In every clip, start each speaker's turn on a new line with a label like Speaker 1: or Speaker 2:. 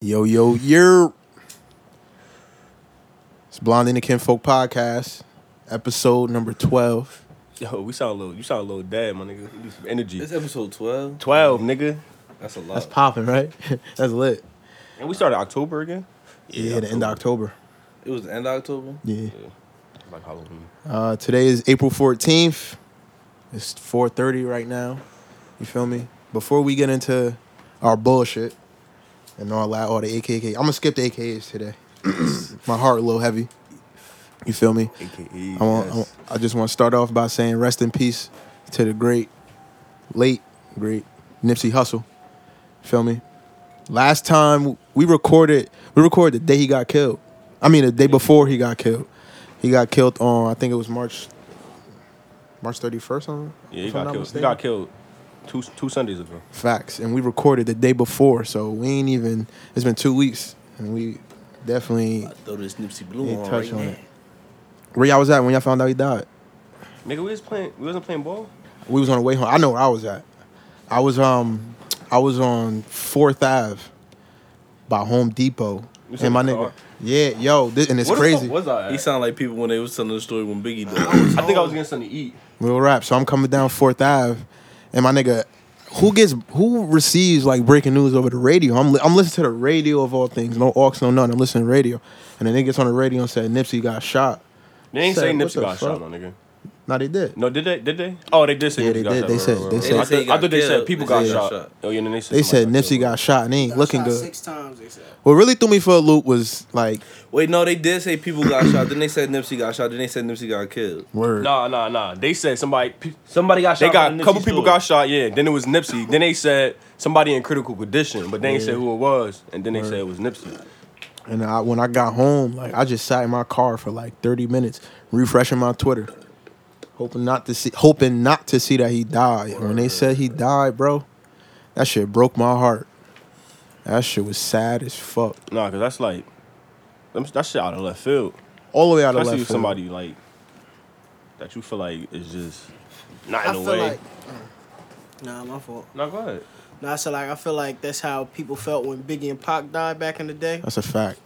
Speaker 1: Yo, yo, you're. It's Blondie and the Kinfolk podcast, episode number 12.
Speaker 2: Yo, we sound a little. You sound a little dead, my nigga. You need some energy.
Speaker 3: It's episode 12.
Speaker 2: Twelve, nigga.
Speaker 3: That's a lot.
Speaker 1: That's popping, right? That's lit.
Speaker 2: And we started October again.
Speaker 1: Yeah, the end of October.
Speaker 3: it was the end of October.
Speaker 1: Yeah.
Speaker 2: Like Halloween.
Speaker 1: Uh, today is April 14th. It's 4.30 right now. You feel me? Before we get into our bullshit and all that, all the AKK. I'm going to skip the AKAs today. My heart a little heavy. You feel me?
Speaker 2: AKA.
Speaker 1: I want, I want- I just want to start off by saying rest in peace to the great, late, great Nipsey Hussle. Feel me? Last time we recorded, we recorded the day he got killed. I mean, the day before he got killed. He got killed on I think it was March, March thirty first. On
Speaker 2: yeah, he
Speaker 1: if I'm
Speaker 2: got
Speaker 1: not
Speaker 2: killed. He
Speaker 1: mistaken.
Speaker 2: got killed two two Sundays ago.
Speaker 1: Facts, and we recorded the day before, so we ain't even. It's been two weeks, and we definitely.
Speaker 3: I throw this Nipsey Blue
Speaker 1: Ain't
Speaker 3: on
Speaker 1: touch
Speaker 3: right
Speaker 1: on
Speaker 3: now.
Speaker 1: it. Where y'all was at when y'all found out he died?
Speaker 2: Nigga, we was playing. We wasn't playing ball.
Speaker 1: We was on the way home. I know where I was at. I was um, I was on Fourth Ave by Home Depot,
Speaker 2: You was
Speaker 1: and
Speaker 2: in
Speaker 1: my
Speaker 2: the
Speaker 1: nigga,
Speaker 2: car?
Speaker 1: yeah, yo, this, and it's
Speaker 2: Where the
Speaker 1: crazy.
Speaker 2: fuck Was I?
Speaker 3: He
Speaker 2: at?
Speaker 3: sound like people when they was telling the story when Biggie died.
Speaker 2: I think I was getting something to eat.
Speaker 1: Real rap. So I'm coming down Fourth Ave, and my nigga, who gets who receives like breaking news over the radio? I'm li- I'm listening to the radio of all things, no aux, no none. I'm listening to radio, and then they gets on the radio and said Nipsey got shot.
Speaker 2: They ain't
Speaker 1: Said,
Speaker 2: saying
Speaker 1: what
Speaker 2: Nipsey
Speaker 1: the
Speaker 2: got
Speaker 1: fuck?
Speaker 2: shot, my nigga.
Speaker 1: No, they did.
Speaker 2: No, did they? Did they? Oh, they did say
Speaker 1: Yeah,
Speaker 2: Nipsey
Speaker 1: they
Speaker 2: got
Speaker 1: did.
Speaker 2: shot.
Speaker 1: They
Speaker 2: right,
Speaker 1: said-
Speaker 2: right,
Speaker 1: they
Speaker 2: right.
Speaker 1: said-
Speaker 2: I
Speaker 3: They
Speaker 2: thought- I thought they
Speaker 3: got
Speaker 2: said people got
Speaker 3: killed. They
Speaker 2: shot.
Speaker 3: shot.
Speaker 2: Oh yeah, then they said
Speaker 1: They said
Speaker 2: somebody
Speaker 1: Nipsey
Speaker 2: killed.
Speaker 1: got shot and he ain't
Speaker 4: Got
Speaker 1: looking
Speaker 4: shot
Speaker 1: good.
Speaker 4: Six times they said.
Speaker 1: What really threw me for a loop was like,
Speaker 3: Wait, no, they did say people got shot. Then they said Nipsey got shot. Then they said Nipsey got killed.
Speaker 1: word.
Speaker 2: Nah, nah, nah. They said somebody. pe-
Speaker 3: Somebody got
Speaker 2: They got a couple people got shot. Yeah. Then it was Nipsey. then they said somebody in critical condition, but they ain't said who it was. And then they said it was Nipsey.
Speaker 1: And I, when I got home, like I just sat in my car for like 30 minutes, refreshing my Twitter, hoping not to see, hoping not to see that he died. When they said he died, bro, that shit broke my heart. That shit was sad as fuck,
Speaker 2: Nah, cause that's like, them- that shit out of left field.
Speaker 1: all the way out of
Speaker 2: Especially
Speaker 1: left
Speaker 2: if
Speaker 1: field.
Speaker 2: somebody like that you feel like is just not
Speaker 4: I
Speaker 2: in the
Speaker 4: feel
Speaker 2: way.
Speaker 4: like. oh, Nah, my fault.
Speaker 2: nah, go ahead.
Speaker 4: Nah, so like I feel like that's how people felt when Biggie and Pac died back in the day.
Speaker 1: That's a fact.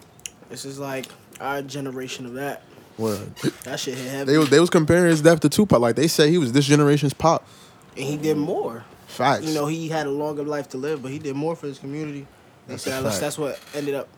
Speaker 4: This is like our generation of that.
Speaker 1: Word.
Speaker 4: That shit hit
Speaker 1: They
Speaker 4: heavy,
Speaker 1: was- they was comparing his death to Tupac. Like they said he was this generation's pop.
Speaker 4: and he did more.
Speaker 1: Facts.
Speaker 4: You know, he had a longer life to live, but he did more for his community. They
Speaker 1: That's a
Speaker 4: said that's,
Speaker 1: fact.
Speaker 4: what ended up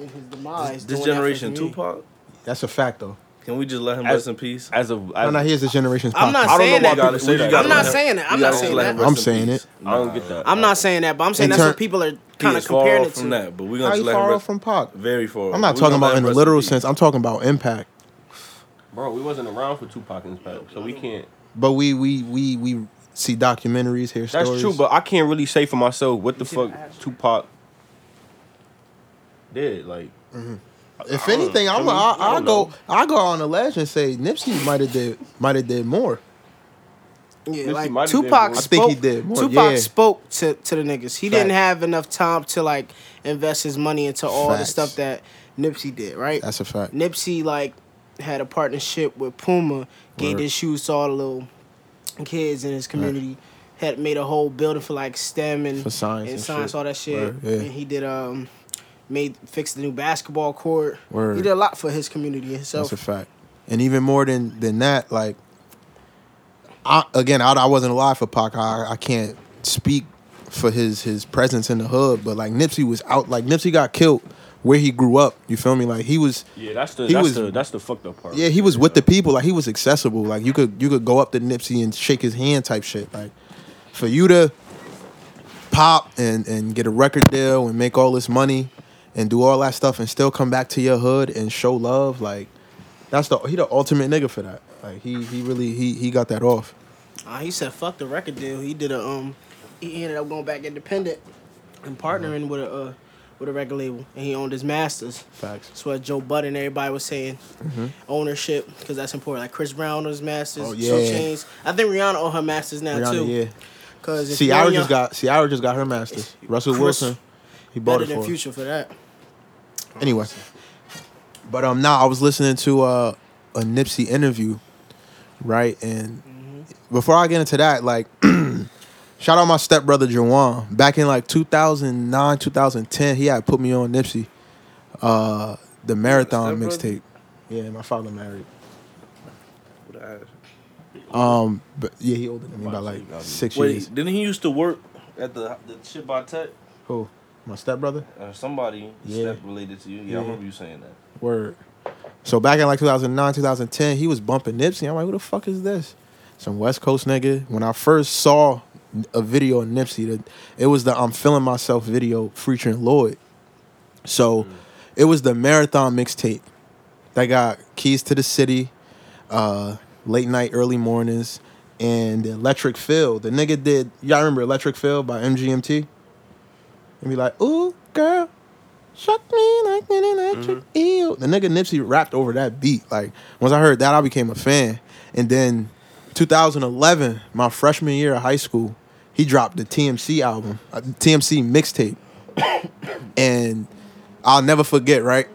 Speaker 4: in his demise.
Speaker 3: This, this
Speaker 4: doing that for his
Speaker 3: generation
Speaker 4: community.
Speaker 3: Tupac.
Speaker 1: That's a fact though.
Speaker 3: Can we just let him
Speaker 2: As-
Speaker 3: rest in peace?
Speaker 2: As of
Speaker 1: No,
Speaker 2: as,
Speaker 1: no, he is this generation's pop.
Speaker 4: I'm not
Speaker 2: I
Speaker 4: saying
Speaker 2: don't know why
Speaker 4: that.
Speaker 2: people say
Speaker 3: We
Speaker 2: that.
Speaker 3: just gotta
Speaker 4: I'm not
Speaker 3: let him-
Speaker 4: saying that. I'm
Speaker 3: we
Speaker 4: not
Speaker 3: gotta
Speaker 4: saying
Speaker 3: let him
Speaker 4: that.
Speaker 3: rest
Speaker 1: I'm
Speaker 3: in
Speaker 1: saying
Speaker 3: peace.
Speaker 1: it.
Speaker 2: I don't get that.
Speaker 4: I'm not saying that, but I'm saying
Speaker 1: In
Speaker 4: that's
Speaker 1: turn-
Speaker 4: what people are
Speaker 3: He
Speaker 4: kind
Speaker 3: is
Speaker 4: of
Speaker 3: far
Speaker 4: comparing
Speaker 3: off
Speaker 4: it
Speaker 3: from
Speaker 4: to.
Speaker 3: that, but we
Speaker 1: How
Speaker 3: gonna
Speaker 1: he
Speaker 3: just let him
Speaker 1: far off
Speaker 3: rest.
Speaker 1: from Pac?
Speaker 3: Very far.
Speaker 1: I'm not
Speaker 3: We
Speaker 1: talking
Speaker 3: gonna let
Speaker 1: about in
Speaker 3: him
Speaker 1: the
Speaker 3: rest
Speaker 1: literal
Speaker 3: peace.
Speaker 1: sense. I'm talking about impact.
Speaker 2: bro, we wasn't around for Tupac and Pac, so we can't.
Speaker 1: But we we we we see documentaries, hear
Speaker 2: That's
Speaker 1: stories.
Speaker 2: true, but I can't really say for myself what the fuck Tupac did. Like,
Speaker 1: if anything, I'm
Speaker 2: I
Speaker 1: I,
Speaker 2: don't
Speaker 1: I, I go
Speaker 2: know.
Speaker 1: I go on a ledge and say Nipsey might have did might have did more.
Speaker 4: Yeah,
Speaker 2: Nipsey might have
Speaker 4: like
Speaker 2: did
Speaker 4: Tupac
Speaker 2: more. I
Speaker 4: spoke.
Speaker 1: think he did more,
Speaker 4: Tupac
Speaker 1: yeah.
Speaker 4: spoke to, to the niggas. He didn't
Speaker 1: Facts.
Speaker 4: have enough time to like invest his money into all
Speaker 1: Facts.
Speaker 4: the stuff that Nipsey did. Right.
Speaker 1: That's a fact.
Speaker 4: Nipsey like had a partnership with Puma, gave
Speaker 1: Word.
Speaker 4: his shoes to all the little kids in his community. Had made a whole building for like STEM and
Speaker 1: For science and
Speaker 4: science,
Speaker 1: shit.
Speaker 4: all that shit.
Speaker 1: Word, yeah.
Speaker 4: And he did um made fix the new basketball court.
Speaker 1: Word.
Speaker 4: He did a lot for his community and himself.
Speaker 1: That's a fact. And even more than than that, like I again I, I wasn't alive for Pac. I, I can't speak for his his presence in the hood, but like Nipsey was out. Like Nipsey got killed where he grew up. You feel me? Like he was.
Speaker 2: yeah, that's the
Speaker 1: He
Speaker 2: that's
Speaker 1: was-
Speaker 2: the that's the fucked up part.
Speaker 1: Yeah, he was with the people. Like he was accessible. Like you could you could go up to Nipsey and shake his hand type shit. Like for you to pop and and get a record deal and make all this money and do all that stuff and still come back to your hood and show love. Like that's the he the ultimate nigga for that. Like he he really he he got that off.
Speaker 4: Uh, he said, "Fuck the record deal." He did a um, he ended up going back independent and partnering
Speaker 1: Uh-huh.
Speaker 4: with a uh, with a record label, and he owned his masters.
Speaker 1: Facts.
Speaker 4: That's what Joe Budden and everybody was saying. Ownership, because that's important. Like Chris Brown owns masters.
Speaker 1: Mm-hmm. Oh,
Speaker 4: Oh
Speaker 1: yeah.
Speaker 4: Chainz. I think Rihanna owns her masters now
Speaker 1: Rihanna,
Speaker 4: too.
Speaker 1: yeah.
Speaker 4: Cause if
Speaker 1: Ciara
Speaker 4: Rihanna-
Speaker 1: just got Ciara just got her masters. Russell
Speaker 4: Chris-
Speaker 1: Wilson, he bought
Speaker 4: better
Speaker 1: it for
Speaker 4: than
Speaker 1: her.
Speaker 4: Future for that.
Speaker 1: Anyway, but um, now I was listening to uh, a Nipsey
Speaker 3: Mm-hmm.
Speaker 1: interview, right? And before I get into that, like, Shout out my stepbrother Jawan. Back in like 2009, 2010, he had put me on Nipsey, uh, the marathon
Speaker 3: stepbrother?
Speaker 1: mixtape. Yeah, my father married.
Speaker 3: What I-
Speaker 1: Um, but yeah, he older than me by like six
Speaker 3: Wait,
Speaker 1: years.
Speaker 3: didn't he used to work at the the shit by Tech?
Speaker 1: Who? My stepbrother.
Speaker 3: Or somebody
Speaker 1: Yeah.
Speaker 3: step related to you? Yeah, I
Speaker 1: Yeah.
Speaker 3: remember you saying that.
Speaker 1: Word. So back in like 2009, 2010, he was bumping Nipsey. I'm like, who the fuck is this? Some West Coast nigga. When I first saw a video of Nipsey, that it was the I'm feeling myself video featuring Lloyd. So it was the marathon mixtape that got Keys to the City, uh, Late Night, Early Mornings, and Electric Phil. The nigga did, y'all remember Electric Phil by MGMT? And be like, ooh, girl, Shock me like an electric eel. The nigga Nipsey rapped over that beat. Like once I heard that, I became a fan. And then 2011, my freshman year of high school, he dropped the TMC album, uh, TMC mixtape, and I'll never forget. Right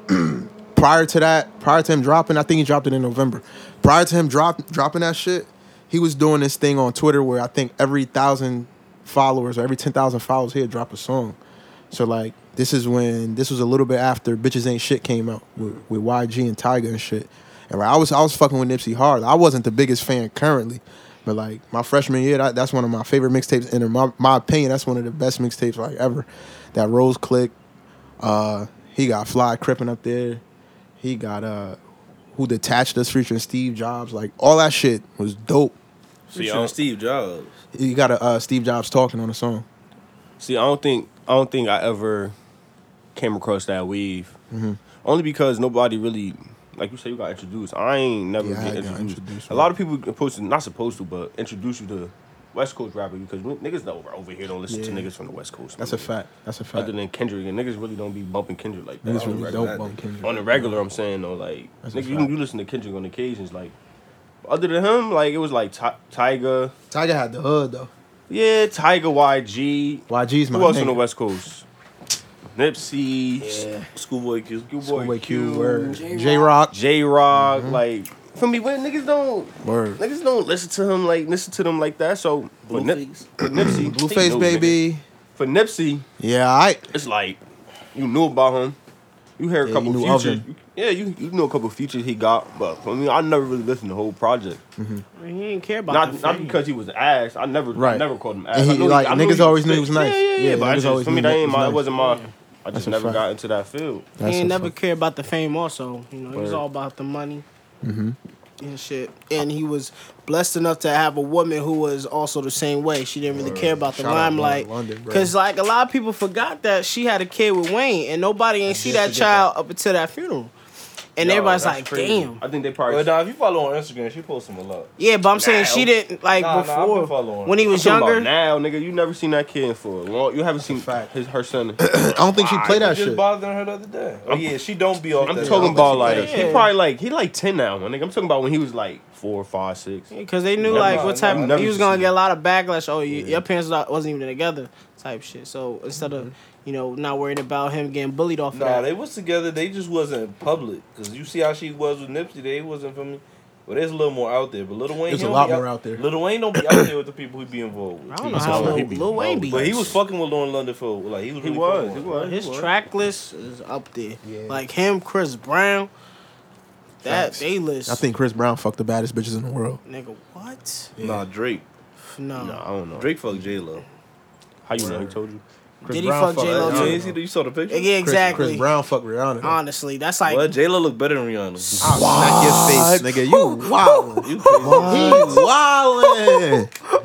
Speaker 1: prior to that, prior to him dropping, I think he dropped it in November. Prior to him drop dropping that shit, he was doing this thing on Twitter where I think every thousand followers or every ten thousand followers, he'd drop a song. So like this is when this was a little bit after Bitches Ain't Shit came out with, with YG and Tiger and shit. And like I was I was fucking with Nipsey hard. I wasn't the biggest fan currently. But like my freshman year, that, that's one of my favorite mixtapes, and in my, my opinion, that's one of the best mixtapes like ever. That Rose Click, uh, he got Fly Crippin up there. He got uh, who detached us featuring Steve Jobs. Like all that shit was dope.
Speaker 2: See, I
Speaker 3: Featuring
Speaker 2: don't,
Speaker 3: Steve Jobs.
Speaker 1: You got a uh, Steve Jobs talking on the song.
Speaker 2: see, I don't think I don't think I ever came across that wave.
Speaker 1: Mm-hmm.
Speaker 2: Only because nobody really, like you say, you got introduced. I ain't never
Speaker 1: Yeah, I
Speaker 2: get
Speaker 1: got
Speaker 2: introduced.
Speaker 1: introduced,
Speaker 2: A lot of people supposed to, not supposed to, but introduce you to West Coast rapper because we- niggas over over here don't listen to
Speaker 1: Yeah.
Speaker 2: niggas from the West Coast.
Speaker 1: That's a
Speaker 2: man.
Speaker 1: fact. That's a fact.
Speaker 2: Other than Kendrick, and niggas really don't be bumping Kendrick like that.
Speaker 1: Niggas
Speaker 2: on the
Speaker 1: really
Speaker 2: regular.
Speaker 1: dope on Kendrick.
Speaker 2: On the regular, I'm saying though, like
Speaker 1: That's a
Speaker 2: nigga, you,
Speaker 1: fact.
Speaker 2: you listen to Kendrick on occasions, like other than him, like it was like Ti Tiger,
Speaker 1: Tiger had the hood though.
Speaker 2: yeah, Tiger YG.
Speaker 1: YG's my
Speaker 2: Who else
Speaker 1: nigga.
Speaker 2: on the West Coast? Nipsey,
Speaker 4: Yeah.
Speaker 3: Schoolboy Q.
Speaker 2: Schoolboy Q,
Speaker 1: word. Mm-hmm.
Speaker 4: J-Rock.
Speaker 1: J Rock.
Speaker 2: J Rock, like for me, when niggas don't
Speaker 1: Word.
Speaker 2: niggas don't listen to him like listen to them like that. So for, Nip,
Speaker 4: Blueface.
Speaker 2: for Nipsey,
Speaker 1: Blueface
Speaker 2: no, nigga.
Speaker 1: Baby.
Speaker 2: For Nipsey,
Speaker 1: Yeah, I
Speaker 2: it's like you knew about him. You heard a
Speaker 1: Yeah, you
Speaker 2: couple
Speaker 1: knew of
Speaker 2: features.
Speaker 1: him.
Speaker 2: Yeah, you you knew a couple features he got, but for me, I never really listened to the whole projproject.
Speaker 4: He didn't care about
Speaker 2: Not
Speaker 4: the
Speaker 2: not
Speaker 4: fame.
Speaker 2: because he was an ass. I never
Speaker 1: Right.
Speaker 2: never called him ass.
Speaker 1: and
Speaker 2: I
Speaker 1: he
Speaker 2: know
Speaker 1: like
Speaker 2: I know
Speaker 1: niggas always knew he
Speaker 2: thick.
Speaker 1: was nice.
Speaker 2: Yeah, yeah, yeah. but I
Speaker 1: niggas
Speaker 2: just,
Speaker 1: always
Speaker 2: for me,
Speaker 1: knew
Speaker 2: that
Speaker 1: he
Speaker 2: ain't my. That
Speaker 1: nice.
Speaker 2: wasn't my. I
Speaker 1: That's
Speaker 2: just
Speaker 1: a
Speaker 2: never
Speaker 1: fact.
Speaker 2: got into that field.
Speaker 4: he
Speaker 1: That's a
Speaker 4: ain't never
Speaker 1: fact.
Speaker 4: care about the fame. Also, you know, he was
Speaker 2: Word.
Speaker 4: all about the money
Speaker 1: Mm-hmm.
Speaker 4: and shit. And he was blessed enough to have a woman who was also the same way. She didn't really care about the
Speaker 1: Shout out
Speaker 4: limelight.
Speaker 1: Lauren London, bro.
Speaker 4: Cause like a lot of people forgot that she had a kid with Wayne, and nobody ain't see that child up until that funeral. And
Speaker 2: Yo,
Speaker 4: everybody's
Speaker 2: that's
Speaker 4: like,
Speaker 2: crazy.
Speaker 4: damn.
Speaker 2: I think they
Speaker 3: Well,
Speaker 2: probably.
Speaker 3: now if you follow on Instagram, she posts him a lot.
Speaker 4: Yeah, but I'm saying she
Speaker 2: Now.
Speaker 4: didn't like
Speaker 3: Nah, nah, I've been
Speaker 4: before
Speaker 3: following
Speaker 4: when he
Speaker 3: her.
Speaker 2: I'm
Speaker 4: was
Speaker 2: talking about
Speaker 4: younger.
Speaker 2: now, nigga, you never seen that kid for a long. You haven't seen
Speaker 1: fact.
Speaker 2: his her son.
Speaker 1: I don't think she played that
Speaker 3: It just
Speaker 1: shit.
Speaker 3: bothering her the other day. Oh,
Speaker 2: I'm-
Speaker 3: yeah, she don't be off
Speaker 2: I'm
Speaker 3: that.
Speaker 2: talking about like
Speaker 4: Yeah.
Speaker 2: he probably like he like ten now, my nigga. I'm talking about when he was like four, five, six.
Speaker 4: Because they knew
Speaker 2: Never
Speaker 4: like
Speaker 2: mind,
Speaker 4: what type
Speaker 2: I've never
Speaker 4: he was
Speaker 2: seen
Speaker 4: gonna
Speaker 2: it.
Speaker 4: get a lot of backlash. Oh, you, your parents not- wasn't even together, type shit. So instead of you know not worrying about him getting bullied off
Speaker 3: Mm-hmm. Nah,
Speaker 4: of
Speaker 3: they
Speaker 4: that,
Speaker 3: was together. They just wasn't public. Cause you see how she was with Nipsey. They wasn't for me. Well, there's a little more out there, but Lil Wayne.
Speaker 1: There's
Speaker 3: he
Speaker 1: a
Speaker 3: don't
Speaker 1: lot
Speaker 3: be
Speaker 1: more out there.
Speaker 3: Lil Wayne don't be out there with the people he be involved
Speaker 4: I
Speaker 3: with. Oh,
Speaker 4: don't know
Speaker 1: That's
Speaker 4: how
Speaker 1: how
Speaker 4: Lil,
Speaker 1: he be.
Speaker 4: Lil Wayne be.
Speaker 3: But he was fucking with Lauren London for like he was.
Speaker 2: He
Speaker 3: Really
Speaker 2: was,
Speaker 3: fucking
Speaker 2: he
Speaker 3: with her.
Speaker 2: was.
Speaker 4: his track list is up there.
Speaker 1: Yeah.
Speaker 4: Like him, Chris Brown, that
Speaker 1: Facts.
Speaker 4: they list.
Speaker 1: I think Chris Brown fucked the baddest bitches in the world.
Speaker 4: nigga, what?
Speaker 3: Nah, Drake.
Speaker 4: No,
Speaker 2: No, I don't know.
Speaker 3: Drake fucked J Lo.
Speaker 2: How you know? He told you.
Speaker 1: Chris
Speaker 4: Did he
Speaker 1: Brown
Speaker 4: fuck
Speaker 1: fucked
Speaker 4: J-Lo
Speaker 1: Rihanna.
Speaker 4: too?
Speaker 3: you, see, you saw the picture.
Speaker 4: yeah,
Speaker 1: Chris-
Speaker 4: exactly.
Speaker 1: Chris Brown fucked Rihanna. though.
Speaker 4: Honestly, that's like
Speaker 3: Well, J Lo looked better than Rihanna.
Speaker 1: Smack your face, nigga. You wildin'.
Speaker 3: You crazy.
Speaker 1: He wildin'. What?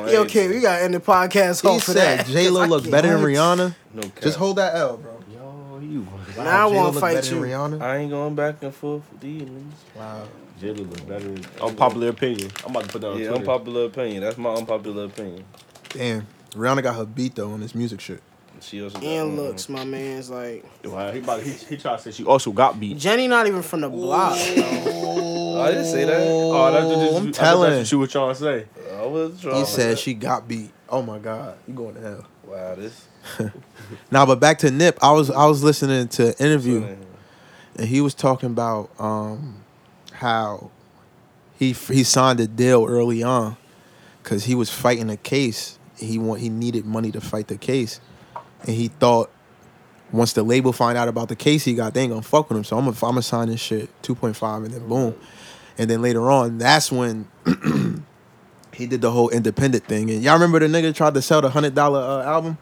Speaker 3: Oh, hey,
Speaker 4: Yo, okay, we gotta end the podcast
Speaker 1: He
Speaker 4: off for
Speaker 1: said
Speaker 4: that.
Speaker 1: J Lo look better than Rihanna.
Speaker 3: No cap.
Speaker 1: Just hold that L, bro.
Speaker 2: Yo, you.
Speaker 1: Wow,
Speaker 4: Now I
Speaker 1: J-Lo
Speaker 4: wanna
Speaker 1: look
Speaker 4: fight
Speaker 1: better than
Speaker 4: you.
Speaker 1: Rihanna.
Speaker 3: I ain't going back and forth with these. niggas.
Speaker 1: Wow.
Speaker 2: Jada look better. Unpopular opinion. I'm about to put that on
Speaker 3: Yeah,
Speaker 2: Twitter.
Speaker 3: unpopular opinion. That's my unpopular opinion.
Speaker 1: Damn. Rihanna got her beat though on this music shit.
Speaker 3: She also got
Speaker 4: And
Speaker 2: Mm-hmm.
Speaker 3: one.
Speaker 4: looks, my man's like
Speaker 2: Wow, he, about, he, he tried to say she also got beat.
Speaker 4: Jenny, not even from the block.
Speaker 3: I didn't say that.
Speaker 2: Oh, that's what,
Speaker 1: I'm
Speaker 2: you- I thought
Speaker 1: telling.
Speaker 2: That's what you were trying to say.
Speaker 3: I was drunk.
Speaker 1: He said she got beat. Oh my god, you going to hell.
Speaker 3: Wow, this.
Speaker 1: Now, but back to Nip. I was I was listening to an interview and he was talking about um, how he he signed a deal early on because he was fighting a case. He want he needed money to fight the case, and he thought once the label find out about the case he got, they ain't gonna fuck with him. So I'm gonna I'm gonna sign this shit two point five, and then boom, and then later on, that's when. He did the whole independent thing, and y'all remember the nigga tried to sell the hundred dollar uh, album,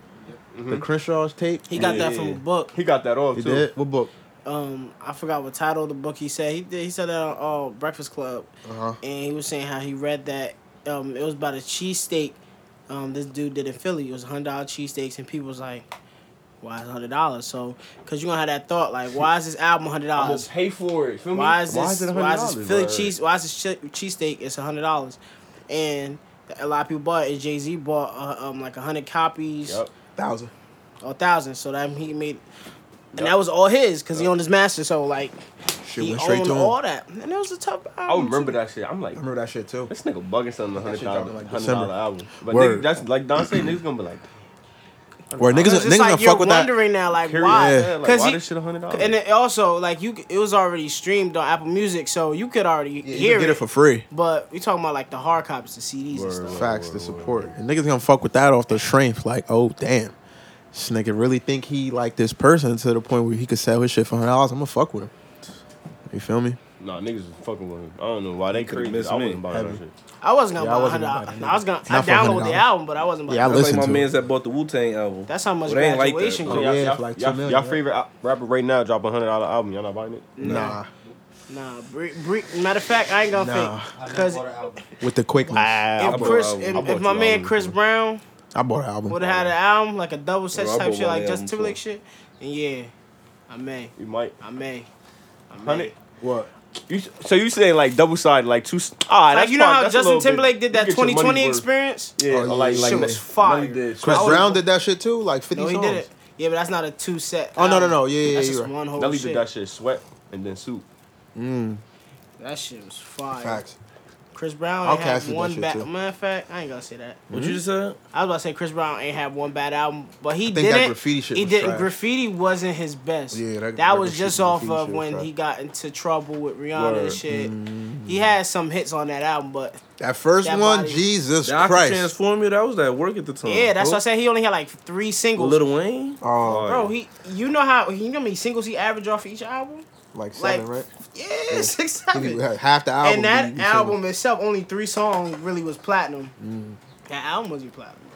Speaker 1: the Crenshaw's tape.
Speaker 4: He got
Speaker 2: Yeah,
Speaker 4: that from
Speaker 2: yeah.
Speaker 4: a book.
Speaker 2: He got that off
Speaker 1: He
Speaker 2: too.
Speaker 1: did what book?
Speaker 4: Um, I forgot what title of the book he said. He did, he said that on uh, Breakfast Club,
Speaker 1: Uh-huh.
Speaker 4: and he was saying how he read that. Um, it was about a cheesesteak. Um, this dude did in Philly. It was hundred dollar cheesesteaks, and people was like, "Why is hundred dollars?" So, cause you gonna have that thought like, "Why is this album hundred
Speaker 2: I'm gonna
Speaker 4: dollars?"
Speaker 2: pay for it. Feel me?
Speaker 4: Why is this? Why
Speaker 2: Why
Speaker 4: is,
Speaker 2: is it
Speaker 4: this
Speaker 2: $100?
Speaker 4: Philly
Speaker 2: Right.
Speaker 4: cheese? Why is this che- cheesesteak? It's hundred dollars, and a lot of people bought it. Jay Z bought uh, um like hundred copies
Speaker 2: Yup.
Speaker 1: Thousand.
Speaker 4: or thousand. So that he made, and
Speaker 2: Yup.
Speaker 4: that was all his because he owned his master. So like
Speaker 1: Shit
Speaker 4: he
Speaker 1: went straight
Speaker 4: owned
Speaker 1: to him.
Speaker 4: all that, and it was a tough.
Speaker 2: I remember that shit. I'm like,
Speaker 1: I remember that shit too.
Speaker 2: this nigga bugging something a hundred
Speaker 1: shit dropping,
Speaker 2: dollar
Speaker 1: like,
Speaker 2: hundred
Speaker 1: December.
Speaker 2: dollar album. But
Speaker 1: Word.
Speaker 2: nigga, that's like Don said, niggas gonna be like,
Speaker 1: Where niggas,
Speaker 4: Because
Speaker 1: niggas
Speaker 4: it's
Speaker 1: gonna
Speaker 4: like you're
Speaker 1: fuck with that.
Speaker 4: wondering now, like
Speaker 2: period.
Speaker 4: why?
Speaker 2: Yeah, like, why
Speaker 4: he-
Speaker 2: this shit a hundred dollars?
Speaker 4: and it also like you, it was already streamed on Apple Music, so you could already
Speaker 1: Yeah, you
Speaker 4: hear
Speaker 1: can get
Speaker 4: it.
Speaker 1: it for free.
Speaker 4: but we talking about like the hard copies, the CDs and
Speaker 2: Word.
Speaker 4: stuff.
Speaker 1: Facts to support. And niggas gonna fuck with that off the strength. Like, oh damn, this nigga really think he like this person to the point where he could sell his shit for hundred dollars. I'm gonna fuck with him. You feel me?
Speaker 2: Nah, niggas was fucking with him. I don't know why they
Speaker 3: Could've
Speaker 2: crazy.
Speaker 3: missed
Speaker 2: I
Speaker 3: me.
Speaker 2: wasn't buying that
Speaker 1: Heavy.
Speaker 2: shit.
Speaker 4: I wasn't gonna
Speaker 1: Yeah, I
Speaker 4: buy
Speaker 1: wasn't gonna
Speaker 4: hundred
Speaker 1: buy
Speaker 4: dollars.
Speaker 1: that
Speaker 4: I was gonna. I
Speaker 1: Not for
Speaker 4: downloaded the
Speaker 1: $100.
Speaker 4: album, but I wasn't. Buying
Speaker 1: Yeah, I
Speaker 4: it.
Speaker 3: That's like
Speaker 1: Listen
Speaker 3: my
Speaker 1: to
Speaker 3: man's
Speaker 1: it.
Speaker 3: that bought the Wu Tang album.
Speaker 4: That's how much
Speaker 3: Well, they ain't like
Speaker 4: graduation
Speaker 3: that,
Speaker 4: cost.
Speaker 1: Oh,
Speaker 2: y'all,
Speaker 1: yeah,
Speaker 2: y'all,
Speaker 1: for like two
Speaker 2: y'all,
Speaker 1: million,
Speaker 2: y'all
Speaker 1: right?
Speaker 2: favorite al- rapper right now drop a hundred dollar album. Y'all not buying it?
Speaker 1: Nah,
Speaker 4: Nah, Bree, Bree, matter of fact, I ain't gonna
Speaker 1: Nah.
Speaker 4: fake because if
Speaker 1: with the quickness.
Speaker 2: Wow.
Speaker 3: bought
Speaker 4: Chris,
Speaker 3: an
Speaker 4: if,
Speaker 3: album.
Speaker 2: I bought
Speaker 4: if my
Speaker 2: two
Speaker 4: man
Speaker 2: albums,
Speaker 4: Chris
Speaker 2: man.
Speaker 4: Brown
Speaker 1: I bought an album.
Speaker 4: would have had an album like a double set
Speaker 3: Bro, I
Speaker 4: type
Speaker 3: bought
Speaker 4: shit,
Speaker 3: one
Speaker 4: like
Speaker 3: album,
Speaker 4: Justin Timberlake
Speaker 3: too.
Speaker 4: shit, and yeah, I may,
Speaker 2: You might
Speaker 4: I may, I may.
Speaker 2: hundred.
Speaker 1: what?
Speaker 2: You s- so you saying like double side like two? s- Ah,
Speaker 4: Oh, Like
Speaker 2: that's
Speaker 4: you know
Speaker 2: fine,
Speaker 4: how
Speaker 2: that's a little
Speaker 4: Justin
Speaker 2: bit-
Speaker 4: Timberlake
Speaker 2: you
Speaker 4: did
Speaker 2: get
Speaker 4: that
Speaker 2: your
Speaker 4: 2020
Speaker 2: money's worth.
Speaker 4: experience.
Speaker 2: Yeah,
Speaker 1: Oh, yeah,
Speaker 2: like
Speaker 1: shit
Speaker 2: like
Speaker 1: was
Speaker 4: fire.
Speaker 1: Chris
Speaker 4: I would've-
Speaker 1: Brown did that shit too. Like fifty
Speaker 4: No, he
Speaker 1: songs.
Speaker 4: did it. Yeah, but that's not a two set.
Speaker 1: Oh, no, no,
Speaker 4: album.
Speaker 1: no. Yeah, yeah,
Speaker 4: That's
Speaker 1: yeah,
Speaker 4: just
Speaker 1: you're right.
Speaker 4: one whole
Speaker 2: Nelly
Speaker 4: Oh, shit.
Speaker 2: did that shit sweat and then soup.
Speaker 4: That shit was fire.
Speaker 1: Mm. Facts.
Speaker 4: Chris Brown ain't
Speaker 1: Outkast did
Speaker 4: had
Speaker 1: that
Speaker 4: one
Speaker 1: shit,
Speaker 4: bad.
Speaker 1: too.
Speaker 4: Matter of fact, I ain't gonna say that.
Speaker 3: What you just said?
Speaker 4: I was about to say Chris Brown ain't had one bad album, but he
Speaker 1: think
Speaker 4: didn't.
Speaker 1: that graffiti shit
Speaker 4: he
Speaker 1: was
Speaker 4: didn't.
Speaker 1: trash.
Speaker 4: Graffiti wasn't his best.
Speaker 1: Yeah, that-
Speaker 4: that,
Speaker 1: that
Speaker 4: was
Speaker 1: shit-
Speaker 4: just
Speaker 1: the
Speaker 4: off
Speaker 1: graffiti shit
Speaker 4: of
Speaker 1: was
Speaker 4: when
Speaker 1: trash. Mm-hmm.
Speaker 4: he got into trouble with Rihanna and
Speaker 2: Word.
Speaker 4: shit. He had some hits on that album, but
Speaker 1: That first
Speaker 4: That
Speaker 1: one,
Speaker 4: body.
Speaker 1: Jesus
Speaker 3: That I Could
Speaker 1: Christ.
Speaker 3: transform you. That was that work at the time.
Speaker 4: yeah, that's
Speaker 3: bro.
Speaker 4: what I said. He only had like three singles.
Speaker 3: Little Wayne.
Speaker 1: Oh,
Speaker 4: Bro, he you know how you know how many singles he averaged off each album?
Speaker 1: like seven,
Speaker 4: like,
Speaker 1: right?
Speaker 4: Yeah, six
Speaker 1: He
Speaker 4: seven.
Speaker 1: had half the album.
Speaker 4: and
Speaker 1: you-
Speaker 4: that
Speaker 1: you sing.
Speaker 4: album itself, only three songs really was platinum.
Speaker 1: Mm.
Speaker 4: That album wasn't platinum.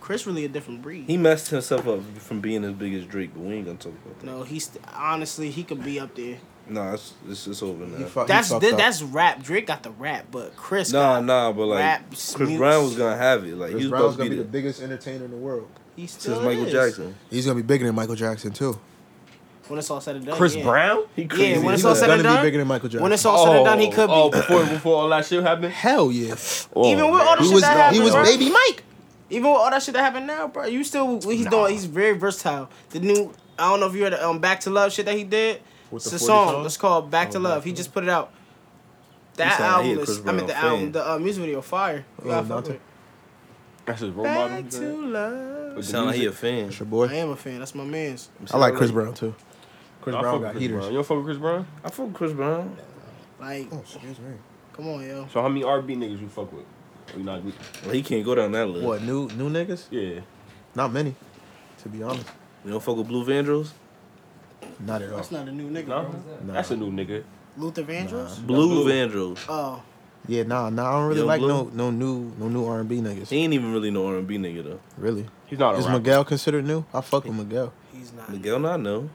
Speaker 4: Chris really a different breed.
Speaker 3: He messed himself up from being as big as Drake, but we ain't gonna talk about that.
Speaker 4: no, he's honestly he could be up there.
Speaker 3: Nah, it's it's, it's over
Speaker 1: He
Speaker 3: now.
Speaker 1: fuck- he
Speaker 4: That's
Speaker 1: fucked
Speaker 4: th-
Speaker 1: up.
Speaker 4: that's rap. Drake got the rap, but Chris
Speaker 3: Nah,
Speaker 4: got,
Speaker 3: nah, but like
Speaker 4: Rap,
Speaker 3: Chris
Speaker 4: Smoots.
Speaker 3: Brown was gonna have it.
Speaker 1: Chris
Speaker 3: Like he was
Speaker 1: Brown's
Speaker 3: supposed to
Speaker 1: gonna
Speaker 3: be
Speaker 1: be the
Speaker 3: there
Speaker 1: biggest entertainer in the world.
Speaker 4: he
Speaker 3: since
Speaker 4: still
Speaker 3: Michael
Speaker 4: is.
Speaker 3: Jackson.
Speaker 1: He's gonna be bigger than Michael Jackson too.
Speaker 4: When it's all said and done,
Speaker 2: Chris
Speaker 4: Oh, yeah.
Speaker 2: Brown?
Speaker 3: He
Speaker 4: Yeah,
Speaker 3: crazy.
Speaker 4: when it's
Speaker 1: He's
Speaker 4: all said and
Speaker 1: gonna be
Speaker 4: done,
Speaker 1: bigger than Michael Jackson.
Speaker 4: when it's all said and done, he could
Speaker 2: oh,
Speaker 4: be.
Speaker 2: before before all that shit happened.
Speaker 1: Hell yes.
Speaker 4: Even with
Speaker 1: Oh,
Speaker 4: all the
Speaker 1: He
Speaker 4: shit
Speaker 1: was
Speaker 4: that
Speaker 1: he
Speaker 4: happened,
Speaker 1: was
Speaker 4: bro.
Speaker 1: baby Mike.
Speaker 4: Even with all that shit that happened now, bro, you still he's doing. He's very versatile. The new I don't know if you heard the um, Back to Love shit that he did.
Speaker 1: With
Speaker 4: it's
Speaker 1: the
Speaker 4: a
Speaker 1: 40
Speaker 4: song.
Speaker 1: songs?
Speaker 4: It's called Back to
Speaker 1: Oh,
Speaker 4: Love.
Speaker 1: Back
Speaker 4: He
Speaker 1: to
Speaker 4: just put it out. That
Speaker 3: sound like he
Speaker 4: album
Speaker 3: a Chris
Speaker 4: is. I mean
Speaker 3: Brown
Speaker 4: the
Speaker 3: fan.
Speaker 4: album, the uh, music video, fire. You gotta
Speaker 1: Oh,
Speaker 4: fuck
Speaker 1: nothing.
Speaker 4: with it.
Speaker 2: That's his role model.
Speaker 4: Back to Love.
Speaker 3: Sound like he a fan.
Speaker 1: That's your
Speaker 4: I
Speaker 1: boy.
Speaker 4: am a fan. That's my man's.
Speaker 1: I like Chris Brown too. Chris
Speaker 2: I
Speaker 1: Brown
Speaker 2: fuck
Speaker 1: got
Speaker 2: with Chris Brown.
Speaker 1: heaters.
Speaker 2: You don't fuck with Chris Brown?
Speaker 3: I fuck with Chris Brown.
Speaker 4: Like,
Speaker 1: Oh, excuse me.
Speaker 4: come on, yo.
Speaker 2: So how many RB niggas you fuck with? Or You not,
Speaker 3: Well, he can't go down that list.
Speaker 1: What new new niggas?
Speaker 2: yeah.
Speaker 1: Not many, to be honest.
Speaker 3: You don't fuck with Blue Vandross?
Speaker 1: Not at all.
Speaker 4: That's not a new nigga,
Speaker 2: No?
Speaker 4: bro.
Speaker 1: Nah.
Speaker 2: That's a new nigga.
Speaker 4: Luther Vandross.
Speaker 2: Blue.
Speaker 3: Blue, Vandross.
Speaker 4: Oh,
Speaker 1: Yeah, nah, nah. I don't really
Speaker 3: Young
Speaker 1: like
Speaker 3: Blue?
Speaker 1: no no new no new R and B niggas.
Speaker 3: He ain't even really no R and B nigga though.
Speaker 1: Really.
Speaker 2: He's not a
Speaker 1: Is
Speaker 2: rapper.
Speaker 1: Miguel considered new? I fuck with Miguel.
Speaker 4: he's not.
Speaker 3: Miguel not know.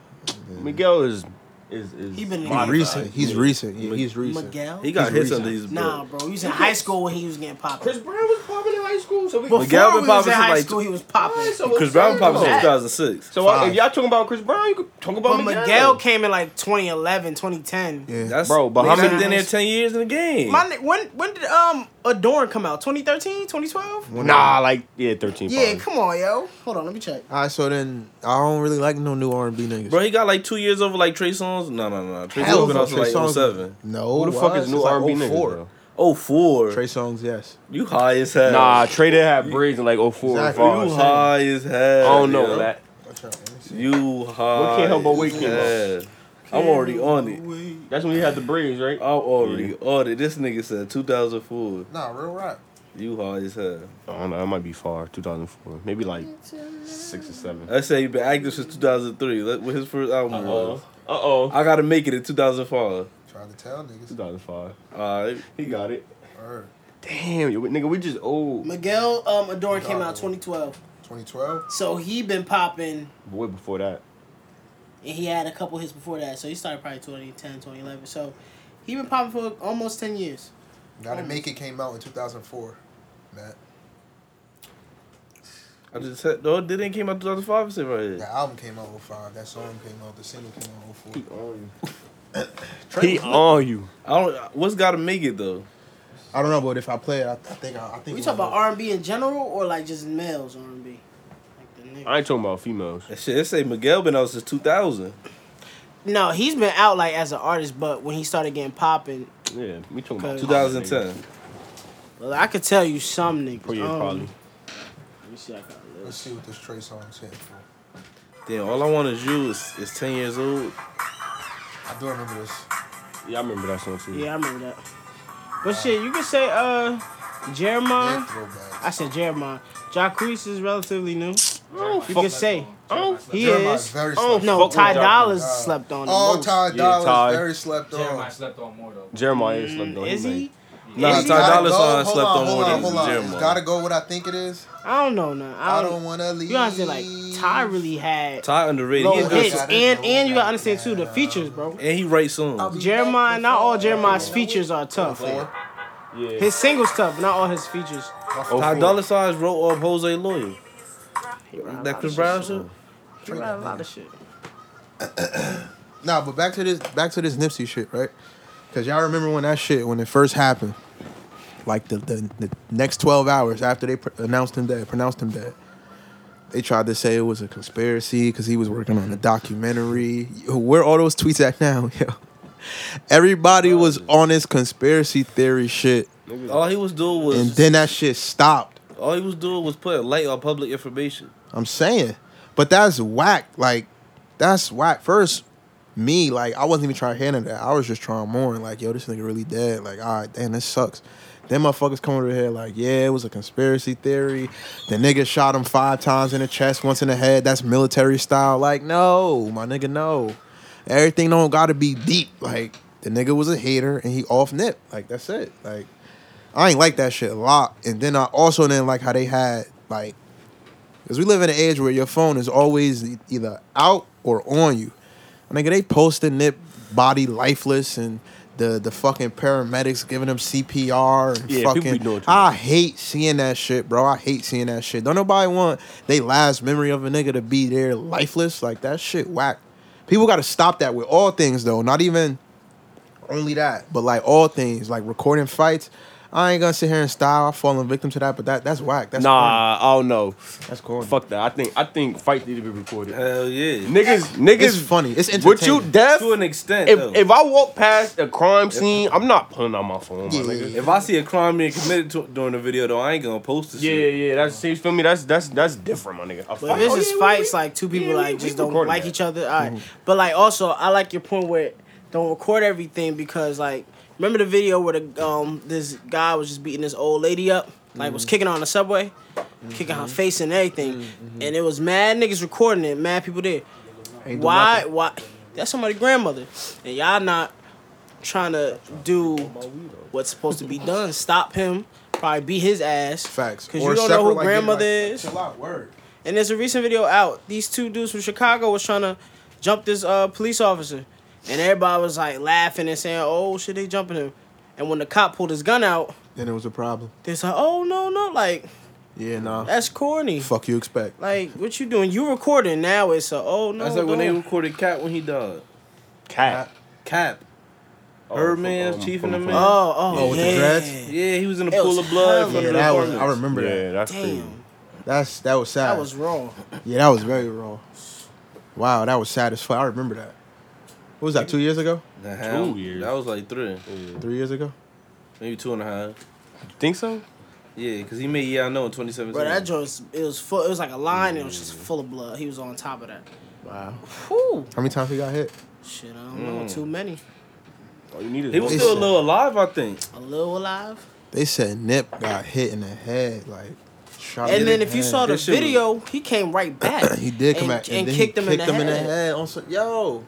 Speaker 2: Miguel is is is.
Speaker 4: He been in-
Speaker 1: He's
Speaker 2: modified.
Speaker 1: recent. He's
Speaker 3: Yeah.
Speaker 1: recent. Yeah,
Speaker 3: Miguel-
Speaker 1: he's recent.
Speaker 4: Miguel.
Speaker 3: He got
Speaker 1: He's
Speaker 3: hits
Speaker 1: recent.
Speaker 3: under his belt.
Speaker 4: Nah, bro. He was in high school when he was getting popped.
Speaker 2: Chris Brown was popping in high school, so we.
Speaker 4: Before
Speaker 3: Miguel been
Speaker 4: we was
Speaker 3: popping
Speaker 4: in
Speaker 3: since,
Speaker 4: high
Speaker 3: like,
Speaker 4: school, he was popping.
Speaker 2: so
Speaker 3: Chris Brown popped since
Speaker 4: That-
Speaker 3: 2006.
Speaker 2: So uh,
Speaker 1: Five.
Speaker 2: if y'all talking about Chris Brown, you could talk about
Speaker 4: But
Speaker 2: Miguel.
Speaker 4: Miguel came in like 2011, 2010.
Speaker 1: Yeah.
Speaker 3: That's
Speaker 2: Bro, but how
Speaker 3: niggas
Speaker 2: many-
Speaker 3: been there ten years in the game?
Speaker 4: My ni- when when did um Adorn come out? 2013, 2012?
Speaker 2: Nah, like yeah, thirteen.
Speaker 4: Yeah,
Speaker 2: probably.
Speaker 4: come on, yo. Hold on, let me check.
Speaker 1: All right, so then I don't really like no new R and B niggas.
Speaker 3: Bro, he got like two years over like Trey Songz. No, no, no. Trey
Speaker 1: Hell
Speaker 3: Songz been
Speaker 1: no,
Speaker 3: out since
Speaker 1: Trey
Speaker 3: like
Speaker 1: Songz-
Speaker 3: 07.
Speaker 1: No,
Speaker 2: Who the fuck
Speaker 1: what?
Speaker 2: is new
Speaker 1: It's like
Speaker 2: R&B
Speaker 1: 04.
Speaker 2: niggas?
Speaker 3: Oh four.
Speaker 1: Trey songs, yes.
Speaker 3: you high as hell.
Speaker 2: Bro? Nah, Trey did have braids in like 04
Speaker 1: Exactly.
Speaker 2: or
Speaker 3: you
Speaker 2: 05.
Speaker 3: high as hell.
Speaker 2: I don't know
Speaker 3: yo.
Speaker 2: that.
Speaker 3: You high.
Speaker 2: We can't help but wait,
Speaker 3: as
Speaker 2: Kimo.
Speaker 3: hell. I'm already on it.
Speaker 2: That's when he had the braids, right?
Speaker 3: I'm already on it. This nigga said 2004.
Speaker 1: Nah, real rap.
Speaker 3: You hard as hell.
Speaker 2: I don't know. That might be far. 2004. Maybe like six or seven.
Speaker 3: I say you've been active since 2003. Let- What his first album was.
Speaker 2: oh.
Speaker 3: I gotta make it in 2005.
Speaker 5: Trying to tell niggas.
Speaker 2: 2005.
Speaker 3: Alright.
Speaker 2: He got it.
Speaker 5: Word.
Speaker 2: Damn, yo, nigga, we just old.
Speaker 4: Miguel um, Adorn came out 2012,
Speaker 5: 2012.
Speaker 4: so he been popping,
Speaker 2: Boy, before that.
Speaker 4: and he had a couple hits before that. So he started probably 2010, 2011. So he been popping for almost 10 years.
Speaker 5: Gotta
Speaker 4: Oh.
Speaker 5: make it came out in 2004. Matt.
Speaker 3: I just said, no, it didn't came out 2005. I said right here.
Speaker 5: The album came out 05. That song came out. The single came out 04.
Speaker 2: on you.
Speaker 5: Trey
Speaker 2: he
Speaker 5: was lit.
Speaker 2: on you.
Speaker 3: I don't. What's gotta make it though?
Speaker 1: I don't know, but if I
Speaker 5: play it. I, I think. I, I think.
Speaker 4: We
Speaker 5: it
Speaker 4: talk
Speaker 5: was-
Speaker 4: about R and B in general, or like just males R and B, like the niggas?
Speaker 2: I ain't talking about females.
Speaker 3: That shit. They say Miguel been out since 2000.
Speaker 4: No, he's been out like as an artist, but when he started getting popping,
Speaker 2: Yeah, we talking about
Speaker 3: 2010.
Speaker 4: well, I could tell you some niggas.
Speaker 2: Probably,
Speaker 4: Um,
Speaker 2: probably.
Speaker 4: Let me see. I got a
Speaker 5: Let's
Speaker 4: list.
Speaker 5: see what this Trey song's hitting for.
Speaker 3: Damn, all I want is you. Is, is 10 years old.
Speaker 5: I do remember this.
Speaker 2: Yeah, I remember that song too.
Speaker 4: Yeah, I remember that. But shit, you can say uh, Jeremiah.
Speaker 5: Big throwback.
Speaker 4: I said Jeremiah. Jacquees is relatively new.
Speaker 2: Oh,
Speaker 4: You
Speaker 2: fuck.
Speaker 4: can say
Speaker 2: Oh,
Speaker 4: he
Speaker 5: Jeremiah's
Speaker 4: is.
Speaker 5: very
Speaker 2: Oh,
Speaker 5: slept
Speaker 2: fuck
Speaker 4: No,
Speaker 2: with
Speaker 4: Ty
Speaker 2: Jacquees.
Speaker 4: Dolla's
Speaker 5: Uh,
Speaker 4: slept on. the
Speaker 5: Oh,
Speaker 4: most.
Speaker 5: Ty
Speaker 2: Yeah,
Speaker 5: Dolla
Speaker 2: Ty.
Speaker 5: very slept on.
Speaker 6: Jeremiah slept on more though.
Speaker 2: Jeremiah is
Speaker 4: Mm,
Speaker 2: slept on.
Speaker 4: is he?
Speaker 3: Nah,
Speaker 5: Is
Speaker 3: Ty
Speaker 5: Gotta
Speaker 3: Dolla
Speaker 5: Go?
Speaker 3: Sign
Speaker 5: Hold
Speaker 3: slept on
Speaker 5: hold
Speaker 3: more than
Speaker 5: hold on.
Speaker 3: Jim.
Speaker 5: It's gotta go what I think it is.
Speaker 4: I don't know now.
Speaker 5: I don't wanna leave.
Speaker 4: You understand? Like Ty really had
Speaker 3: Ty underrated. He
Speaker 4: low
Speaker 3: a good,
Speaker 4: hits,
Speaker 5: got
Speaker 4: and
Speaker 5: it, though.
Speaker 4: and you gotta understand too the
Speaker 5: Yeah.
Speaker 4: features, bro.
Speaker 3: and he writes songs.
Speaker 4: Jeremiah, not all Jeremiah's features are tough.
Speaker 5: Four.
Speaker 2: Yeah.
Speaker 4: His singles tough, but not all his features.
Speaker 3: Ty
Speaker 2: Oh,
Speaker 3: Dolla Sign wrote up Jose Loyal.
Speaker 4: He wrote a lot
Speaker 3: That
Speaker 4: of
Speaker 3: Chris
Speaker 4: shit.
Speaker 3: Brown shit.
Speaker 4: He wrote a lot of shit.
Speaker 1: Nah, but back to this back to this Nipsey shit, right? Cause y'all remember when that shit when it first happened, like the the, the next twelve hours after they pr- announced him dead, pronounced him dead. They tried to say it was a conspiracy because he was working on a documentary. Yo, Where all those tweets at now, yo? Everybody was on this conspiracy theory shit,
Speaker 3: All he was doing was
Speaker 1: and then that shit stopped.
Speaker 3: all he was doing was putting light on public information.
Speaker 1: I'm saying, but that's whack. Like, that's whack. First, me, like, I wasn't even trying to handle that. I was just trying more. And like, yo, this nigga really dead. Like, all right, damn, this sucks. Then motherfuckers come over here like, yeah, it was a conspiracy theory. The nigga shot him five times in the chest, once in the head. That's military style. Like, no, my nigga, no. Everything don't gotta be deep. Like, the nigga was a hater and he off nip. Like, that's it. Like, I ain't like that shit a lot. And then I also didn't like how they had like Cause we live in an age where your phone is always e- either out or on you. Nigga, they posting nip body lifeless and the the fucking paramedics giving them CPR and
Speaker 2: Yeah, people be
Speaker 1: fucking.
Speaker 2: doing too
Speaker 1: I hate seeing that shit, bro. I hate seeing that shit. Don't nobody want they last memory of a nigga to be there lifeless. Like that shit whack. People gotta stop that with all things though. Not even only that, but like all things, like recording fights. I ain't gonna sit here and style. I'm falling victim to that, but that that's whack. That's
Speaker 2: Nah, I don't know.
Speaker 1: corny. that's corny. Uh,
Speaker 2: Fuck that. I think I think fight need to be recorded.
Speaker 3: Hell yeah.
Speaker 2: Niggas, niggas,
Speaker 1: It's funny. It's
Speaker 2: Would you
Speaker 1: entertaining.
Speaker 2: deaf?
Speaker 3: To an extent, though.
Speaker 2: If, if I walk past a crime scene, I'm not pulling out my phone, my nigga.
Speaker 3: If I see a crime being committed to, during the video, though, I ain't gonna post this.
Speaker 2: Yeah,
Speaker 3: shit.
Speaker 2: yeah, that's see, you feel me. That's that's that's different, my nigga. A
Speaker 4: But
Speaker 2: fight-
Speaker 4: if
Speaker 2: Oh,
Speaker 4: it's
Speaker 2: yeah,
Speaker 4: just
Speaker 2: we-
Speaker 4: fights,
Speaker 2: we-
Speaker 4: like two people
Speaker 2: yeah, we-
Speaker 4: like
Speaker 2: we
Speaker 4: just don't
Speaker 2: recorded
Speaker 4: like
Speaker 2: that.
Speaker 4: each other. All right. But like also, I like your point where don't record everything because like remember the video where the um this guy was just beating this old lady up, like was kicking her on the subway, kicking her face and everything, and it was mad niggas recording it, mad people there.
Speaker 1: Ain't do
Speaker 4: Why?
Speaker 1: nothing.
Speaker 4: Why? That's somebody's grandmother, and y'all not trying to do what's supposed to be done. Stop him. Probably beat his ass.
Speaker 1: Facts.
Speaker 4: Because
Speaker 1: Or
Speaker 4: you don't
Speaker 1: separate,
Speaker 4: know who
Speaker 1: like, get,
Speaker 4: grandmother
Speaker 1: like,
Speaker 4: is.
Speaker 1: Chill out, word.
Speaker 4: And there's a recent video out. These two dudes from Chicago was trying to jump this uh, police officer, and everybody was like laughing and saying, "Oh shit, they jumping him." And when the cop pulled his gun out,
Speaker 1: Then it was a problem.
Speaker 4: they was like, "Oh no, no, like
Speaker 1: Yeah, nah.
Speaker 4: that's corny.
Speaker 1: Fuck you expect.
Speaker 4: Like what you doing? You recording now? It's a oh no,
Speaker 3: That's like when they
Speaker 4: don't."
Speaker 3: recorded Cap when he died.
Speaker 2: cat.
Speaker 3: Cap.
Speaker 2: Oh,
Speaker 3: Her
Speaker 2: from-
Speaker 3: man,
Speaker 2: um,
Speaker 3: Chief
Speaker 2: from-
Speaker 3: and the
Speaker 2: from-
Speaker 3: man.
Speaker 4: oh oh
Speaker 1: Oh, with
Speaker 4: yeah.
Speaker 1: the dreads?
Speaker 3: Yeah, he was in a
Speaker 4: It
Speaker 3: pool
Speaker 4: was
Speaker 3: of blood in
Speaker 4: hell
Speaker 3: front
Speaker 1: Yeah,
Speaker 3: of
Speaker 1: that
Speaker 3: the
Speaker 1: was. I
Speaker 3: apartment.
Speaker 1: remember that.
Speaker 2: Yeah, that's crazy.
Speaker 4: Damn,
Speaker 1: That's that was sad.
Speaker 4: that was wrong.
Speaker 1: yeah, that was very raw. Wow, that was sad as fuck. I remember that. What was that? Two years ago?
Speaker 3: The hell?
Speaker 2: Two years.
Speaker 3: That was like three,
Speaker 1: Three years ago?
Speaker 3: maybe two and a half.
Speaker 2: Think so?
Speaker 3: Yeah, because he made Yeah I Know in 2017.
Speaker 4: Bro, that joint it was full. It was like a line. And it was just full of blood. He was on top of that.
Speaker 1: Wow.
Speaker 4: Whew.
Speaker 1: How many times he got hit?
Speaker 4: Shit, I
Speaker 1: Mm.
Speaker 4: don't know. Too many.
Speaker 2: All you need is
Speaker 3: he was
Speaker 2: one
Speaker 3: still a
Speaker 2: phone.
Speaker 3: little alive, I think.
Speaker 4: A little alive.
Speaker 1: They said Nip got hit in the head, like shot. him
Speaker 4: And then
Speaker 1: in
Speaker 4: if you
Speaker 1: head.
Speaker 4: saw the
Speaker 3: This shit was-
Speaker 4: video, he came right back.
Speaker 1: he did come
Speaker 4: and,
Speaker 1: back
Speaker 4: and
Speaker 1: then
Speaker 4: kicked
Speaker 1: he
Speaker 4: him,
Speaker 1: kicked
Speaker 4: in,
Speaker 1: him
Speaker 4: the head.
Speaker 1: in the head. On some, yo,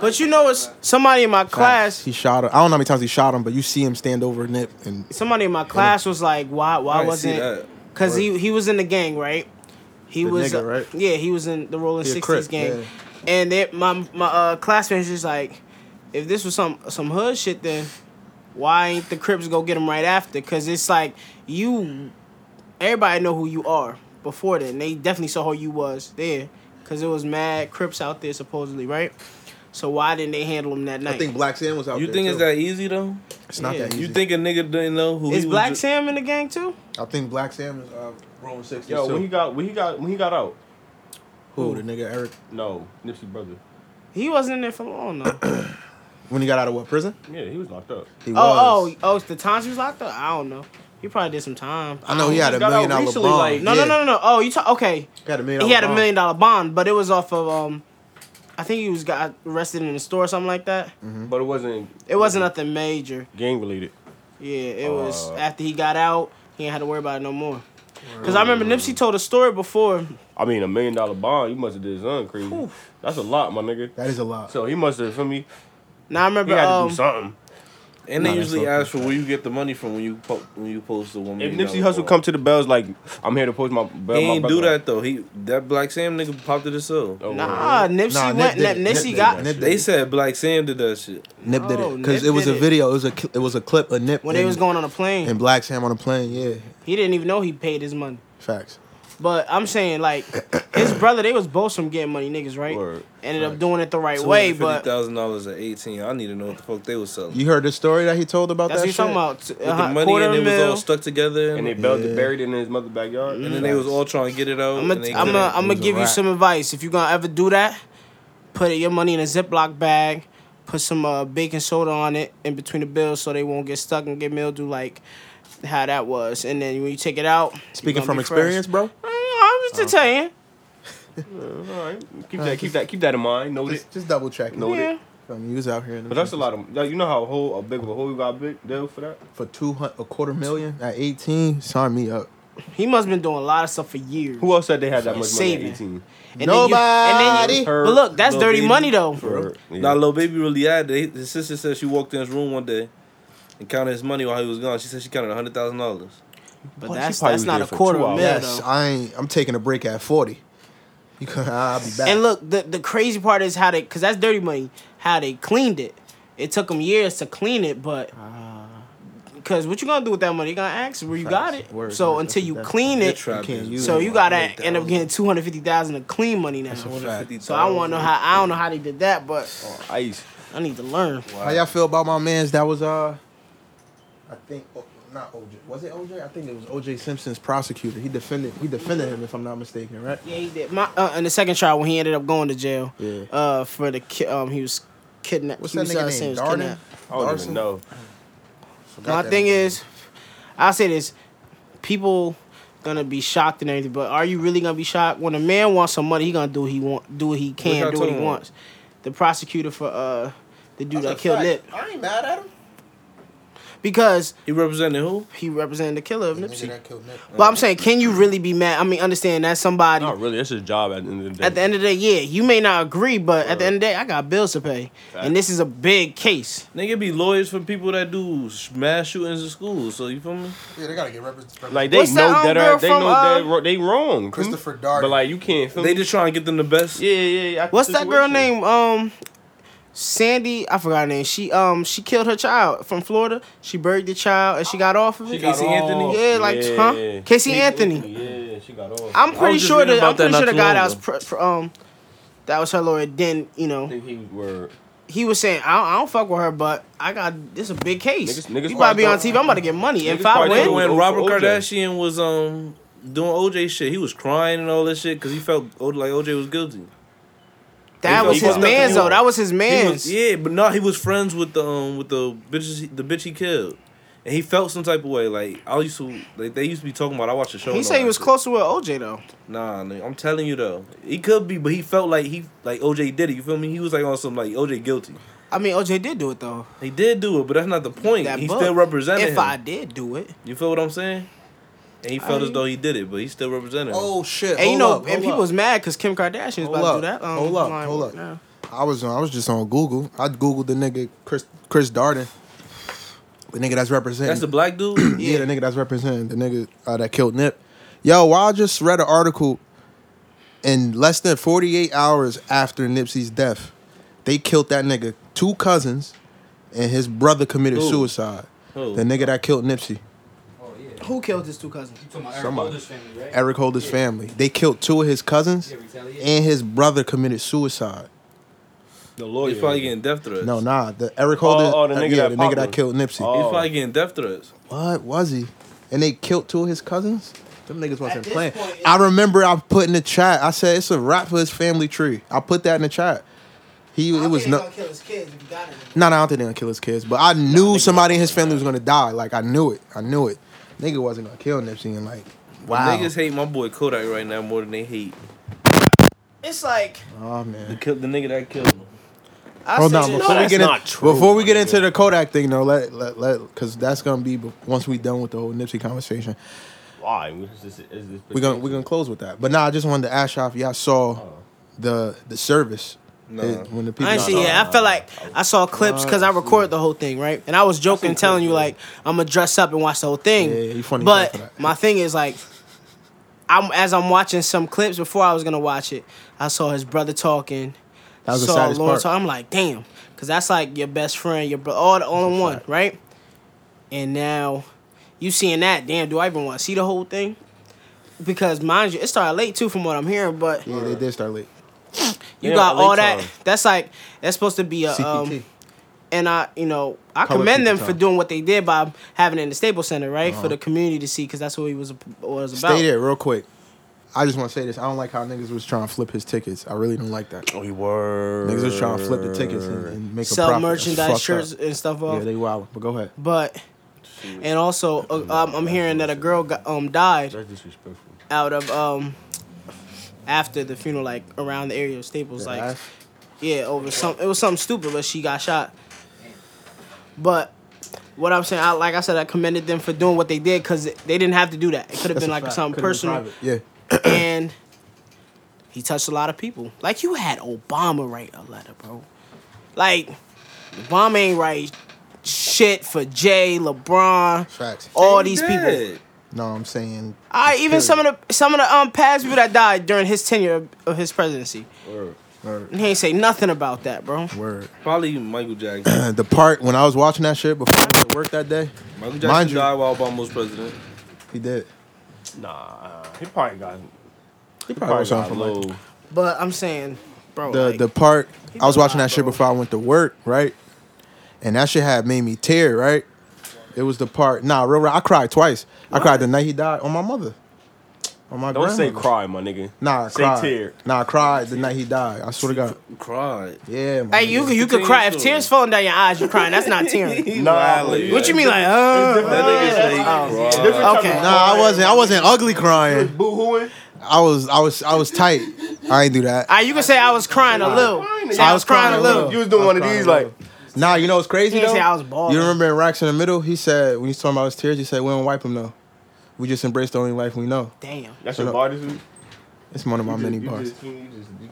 Speaker 4: But you know, it's somebody in my class.
Speaker 1: he shot her. I don't know how many times he shot him, but you see him stand over Nip and
Speaker 4: Somebody in my class was like, "Why? Why
Speaker 3: I didn't see
Speaker 4: wasn't?"
Speaker 3: that.
Speaker 4: Because he
Speaker 1: Right.
Speaker 4: he was in the gang, right? He
Speaker 1: The
Speaker 4: was,
Speaker 1: nigga, right?
Speaker 4: yeah, he was in the Rolling
Speaker 1: He a Crip,
Speaker 4: Sixties gang.
Speaker 1: yeah.
Speaker 4: And it, my my uh, classmates was just like, if this was some some hood shit, then why ain't the Crips go get him right after? Because it's like you, everybody know who you are before then. They definitely saw who you was there, because it was mad Crips out there supposedly, right? So why didn't they handle him that night?
Speaker 1: I think Black Sam was out
Speaker 3: You
Speaker 1: there.
Speaker 3: think
Speaker 1: too.
Speaker 3: it's that easy though?
Speaker 1: It's not
Speaker 4: Yeah.
Speaker 1: that easy.
Speaker 3: You think a nigga didn't know who
Speaker 4: Is
Speaker 3: he
Speaker 4: Black
Speaker 3: was?
Speaker 4: Sam in the gang too?
Speaker 1: I think Black Sam is uh, rolling sixties
Speaker 2: Yo,
Speaker 1: too.
Speaker 2: when he got when he got when he got out.
Speaker 1: Who the nigga Eric?
Speaker 2: No, Nipsey brother.
Speaker 4: He wasn't in there for long though.
Speaker 1: When he got out of what prison?
Speaker 2: Yeah, he was locked up.
Speaker 1: He
Speaker 4: Oh, oh, oh! The times he was locked up, I don't know. He probably did some time.
Speaker 1: I know he had a
Speaker 2: Got out
Speaker 1: million dollar
Speaker 2: recently,
Speaker 1: bond.
Speaker 2: like-
Speaker 4: No,
Speaker 1: yeah.
Speaker 4: no, no, no, no. Oh, you talk? Okay,
Speaker 1: He had a million.
Speaker 4: he had a
Speaker 1: dollar
Speaker 4: million dollar bond, but it was off of um, I think he was got arrested in the store or something like that.
Speaker 1: Mm-hmm.
Speaker 2: But it wasn't
Speaker 4: It wasn't nothing major.
Speaker 2: gang related.
Speaker 4: Yeah, it was
Speaker 2: Uh.
Speaker 4: after he got out, he ain't had to worry about it no more. Cause I remember Nipsey told a story before.
Speaker 2: I mean, a million dollar bond. You must have did something crazy.
Speaker 4: Oof.
Speaker 2: That's a lot, my nigga.
Speaker 1: That is a lot.
Speaker 2: So he must have for me.
Speaker 4: Now I
Speaker 2: He
Speaker 4: remember
Speaker 2: had to
Speaker 4: um,
Speaker 2: do something.
Speaker 3: And they
Speaker 1: Nah, that's
Speaker 3: usually
Speaker 1: okay.
Speaker 3: ask for where you get the money from when you po- when you post the woman.
Speaker 2: If Nipsey Hussle come to the bells like I'm here to post my bell,
Speaker 3: he
Speaker 2: my
Speaker 3: ain't do
Speaker 2: brother."
Speaker 3: that though. He that Black Sam nigga popped it himself.
Speaker 2: Oh,
Speaker 4: nah, Nipsey
Speaker 1: Nah,
Speaker 4: went.
Speaker 1: Nip did it.
Speaker 4: Nipsey
Speaker 1: Nip
Speaker 4: got
Speaker 1: did it.
Speaker 3: They said Black Sam did that shit.
Speaker 1: Nip did
Speaker 4: No,
Speaker 1: it because it
Speaker 4: Nip
Speaker 1: was
Speaker 4: did
Speaker 1: a
Speaker 4: it.
Speaker 1: video. It was a cl- it was a clip of Nip
Speaker 4: when
Speaker 1: and,
Speaker 4: they was going on a plane.
Speaker 1: and Black Sam on a plane. Yeah,
Speaker 4: he didn't even know he paid his money.
Speaker 1: facts.
Speaker 4: But I'm saying like his brother, they was both some getting money niggas, right?
Speaker 2: Word.
Speaker 4: Ended up doing it the right way, but that's
Speaker 3: thousand dollars at eighteen. I need to know what the fuck they was selling.
Speaker 1: You heard the story that he told about
Speaker 4: what
Speaker 1: that
Speaker 4: you
Speaker 1: shit?
Speaker 4: talking about. T-
Speaker 3: With
Speaker 4: uh,
Speaker 3: the money
Speaker 4: quarter
Speaker 3: and it was
Speaker 4: mil.
Speaker 3: all stuck together,
Speaker 2: And
Speaker 3: and,
Speaker 2: they bells
Speaker 1: Yeah.
Speaker 2: buried it in his mother's backyard.
Speaker 3: and then they was all trying to get it out.
Speaker 4: I'm gonna
Speaker 3: and they
Speaker 4: I'm
Speaker 3: couldn't.
Speaker 1: It was a
Speaker 4: give you
Speaker 1: wrap.
Speaker 4: some advice. If you're gonna ever do that, put your money in a Ziploc bag, put some uh, baking soda on it in between the bills so they won't get stuck and get mildew like how that was. And then when you take it out, you
Speaker 1: Speaking
Speaker 4: gonna
Speaker 1: from
Speaker 4: be fresh.
Speaker 1: experience, Uh-huh. bro.
Speaker 4: Mm, I was just telling. Mm-hmm.
Speaker 2: all right. Keep that, keep that, keep that in mind. Note it.
Speaker 1: Just, just double check.
Speaker 2: Know
Speaker 4: Yeah.
Speaker 2: that.
Speaker 1: Um, you was out here. In the
Speaker 2: But that's a lot of. You know how whole a big of a hole you got big deal for that.
Speaker 1: for two hundred a quarter million at eighteen. Sign me up.
Speaker 4: He must have been doing a lot of stuff for years.
Speaker 2: Who else said they had that much money at
Speaker 4: Saving.
Speaker 2: 18?
Speaker 4: And then you- and then
Speaker 1: Nobody.
Speaker 4: you, but look, that's
Speaker 3: Lil
Speaker 4: dirty
Speaker 3: Baby.
Speaker 4: money though.
Speaker 2: For, yeah.
Speaker 3: Now, little baby really had. They, his sister said she walked in his room one day and counted his money while he was gone. She said she counted hundred thousand dollars.
Speaker 4: But
Speaker 2: Well, she
Speaker 4: that's
Speaker 2: probably
Speaker 4: that's
Speaker 2: was
Speaker 4: not
Speaker 2: there
Speaker 4: a
Speaker 2: for
Speaker 4: quarter
Speaker 2: two
Speaker 4: of a
Speaker 2: hours.
Speaker 4: mil
Speaker 1: Yes,
Speaker 4: though.
Speaker 1: I ain't. I'm taking a break at forty. You can, I'll be back.
Speaker 4: And look, the the crazy part is how they, cause that's dirty money. How they cleaned it. It took them years to clean it, but
Speaker 1: Ah.
Speaker 4: cause what you gonna do with that money? You gonna ask where you got
Speaker 1: Facts.
Speaker 4: it.
Speaker 1: Word,
Speaker 4: so
Speaker 1: word.
Speaker 4: until
Speaker 1: That's
Speaker 4: you
Speaker 1: a-
Speaker 4: clean
Speaker 3: They're
Speaker 4: it,
Speaker 3: trapped
Speaker 1: can't
Speaker 3: in
Speaker 1: use
Speaker 4: so
Speaker 1: it.
Speaker 4: you gotta end up
Speaker 3: $100,000.
Speaker 4: getting two hundred fifty thousand of clean money now. So
Speaker 1: fact.
Speaker 4: I want to know how. I don't know how they did that, but
Speaker 2: Oh, ice.
Speaker 4: I need to learn.
Speaker 1: How y'all feel about my man's? That was uh, I think oh, not OJ. Was it OJ? I think it was OJ Simpson's prosecutor. He defended. He defended him, if I'm not mistaken, right?
Speaker 4: Yeah, he did. My uh, in the second trial when he ended up going to jail.
Speaker 1: Yeah.
Speaker 4: Uh, for the ki- um, he was kidnapped.
Speaker 1: What's
Speaker 4: he
Speaker 1: that
Speaker 4: was,
Speaker 1: nigga
Speaker 4: uh,
Speaker 1: name?
Speaker 4: saying he was
Speaker 1: Darden?
Speaker 4: kidnapped.
Speaker 2: I don't
Speaker 1: Darson?
Speaker 2: even know.
Speaker 1: Forgot
Speaker 4: My
Speaker 1: that
Speaker 4: thing
Speaker 1: nigga.
Speaker 4: is, I'll say this: people gonna be shocked and everything, but are you really gonna be shocked when a man wants some money? He gonna do what he want, do what he
Speaker 3: y'all
Speaker 4: can, do what he
Speaker 3: talking about?
Speaker 4: wants. The prosecutor for uh the dude
Speaker 1: That's
Speaker 4: that
Speaker 1: a
Speaker 4: killed
Speaker 1: fact.
Speaker 4: Nip
Speaker 1: I ain't mad at him.
Speaker 4: because
Speaker 3: He represented who?
Speaker 4: he represented the killer of
Speaker 5: The
Speaker 4: Nipsey.
Speaker 5: nigga that killed Nip.
Speaker 4: but I'm saying, can you really be mad? I mean, understand that somebody
Speaker 2: Not really. That's his job at the end of the day.
Speaker 4: at the end of the day, yeah, you may not agree, but at the end of the day, I got bills to pay, and this is a big case.
Speaker 3: Nigga be lawyers for people that do sh- mass shootings in schools. So you feel me?
Speaker 5: Yeah, they gotta get represented.
Speaker 2: like they
Speaker 4: What's
Speaker 2: know
Speaker 4: that
Speaker 2: that,
Speaker 4: old girl
Speaker 2: are, they
Speaker 4: from,
Speaker 2: know
Speaker 4: uh,
Speaker 2: that ro- they wrong.
Speaker 5: Christopher
Speaker 2: Hmm?
Speaker 5: Darden.
Speaker 2: But like you can't feel.
Speaker 3: They just trying to get them the best.
Speaker 2: yeah, yeah, yeah. I can
Speaker 4: What's
Speaker 2: see
Speaker 4: that girl
Speaker 2: situation.
Speaker 4: name? Um, Sandy. I forgot her name. She um she killed her child from Florida. She buried the child and she got off of
Speaker 2: She
Speaker 4: it.
Speaker 2: got
Speaker 3: Casey
Speaker 2: off.
Speaker 3: Anthony?
Speaker 4: Yeah, like, huh? Casey Anthony.
Speaker 2: Yeah, she got off.
Speaker 4: I'm
Speaker 3: I
Speaker 4: pretty
Speaker 3: was just
Speaker 4: sure
Speaker 3: reading
Speaker 4: that I'm
Speaker 3: about that
Speaker 4: pretty sure
Speaker 3: not
Speaker 4: the
Speaker 3: too
Speaker 4: guy that
Speaker 3: long
Speaker 4: was
Speaker 3: ago.
Speaker 4: pr- pr- um that was her lawyer. Then you know
Speaker 2: think he were.
Speaker 4: he was saying I don't, I don't fuck with her, but I got this is a big
Speaker 2: Niggas-
Speaker 4: case.
Speaker 2: niggas
Speaker 4: you about to
Speaker 2: probably
Speaker 4: be on
Speaker 2: thought-
Speaker 4: TV. I'm about to get money.
Speaker 2: Niggas
Speaker 4: If I
Speaker 2: probably
Speaker 4: win,
Speaker 2: thought-
Speaker 3: When
Speaker 2: Oh,
Speaker 3: Robert
Speaker 2: for OJ.
Speaker 3: Kardashian was um doing OJ shit, he was crying and all this shit because he felt O- like OJ was guilty.
Speaker 2: He
Speaker 4: that was
Speaker 2: was
Speaker 4: his
Speaker 2: fucked up
Speaker 4: man's
Speaker 2: anyway.
Speaker 4: though. That was his
Speaker 3: He
Speaker 4: man's.
Speaker 3: was, yeah, but no, he was friends with the um with the bitches he- the bitch he killed, and And he felt some type of way. Like I used to, like they used to be talking about. I watched the show.
Speaker 4: He
Speaker 3: and
Speaker 4: said
Speaker 3: all
Speaker 4: he
Speaker 3: that
Speaker 4: was
Speaker 3: shit.
Speaker 4: closer with OJ though.
Speaker 3: Nah, nigga, I'm telling you though, he could be, but he felt like he, like OJ did it. You feel me? He was like on some like OJ guilty.
Speaker 4: I mean, OJ did do it though.
Speaker 3: He did do it, but that's not the point.
Speaker 4: That
Speaker 3: he
Speaker 4: book.
Speaker 3: still represented
Speaker 4: If
Speaker 3: him.
Speaker 4: I did do it,
Speaker 3: You feel what I'm saying? And he felt as though he did it, but he still represented him.
Speaker 1: Oh shit!
Speaker 4: and you
Speaker 1: hold
Speaker 4: know,
Speaker 1: up,
Speaker 4: and
Speaker 1: hold
Speaker 4: people
Speaker 1: up.
Speaker 4: was mad because Kim Kardashian
Speaker 1: Hold
Speaker 4: was about to do
Speaker 1: up,
Speaker 4: that. Um,
Speaker 1: hold up,
Speaker 4: line.
Speaker 1: hold up.
Speaker 4: Yeah.
Speaker 1: I was on, I was just on Google. I googled the nigga Chris Chris Darden, the nigga that's representing.
Speaker 3: That's the black dude.
Speaker 1: yeah. the nigga that's representing the nigga uh, that killed Nip. Yo, well, I just read an article. In less than forty eight hours after Nipsey's death, they killed that nigga. Two cousins, and his brother committed
Speaker 3: Who?
Speaker 1: suicide.
Speaker 3: Who?
Speaker 1: The nigga that killed Nipsey,
Speaker 6: Oh yeah. You
Speaker 4: Who killed his two cousins?
Speaker 6: talking about Eric
Speaker 1: Somebody.
Speaker 6: Holder's family, right?
Speaker 1: Eric Holder's family. They killed two of his cousins,
Speaker 6: Yeah, retaliation.
Speaker 1: and his brother committed suicide.
Speaker 2: The lawyer.
Speaker 3: He's Oh, probably getting death threats.
Speaker 1: No, nah, the Eric Holder, uh,
Speaker 2: oh, the nigga
Speaker 1: yeah,
Speaker 2: that
Speaker 1: the nigga
Speaker 2: popped
Speaker 1: that
Speaker 2: him.
Speaker 1: killed Nipsey.
Speaker 2: Oh.
Speaker 3: He's probably getting death threats.
Speaker 1: What was he? And they killed two of his cousins? Them niggas wasn't
Speaker 4: this
Speaker 1: playing.
Speaker 4: point,
Speaker 1: I remember I put in the chat. I said it's a wrap for his family tree. I put that in the chat. He it was no no
Speaker 4: kill his kids if you got him.
Speaker 1: no, I don't think they're gonna kill his kids, but I knew somebody in his family was gonna die. Like I knew it. I knew it. Nigga wasn't gonna kill Nipsey and like wow.
Speaker 3: Niggas hate my boy Kodak right now more than they hate
Speaker 4: It's like
Speaker 1: oh
Speaker 3: the,
Speaker 1: man.
Speaker 3: kill, the nigga that killed him.
Speaker 4: I
Speaker 1: Hold
Speaker 4: said,
Speaker 1: on,
Speaker 4: you know,
Speaker 1: before we
Speaker 2: that's
Speaker 1: get in,
Speaker 2: not true,
Speaker 1: before we get
Speaker 2: my
Speaker 1: into
Speaker 2: nigga.
Speaker 1: the Kodak thing though, let let let cause that's gonna be be- once we done with the whole Nipsey conversation.
Speaker 2: Why? Is this, is this
Speaker 1: We're gonna we're gonna close with that. But nah, I just wanted to ask y'all if y'all saw the the service.
Speaker 3: No.
Speaker 1: It- when the people
Speaker 4: I ain't see it. I felt like I saw clips because I recorded the whole thing, right? And I was joking, telling you like I'm gonna dress up and watch the whole thing.
Speaker 1: Yeah, yeah, you funny for
Speaker 4: But
Speaker 1: that.
Speaker 4: my thing is like, I'm as I'm watching some clips before I was gonna watch it. I saw his brother talking.
Speaker 1: That was the
Speaker 4: saw
Speaker 1: saddest part.
Speaker 4: talk- I'm like, damn, because that's like your best friend, your bro, all the all in one, right? And now you seeing that, damn, do I even want to see the whole thing? Because mind you, it started late too, from what I'm hearing. But
Speaker 1: Yeah, they did start late.
Speaker 4: you
Speaker 2: Yeah,
Speaker 4: got
Speaker 2: late
Speaker 4: all that.
Speaker 2: time.
Speaker 4: That's like that's supposed to be a
Speaker 1: CPT.
Speaker 4: um, and I, you know, I
Speaker 1: Public
Speaker 4: commend them
Speaker 1: people
Speaker 4: for
Speaker 1: time. Uh-huh.
Speaker 4: doing what they did by having it in the Staples Center, right, for the community to see, because that's what he was what it was about.
Speaker 1: Stay there real quick. I just want to say this. I don't like how niggas was trying to flip his tickets. I really don't like that.
Speaker 2: Oh, you were.
Speaker 1: Niggas was trying to flip the tickets and, and make a
Speaker 4: Sell
Speaker 1: profit. That's fucked
Speaker 4: merchandise,
Speaker 1: up.
Speaker 4: shirts, and stuff off.
Speaker 1: Yeah, they wild. But go ahead.
Speaker 4: but and also, uh, um, I'm hearing that a girl got, um died
Speaker 2: That's disrespectful.
Speaker 4: out of um after the funeral, like around the area of Staples, like
Speaker 1: Ass.
Speaker 4: yeah, over some it was something stupid, but she got shot. But what I'm saying, I, like I said, I commended them for doing what they did because they didn't have to do that. It could have
Speaker 1: That's
Speaker 4: been
Speaker 1: a
Speaker 4: like
Speaker 1: fact.
Speaker 4: something
Speaker 1: Could've been
Speaker 4: personal.
Speaker 1: private. Yeah.
Speaker 4: and he touched a lot of people. Like you had Obama write a letter, bro. Like Obama ain't write shit for Jay, LeBron,
Speaker 1: Facts.
Speaker 4: all
Speaker 3: He
Speaker 4: these people.
Speaker 3: did.
Speaker 1: No, I'm saying.
Speaker 4: I even some of the some of the um past people that died during his tenure of, of his presidency.
Speaker 1: Word.
Speaker 4: And he ain't say nothing about that, bro.
Speaker 1: Word.
Speaker 3: Probably Michael Jackson.
Speaker 1: the part when I was watching that shit before I went to work that day,
Speaker 3: Michael
Speaker 1: Mind
Speaker 3: Jackson
Speaker 1: you-
Speaker 3: died while Obama was president.
Speaker 1: he did.
Speaker 2: Nah, uh, he probably got.
Speaker 1: He probably,
Speaker 2: Probably
Speaker 1: was on
Speaker 2: got
Speaker 1: for like
Speaker 2: low.
Speaker 4: But I'm saying, bro,
Speaker 1: the
Speaker 4: like,
Speaker 1: the part I was
Speaker 4: did a
Speaker 1: watching
Speaker 4: lot,
Speaker 1: that shit
Speaker 4: bro.
Speaker 1: before I went to work, right? And that shit had made me tear, right? It was the part. Nah, real, real I cried twice. I cried the night he died on my mother, on my
Speaker 2: Don't say
Speaker 1: grandmother.
Speaker 2: cry, my nigga.
Speaker 1: Nah, I
Speaker 2: say
Speaker 1: cried.
Speaker 2: tear.
Speaker 1: Nah, I cried the night he died. I swear to God.
Speaker 3: Cried.
Speaker 1: Yeah, man.
Speaker 4: hey, you you could cry if tears falling down your eyes, you crying. That's not tearing.
Speaker 3: He
Speaker 2: Nah,
Speaker 3: lied,
Speaker 2: but
Speaker 3: like,
Speaker 4: what you mean, like, uh,
Speaker 3: That nigga say he cried.
Speaker 2: Different type
Speaker 4: Okay.
Speaker 2: of
Speaker 1: Nah, I
Speaker 2: crying.
Speaker 1: wasn't. I wasn't ugly crying.
Speaker 2: Boo-hooing.
Speaker 1: I was. I was. I was tight. I ain't do that.
Speaker 4: Ah, you can say I was crying a little. Say I was crying a little.
Speaker 2: You was doing
Speaker 1: I
Speaker 2: one of
Speaker 1: cried
Speaker 2: these
Speaker 1: a little.
Speaker 2: like.
Speaker 1: Nah, you know what's crazy
Speaker 4: He didn't
Speaker 1: though?
Speaker 4: say I was bald.
Speaker 1: You remember in Racks in the Middle, he said when he was talking about his tears, he said we don't wipe them though. We just embrace the only life we know.
Speaker 4: Damn.
Speaker 2: That's
Speaker 1: So
Speaker 2: your
Speaker 1: no-
Speaker 2: body. Zoo?
Speaker 1: It's one of my
Speaker 2: You
Speaker 1: many
Speaker 2: just- you
Speaker 1: bars.
Speaker 2: just- you just- you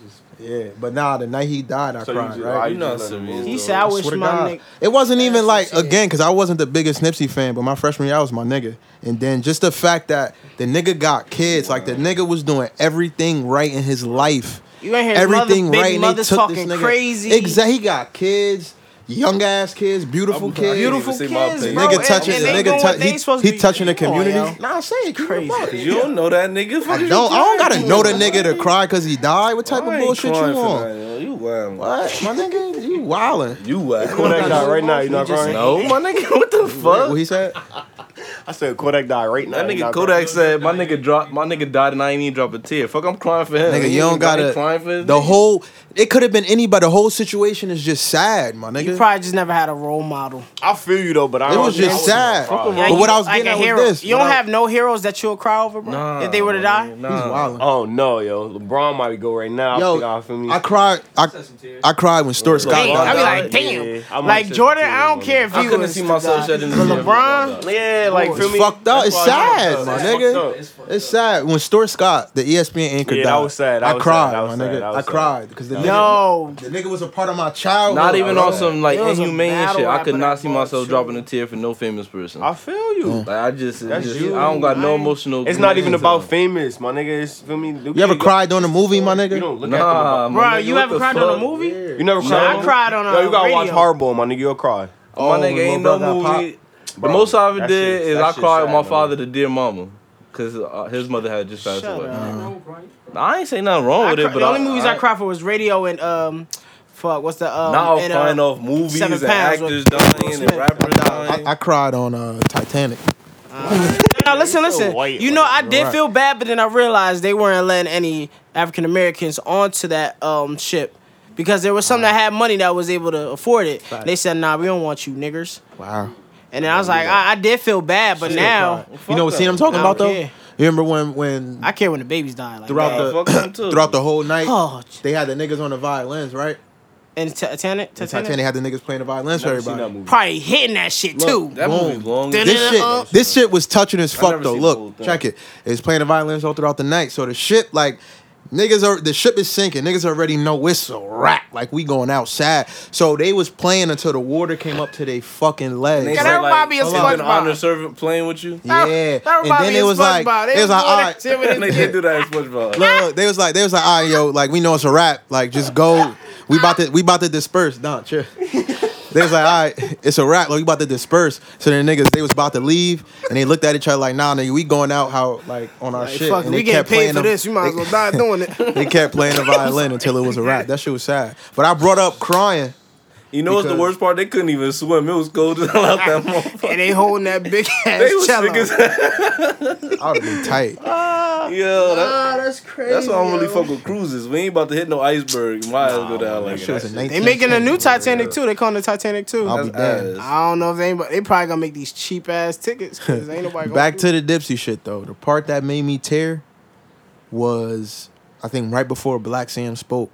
Speaker 2: just-
Speaker 1: Yeah, but nah, the night he died, I
Speaker 2: so you
Speaker 1: cried.
Speaker 2: just-
Speaker 1: right?
Speaker 2: you
Speaker 3: You know
Speaker 2: just let it
Speaker 3: serious.
Speaker 2: move.
Speaker 4: He said, I wish
Speaker 1: Swear to
Speaker 4: my
Speaker 1: God.
Speaker 4: nigga.
Speaker 1: It wasn't even like
Speaker 4: shit.
Speaker 1: again because I wasn't the biggest Nipsey fan, but my freshman year I was my nigga. And then just the fact that the nigga got kids, like the nigga was doing everything right in his life,
Speaker 4: You ain't hear his mother-
Speaker 1: everything
Speaker 4: baby
Speaker 1: right. And they
Speaker 4: mother's
Speaker 1: took this
Speaker 4: talking
Speaker 1: nigga.
Speaker 4: crazy.
Speaker 1: Exactly, he got kids, young ass kids, beautiful
Speaker 3: I'm- I
Speaker 1: kids.
Speaker 3: ain't even
Speaker 4: Beautiful
Speaker 3: say my
Speaker 4: kids,
Speaker 3: opinion.
Speaker 4: bro.
Speaker 1: Nigga
Speaker 4: and-
Speaker 1: touching,
Speaker 4: and they
Speaker 1: nigga
Speaker 4: doing
Speaker 1: tou-
Speaker 4: what they supposed
Speaker 1: he,
Speaker 4: to
Speaker 1: he
Speaker 4: be
Speaker 1: touching the
Speaker 4: doing,
Speaker 1: community.
Speaker 4: yo.
Speaker 1: nah, say it,
Speaker 4: Crazy.
Speaker 1: crazy.
Speaker 3: You don't know that nigga. Fuck
Speaker 1: I
Speaker 3: is
Speaker 1: don't.
Speaker 3: you
Speaker 1: I don't
Speaker 3: talking
Speaker 1: gotta know the nigga to cry because he died. What type
Speaker 3: I
Speaker 1: of
Speaker 3: ain't
Speaker 1: bullshit you
Speaker 3: crying for
Speaker 1: on?
Speaker 3: that, yo. You wild.
Speaker 1: What, my nigga? You wildin'?
Speaker 3: You wild.
Speaker 2: Kodak died right now. You not crying?
Speaker 3: No, my nigga. What the fuck?
Speaker 1: What he said?
Speaker 2: I said Kodak died right now.
Speaker 3: That
Speaker 2: He
Speaker 3: nigga
Speaker 2: not
Speaker 3: Kodak
Speaker 2: dead.
Speaker 3: said my nigga dropped my nigga died and I ain't even drop a tear. Fuck, I'm crying for him.
Speaker 1: Nigga, you don't
Speaker 3: ain't got-
Speaker 1: gotta.
Speaker 3: ain't crying for his
Speaker 1: The
Speaker 3: nigga.
Speaker 1: whole it could have been anybody. The whole situation is just sad, my nigga.
Speaker 4: You probably just never had a role model.
Speaker 2: I feel you though, but I
Speaker 1: It
Speaker 2: don't
Speaker 1: was
Speaker 2: think
Speaker 1: just
Speaker 2: I was
Speaker 1: sad.
Speaker 2: surprised.
Speaker 1: But what I was
Speaker 4: like
Speaker 1: getting
Speaker 4: a
Speaker 1: at was
Speaker 4: hero.
Speaker 1: this.
Speaker 4: You
Speaker 1: What
Speaker 4: don't
Speaker 1: I-
Speaker 4: have no heroes that you'll cry over, bro.
Speaker 3: Nah,
Speaker 4: if they were to die,
Speaker 3: nah.
Speaker 1: He's wildin'.
Speaker 2: Oh no, yo, LeBron might go right now. I,
Speaker 1: Yo,
Speaker 2: think I feel me.
Speaker 1: I cried. I,
Speaker 6: Shed some tears.
Speaker 1: I cried when Stuart Scott.
Speaker 4: Dang,
Speaker 1: died.
Speaker 4: I be like,
Speaker 2: Yeah,
Speaker 4: damn.
Speaker 2: I might
Speaker 4: like
Speaker 2: shed
Speaker 4: Jordan,
Speaker 2: some
Speaker 4: I don't
Speaker 2: tears,
Speaker 4: care if
Speaker 3: I
Speaker 4: he
Speaker 3: couldn't
Speaker 4: was
Speaker 3: see
Speaker 4: to
Speaker 3: myself
Speaker 4: die.
Speaker 3: shedding
Speaker 4: But
Speaker 3: tears.
Speaker 4: LeBron,
Speaker 2: Yeah, like
Speaker 1: It's
Speaker 2: feel me.
Speaker 1: fucked up.
Speaker 2: That's
Speaker 1: It's
Speaker 2: why I
Speaker 1: sad,
Speaker 2: fucked
Speaker 1: my
Speaker 2: up.
Speaker 1: nigga.
Speaker 2: It's fucked
Speaker 6: fucked
Speaker 1: It's sad. When Stuart Scott, the E ESPN anchor,
Speaker 2: Yeah,
Speaker 1: died,
Speaker 2: that was sad. That
Speaker 1: I
Speaker 2: was
Speaker 1: cried,
Speaker 2: sad. That was
Speaker 1: my
Speaker 2: sad.
Speaker 1: nigga.
Speaker 2: That was
Speaker 1: I
Speaker 2: sad.
Speaker 1: cried because the nigga,
Speaker 4: no.
Speaker 1: the nigga was a part of my childhood.
Speaker 3: Not even
Speaker 1: bro.
Speaker 3: on some like
Speaker 4: It was a
Speaker 3: inhumane shit.
Speaker 4: battle
Speaker 3: I could
Speaker 4: rapper
Speaker 3: not
Speaker 4: that
Speaker 3: see myself
Speaker 4: bought
Speaker 3: dropping a
Speaker 4: you.
Speaker 3: tear for no famous person.
Speaker 2: I feel you.
Speaker 3: Like, I just,
Speaker 2: That's
Speaker 3: just-
Speaker 2: you.
Speaker 3: I don't got
Speaker 4: I-
Speaker 3: no emotional.
Speaker 2: It's not even
Speaker 3: connection to
Speaker 2: about
Speaker 3: them.
Speaker 2: famous, my nigga. It's feel me.
Speaker 1: You ever cried on a movie, my
Speaker 2: You
Speaker 1: nigga?
Speaker 2: don't look at
Speaker 3: Nah,
Speaker 2: them.
Speaker 3: my
Speaker 4: Bro,
Speaker 3: nigga,
Speaker 4: you
Speaker 3: what
Speaker 4: ever
Speaker 3: the
Speaker 4: cried on a
Speaker 3: fuck?
Speaker 4: movie?
Speaker 2: You never
Speaker 3: Nah,
Speaker 2: cried.
Speaker 3: I
Speaker 2: on-
Speaker 4: cried on,
Speaker 2: Yo, you
Speaker 4: uh,
Speaker 2: gotta watch
Speaker 4: radio.
Speaker 2: Hardball, my nigga. You'll cry.
Speaker 1: Oh,
Speaker 3: My nigga
Speaker 1: when
Speaker 3: ain't no
Speaker 1: Lil Brother
Speaker 3: movie.
Speaker 2: Bro,
Speaker 3: the most I ever
Speaker 2: that
Speaker 3: did
Speaker 2: shit-
Speaker 3: is
Speaker 2: that
Speaker 3: I
Speaker 2: shit
Speaker 3: cried with
Speaker 2: sad,
Speaker 3: my
Speaker 2: my
Speaker 3: father
Speaker 2: nigga.
Speaker 3: to dear mama, cause uh, his mother had just passed
Speaker 4: Shut
Speaker 3: away.
Speaker 4: up.
Speaker 3: I ain't say nothing wrong
Speaker 4: I
Speaker 3: with
Speaker 4: cry,
Speaker 3: it, but
Speaker 4: the only
Speaker 3: I,
Speaker 4: movies I, cried for was Radio and um, fuck, what's the um?
Speaker 3: Now I'm
Speaker 4: and,
Speaker 3: crying
Speaker 4: uh,
Speaker 3: off movies
Speaker 4: Seven
Speaker 3: and
Speaker 4: Pounds with
Speaker 3: actors dying and
Speaker 4: Smith.
Speaker 3: rappers
Speaker 1: I,
Speaker 3: dying.
Speaker 1: I cried on uh, Titanic.
Speaker 4: No, no, listen, listen.
Speaker 2: white,
Speaker 4: you know, I
Speaker 2: like,
Speaker 4: did
Speaker 1: right.
Speaker 4: feel bad, but then I realized they weren't letting any African Americans onto that um ship because there was some that had money that was able to afford it. They said, "Nah, we don't want you niggers."
Speaker 1: Wow.
Speaker 4: And then I was like, I, I did feel bad, but now
Speaker 1: You know what scene I'm talking
Speaker 4: I
Speaker 1: about though?
Speaker 4: don't
Speaker 1: You
Speaker 4: care.
Speaker 1: remember when when
Speaker 4: I care when the babies die. Like
Speaker 1: throughout
Speaker 4: that.
Speaker 1: the
Speaker 3: fuck them too.
Speaker 1: throughout the whole night
Speaker 4: Oh, j-
Speaker 1: they had the niggas on the violins, right?
Speaker 4: and Titanic,
Speaker 1: And
Speaker 4: Titanic,
Speaker 1: Titanic had the niggas playing the violins for
Speaker 2: Never seen that
Speaker 1: everybody.
Speaker 2: movie.
Speaker 4: probably hitting that shit too.
Speaker 3: That
Speaker 1: Boom.
Speaker 3: movie long.
Speaker 4: Did
Speaker 3: as-
Speaker 1: This
Speaker 4: Uh,
Speaker 1: shit, this shit was touching as fuck
Speaker 3: never
Speaker 1: though.
Speaker 3: seen the whole
Speaker 1: Look,
Speaker 3: thing.
Speaker 1: check it. It's playing the violins all throughout the night. So the ship, like, niggas are the ship is sinking. Niggas already know it's a wrap. Like we going outside. So they was playing until the water came up to their fucking legs.
Speaker 3: They
Speaker 4: Can
Speaker 3: said,
Speaker 4: everybody
Speaker 3: like,
Speaker 4: be a
Speaker 3: is
Speaker 4: SpongeBob?
Speaker 3: an honor servant playing with you?
Speaker 1: yeah,
Speaker 4: That
Speaker 1: and
Speaker 4: remind
Speaker 1: then
Speaker 4: me
Speaker 1: it
Speaker 4: of
Speaker 1: was like,
Speaker 4: SpongeBob.
Speaker 1: it
Speaker 4: They
Speaker 1: was like, all
Speaker 4: wanted
Speaker 1: right,
Speaker 4: to-
Speaker 3: And they did do that in
Speaker 1: Look,
Speaker 3: SpongeBob.
Speaker 1: look, they was like, they was like, all right, yo, like we know it's a wrap. Like just go. We about to we about to disperse. Nah, chill. They was like, all right, it's a wrap. Like we about to disperse. So then niggas, they was about to leave, and they looked at each other like, nah, nigga, we going out how like on our
Speaker 4: Like,
Speaker 1: shit.
Speaker 4: fuck,
Speaker 1: and
Speaker 4: we
Speaker 1: they
Speaker 4: getting
Speaker 1: kept
Speaker 4: paid
Speaker 1: playing
Speaker 4: for
Speaker 1: them-
Speaker 4: this. You might as well die doing it.
Speaker 1: They kept playing the violin until it was a wrap. That shit was sad. But I brought up crying.
Speaker 3: You know what's the
Speaker 1: Because-
Speaker 3: worst part? They couldn't even swim. It was cold as hell out that motherfucker.
Speaker 4: and they holding that big ass
Speaker 3: They was
Speaker 4: cello.
Speaker 3: sick as hell.
Speaker 1: I would have been tight.
Speaker 3: Yo, that,
Speaker 4: Ah, that's crazy.
Speaker 3: that's why I'm really fuck with cruises. We ain't about to hit no iceberg. Might as well go down like
Speaker 1: That shit was
Speaker 3: that.
Speaker 1: in
Speaker 4: They
Speaker 1: 19th
Speaker 4: making a new
Speaker 1: century.
Speaker 4: Titanic too. They calling it Titanic too.
Speaker 1: I'll be damned.
Speaker 3: ass.
Speaker 4: I don't know if they but they probably gonna make these cheap ass tickets because ain't nobody
Speaker 1: Back
Speaker 4: gonna
Speaker 1: to the Dipsy shit though. The part that made me tear was I think right before Black Sam spoke,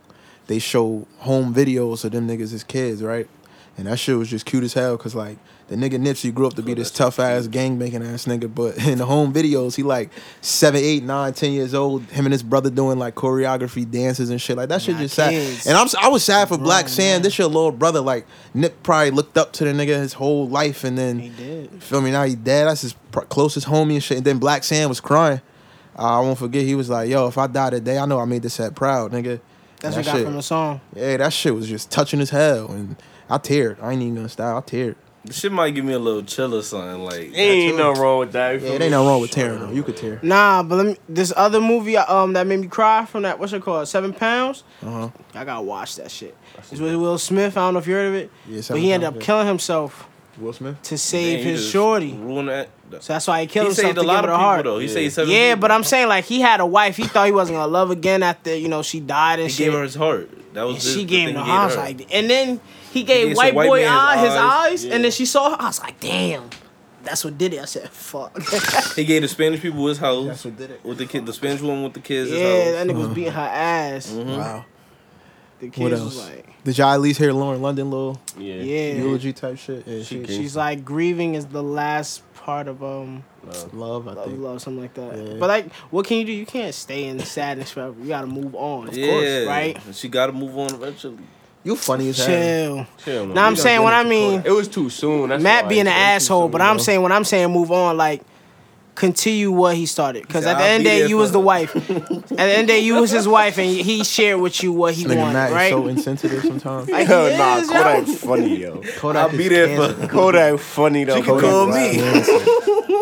Speaker 1: they show home videos of them niggas as kids, right? And that shit was just cute as hell because like the nigga Nipsey grew up to be this tough ass gang making ass nigga, but in the home videos he like seven, eight, nine, ten years old. Him and his brother doing like choreography dances and shit like that. Shit
Speaker 4: Nah,
Speaker 1: just
Speaker 4: kids.
Speaker 1: sad. And I'm s- I was sad for Black Sam. This your little brother like Nip probably looked up to the nigga his whole life and then
Speaker 4: He did.
Speaker 1: Feel me? Now he dead. That's his pr- closest homie and shit. And then Black Sam was crying. Uh, I won't forget. He was like, "Yo, if I die today, I know I made this set proud, nigga."
Speaker 4: That's
Speaker 1: And that
Speaker 4: what got
Speaker 1: shit-
Speaker 4: from the song.
Speaker 1: Yeah, that shit was just touching as hell, and I teared. I ain't even gonna stop. I teared.
Speaker 3: This shit might give me a little chill or something. Like,
Speaker 2: Ain't nothing wrong with that. you
Speaker 1: Yeah,
Speaker 2: feel
Speaker 1: it
Speaker 2: me?
Speaker 1: ain't no wrong with tearing though. You could tear.
Speaker 4: Nah, but let me, this other movie um that made me cry from that what's it called Seven Pounds.
Speaker 1: Uh huh.
Speaker 4: I gotta watch that shit. It's with Will Smith. I don't know if you heard of it,
Speaker 1: Yeah,
Speaker 4: but
Speaker 1: Seven
Speaker 4: he ended
Speaker 1: Pounds,
Speaker 4: up
Speaker 1: yeah.
Speaker 4: killing himself
Speaker 1: Will Smith.
Speaker 4: to save
Speaker 3: Damn, you
Speaker 4: his
Speaker 3: just
Speaker 4: shorty.
Speaker 3: Ruin that.
Speaker 4: So that's why he killed
Speaker 3: He
Speaker 4: himself
Speaker 3: saved
Speaker 4: to
Speaker 3: a
Speaker 4: give
Speaker 3: lot
Speaker 4: her
Speaker 3: of
Speaker 4: the
Speaker 3: people
Speaker 4: heart.
Speaker 3: though. He saved seven.
Speaker 4: Yeah,
Speaker 3: people.
Speaker 4: but I'm saying like he had a wife. He thought he wasn't gonna love again after you know she died and
Speaker 3: He
Speaker 4: shit.
Speaker 3: gave her his heart. That was
Speaker 4: And
Speaker 3: the-
Speaker 4: she
Speaker 3: the
Speaker 4: gave
Speaker 3: thing
Speaker 4: him the
Speaker 3: he gave
Speaker 4: eyes
Speaker 3: her.
Speaker 4: like, and then he gave
Speaker 3: gave some
Speaker 4: white
Speaker 3: white
Speaker 4: boy
Speaker 3: man his
Speaker 4: eye, his eyes,
Speaker 3: eyes.
Speaker 4: and then she saw her. I was like, damn, that's what did it. I said, fuck.
Speaker 3: He gave the Spanish people his house.
Speaker 1: That's what did it.
Speaker 3: With the kid, the Spanish woman with the kids. his
Speaker 4: yeah,
Speaker 3: house.
Speaker 4: that nigga was beating her ass.
Speaker 3: Mm-hmm.
Speaker 1: Wow.
Speaker 4: The kids
Speaker 1: Uh-huh. What
Speaker 4: was
Speaker 1: else?
Speaker 4: like,
Speaker 1: Mm-hmm. Did y'all at least hear Lauren London little
Speaker 2: Yeah.
Speaker 4: yeah.
Speaker 1: eulogy type shit? Yeah,
Speaker 2: She
Speaker 1: she,
Speaker 2: can-
Speaker 4: She's like grieving is the last part of um
Speaker 1: love. I
Speaker 4: love,
Speaker 1: think.
Speaker 4: love something like that.
Speaker 1: Yeah.
Speaker 4: But like, what can you do? You can't stay in sadness forever. You gotta move on. Of
Speaker 3: yeah.
Speaker 4: course, right?
Speaker 3: She got to move on eventually.
Speaker 1: You funny as hell.
Speaker 4: Chill.
Speaker 2: Chill, man.
Speaker 4: Now I'm
Speaker 1: don't
Speaker 4: saying
Speaker 1: get
Speaker 4: what I
Speaker 1: into
Speaker 4: mean.
Speaker 2: It was too soon. That's
Speaker 4: Matt
Speaker 2: why.
Speaker 4: being an
Speaker 2: It was too
Speaker 4: asshole,
Speaker 2: soon,
Speaker 4: but I'm
Speaker 2: bro.
Speaker 4: saying when I'm saying move on, like continue what he started. Because
Speaker 3: said,
Speaker 4: at the
Speaker 3: "I'll
Speaker 4: end
Speaker 3: be
Speaker 4: day,
Speaker 3: there
Speaker 4: you
Speaker 3: for
Speaker 4: was the
Speaker 3: her."
Speaker 4: wife. at the end day, you was his wife, and he shared with you what he
Speaker 1: Nigga
Speaker 4: wanted,
Speaker 1: Matt
Speaker 4: right?
Speaker 1: is so insensitive sometimes.
Speaker 4: Like,
Speaker 2: Hell
Speaker 4: he
Speaker 2: nah,
Speaker 4: is, yo.
Speaker 2: Kodak funny yo.
Speaker 1: Kodak
Speaker 3: I'll be
Speaker 1: is
Speaker 3: there for-
Speaker 1: cancer.
Speaker 2: Kodak funny though.
Speaker 3: She can
Speaker 2: Kodak
Speaker 3: call
Speaker 2: black,
Speaker 3: me.
Speaker 2: man.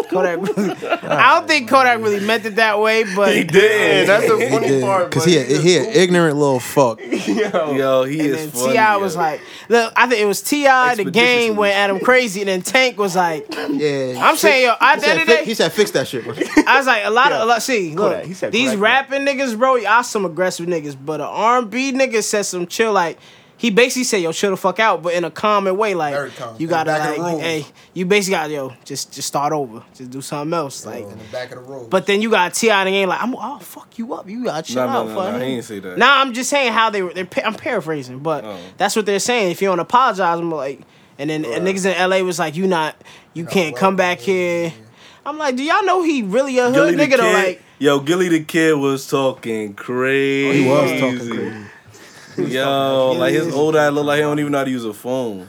Speaker 4: Kodak. I don't think Kodak really meant it that way, but
Speaker 3: He did. That's the
Speaker 1: He
Speaker 3: funny
Speaker 1: did,
Speaker 3: part.
Speaker 1: Cause
Speaker 3: but
Speaker 1: he a, he an ignorant little fuck.
Speaker 3: Yo, he
Speaker 4: And
Speaker 3: is
Speaker 4: then
Speaker 3: funny.
Speaker 4: Ti
Speaker 3: yo.
Speaker 4: was like, look, I think it was Ti the game when
Speaker 3: Expeditiously.
Speaker 4: Adam crazy, and then Tank was like,
Speaker 1: Yeah.
Speaker 4: I'm saying, yo, at
Speaker 1: He
Speaker 4: the
Speaker 1: said,
Speaker 4: end of the
Speaker 1: "Fi- he
Speaker 4: day,
Speaker 1: said, fix that shit. bro."
Speaker 4: I was like, a lot of, a lot, see, look,
Speaker 2: Kodak, he said
Speaker 4: these
Speaker 2: Kodak,
Speaker 4: rapping niggas, bro, y'all some aggressive niggas, but an R&B nigga said some chill, like, he basically said, yo, chill the fuck out, but in a calming way, like,
Speaker 5: Very calm.
Speaker 4: you
Speaker 5: In the
Speaker 4: gotta,
Speaker 5: back of
Speaker 4: like,
Speaker 5: the room.
Speaker 4: hey, you basically gotta, yo, just, just start over, just do something else, like,
Speaker 5: in the back of the road.
Speaker 4: but then you got Ti and the game, like, I'm, I'll fuck you up, you gotta chill
Speaker 3: Nah, nah,
Speaker 4: out,
Speaker 3: nah,
Speaker 4: fuck.
Speaker 3: nah, he ain't say that.
Speaker 4: Nah, I'm just saying how they were. They're, pa- I'm paraphrasing, but
Speaker 3: Oh.
Speaker 4: that's what they're saying. If you don't apologize, I'm like, and then and niggas in LA was like, you not, you can't come
Speaker 5: welcome
Speaker 4: back
Speaker 5: here."
Speaker 4: here. I'm like, do y'all know he really a
Speaker 3: Gilly
Speaker 4: hood
Speaker 3: the
Speaker 4: nigga though?
Speaker 3: kid,
Speaker 4: Like,
Speaker 3: yo, Gilly the kid Oh, was talking crazy.
Speaker 1: He was talking crazy.
Speaker 3: Yo, like his
Speaker 4: Yeah.
Speaker 3: old eye look like he don't even know how to use a phone.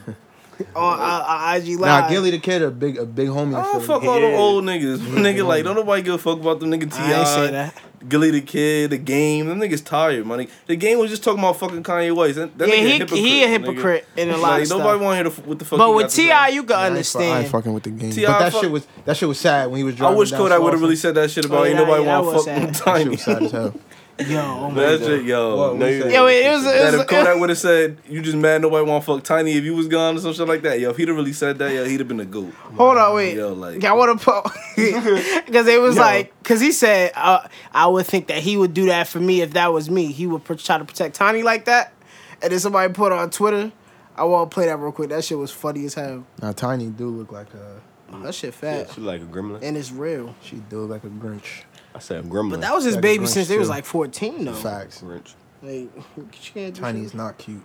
Speaker 4: on uh, uh, IG live.
Speaker 1: Nah, Gilly the kid a big a big homie.
Speaker 3: I
Speaker 1: for
Speaker 3: don't
Speaker 1: me.
Speaker 3: fuck all them old niggas. Nigga, like don't nobody give a fuck about them nigga Ti.
Speaker 4: I ain't say that.
Speaker 3: Gilly the Kid, the game. Them niggas tired, money. The game was just talking about fucking Kanye West. That, that
Speaker 4: Yeah,
Speaker 3: nigga
Speaker 4: he-
Speaker 3: a hypocrite,
Speaker 4: he a
Speaker 3: nigga.
Speaker 4: hypocrit in a lot
Speaker 3: like,
Speaker 4: of stuff.
Speaker 3: Nobody want to hear the, f- what the fuck.
Speaker 4: But
Speaker 3: he
Speaker 4: with
Speaker 3: got to say.
Speaker 4: Ti,
Speaker 1: I
Speaker 4: you can
Speaker 1: ain't fu- I
Speaker 4: understand.
Speaker 1: ain't fucking with the game.
Speaker 3: T.I.
Speaker 1: But that
Speaker 3: fuck-
Speaker 1: shit was that shit was sad when he was
Speaker 3: I
Speaker 1: driving.
Speaker 3: wish
Speaker 1: down
Speaker 3: Kodak would have
Speaker 1: Slauson.
Speaker 3: really said that shit about
Speaker 4: Oh,
Speaker 3: ain't
Speaker 4: yeah,
Speaker 3: nobody
Speaker 4: yeah,
Speaker 3: want to fuck with
Speaker 4: that was
Speaker 1: That shit was sad
Speaker 3: Kanye.
Speaker 1: as hell.
Speaker 4: Yo, oh my
Speaker 3: That
Speaker 4: God.
Speaker 3: shit, yo.
Speaker 1: What
Speaker 3: no,
Speaker 1: we
Speaker 3: you-
Speaker 1: said.
Speaker 4: Yo, it was.
Speaker 3: that if
Speaker 4: It
Speaker 3: Kodak
Speaker 4: was
Speaker 3: would have said, "You just mad nobody want to fuck Tiny if you was gone" or some shit like that. Yo, if he'd have really said that, yo, he'd have been a goat.
Speaker 4: Hold on, wait.
Speaker 3: Yo, like-
Speaker 4: I want to put because it was like because he said uh, I would think that he would do that for me if that was me. He would pr- try to protect Tiny like that, and then somebody put on Twitter. I want to play that real quick. That shit was funny as hell.
Speaker 1: Now Tiny do look like a
Speaker 4: That shit fat
Speaker 2: She like a gremlin.
Speaker 4: and it's real.
Speaker 1: she do look like a Grinch.
Speaker 2: I said gremlin.
Speaker 4: But that was his
Speaker 1: Like a
Speaker 4: baby
Speaker 1: Grinch,
Speaker 4: since they was
Speaker 1: too.
Speaker 4: like fourteen though.
Speaker 1: Facts.
Speaker 2: Grinch.
Speaker 4: Like she can't do
Speaker 1: Tiny's
Speaker 4: Tiny's.
Speaker 1: not cute.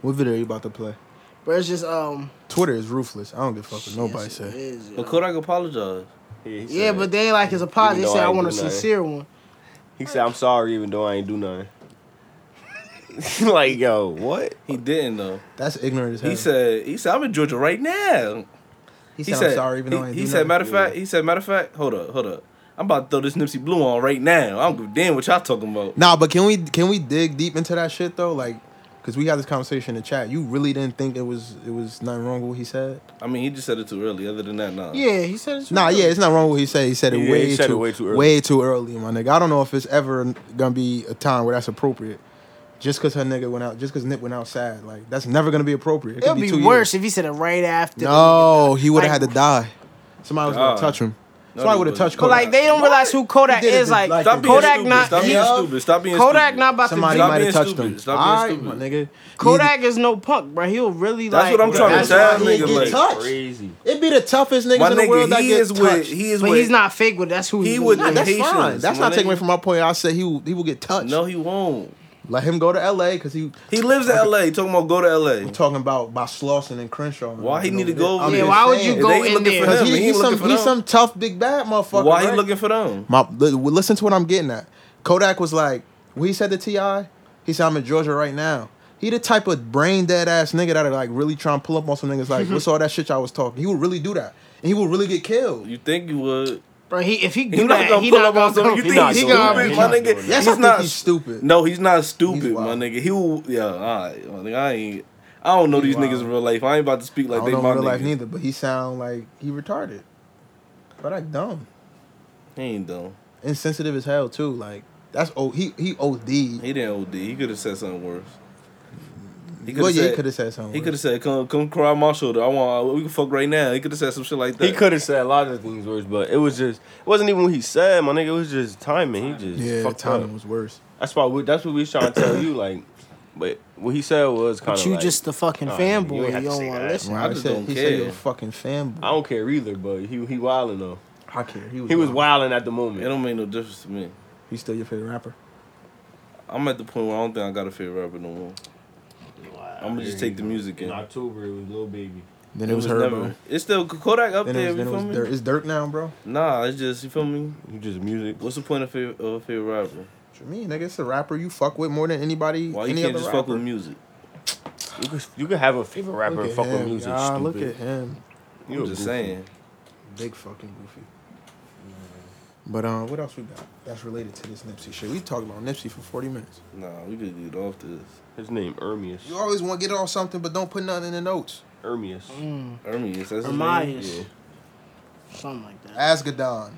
Speaker 1: What video you about to play?
Speaker 4: But it's just um.
Speaker 1: Twitter is ruthless. I don't give a fuck what nobody
Speaker 4: yes, it
Speaker 1: say.
Speaker 4: is, yo.
Speaker 3: But Kodak apologized.
Speaker 2: Yeah, he
Speaker 4: uh, Yeah,
Speaker 2: said-
Speaker 4: but they ain't like his apology. They
Speaker 2: Even though
Speaker 4: said
Speaker 2: I
Speaker 4: I
Speaker 2: ain't
Speaker 4: want a
Speaker 2: do nothing.
Speaker 4: sincere one.
Speaker 2: he said, "I'm sorry, even though I ain't do nothing." like yo, what?
Speaker 3: He didn't though.
Speaker 1: That's ignorant as hell.
Speaker 3: He said, "He said I'm in Georgia right now."
Speaker 1: he said, I'm sorry even though I
Speaker 3: he,
Speaker 1: ain't
Speaker 3: he
Speaker 1: do
Speaker 3: said,
Speaker 1: nothing."
Speaker 3: matter of fact, he said, matter of fact, hold up, hold up. I'm about to throw this Nipsey Blue on right now. I don't give a damn what y'all talking about.
Speaker 1: Nah, but can we can we dig deep into that shit though? Like, cause we had this conversation in the chat. You really didn't think it was it was nothing wrong with what he said?
Speaker 3: I mean, he just said it too early. Other than that, nah.
Speaker 4: Yeah, he said. it's
Speaker 1: Nah,
Speaker 4: real.
Speaker 1: yeah, it's not wrong with what he said. He said it,
Speaker 2: Yeah,
Speaker 1: way,
Speaker 2: he said it
Speaker 1: too,
Speaker 2: way too early.
Speaker 1: way too early, my nigga. I don't know if it's ever gonna be a time where that's appropriate. Just cause her nigga went out, just cause Nip went outside, like that's never gonna be appropriate. It could
Speaker 4: It'll be,
Speaker 1: two
Speaker 4: worse
Speaker 1: years.
Speaker 4: if he said it right after.
Speaker 1: No, he would have
Speaker 4: Like-
Speaker 1: had to die. Somebody was
Speaker 3: God.
Speaker 1: gonna touch him. Somebody
Speaker 3: they
Speaker 1: would have
Speaker 3: wouldn't.
Speaker 1: touched
Speaker 4: But
Speaker 1: Kodak.
Speaker 4: like they don't realize who Kodak
Speaker 1: He did it
Speaker 4: is.
Speaker 1: just
Speaker 4: Like
Speaker 1: like
Speaker 3: Stop being
Speaker 4: Kodak
Speaker 3: stupid.
Speaker 4: not
Speaker 3: Stop being
Speaker 5: Yeah.
Speaker 3: stupid. Stop being
Speaker 4: Kodak
Speaker 3: stupid.
Speaker 4: not about
Speaker 1: Somebody
Speaker 4: to.
Speaker 3: Stop
Speaker 1: might
Speaker 3: being
Speaker 1: have touched
Speaker 3: stupid.
Speaker 1: him.
Speaker 3: Stop being
Speaker 1: Alright,
Speaker 3: stupid.
Speaker 1: my nigga.
Speaker 4: Kodak is no punk, bro. He'll really
Speaker 3: That's
Speaker 4: like.
Speaker 3: what I'm trying to
Speaker 1: That's why
Speaker 3: tell,
Speaker 1: he didn't
Speaker 3: nigga.
Speaker 1: get
Speaker 3: Like,
Speaker 1: touched.
Speaker 2: Crazy.
Speaker 1: It'd be the toughest niggas
Speaker 3: my
Speaker 1: in the world
Speaker 3: nigga,
Speaker 1: that
Speaker 3: he
Speaker 1: get
Speaker 3: is with
Speaker 1: touched.
Speaker 3: he is
Speaker 4: But
Speaker 3: with.
Speaker 4: he's not fake with. That's who
Speaker 3: He
Speaker 4: he,
Speaker 3: would-
Speaker 4: would.
Speaker 1: Nah, that's
Speaker 3: Haitians,
Speaker 1: fine. That's
Speaker 3: my
Speaker 1: not taking
Speaker 3: nigga.
Speaker 1: away from my point. I said he will, he will get touched.
Speaker 3: No, he won't.
Speaker 1: Let him go to L.A. because he
Speaker 3: He lives in L.A. Talking about go to L.A.
Speaker 1: talking about by Slauson and Crenshaw.
Speaker 3: Why he need to go over
Speaker 1: I'm
Speaker 3: there?
Speaker 1: just
Speaker 4: Yeah, why would you
Speaker 1: saying.
Speaker 4: go
Speaker 3: They ain't
Speaker 4: in
Speaker 3: looking
Speaker 4: there?
Speaker 3: For
Speaker 1: Because
Speaker 3: him.
Speaker 1: he,
Speaker 3: He,
Speaker 1: he's
Speaker 3: ain't looking
Speaker 1: some
Speaker 3: for
Speaker 1: he's
Speaker 3: them.
Speaker 1: some tough big bad motherfucker.
Speaker 3: Why
Speaker 1: right?
Speaker 3: he looking for them?
Speaker 1: My li- well, listen to what I'm getting at. Kodak was like, when he said to Ti, he said I'm in Georgia right now. He the type of brain dead ass nigga that like really try and pull up on some niggas like, what's all that shit y'all was talking? He would really do that, and he would really get killed.
Speaker 3: You think you would?
Speaker 4: Bro, he if he do
Speaker 3: He's not
Speaker 4: that,
Speaker 3: gonna
Speaker 4: he
Speaker 3: pull
Speaker 4: not
Speaker 3: up on
Speaker 4: gonna.
Speaker 3: something. You
Speaker 4: He
Speaker 3: think
Speaker 4: not
Speaker 3: he's
Speaker 4: doing that.
Speaker 3: stupid,
Speaker 4: He
Speaker 3: my
Speaker 4: not
Speaker 3: nigga?
Speaker 4: doing that.
Speaker 1: Yes, I
Speaker 3: he's
Speaker 1: think
Speaker 3: not
Speaker 1: he's stupid.
Speaker 3: No, he's not stupid,
Speaker 1: He's
Speaker 3: my
Speaker 1: wild.
Speaker 3: nigga. He will, yeah, all right, my nigga, I ain't. I don't know these niggas in real life. I ain't about to speak
Speaker 1: I
Speaker 3: like
Speaker 1: don't
Speaker 3: they
Speaker 1: know
Speaker 3: my
Speaker 1: real
Speaker 3: niggas.
Speaker 1: life neither, but he sound like he retarded. But I dumb,
Speaker 3: He ain't dumb.
Speaker 1: insensitive as hell too. Like that's oh he he OD.
Speaker 3: He didn't OD. He could have said something worse. He could have
Speaker 1: Well, yeah, he
Speaker 3: said.
Speaker 1: could have said something.
Speaker 3: he
Speaker 1: worse.
Speaker 3: could have said, "Come, come, cry on my shoulder. I want. We can fuck right now." He could have said some shit like that.
Speaker 2: He could have said a lot of things worse, but it was just it wasn't even what he said, my nigga. It was just timing. He just
Speaker 1: Yeah,
Speaker 2: fucked
Speaker 1: timing
Speaker 2: up.
Speaker 1: was worse.
Speaker 2: That's why we, that's what we was trying to tell you. Like, but what he said was kind
Speaker 4: But
Speaker 2: of
Speaker 4: you
Speaker 2: like,
Speaker 4: just the fucking
Speaker 2: Nah, nigga, you
Speaker 4: fanboy.
Speaker 2: ain't
Speaker 4: You
Speaker 2: have to say
Speaker 4: don't want to
Speaker 2: that.
Speaker 4: listen.
Speaker 3: I just
Speaker 1: said,
Speaker 3: don't
Speaker 1: he
Speaker 3: care.
Speaker 1: Said you're a fucking fanboy.
Speaker 2: I don't care either, but he he wilding though.
Speaker 1: I care. He was,
Speaker 2: He was
Speaker 1: wild.
Speaker 2: wilding at the
Speaker 3: It
Speaker 2: moment.
Speaker 3: don't make no difference to me.
Speaker 1: He's still your favorite rapper.
Speaker 3: I'm at the point where I don't think I got a favorite rapper no more. I'm gonna just take the music in.
Speaker 2: In October, it was Lil Baby.
Speaker 1: Then it, was, her, bro.
Speaker 3: It's still Kodak up
Speaker 1: Then it
Speaker 3: there.
Speaker 1: was,
Speaker 3: you
Speaker 1: then it
Speaker 3: feel
Speaker 1: was
Speaker 3: me?
Speaker 1: Dirk. It's Dirk now, bro.
Speaker 3: Nah, it's just you feel me.
Speaker 2: You just music.
Speaker 3: What's the point of favorite, of a favorite rapper?
Speaker 1: What you mean, nigga? It's a rapper you fuck with more than anybody.
Speaker 3: Why you
Speaker 1: any
Speaker 3: can't
Speaker 1: other
Speaker 3: just
Speaker 1: rapper.
Speaker 3: fuck with music?
Speaker 2: You could you could have a favorite rapper
Speaker 1: Look
Speaker 2: and
Speaker 1: at
Speaker 2: fuck with
Speaker 1: him,
Speaker 2: music.
Speaker 1: y'all.
Speaker 2: stupid.
Speaker 1: Look at him.
Speaker 2: You
Speaker 3: I'm
Speaker 2: a
Speaker 3: just
Speaker 2: goofy.
Speaker 3: saying.
Speaker 1: Big fucking goofy. But um, what else we got that's related to this Nipsey shit? We talked about Nipsey for forty minutes.
Speaker 3: Nah, we could get off this.
Speaker 2: His name Ermius.
Speaker 1: You always want to get on
Speaker 2: Mm.
Speaker 1: something, but don't put nothing in the notes.
Speaker 2: Ermius.
Speaker 3: Ermius, that's his name?
Speaker 4: Ermias.
Speaker 3: Yeah.
Speaker 4: mm, something like that.
Speaker 1: Asgadon.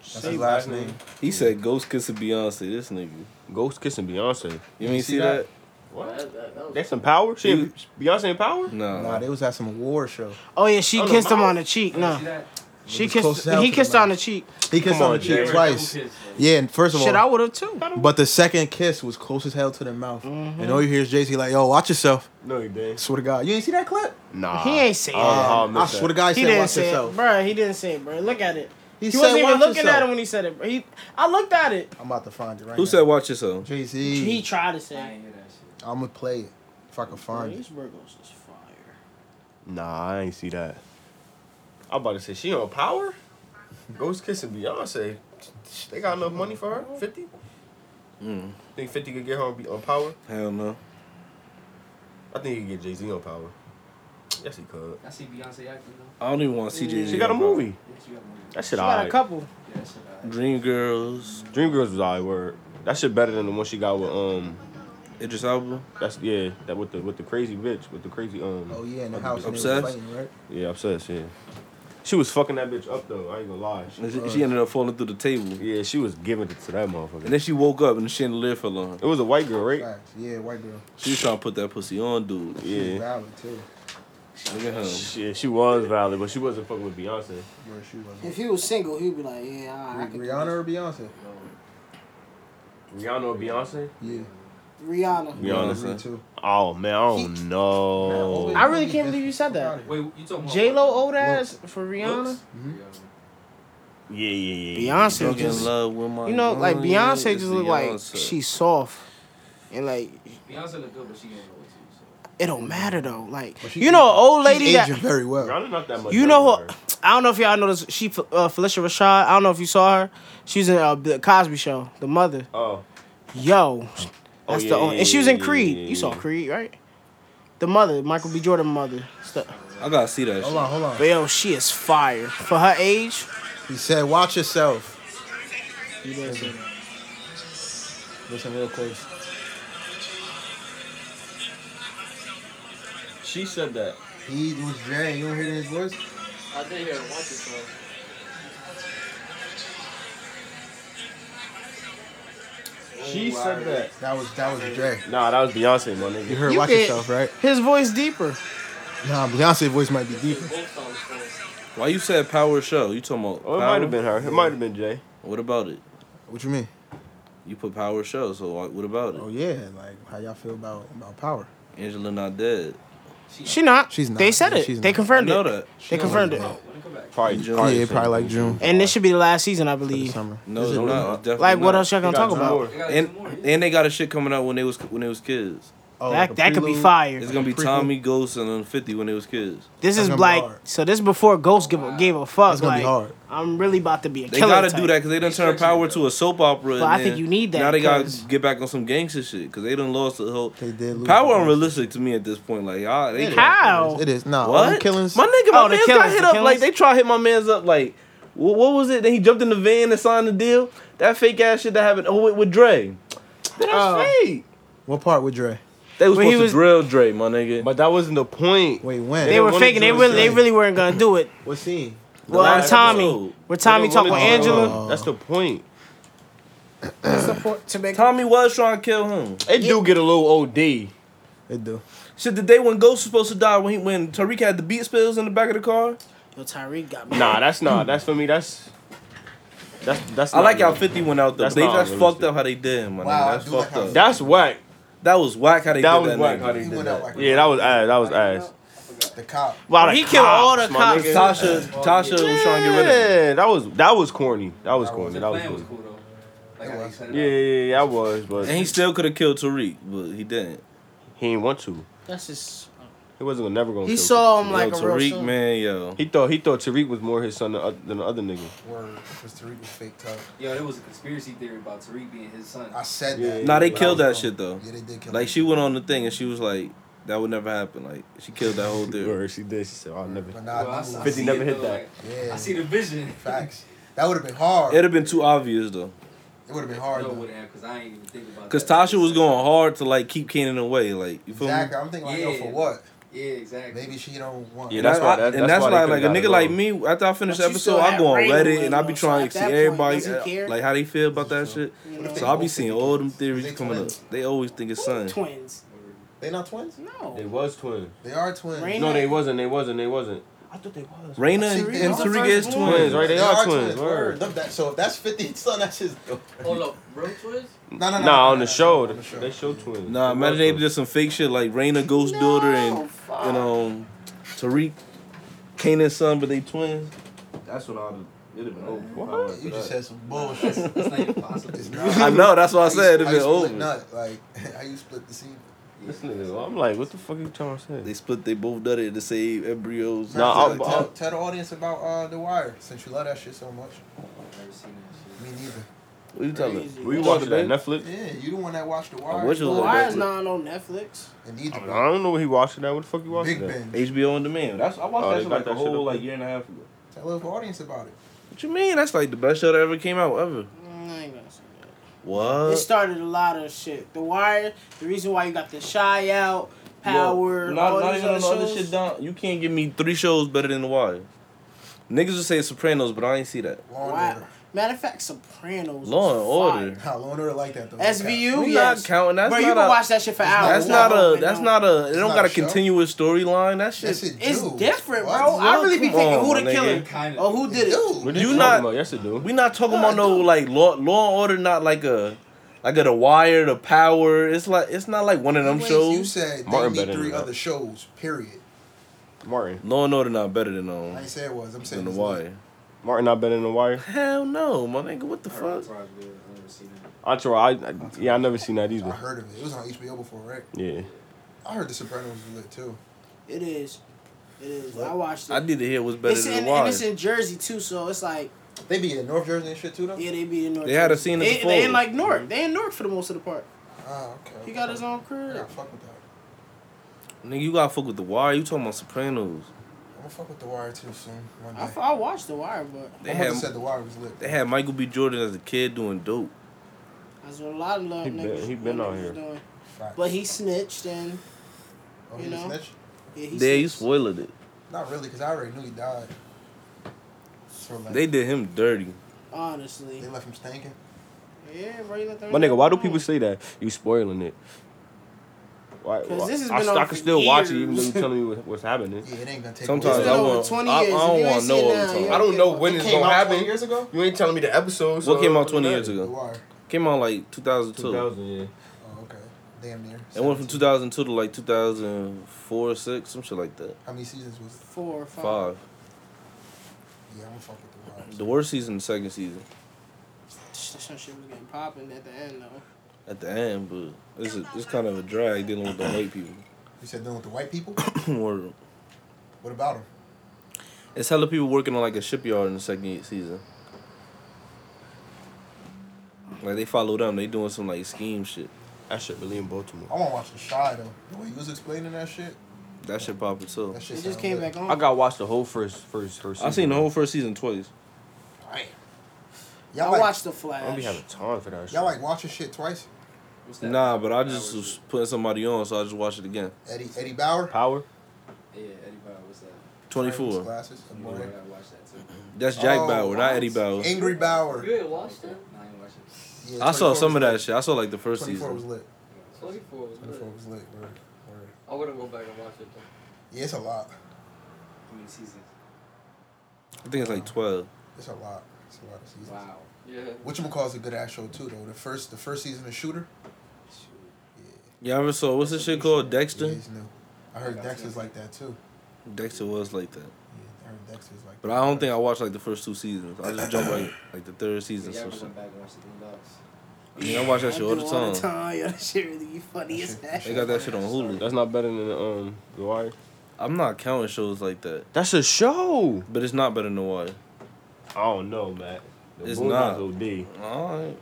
Speaker 5: That's his last name.
Speaker 3: He said Ghost Kiss of Beyonce, this nigga.
Speaker 2: Ghost kissing Beyonce.
Speaker 3: You mean see that?
Speaker 2: What?
Speaker 4: Oh.
Speaker 2: That's some power. She
Speaker 3: You-
Speaker 2: Beyonce in power.
Speaker 3: No.
Speaker 1: Nah, they was at some award show.
Speaker 4: Oh yeah, she
Speaker 2: Oh, no,
Speaker 4: kissed him
Speaker 2: mouth.
Speaker 4: on the cheek. No,
Speaker 6: See that?
Speaker 4: she
Speaker 1: was
Speaker 4: kissed.
Speaker 1: close out
Speaker 4: He
Speaker 1: to the
Speaker 4: kissed
Speaker 1: mouth.
Speaker 4: on the cheek.
Speaker 1: He kissed
Speaker 2: Come
Speaker 1: on the
Speaker 2: on,
Speaker 1: cheek
Speaker 2: Derek.
Speaker 1: twice. Yeah, and first of
Speaker 4: Shit, I
Speaker 1: all,
Speaker 4: would have too.
Speaker 1: but the second kiss was closest hell to the mouth.
Speaker 4: Mm-hmm.
Speaker 1: And all you hear is Jay Z like, "Yo, watch yourself."
Speaker 2: No, he didn't.
Speaker 1: Swear to God, you ain't see that clip? Um,
Speaker 2: Nah.
Speaker 4: He ain't say
Speaker 2: Oh,
Speaker 4: that.
Speaker 2: oh,
Speaker 1: I
Speaker 2: missed
Speaker 1: swear to
Speaker 2: that.
Speaker 1: God,
Speaker 4: He
Speaker 1: he said,
Speaker 4: didn't
Speaker 1: "Watch
Speaker 4: say it,
Speaker 1: yourself."
Speaker 4: bro. He didn't say it, bro. Look at it.
Speaker 1: He,
Speaker 4: He,
Speaker 1: said,
Speaker 4: wasn't even
Speaker 1: "Watch
Speaker 4: looking
Speaker 1: yourself."
Speaker 4: at it when he said it, bro. He, I looked at it.
Speaker 1: I'm about to find it right
Speaker 3: Who
Speaker 1: now.
Speaker 3: said watch yourself?
Speaker 1: Jay
Speaker 4: He
Speaker 1: Z?
Speaker 4: tried to
Speaker 6: I
Speaker 4: say.
Speaker 6: ain't hear that shit.
Speaker 1: I'm gonna play it if I can
Speaker 4: Bro,
Speaker 1: find it.
Speaker 4: these Virgos is fire.
Speaker 2: Nah, I ain't see that. I'm about to say she on power. Ghost kissing Beyonce. They got enough money for her. Fifty.
Speaker 3: Mm.
Speaker 2: Think Fifty could get her on, be- on power?
Speaker 3: Hell no.
Speaker 2: I think he could get Jay Z on power. Yes, he could.
Speaker 6: I see Beyonce acting though.
Speaker 3: I don't even want to see Jay Z.
Speaker 2: She got a movie.
Speaker 6: Yeah, she got a movie.
Speaker 2: That
Speaker 4: She
Speaker 2: shit
Speaker 4: got a
Speaker 2: alright.
Speaker 4: couple.
Speaker 6: Yeah, that shit,
Speaker 5: Mm-hmm.
Speaker 6: alright.
Speaker 3: Dream Girls,
Speaker 2: Dreamgirls was alright. Word. That shit better than the one she got with um.
Speaker 3: Idris Elba.
Speaker 2: That's yeah. That with the with the crazy bitch with the crazy um.
Speaker 1: Oh yeah, in the house. and they was
Speaker 3: Obsessed?
Speaker 1: fighting, right?
Speaker 2: Yeah, obsessed. Yeah. She was fucking that bitch up though. I ain't gonna lie. She-
Speaker 3: And She, she ended up falling through the table.
Speaker 2: yeah, she was giving it to that
Speaker 3: And
Speaker 2: motherfucker.
Speaker 3: then she woke up and the chandelier fell on her.
Speaker 2: It was a white girl, right?
Speaker 1: Facts. Yeah, white girl.
Speaker 3: She was trying to put that pussy on, dude.
Speaker 1: She was
Speaker 2: Yeah.
Speaker 1: valid too.
Speaker 3: Look at him.
Speaker 2: Shit, she was valid, but she wasn't fucking with Beyonce.
Speaker 1: Where she was.
Speaker 4: If he was single, he'd be like, yeah, all right, I could do
Speaker 1: Rihanna or Beyonce?
Speaker 2: Rihanna or Beyonce?
Speaker 1: Yeah.
Speaker 4: this. Rihanna.
Speaker 2: Yeah. Beyonce.
Speaker 1: Me too.
Speaker 2: Oh man, I don't
Speaker 1: Oh.
Speaker 2: know.
Speaker 4: I really can't believe you said that.
Speaker 6: Wait, you talking about
Speaker 4: J Lo old ass for Rihanna.
Speaker 6: Looks?
Speaker 5: Mm-hmm.
Speaker 1: Mhm.
Speaker 2: yeah, yeah, yeah. yeah.
Speaker 4: Beyonce
Speaker 3: Drunk in
Speaker 4: just,
Speaker 3: love with my
Speaker 4: you know, like
Speaker 3: gun,
Speaker 4: Beyonce
Speaker 3: it's
Speaker 4: just look like
Speaker 3: Beyonce.
Speaker 4: she's soft, and like
Speaker 6: Beyonce look good, but she ain't know what to. So.
Speaker 4: it don't matter though. Like
Speaker 1: But she-
Speaker 4: you know, an old
Speaker 1: She's
Speaker 4: lady that
Speaker 1: aging very well.
Speaker 2: Rihanna not that much.
Speaker 4: You
Speaker 2: younger
Speaker 4: know
Speaker 2: than
Speaker 4: who-
Speaker 2: her.
Speaker 4: I don't know if y'all know this. She uh, Felicia Rashad. I don't know if you saw her. She was in uh, the Cosby Show, the mother.
Speaker 2: Oh,
Speaker 4: Yo, that's
Speaker 2: Oh, yeah,
Speaker 4: the only.
Speaker 2: yeah,
Speaker 4: and she was
Speaker 2: yeah,
Speaker 4: in
Speaker 2: yeah,
Speaker 4: Creed.
Speaker 2: yeah,
Speaker 4: You saw
Speaker 2: yeah.
Speaker 4: Creed, right? The mother, Michael B. Jordan mother. It's the-
Speaker 3: I gotta see that.
Speaker 1: Hold on, hold
Speaker 4: But
Speaker 1: on.
Speaker 4: yo, she is fire for her age.
Speaker 1: He said, "Watch yourself."
Speaker 4: You didn't say that.
Speaker 1: Listen real close.
Speaker 2: she said that.
Speaker 4: Oh,
Speaker 1: He was Jay. You don't hear it in his voice?
Speaker 6: I did hear her watch it, so.
Speaker 2: She said that.
Speaker 1: That was that was Jay.
Speaker 2: Nah, that was Beyonce, my nigga.
Speaker 1: You heard
Speaker 4: You
Speaker 1: "Watch
Speaker 4: did.
Speaker 1: Yourself," right?
Speaker 4: His voice deeper.
Speaker 1: Nah, Beyonce's voice might be deeper.
Speaker 6: Both songs first.
Speaker 3: Why you said Power Show? You talking about?
Speaker 2: Oh, it
Speaker 3: Power?
Speaker 2: might have been her. It might have been Jay.
Speaker 3: What about it?
Speaker 1: What you mean?
Speaker 3: You put Power Show, so why- what about it?
Speaker 1: Oh yeah, like how y'all feel about about power?
Speaker 3: Angela not dead.
Speaker 4: She not.
Speaker 1: She's not.
Speaker 4: They said
Speaker 1: Yeah,
Speaker 4: it.
Speaker 1: she's
Speaker 4: They
Speaker 1: not.
Speaker 3: I
Speaker 4: confirmed
Speaker 3: know
Speaker 4: it.
Speaker 3: that.
Speaker 4: They confirmed
Speaker 1: Oh,
Speaker 4: it.
Speaker 6: When it come back.
Speaker 2: Probably.
Speaker 3: June.
Speaker 1: yeah, probably like June.
Speaker 4: And this should be the last season, I
Speaker 1: for the
Speaker 4: believe.
Speaker 1: summer.
Speaker 3: No,
Speaker 1: Is
Speaker 3: it's
Speaker 1: it
Speaker 3: not.
Speaker 1: really?
Speaker 3: It's definitely
Speaker 4: Like, what
Speaker 3: not.
Speaker 4: else y'all
Speaker 2: They
Speaker 4: gonna
Speaker 2: got
Speaker 4: talk
Speaker 2: two
Speaker 4: about?
Speaker 2: more.
Speaker 6: They got
Speaker 3: And
Speaker 6: two more. yeah.
Speaker 3: and they got a shit coming out when they was when they was kids.
Speaker 1: Oh,
Speaker 4: That
Speaker 1: like a
Speaker 4: that could be
Speaker 1: prelude?
Speaker 4: fire.
Speaker 3: It's gonna be
Speaker 1: Prequel.
Speaker 3: Tommy Ghost and then Fifty when they was kids.
Speaker 4: This
Speaker 1: That's
Speaker 4: is
Speaker 1: gonna be
Speaker 4: like
Speaker 1: hard.
Speaker 4: so. This is before Ghost gave a, gave a fuck.
Speaker 1: That's gonna
Speaker 4: like,
Speaker 1: be hard.
Speaker 4: I'm really about to be a
Speaker 3: They
Speaker 4: killer.
Speaker 3: gotta
Speaker 4: type.
Speaker 3: do that because they done turned
Speaker 6: stretching
Speaker 3: power
Speaker 6: it,
Speaker 3: to a soap opera.
Speaker 4: But
Speaker 3: and
Speaker 4: I think
Speaker 3: then
Speaker 4: you need that
Speaker 3: Now they
Speaker 4: because-
Speaker 3: gotta get back on some gangster shit because they done lost the whole.
Speaker 1: They did lose
Speaker 3: Power
Speaker 1: the-
Speaker 3: unrealistic to me at this point. Like, y'all, they
Speaker 4: How?
Speaker 1: It is. Nah, all
Speaker 3: What?
Speaker 1: them killings.
Speaker 3: My nigga, my
Speaker 4: Oh, the
Speaker 3: man's
Speaker 4: killers,
Speaker 3: got hit
Speaker 4: the
Speaker 3: up.
Speaker 4: killers?
Speaker 3: Like they try to hit my man's up. Like wh- what was it? Then he jumped in the van and signed the deal. That fake ass shit that happened. Oh, with, with Dre. That's
Speaker 4: Oh.
Speaker 3: fake.
Speaker 1: What part with Dre?
Speaker 3: They was
Speaker 4: When
Speaker 3: supposed
Speaker 4: he was-
Speaker 3: to drill Dre, my nigga.
Speaker 2: But that wasn't the point.
Speaker 1: Wait, when?
Speaker 4: They
Speaker 2: They
Speaker 4: were
Speaker 2: wanted
Speaker 4: faking. They
Speaker 2: Jordan
Speaker 4: really, they
Speaker 1: Shane.
Speaker 4: really weren't gonna do it.
Speaker 1: What scene?
Speaker 4: Well,
Speaker 3: last
Speaker 4: Tommy,
Speaker 3: episode.
Speaker 4: where Tommy
Speaker 2: They
Speaker 4: talked
Speaker 2: wanted
Speaker 4: with
Speaker 2: Jordan.
Speaker 4: Angela.
Speaker 2: That's the point.
Speaker 4: to make
Speaker 3: Tommy was trying to kill him.
Speaker 2: It do get a little OD.
Speaker 1: It do.
Speaker 3: Shit, the day when Ghost was supposed to die, when he, when Tariq had the beat spills in the back of the car.
Speaker 4: Yo, Tyreek got me.
Speaker 2: Nah, that's not. That's for me. That's that's that's.
Speaker 3: I
Speaker 2: not
Speaker 3: like how
Speaker 2: real.
Speaker 3: Fifty went out though.
Speaker 2: That's
Speaker 3: they
Speaker 2: not
Speaker 3: just fucked
Speaker 2: realistic.
Speaker 3: up how they did him, my
Speaker 5: Wow,
Speaker 3: nigga.
Speaker 5: I
Speaker 3: That's
Speaker 5: do like
Speaker 3: fucked
Speaker 5: how-
Speaker 3: up. That,
Speaker 2: That's whack.
Speaker 3: was whack how they
Speaker 2: That
Speaker 3: did
Speaker 2: was
Speaker 3: that.
Speaker 2: whack
Speaker 3: nigga.
Speaker 2: how they
Speaker 5: He
Speaker 2: did
Speaker 5: went out
Speaker 2: that.
Speaker 5: like-
Speaker 2: Yeah, that was ass. That was
Speaker 6: I
Speaker 2: ass.
Speaker 6: forgot.
Speaker 5: The cop.
Speaker 2: Wow,
Speaker 4: he killed all the
Speaker 2: my
Speaker 4: cops.
Speaker 2: nigga.
Speaker 3: Tasha, Tasha was trying to get rid of him.
Speaker 2: Yeah, that was that was corny. That was corny.
Speaker 6: The
Speaker 2: That was
Speaker 6: plan was
Speaker 2: corny.
Speaker 6: cool though. Like
Speaker 5: That
Speaker 6: how they
Speaker 5: was.
Speaker 6: set it
Speaker 2: Yeah, yeah,
Speaker 6: up.
Speaker 2: yeah, yeah, I was, but
Speaker 3: And he still could have killed Tariq, but he didn't.
Speaker 2: he ain't want to.
Speaker 4: That's just.
Speaker 2: He wasn't gonna never gonna.
Speaker 4: He
Speaker 2: kill
Speaker 4: saw
Speaker 2: Tariq.
Speaker 4: him like
Speaker 3: yo,
Speaker 4: a real.
Speaker 3: Tariq,
Speaker 4: son.
Speaker 3: man, yo.
Speaker 2: He thought he thought Tariq was more his son than, oth- than the other nigga.
Speaker 5: Word. Because Tariq was fake tough.
Speaker 6: Yo, there was a conspiracy theory about Tariq being his son.
Speaker 5: I said that.
Speaker 3: Nah, they
Speaker 5: But I
Speaker 3: killed
Speaker 5: was
Speaker 3: that
Speaker 5: wrong.
Speaker 3: shit though.
Speaker 5: Yeah, they did kill
Speaker 3: Like
Speaker 5: him.
Speaker 3: she went on the thing and she was like, "That would never happen." Like she killed that whole theory.
Speaker 2: Or she did. She said, "I'll never."
Speaker 5: But
Speaker 6: Yo, I- I
Speaker 5: nah,
Speaker 6: see
Speaker 2: 50
Speaker 6: it,
Speaker 2: never hit
Speaker 6: though,
Speaker 2: that.
Speaker 6: like,
Speaker 5: Yeah.
Speaker 6: I see the vision.
Speaker 5: Facts. That would have been hard.
Speaker 3: It'd
Speaker 5: It
Speaker 3: have been too obvious though,
Speaker 5: would have been hard.
Speaker 6: No,
Speaker 5: though.
Speaker 6: wouldn't have, cause I ain't even think about.
Speaker 3: cause
Speaker 6: that.
Speaker 3: Tasha was going hard to like keep Kanan away. Like you feel
Speaker 5: Exactly.
Speaker 3: me?
Speaker 5: I'm thinking like, yo,
Speaker 6: Yeah.
Speaker 5: for what?
Speaker 6: Yeah, exactly.
Speaker 1: Maybe she don't want.
Speaker 2: Yeah,
Speaker 1: Yeah,
Speaker 2: that's
Speaker 3: and
Speaker 2: why-
Speaker 3: I-
Speaker 2: that-
Speaker 3: and
Speaker 2: that's
Speaker 3: that's
Speaker 2: why
Speaker 3: why,
Speaker 2: they
Speaker 3: like a
Speaker 2: could've
Speaker 3: nigga
Speaker 2: got
Speaker 3: like
Speaker 2: it
Speaker 3: me, after I finish the
Speaker 4: But you
Speaker 3: episode,
Speaker 4: still
Speaker 3: I
Speaker 4: had
Speaker 3: go on
Speaker 4: Ray
Speaker 3: Reddit
Speaker 4: with
Speaker 3: and I be
Speaker 4: him,
Speaker 3: trying to
Speaker 4: so
Speaker 3: see
Speaker 4: at that point,
Speaker 3: everybody
Speaker 4: does he care?
Speaker 3: like how they feel about that shit.
Speaker 4: You know?
Speaker 3: So I be seeing all them theories coming up. They always think it's son.
Speaker 4: twins.
Speaker 1: they not twins.
Speaker 2: They
Speaker 4: No.
Speaker 2: was twins.
Speaker 1: They are twins.
Speaker 4: Rain-
Speaker 2: No, they wasn't. They wasn't. They wasn't. I thought they was.
Speaker 3: Raina
Speaker 1: I
Speaker 3: and,
Speaker 1: think they
Speaker 3: and
Speaker 1: are the
Speaker 3: Tariq is
Speaker 4: firstborn.
Speaker 3: twins, right?
Speaker 2: They are twins, word.
Speaker 1: Look that- So if that's 50 son, that's his. No,
Speaker 6: Hold up, real twins?
Speaker 1: no, no. no,
Speaker 2: Nah,
Speaker 1: no,
Speaker 2: on
Speaker 1: no,
Speaker 2: the show,
Speaker 1: no, on the
Speaker 2: they show twins.
Speaker 3: Nah,
Speaker 2: They
Speaker 3: imagine
Speaker 2: was
Speaker 3: they
Speaker 2: twins.
Speaker 3: did some fake shit like Raina Ghost Daughter and you know Tariq Kanan's son, but they twins.
Speaker 2: That's what I. It'd have been over.
Speaker 6: What?
Speaker 2: Probably after
Speaker 1: You just
Speaker 2: that.
Speaker 1: said some bullshit.
Speaker 6: That's not even possible.
Speaker 1: It's not.
Speaker 3: I know. That's why I
Speaker 1: How you-
Speaker 3: said it'd
Speaker 1: how
Speaker 3: be
Speaker 1: you split
Speaker 3: over.
Speaker 1: Nut? Like how you split the seed?
Speaker 2: This nigga, I'm like, what the fuck are you trying to say?
Speaker 3: They split. They both done it to save embryos.
Speaker 2: Nah,
Speaker 1: tell,
Speaker 2: I'm-
Speaker 1: tell,
Speaker 2: I'm-
Speaker 1: tell the audience about uh, the wire since you love that shit so much.
Speaker 6: Never seen that
Speaker 1: Me neither.
Speaker 3: what you talking about?
Speaker 4: Crazy.
Speaker 2: We
Speaker 4: What
Speaker 2: watched
Speaker 3: you
Speaker 2: that
Speaker 3: did?
Speaker 2: Netflix.
Speaker 1: Yeah, you the one that watched the
Speaker 3: I
Speaker 1: wire.
Speaker 3: wish it was like
Speaker 4: Why
Speaker 3: that.
Speaker 4: is not on Netflix? Mm,
Speaker 1: in
Speaker 2: I
Speaker 1: Egypt.
Speaker 2: don't know what he watched that. What the fuck you watched
Speaker 1: Big
Speaker 2: that?
Speaker 1: Ben.
Speaker 3: HBO on demand. That's I watched
Speaker 2: Oh,
Speaker 3: that
Speaker 2: they
Speaker 3: shit
Speaker 2: got
Speaker 3: like
Speaker 2: that
Speaker 3: a
Speaker 2: shit
Speaker 3: whole
Speaker 2: up
Speaker 3: like
Speaker 2: there?
Speaker 3: year and a half ago.
Speaker 1: Tell the audience about it.
Speaker 3: What you mean? That's like the best show that ever came out ever.
Speaker 4: Mm, I ain't gonna say that.
Speaker 3: What?
Speaker 4: it started a lot of shit. The Wire, the reason why you got the Shy Out, Power,
Speaker 3: Yo,
Speaker 4: all these other
Speaker 3: no
Speaker 4: shows.
Speaker 3: shit down. You can't give me three shows better than The Wire. Niggas would say Sopranos, but I ain't see that.
Speaker 1: Law and
Speaker 4: Wow.
Speaker 1: order.
Speaker 4: Matter of fact, Sopranos.
Speaker 3: Law
Speaker 4: was
Speaker 3: and
Speaker 4: fire.
Speaker 1: How Law and order like that though?
Speaker 4: SVU,
Speaker 3: We
Speaker 4: yes.
Speaker 3: not counting. That's
Speaker 4: Bro,
Speaker 3: not
Speaker 4: you
Speaker 3: a,
Speaker 4: can watch that shit for hours.
Speaker 3: That's
Speaker 4: It's
Speaker 3: not
Speaker 4: open,
Speaker 3: a. That's
Speaker 4: no.
Speaker 3: not a. It don't
Speaker 1: not
Speaker 3: got a
Speaker 1: a show?
Speaker 3: continuous storyline. That shit.
Speaker 1: Yes, it do.
Speaker 4: It's different,
Speaker 1: What?
Speaker 4: bro. I
Speaker 3: Yo,
Speaker 4: really be
Speaker 3: come
Speaker 4: thinking
Speaker 3: on,
Speaker 4: who the
Speaker 3: nigga.
Speaker 4: killer
Speaker 6: Kinda.
Speaker 4: or who did
Speaker 1: It
Speaker 4: it.
Speaker 1: do.
Speaker 2: What
Speaker 3: You
Speaker 2: talking
Speaker 3: not-
Speaker 2: about? Yes, it do.
Speaker 3: we not talking about
Speaker 1: Nah,
Speaker 3: no
Speaker 1: dude.
Speaker 3: like law, law and order. Not like a. Like a The Wire, The Power. It's like it's not like one of them
Speaker 1: Anyways, You
Speaker 3: shows.
Speaker 1: said they
Speaker 2: Martin
Speaker 1: need
Speaker 2: better
Speaker 1: three
Speaker 2: than that.
Speaker 1: other shows. Period.
Speaker 2: Martin.
Speaker 3: Law and Order not better than um
Speaker 1: I ain't say it was. I'm saying
Speaker 3: than The
Speaker 1: it's
Speaker 3: Wire.
Speaker 2: Martin not better than the wire.
Speaker 3: Hell no, my nigga. What the fuck?
Speaker 6: Entourage, but I've never seen that.
Speaker 2: Entourage. I, I, yeah, I never seen that
Speaker 1: I
Speaker 2: either.
Speaker 1: heard of it. It was on HBO before, right?
Speaker 2: Yeah.
Speaker 1: I heard The Sopranos was lit too.
Speaker 4: It is. It is. I watched it.
Speaker 3: I need to hear what's better
Speaker 4: it's
Speaker 3: than
Speaker 4: in,
Speaker 3: The Wire.
Speaker 4: and it's in Jersey too, so it's like
Speaker 1: They be in North Jersey and shit too though.
Speaker 4: yeah, they be in North.
Speaker 3: They had a
Speaker 4: Jersey.
Speaker 3: scene in
Speaker 4: They,
Speaker 3: the
Speaker 4: they
Speaker 3: fall.
Speaker 4: in like Newark. They in Newark for the most of the part.
Speaker 1: Ah, okay.
Speaker 4: He got his own
Speaker 1: Yeah,
Speaker 4: career.
Speaker 1: fuck with that.
Speaker 3: Nigga, you gotta fuck with The Wire. You talking about Sopranos?
Speaker 1: I'm gonna fuck with The Wire too soon. One day.
Speaker 4: I, I watched The Wire, but
Speaker 3: They
Speaker 1: I must
Speaker 3: had
Speaker 1: have said The Wire was lit.
Speaker 3: they had Michael B. Jordan as a kid doing dope.
Speaker 4: that's what a lot of love
Speaker 2: He been-
Speaker 4: niggas.
Speaker 2: he been
Speaker 4: niggas
Speaker 2: out here.
Speaker 4: doing.
Speaker 1: Facts.
Speaker 4: But he snitched and
Speaker 1: oh,
Speaker 4: you
Speaker 1: he was
Speaker 4: know.
Speaker 1: snitch?
Speaker 4: yeah, he
Speaker 3: Yeah, you
Speaker 4: snitched.
Speaker 3: spoiled it.
Speaker 1: Not really, cause I already knew he died. So like
Speaker 3: They did him dirty.
Speaker 4: Honestly,
Speaker 1: they left him stinking.
Speaker 4: yeah, bro. You let them
Speaker 2: My nigga, why do people say that? You spoiling it. Why?
Speaker 4: 'Cause
Speaker 2: why-
Speaker 4: this has
Speaker 2: I,
Speaker 4: been
Speaker 2: st-
Speaker 4: on
Speaker 2: I
Speaker 4: for
Speaker 2: can still watch it
Speaker 4: years.
Speaker 2: even though you telling me what, what's happening.
Speaker 1: Yeah, it ain't gonna take.
Speaker 3: Sometimes
Speaker 4: been
Speaker 3: I
Speaker 4: over
Speaker 3: want.
Speaker 4: 20
Speaker 3: I, I
Speaker 4: years. If
Speaker 3: don't
Speaker 4: you ain't
Speaker 3: want to know
Speaker 4: seen
Speaker 3: all
Speaker 4: it
Speaker 3: the
Speaker 4: now,
Speaker 3: time.
Speaker 4: you
Speaker 3: I don't
Speaker 4: don't-
Speaker 3: know
Speaker 4: It
Speaker 3: when it's gonna happen.
Speaker 1: years ago.
Speaker 2: You ain't telling me the episode.
Speaker 3: What came out 20 years
Speaker 1: The
Speaker 3: ago?
Speaker 1: Wire.
Speaker 3: Came out like 2002.
Speaker 2: 2000. Yeah.
Speaker 1: Oh, okay. Damn near.
Speaker 3: It went from 2002 to like 2004, six, some shit like that.
Speaker 1: How many seasons was it?
Speaker 4: four or five.
Speaker 3: Five.
Speaker 1: Yeah, I'm gonna fuck with The Wire.
Speaker 3: The worst season, the second season.
Speaker 4: That shit was getting popping at the end though.
Speaker 3: At the end, but it's a, it's kind of a drag dealing with the white people.
Speaker 1: You said dealing with the white people.
Speaker 3: Or-
Speaker 1: what about them?
Speaker 3: it's hella people working on like a shipyard in the second season. Like they follow them, they doing some like scheme shit.
Speaker 2: That shit really in Baltimore.
Speaker 1: I want to watch The Shy though. The way you was explaining that shit,
Speaker 3: That shit popping too.
Speaker 1: that shit.
Speaker 4: It just
Speaker 1: sound
Speaker 4: came
Speaker 1: lit.
Speaker 4: back on.
Speaker 2: I got watched the whole first first first.
Speaker 3: I
Speaker 2: season,
Speaker 3: seen the
Speaker 2: bro.
Speaker 3: whole first season twice.
Speaker 1: Damn.
Speaker 4: I
Speaker 1: Y'all like,
Speaker 4: watched The
Speaker 2: I don't
Speaker 4: Flash.
Speaker 2: be having time for that. shit.
Speaker 1: y'all like watching shit twice.
Speaker 6: What's that?
Speaker 3: Nah, but I just
Speaker 6: Hours.
Speaker 3: was putting somebody on, so I just watched it again.
Speaker 1: Eddie Eddie Bauer.
Speaker 2: Power.
Speaker 6: Yeah, Eddie Bauer, what's that?
Speaker 3: Twenty
Speaker 1: His
Speaker 3: four.
Speaker 1: Glasses. a
Speaker 6: Yeah,
Speaker 1: boy.
Speaker 6: I watched that too.
Speaker 3: That's Jack
Speaker 1: Oh,
Speaker 3: Bauer, not Eddie Bauer.
Speaker 1: Angry Bauer.
Speaker 6: You ain't watched it? Nah, I ain't watched
Speaker 1: Yeah,
Speaker 3: I saw
Speaker 1: 24
Speaker 3: some of
Speaker 1: was
Speaker 3: that
Speaker 1: lit.
Speaker 3: shit. I saw like the first
Speaker 1: Twenty four was
Speaker 3: season.
Speaker 1: lit.
Speaker 6: it. 24 was
Speaker 1: Twenty four
Speaker 6: good.
Speaker 1: was lit. Word. Word.
Speaker 6: I wouldn't go back and watch it though.
Speaker 1: Yeah, it's a lot.
Speaker 6: How many seasons?
Speaker 3: I think it's like twelve.
Speaker 1: It's a lot. It's a lot of seasons.
Speaker 6: Wow. Yeah.
Speaker 1: Which one calls a good ass show too though? The first the first season of Shooter.
Speaker 3: You ever saw what's this shit called?
Speaker 1: Yeah,
Speaker 3: Dexter.
Speaker 1: he's new. I heard Dexter's like that too.
Speaker 3: Dexter was like that,
Speaker 1: Yeah, I heard Dexter's like.
Speaker 3: but I don't think I watched like the first two seasons. I just jumped like like the third season.
Speaker 6: Shoot. Yeah,
Speaker 3: So
Speaker 6: I went
Speaker 3: shit.
Speaker 6: back and watched the Boondocks.
Speaker 3: I, mean, I watch that
Speaker 4: I
Speaker 3: shit all
Speaker 4: do
Speaker 3: the time.
Speaker 4: Yo, that shit really be funny as
Speaker 1: That
Speaker 3: They
Speaker 4: heck.
Speaker 3: got that shit on Hulu.
Speaker 2: That's not better than the, um the wire.
Speaker 3: I'm not counting shows like that,
Speaker 2: That's a show.
Speaker 3: but it's not better than The Wire.
Speaker 2: I don't know, man.
Speaker 3: It's not.
Speaker 2: OD.
Speaker 3: All right.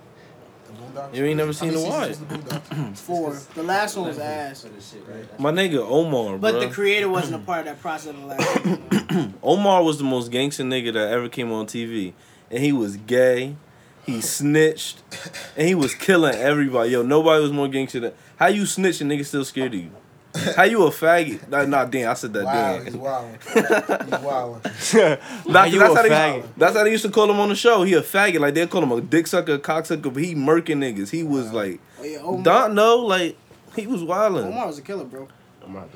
Speaker 1: The Boondocks?
Speaker 3: You ain't never
Speaker 1: How
Speaker 3: seen
Speaker 1: many
Speaker 3: The Wire.
Speaker 1: seasons was The Boondocks?
Speaker 4: Four. The last one was ass.
Speaker 6: For this shit, right?
Speaker 3: My nigga Omar,
Speaker 4: But
Speaker 3: bruh.
Speaker 4: the creator wasn't a part of that process in the last one.
Speaker 3: Omar was the most gangster nigga that ever came on TV, and he was gay. He snitched, and he was killing everybody. Yo, nobody was more gangster than. How you snitch and niggas still scared of you? How you a faggot? Nah, nah damn, I said that.
Speaker 5: Wow,
Speaker 3: damn.
Speaker 5: he's wilding. He's wilding.
Speaker 3: Nah,
Speaker 2: you a
Speaker 3: that's, how they
Speaker 2: faggot?
Speaker 3: used, that's how they used to call him on the show. He a faggot. Like they call him a dick sucker, a cocksucker, but he murking niggas. He was like,
Speaker 4: Yeah, Omar,
Speaker 3: don't know, like he was
Speaker 4: Omar
Speaker 3: wildin'.
Speaker 4: was a killer, bro.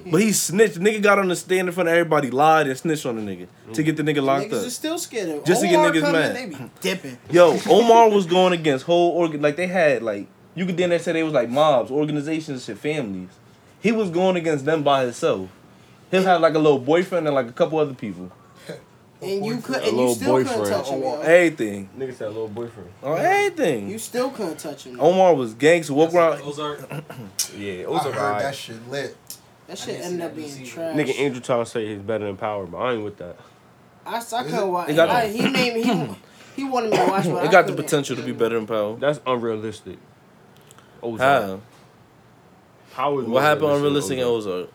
Speaker 3: But he snitched. Nigga got on the stand in front of everybody, lied and snitched on the nigga to get the nigga locked
Speaker 4: niggas
Speaker 3: up.
Speaker 4: is still scared of him.
Speaker 3: Just to get
Speaker 4: Omar
Speaker 3: niggas
Speaker 4: come in,
Speaker 3: mad.
Speaker 4: They be dipping.
Speaker 3: Yo, Omar was going against whole organ. Like they had like you could then they say they was like mobs, organizations, shit, families. He was going against them by himself. He had like a little boyfriend and like a couple other people.
Speaker 4: And you could
Speaker 2: A
Speaker 4: and you
Speaker 2: little
Speaker 4: still couldn't
Speaker 2: boyfriend.
Speaker 4: touch him.
Speaker 3: On
Speaker 4: Yo.
Speaker 3: everything.
Speaker 2: Nigga said little boyfriend.
Speaker 3: On everything.
Speaker 4: Oh. You still couldn't touch him.
Speaker 3: Omar was gangster. Walk around.
Speaker 6: Ozark.
Speaker 2: Yeah, it
Speaker 5: I
Speaker 2: was a
Speaker 5: heard that
Speaker 2: ride.
Speaker 5: shit lit.
Speaker 4: That
Speaker 6: I
Speaker 4: shit
Speaker 6: didn't see
Speaker 4: ended
Speaker 6: that
Speaker 4: up being
Speaker 6: this
Speaker 4: trash.
Speaker 2: Nigga Andrew Thomas say he's better than power, but I ain't with that.
Speaker 4: I, I couldn't watch.
Speaker 3: It got the-
Speaker 4: I, he made me. He, he wanted me to watch. But I
Speaker 3: It got the
Speaker 4: couldn't.
Speaker 3: potential to be better than Powell.
Speaker 2: That's unrealistic. Ozark.
Speaker 3: How?
Speaker 2: Power is more
Speaker 3: What happened
Speaker 2: realistic
Speaker 3: unrealistic in
Speaker 2: than
Speaker 3: Ozark?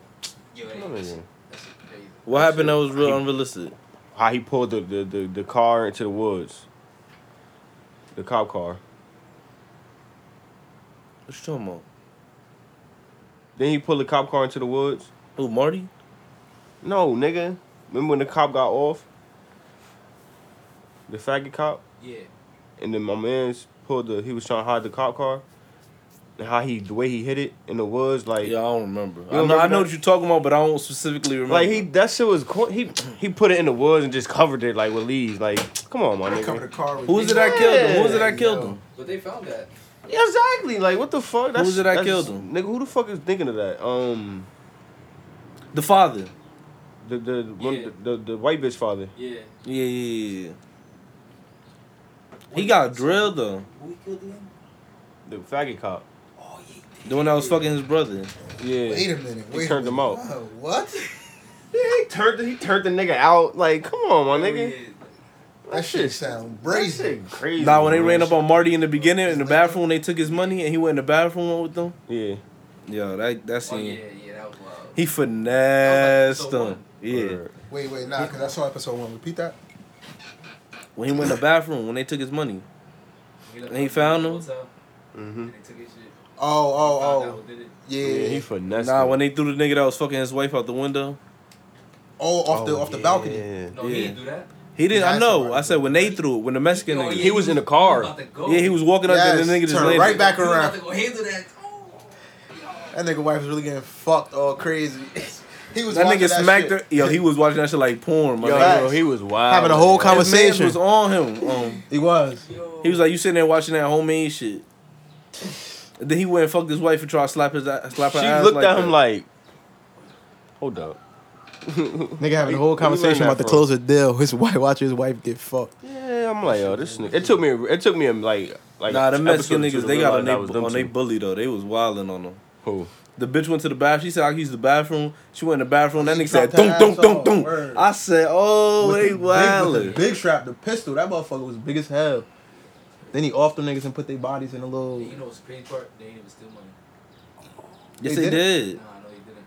Speaker 6: Yo,
Speaker 2: Come on,
Speaker 6: that's,
Speaker 2: nigga.
Speaker 6: that's crazy.
Speaker 3: What happened that was real unrealistic?
Speaker 2: How he pulled the, the, the, the car into the woods. The cop car.
Speaker 3: What you talking about?
Speaker 2: Then he pulled the cop car into the woods.
Speaker 3: Who, Marty?
Speaker 2: No, nigga. Remember when the cop got off? The faggot cop?
Speaker 6: Yeah.
Speaker 2: And then my man's pulled the he was trying to hide the cop car. And how he the way he hit it in the woods, like
Speaker 3: Yeah, I don't remember. I
Speaker 2: don't
Speaker 3: know,
Speaker 2: remember
Speaker 3: I know
Speaker 2: that?
Speaker 3: what you're talking about, but I don't specifically remember.
Speaker 2: Like he that shit was co- he he put it in the woods and just covered it like with leaves. Like, come on, my
Speaker 5: They covered the
Speaker 2: nigga.
Speaker 5: car with
Speaker 3: Who was it that killed him? Who was it
Speaker 5: Yeah.
Speaker 3: that killed him?
Speaker 6: But they found that.
Speaker 2: Yeah, exactly. Like what the fuck? That's,
Speaker 3: was it that
Speaker 2: that's-
Speaker 3: killed him?
Speaker 2: Nigga, who the fuck is thinking of that? Um
Speaker 3: The father.
Speaker 2: the the one,
Speaker 6: Yeah.
Speaker 2: the, the, the white bitch father.
Speaker 6: Yeah.
Speaker 3: Yeah, yeah, yeah. He got drilled though.
Speaker 6: Who he killed again?
Speaker 2: The faggot cop.
Speaker 6: Oh yeah.
Speaker 3: The one that was fucking his brother.
Speaker 2: Yeah.
Speaker 5: Wait a minute.
Speaker 2: He
Speaker 5: Wait
Speaker 2: turned
Speaker 5: a
Speaker 2: him out.
Speaker 5: minute. Oh, what?
Speaker 2: Yeah, he turned the, he turned the nigga out. Like, come
Speaker 6: Oh,
Speaker 2: on, my nigga.
Speaker 5: That shit sound brazen.
Speaker 2: That shit crazy.
Speaker 3: Nah, when they
Speaker 2: man.
Speaker 3: ran up on Marty in the beginning in the bathroom, they took his money and he went in the bathroom with them.
Speaker 2: Yeah.
Speaker 3: Yo, that that
Speaker 6: Oh yeah,
Speaker 3: scene.
Speaker 6: yeah, that was wild.
Speaker 3: He finessed
Speaker 6: episode
Speaker 3: him.
Speaker 6: one.
Speaker 3: Yeah.
Speaker 5: Wait, wait, nah, because I saw episode one. Repeat that.
Speaker 3: When he went in the bathroom, when they took his money.
Speaker 6: left
Speaker 3: And he
Speaker 6: out
Speaker 3: found
Speaker 6: the
Speaker 3: him? Hmm.
Speaker 6: hotel,
Speaker 2: Mm-hmm.
Speaker 6: And they took his shit.
Speaker 5: Oh, oh,
Speaker 6: Found out
Speaker 5: oh.
Speaker 6: who did it.
Speaker 5: Yeah.
Speaker 2: Yeah, he finessed.
Speaker 3: nah,
Speaker 2: him.
Speaker 3: when they threw the nigga that was fucking his wife out the window.
Speaker 5: oh, off the
Speaker 2: Oh,
Speaker 5: off the
Speaker 2: yeah.
Speaker 5: balcony.
Speaker 6: No, he
Speaker 3: Yeah.
Speaker 6: didn't do that.
Speaker 3: He didn't.
Speaker 5: Yeah,
Speaker 3: I
Speaker 5: I
Speaker 3: know.
Speaker 5: saw
Speaker 3: I said when they threw it, when the Mexican
Speaker 6: Oh,
Speaker 3: nigga.
Speaker 6: yeah,
Speaker 2: he was in the car.
Speaker 6: about to go.
Speaker 3: Yeah, he was walking up there and the
Speaker 5: Yes,
Speaker 3: nigga just
Speaker 5: turn
Speaker 3: landed.
Speaker 5: right back
Speaker 6: He was about
Speaker 5: around.
Speaker 6: to go handle that. Oh,
Speaker 5: That nigga wife was really getting fucked all crazy. he was
Speaker 3: That
Speaker 5: watching
Speaker 3: nigga smacked
Speaker 5: shit.
Speaker 3: her. Yo, he was watching that shit like porn. My
Speaker 2: Yo,
Speaker 3: nigga.
Speaker 5: Facts.
Speaker 2: yo, he was wild.
Speaker 1: Having a whole
Speaker 2: man.
Speaker 3: His mans
Speaker 1: conversation.
Speaker 3: was on him. Um,
Speaker 1: He was.
Speaker 6: yo.
Speaker 3: he was like, "You sitting there watching that homemade shit." And then he went and fucked his wife and tried to slap his a- slap her
Speaker 2: She
Speaker 3: ass
Speaker 2: looked
Speaker 3: like
Speaker 2: at him
Speaker 3: that.
Speaker 2: like, "Hold up."
Speaker 1: Nigga having a
Speaker 2: Where you
Speaker 1: whole
Speaker 2: learn
Speaker 1: conversation
Speaker 2: that
Speaker 1: about the
Speaker 2: from?
Speaker 1: close of deal. His wife watching his wife get fucked.
Speaker 2: Yeah, I'm like, yo, this nigga. It took me. It took me like like.
Speaker 3: "Nah, the Mexican
Speaker 2: episode or two
Speaker 3: niggas
Speaker 2: to
Speaker 3: they got on they
Speaker 2: realize that was them
Speaker 3: on they
Speaker 2: two.
Speaker 3: bully though. They was wilding on them."
Speaker 2: Who?
Speaker 3: The bitch went to the bathroom. She said, "I can use the bathroom." She went in the bathroom. That
Speaker 5: She
Speaker 3: nigga said,
Speaker 5: dropped
Speaker 3: "Don't,
Speaker 5: her
Speaker 3: don't,
Speaker 5: ass
Speaker 3: don't,
Speaker 5: off.
Speaker 3: don't."
Speaker 5: Word.
Speaker 3: I said, "Oh,
Speaker 1: With
Speaker 3: they
Speaker 1: the big, with the
Speaker 3: wilding."
Speaker 1: big strap, the pistol. That motherfucker was big as hell. Then he offed them niggas and put their bodies in a little.
Speaker 6: And Oh, you know what's the crazy part? They didn't even steal money.
Speaker 3: Yes,
Speaker 1: They
Speaker 3: they
Speaker 1: did
Speaker 3: did.
Speaker 6: Nah, no, he didn't.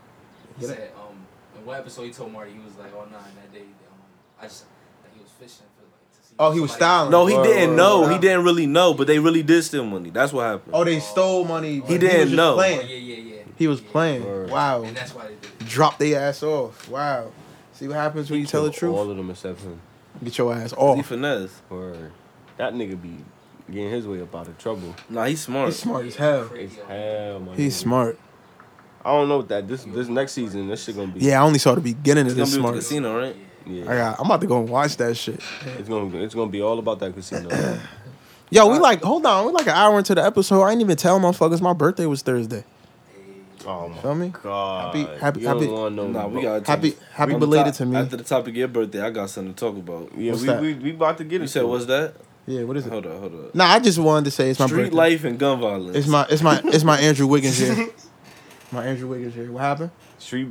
Speaker 6: He
Speaker 1: Did it?
Speaker 6: said, um, in one episode he told Marty he was like, oh nah, and that day, um, I just, like, he was fishing for like to see.
Speaker 5: Oh, he was styling.
Speaker 3: No, he
Speaker 1: Word,
Speaker 3: didn't
Speaker 1: word,
Speaker 3: know.
Speaker 5: word.
Speaker 3: He didn't really know, but they really did steal money. That's what happened.
Speaker 1: Oh, they stole money. but
Speaker 3: didn't
Speaker 1: was just
Speaker 3: know.
Speaker 6: Oh, yeah,
Speaker 1: Playing.
Speaker 6: yeah, yeah.
Speaker 1: He was
Speaker 6: Yeah.
Speaker 1: playing.
Speaker 2: Word.
Speaker 1: Wow.
Speaker 6: And that's why they did it.
Speaker 1: Drop their ass off. Wow. See what happens when you tell the truth.
Speaker 2: All of them except him.
Speaker 1: Get your ass
Speaker 3: He
Speaker 1: off.
Speaker 3: finesse.
Speaker 2: Word. That nigga be getting his way up out of trouble.
Speaker 3: Nah, he's smart.
Speaker 1: He's smart as hell.
Speaker 2: It's
Speaker 6: Crazy.
Speaker 2: hell, my
Speaker 1: He's
Speaker 2: nigga.
Speaker 1: smart.
Speaker 2: I don't know what that this this next season. This shit gonna be.
Speaker 1: Yeah, I only saw the beginning of
Speaker 3: He's gonna
Speaker 1: this
Speaker 3: be with
Speaker 1: smart.
Speaker 3: the casino, right?
Speaker 1: I
Speaker 2: Yeah.
Speaker 1: got. I'm about to go and watch that shit.
Speaker 2: It's gonna it's gonna be all about that casino.
Speaker 1: Yo, we like. Hold on. We like an hour into the episode. I ain't even tell motherfuckers my birthday was Thursday.
Speaker 2: Oh my
Speaker 1: Feel me?
Speaker 2: god.
Speaker 1: Happy- happy-
Speaker 2: You don't
Speaker 1: happy-
Speaker 2: want no-
Speaker 3: Nah, we got
Speaker 1: Happy, happy belated to me.
Speaker 3: After the topic of your birthday, I got something to talk about.
Speaker 2: Yeah,
Speaker 1: What's
Speaker 2: we,
Speaker 1: that?
Speaker 2: we we about to get it.
Speaker 3: You said, "What's that?"
Speaker 1: Yeah. What is it?
Speaker 3: Hold up, hold up.
Speaker 1: Nah, I just wanted to say it's my
Speaker 3: Street
Speaker 1: birthday.
Speaker 3: life and gun violence.
Speaker 1: It's my it's my it's my Andrew Wiggins here. My Andrew Wiggins here. What happened?
Speaker 2: street.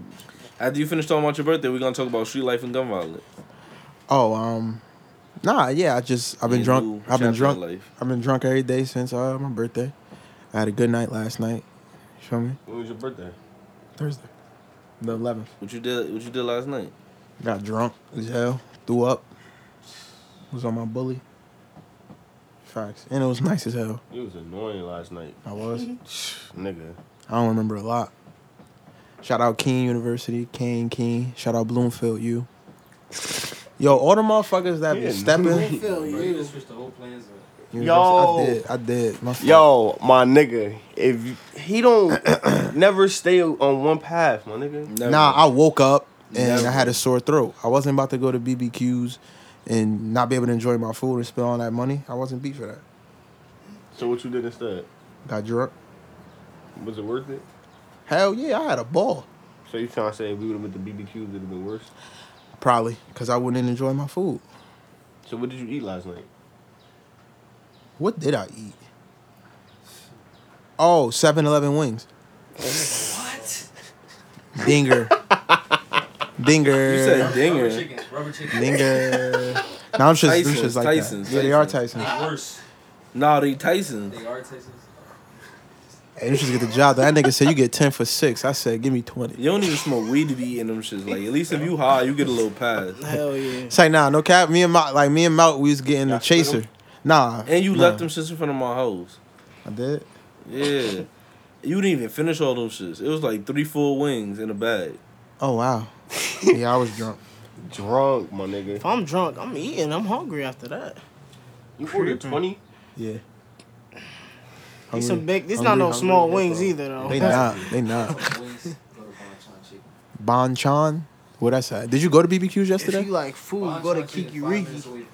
Speaker 3: After you finish talking about your birthday, we're gonna talk about street life and gun violence.
Speaker 1: Oh, um Nah, yeah, I just I've been
Speaker 3: Yeah,
Speaker 1: drunk.
Speaker 3: new
Speaker 1: I've been
Speaker 3: chapter
Speaker 1: drunk.
Speaker 3: in Life.
Speaker 1: I've been drunk every day since uh, my birthday. I had a good night last night. You feel me?
Speaker 2: When was your birthday?
Speaker 1: Thursday. The eleventh.
Speaker 3: What you did? What you did last night?
Speaker 1: Got drunk as hell. Threw up. Was on my bully. Facts. And it was nice as hell.
Speaker 2: It was annoying last night,
Speaker 1: I was.
Speaker 2: nigga.
Speaker 1: I don't remember a lot. Shout out Keene University, Kane Keene. Shout out Bloomfield U. Yo, all the motherfuckers that
Speaker 2: Yeah,
Speaker 1: be stepping.
Speaker 4: Feel
Speaker 6: You
Speaker 4: you.
Speaker 6: just switched the whole plans up.
Speaker 2: Yo.
Speaker 1: I did. I did. My fault.
Speaker 2: Yo, my nigga, if you- he don't never stay on one path, my nigga.
Speaker 1: Nah, I woke up and
Speaker 2: Never.
Speaker 1: I had a sore throat. I wasn't about to go to BBQs and not be able to enjoy my food and spend all that money. I wasn't beat for that.
Speaker 2: So what you did instead?
Speaker 1: Got drunk.
Speaker 2: Was it worth it?
Speaker 1: Hell yeah, I had a ball.
Speaker 2: So you trying to say if we would have been the BBQs, it would have been worse?
Speaker 1: Probably because I wouldn't enjoy my food.
Speaker 2: So what did you eat last night?
Speaker 1: What did I eat? Oh, 7 Eleven wings.
Speaker 6: What?
Speaker 1: Dinger. Dinger.
Speaker 3: You said
Speaker 6: Rubber
Speaker 3: dinger.
Speaker 6: chicken. Rubber chicken.
Speaker 1: Dinger. Now I'm just, I'm
Speaker 3: Tyson's,
Speaker 1: just like
Speaker 3: Tyson's,
Speaker 1: that. Yeah, they are
Speaker 6: They
Speaker 1: Tyson's.
Speaker 6: worse.
Speaker 3: Nah, they Tyson's.
Speaker 6: They are Texas.
Speaker 1: Hey, you should get the job. done. That nigga said you get 10 for 6. I said, give me 20.
Speaker 3: You don't even smoke weed to be eating them shits. Like at least if you high, you get a little pass.
Speaker 4: Hell yeah.
Speaker 1: It's like, nah, no cap. Me and my, like, me and Mount, we was getting the
Speaker 2: Y'all split 'em?
Speaker 1: chaser. Nah.
Speaker 3: And you
Speaker 1: nah,
Speaker 3: left them shits in front of my house.
Speaker 1: I did.
Speaker 3: Yeah. You didn't even finish all those shits. It was like three, four wings in a bag.
Speaker 1: Oh, wow. yeah, I was drunk.
Speaker 2: Drunk, my nigga.
Speaker 4: If I'm drunk, I'm eating. I'm hungry after that.
Speaker 2: You ordered twenty.
Speaker 1: Yeah.
Speaker 4: These some big. These not
Speaker 1: Hungry,
Speaker 4: no
Speaker 1: hungry,
Speaker 4: small
Speaker 1: that's
Speaker 4: wings
Speaker 1: all.
Speaker 4: either though.
Speaker 1: They not. They not.
Speaker 6: Wings. Go to Bonchon chicken.
Speaker 1: Banchan. What I said. Did you go to BBQs
Speaker 4: If
Speaker 1: yesterday?
Speaker 4: you like food, go to
Speaker 6: Bonchon chicken,
Speaker 4: Kiki
Speaker 6: five minutes
Speaker 4: Riki.
Speaker 6: away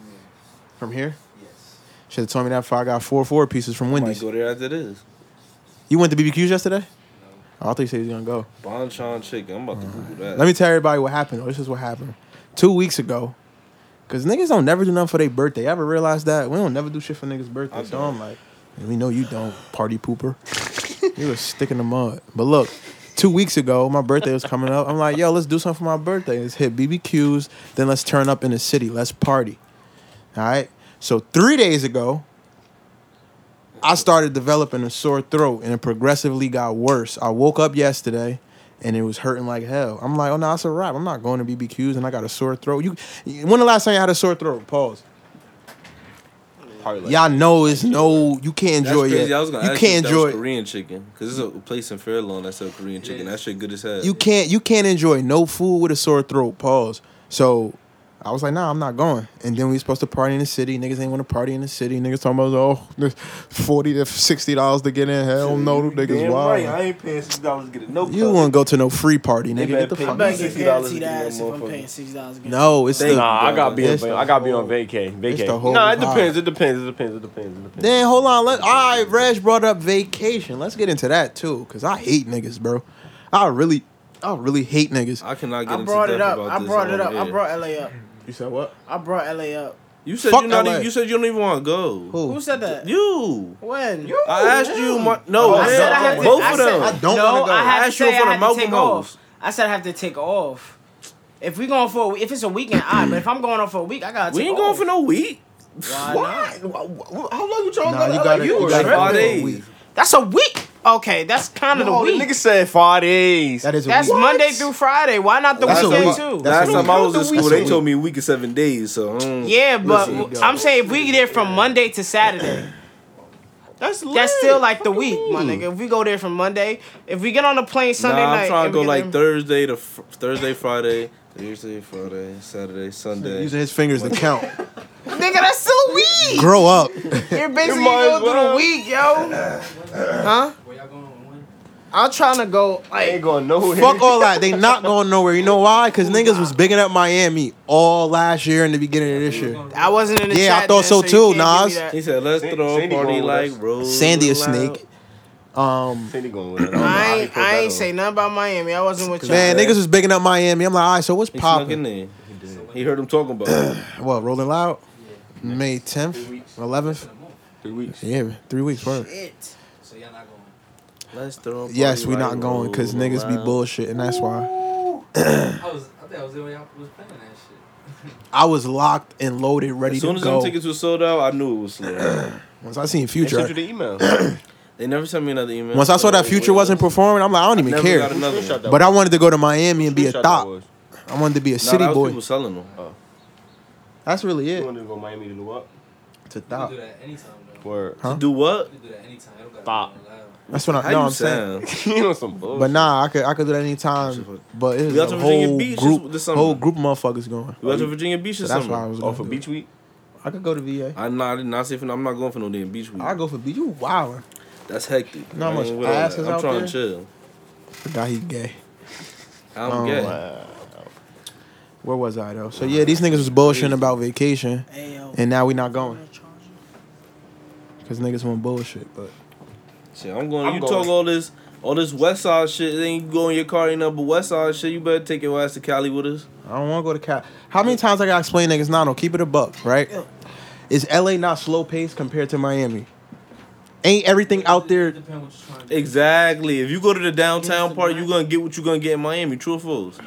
Speaker 1: From
Speaker 6: from here.
Speaker 1: here? Oh
Speaker 6: Yes.
Speaker 1: Should have told me that before I got four four pieces from
Speaker 3: Might
Speaker 1: Wendy's.
Speaker 3: go there after this.
Speaker 1: You went to BBQs yesterday?
Speaker 6: No.
Speaker 1: Oh, I thought you said you was gonna go.
Speaker 3: Bonchon chicken. I'm about to Google that.
Speaker 1: Let me tell everybody what happened. though. This is what happened. Two weeks ago, cause niggas don't never do nothing for their birthday. You ever realize that? We don't never do shit for niggas' birthday.
Speaker 3: I
Speaker 1: so
Speaker 3: don't.
Speaker 1: I'm like, "Man, we know you don't, party pooper. you was stick in the mud. But look, two weeks ago, my birthday was coming up. I'm like, yo, let's do something for my birthday. Let's hit BBQs, then let's turn up in the city. Let's party. All right. So three days ago, I started developing a sore throat and it progressively got worse. I woke up yesterday and it was hurting like hell. I'm like, oh no, it's a wrap. I'm not going to BBQs and I got a sore throat. You when the last time you had a sore throat? Pause.
Speaker 2: Probably like
Speaker 1: Y'all know it's no you can't
Speaker 3: That's
Speaker 1: enjoy
Speaker 3: crazy.
Speaker 1: it.
Speaker 3: I was gonna
Speaker 1: You
Speaker 3: ask
Speaker 1: can't
Speaker 3: if that was
Speaker 1: enjoy
Speaker 3: Korean chicken because there's a place in Fairlawn that sells Korean chicken. That shit good as hell.
Speaker 1: you can't you can't enjoy no food with a sore throat. Pause. So I was like, nah, I'm not going. And then we supposed to party in the city. Niggas ain't want to party in the city. Niggas talking about oh, there's forty to sixty dollars to get in. Hell no, them niggas
Speaker 3: Damn
Speaker 1: wild.
Speaker 3: right, I ain't paying six dollars to get a no.
Speaker 1: You won't go to no free party, nigga.
Speaker 3: better
Speaker 1: Get the
Speaker 3: pay
Speaker 1: fuck
Speaker 3: me.
Speaker 1: out.
Speaker 4: I
Speaker 3: $60
Speaker 4: can
Speaker 3: to
Speaker 4: guarantee
Speaker 3: get
Speaker 4: that
Speaker 3: that
Speaker 4: ass if I'm
Speaker 3: motherfucker.
Speaker 4: paying six dollars.
Speaker 1: No, it's the
Speaker 2: Nah, I gotta be. On,
Speaker 1: It's
Speaker 2: va-
Speaker 1: the
Speaker 2: I gotta be on
Speaker 1: whole-
Speaker 2: vacay.
Speaker 1: it's
Speaker 2: Vacay.
Speaker 1: the whole
Speaker 2: Nah, it
Speaker 1: vibe.
Speaker 2: depends. It depends. It depends. It depends. It depends.
Speaker 1: Then hold on. Let all right. Reg brought up vacation. Let's get into that too, cause I hate niggas, bro. I really, I really hate niggas.
Speaker 3: I cannot get
Speaker 4: I
Speaker 3: into
Speaker 4: brought
Speaker 3: depth
Speaker 4: it up.
Speaker 3: about
Speaker 4: I
Speaker 3: this
Speaker 4: brought it
Speaker 3: on
Speaker 4: up. I
Speaker 3: air.
Speaker 4: brought LA up.
Speaker 1: You said what?
Speaker 4: I brought LA up.
Speaker 3: You said
Speaker 1: Fuck
Speaker 3: you not.
Speaker 1: LA.
Speaker 3: Even, you said you don't even want to go.
Speaker 1: Who?
Speaker 4: Who said that?
Speaker 3: You.
Speaker 4: When?
Speaker 3: I asked you. My, no,
Speaker 1: Oh, I
Speaker 3: man,
Speaker 1: said I had to-
Speaker 3: both
Speaker 1: I
Speaker 3: of
Speaker 1: said
Speaker 3: them.
Speaker 1: I don't
Speaker 4: no,
Speaker 1: wanna go.
Speaker 4: I had
Speaker 3: I
Speaker 4: to
Speaker 3: asked you in
Speaker 4: say
Speaker 3: front
Speaker 4: I
Speaker 3: of
Speaker 4: had to
Speaker 3: Malcolm
Speaker 4: take
Speaker 3: Hoes.
Speaker 4: off. I said I have to take off. If we going for a, if it's a weekend, all right, but if I'm going off for a week, I gotta.
Speaker 3: we
Speaker 4: take
Speaker 3: ain't going
Speaker 4: off.
Speaker 3: for no week.
Speaker 4: Why not?
Speaker 2: How long you trying
Speaker 1: Nah, you gotta, you gotta go
Speaker 3: tripping.
Speaker 1: for a
Speaker 3: Five
Speaker 1: week.
Speaker 4: That's a week. Okay, that's kind of the
Speaker 2: No, Oh, the
Speaker 4: week.
Speaker 2: nigga said five days.
Speaker 1: That is a
Speaker 4: that's
Speaker 1: week.
Speaker 4: Monday through Friday. Why not the
Speaker 1: That's a
Speaker 4: weekend
Speaker 1: week.
Speaker 4: too?
Speaker 1: That's
Speaker 3: Last
Speaker 1: a
Speaker 3: time
Speaker 1: week.
Speaker 3: I was in
Speaker 1: That's a
Speaker 3: school, they
Speaker 1: week.
Speaker 3: told me a week is seven days. So mm.
Speaker 4: yeah, but
Speaker 1: Listen, yo.
Speaker 4: I'm saying if we there from Monday to Saturday,
Speaker 2: That's lit.
Speaker 4: that's still like the
Speaker 2: Fuck
Speaker 4: week, my
Speaker 2: you mean?
Speaker 4: nigga. If we go there from Monday, if we get on the plane Sunday
Speaker 3: nah,
Speaker 4: night,
Speaker 3: I'm trying to
Speaker 4: and
Speaker 3: go
Speaker 4: we get
Speaker 3: like
Speaker 4: there-
Speaker 3: Thursday to fr- Thursday, Friday, Thursday, Friday, Saturday, Sunday.
Speaker 1: Using his fingers to count.
Speaker 4: nigga, that's still a week.
Speaker 1: Grow up.
Speaker 4: You're basically
Speaker 2: might as
Speaker 4: going through the
Speaker 2: well.
Speaker 4: week, yo. Huh?
Speaker 6: Where y'all going on one?
Speaker 4: I'm trying to go
Speaker 2: Ain't
Speaker 4: like
Speaker 2: going nowhere.
Speaker 1: Fuck all that. They not going nowhere. You know why? Cause niggas was bigging up Miami all last year and the beginning of this year.
Speaker 4: I wasn't in the
Speaker 1: Yeah, I
Speaker 4: chat.
Speaker 1: thought
Speaker 4: then,
Speaker 1: so
Speaker 4: you
Speaker 1: too,
Speaker 4: can't
Speaker 1: Nas.
Speaker 4: give me
Speaker 3: He said, "Let's
Speaker 2: Sa-
Speaker 3: throw a
Speaker 2: Sandy
Speaker 3: party
Speaker 2: going with
Speaker 3: like
Speaker 2: us.
Speaker 3: Rose."
Speaker 1: Sandy a
Speaker 3: Loud.
Speaker 1: snake. Um,
Speaker 2: Cindy going with it.
Speaker 4: that.
Speaker 2: don't know how
Speaker 4: I
Speaker 2: he
Speaker 4: ain't,
Speaker 2: pulled
Speaker 4: I
Speaker 2: that
Speaker 4: ain't
Speaker 2: off.
Speaker 4: say nothing about Miami. I wasn't with y'all.
Speaker 1: man, niggas was bigging up Miami. I'm like, all right, so what's
Speaker 3: He snuck in
Speaker 1: popping?
Speaker 3: there. He heard him talking about it.
Speaker 1: What, Rolling Loud?
Speaker 6: Yeah.
Speaker 1: May 10th,
Speaker 6: Three weeks.
Speaker 1: 11th.
Speaker 6: In a month.
Speaker 2: Three weeks.
Speaker 1: Yeah, three weeks. Word.
Speaker 4: Shit.
Speaker 6: So y'all not going.
Speaker 3: Let's throw. A party
Speaker 1: Yes, we
Speaker 3: like
Speaker 1: not going because
Speaker 3: Rose
Speaker 1: niggas be
Speaker 3: Loud.
Speaker 1: bullshitting. That's why
Speaker 6: I was. I think I was there when y'all was planning that shit.
Speaker 1: I was locked and loaded, ready
Speaker 3: As soon
Speaker 1: to
Speaker 3: as
Speaker 1: go.
Speaker 3: them tickets were sold out, I knew it was slow.
Speaker 1: Once I seen
Speaker 2: They sent
Speaker 1: Future,
Speaker 2: you the email.
Speaker 3: they never sent me another email.
Speaker 1: once I saw that
Speaker 3: So,
Speaker 1: Future
Speaker 3: yeah.
Speaker 1: wasn't performing, I'm like, I don't even
Speaker 3: Never got
Speaker 1: care.
Speaker 3: another one.
Speaker 2: Screenshot that
Speaker 1: But I
Speaker 2: was.
Speaker 1: wanted to go to Miami and be a
Speaker 2: Screenshot that
Speaker 1: thop.
Speaker 2: was.
Speaker 1: I wanted to be a
Speaker 3: Nah, that
Speaker 1: city
Speaker 3: was
Speaker 1: boy.
Speaker 3: People selling them. Oh.
Speaker 1: That's really
Speaker 2: You
Speaker 1: it.
Speaker 2: wanted to go Miami to do what?
Speaker 1: To
Speaker 6: You can
Speaker 1: thop.
Speaker 6: do that anytime though.
Speaker 2: Word.
Speaker 1: Huh?
Speaker 3: To do what?
Speaker 6: You can do that anytime. It don't gotta
Speaker 2: Stop.
Speaker 6: be on loud.
Speaker 1: That's what I
Speaker 3: How
Speaker 1: know.
Speaker 3: you
Speaker 1: I'm saying.
Speaker 3: sound?
Speaker 2: you know some bullshit.
Speaker 1: But nah, I could I could do that anytime. But it's
Speaker 3: We out
Speaker 1: a
Speaker 3: to Virginia
Speaker 1: whole
Speaker 3: Beach this-
Speaker 1: group,
Speaker 3: this summer.
Speaker 1: whole group of motherfuckers going.
Speaker 3: We went to Virginia Beach this
Speaker 1: That's
Speaker 3: summer.
Speaker 1: why I was
Speaker 2: off
Speaker 1: gonna
Speaker 2: of
Speaker 1: do
Speaker 2: Beach Week.
Speaker 1: I could go to VA.
Speaker 3: I'm not, I did not say for, I'm not going for no damn beach week.
Speaker 1: I go for beach. You wildin'.
Speaker 3: That's hectic.
Speaker 1: Not
Speaker 3: I
Speaker 1: much
Speaker 3: ain't with all that.
Speaker 1: asses
Speaker 3: I'm
Speaker 1: out
Speaker 3: trying
Speaker 1: there.
Speaker 3: to chill.
Speaker 1: Forgot he gay.
Speaker 3: I'm
Speaker 1: Um,
Speaker 3: gay.
Speaker 1: Where was I though? So yeah, these niggas was bullshitting about vacation,
Speaker 4: Ayo.
Speaker 1: and now we not going because niggas want bullshit. But
Speaker 3: Shit, I'm going.
Speaker 2: I'm
Speaker 3: you
Speaker 2: going.
Speaker 3: talk all this, all this West Side shit. Then you go in your car, you know, but West Side shit. You better take your ass to Cali with us.
Speaker 1: I don't want to go to Cal. How many times I gotta explain niggas? Nah, no, keep it a buck, right? Is LA not slow paced compared to Miami? Ain't everything out there?
Speaker 6: Depend what you're trying to do.
Speaker 3: Exactly. If you go to the downtown
Speaker 6: Yes,
Speaker 3: part,
Speaker 6: man.
Speaker 3: you gonna get what you gonna get in Miami. True or false?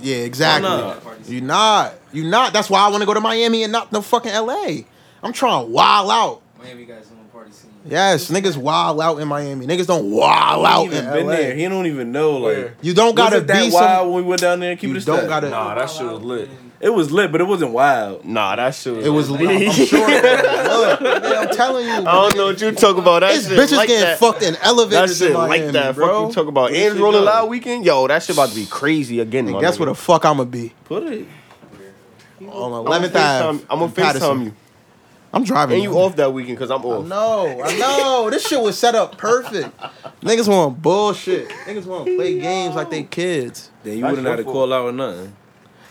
Speaker 1: Yeah, exactly.
Speaker 3: Why
Speaker 1: You not. You not. That's why I want to go to Miami and not no fucking LA. I'm trying to wild out.
Speaker 6: Miami guys doing party scene.
Speaker 1: Yes, niggas wild out in Miami. Niggas don't wild
Speaker 3: He
Speaker 1: out
Speaker 3: ain't even
Speaker 1: in
Speaker 3: been
Speaker 1: LA.
Speaker 3: there. He don't even know. Like,
Speaker 5: Where?
Speaker 1: You don't
Speaker 3: was
Speaker 1: gotta
Speaker 3: it that
Speaker 1: be
Speaker 3: wild
Speaker 1: some.
Speaker 3: when we went down there and keep
Speaker 1: You
Speaker 3: it a
Speaker 1: don't
Speaker 3: stack?
Speaker 1: gotta.
Speaker 2: Nah, that shit was lit.
Speaker 3: It was lit, but it wasn't wild.
Speaker 2: Nah, that shit was.
Speaker 1: It was. I'm, I'm sure. it was. Look, man, I'm telling you.
Speaker 2: I don't know what you talk about. Oh, That
Speaker 1: It's
Speaker 2: shit
Speaker 1: bitches
Speaker 2: like
Speaker 1: getting
Speaker 2: that.
Speaker 1: fucked in
Speaker 2: That
Speaker 1: elevators
Speaker 2: shit
Speaker 1: in Miami,
Speaker 2: like that.
Speaker 1: bro.
Speaker 2: Fuck you talk about.
Speaker 3: That
Speaker 2: And
Speaker 3: shit
Speaker 2: rolling
Speaker 3: dope.
Speaker 2: loud weekend. Yo, that shit about to be crazy again.
Speaker 1: And
Speaker 2: my
Speaker 1: guess
Speaker 2: nigga.
Speaker 1: where the fuck I'ma be
Speaker 3: Put it.
Speaker 1: on
Speaker 2: I'ma
Speaker 1: 11th Ave.
Speaker 2: FaceTime- I'ma
Speaker 1: in Patterson.
Speaker 2: FaceTime you.
Speaker 1: I'm driving.
Speaker 2: And you off that weekend because I'm off.
Speaker 1: No, I know. this shit was set up perfect. Niggas want bullshit. Niggas want to play games like they kids.
Speaker 3: Then you
Speaker 2: That's
Speaker 3: wouldn't
Speaker 2: your
Speaker 3: have to
Speaker 2: fault.
Speaker 3: call out or nothing.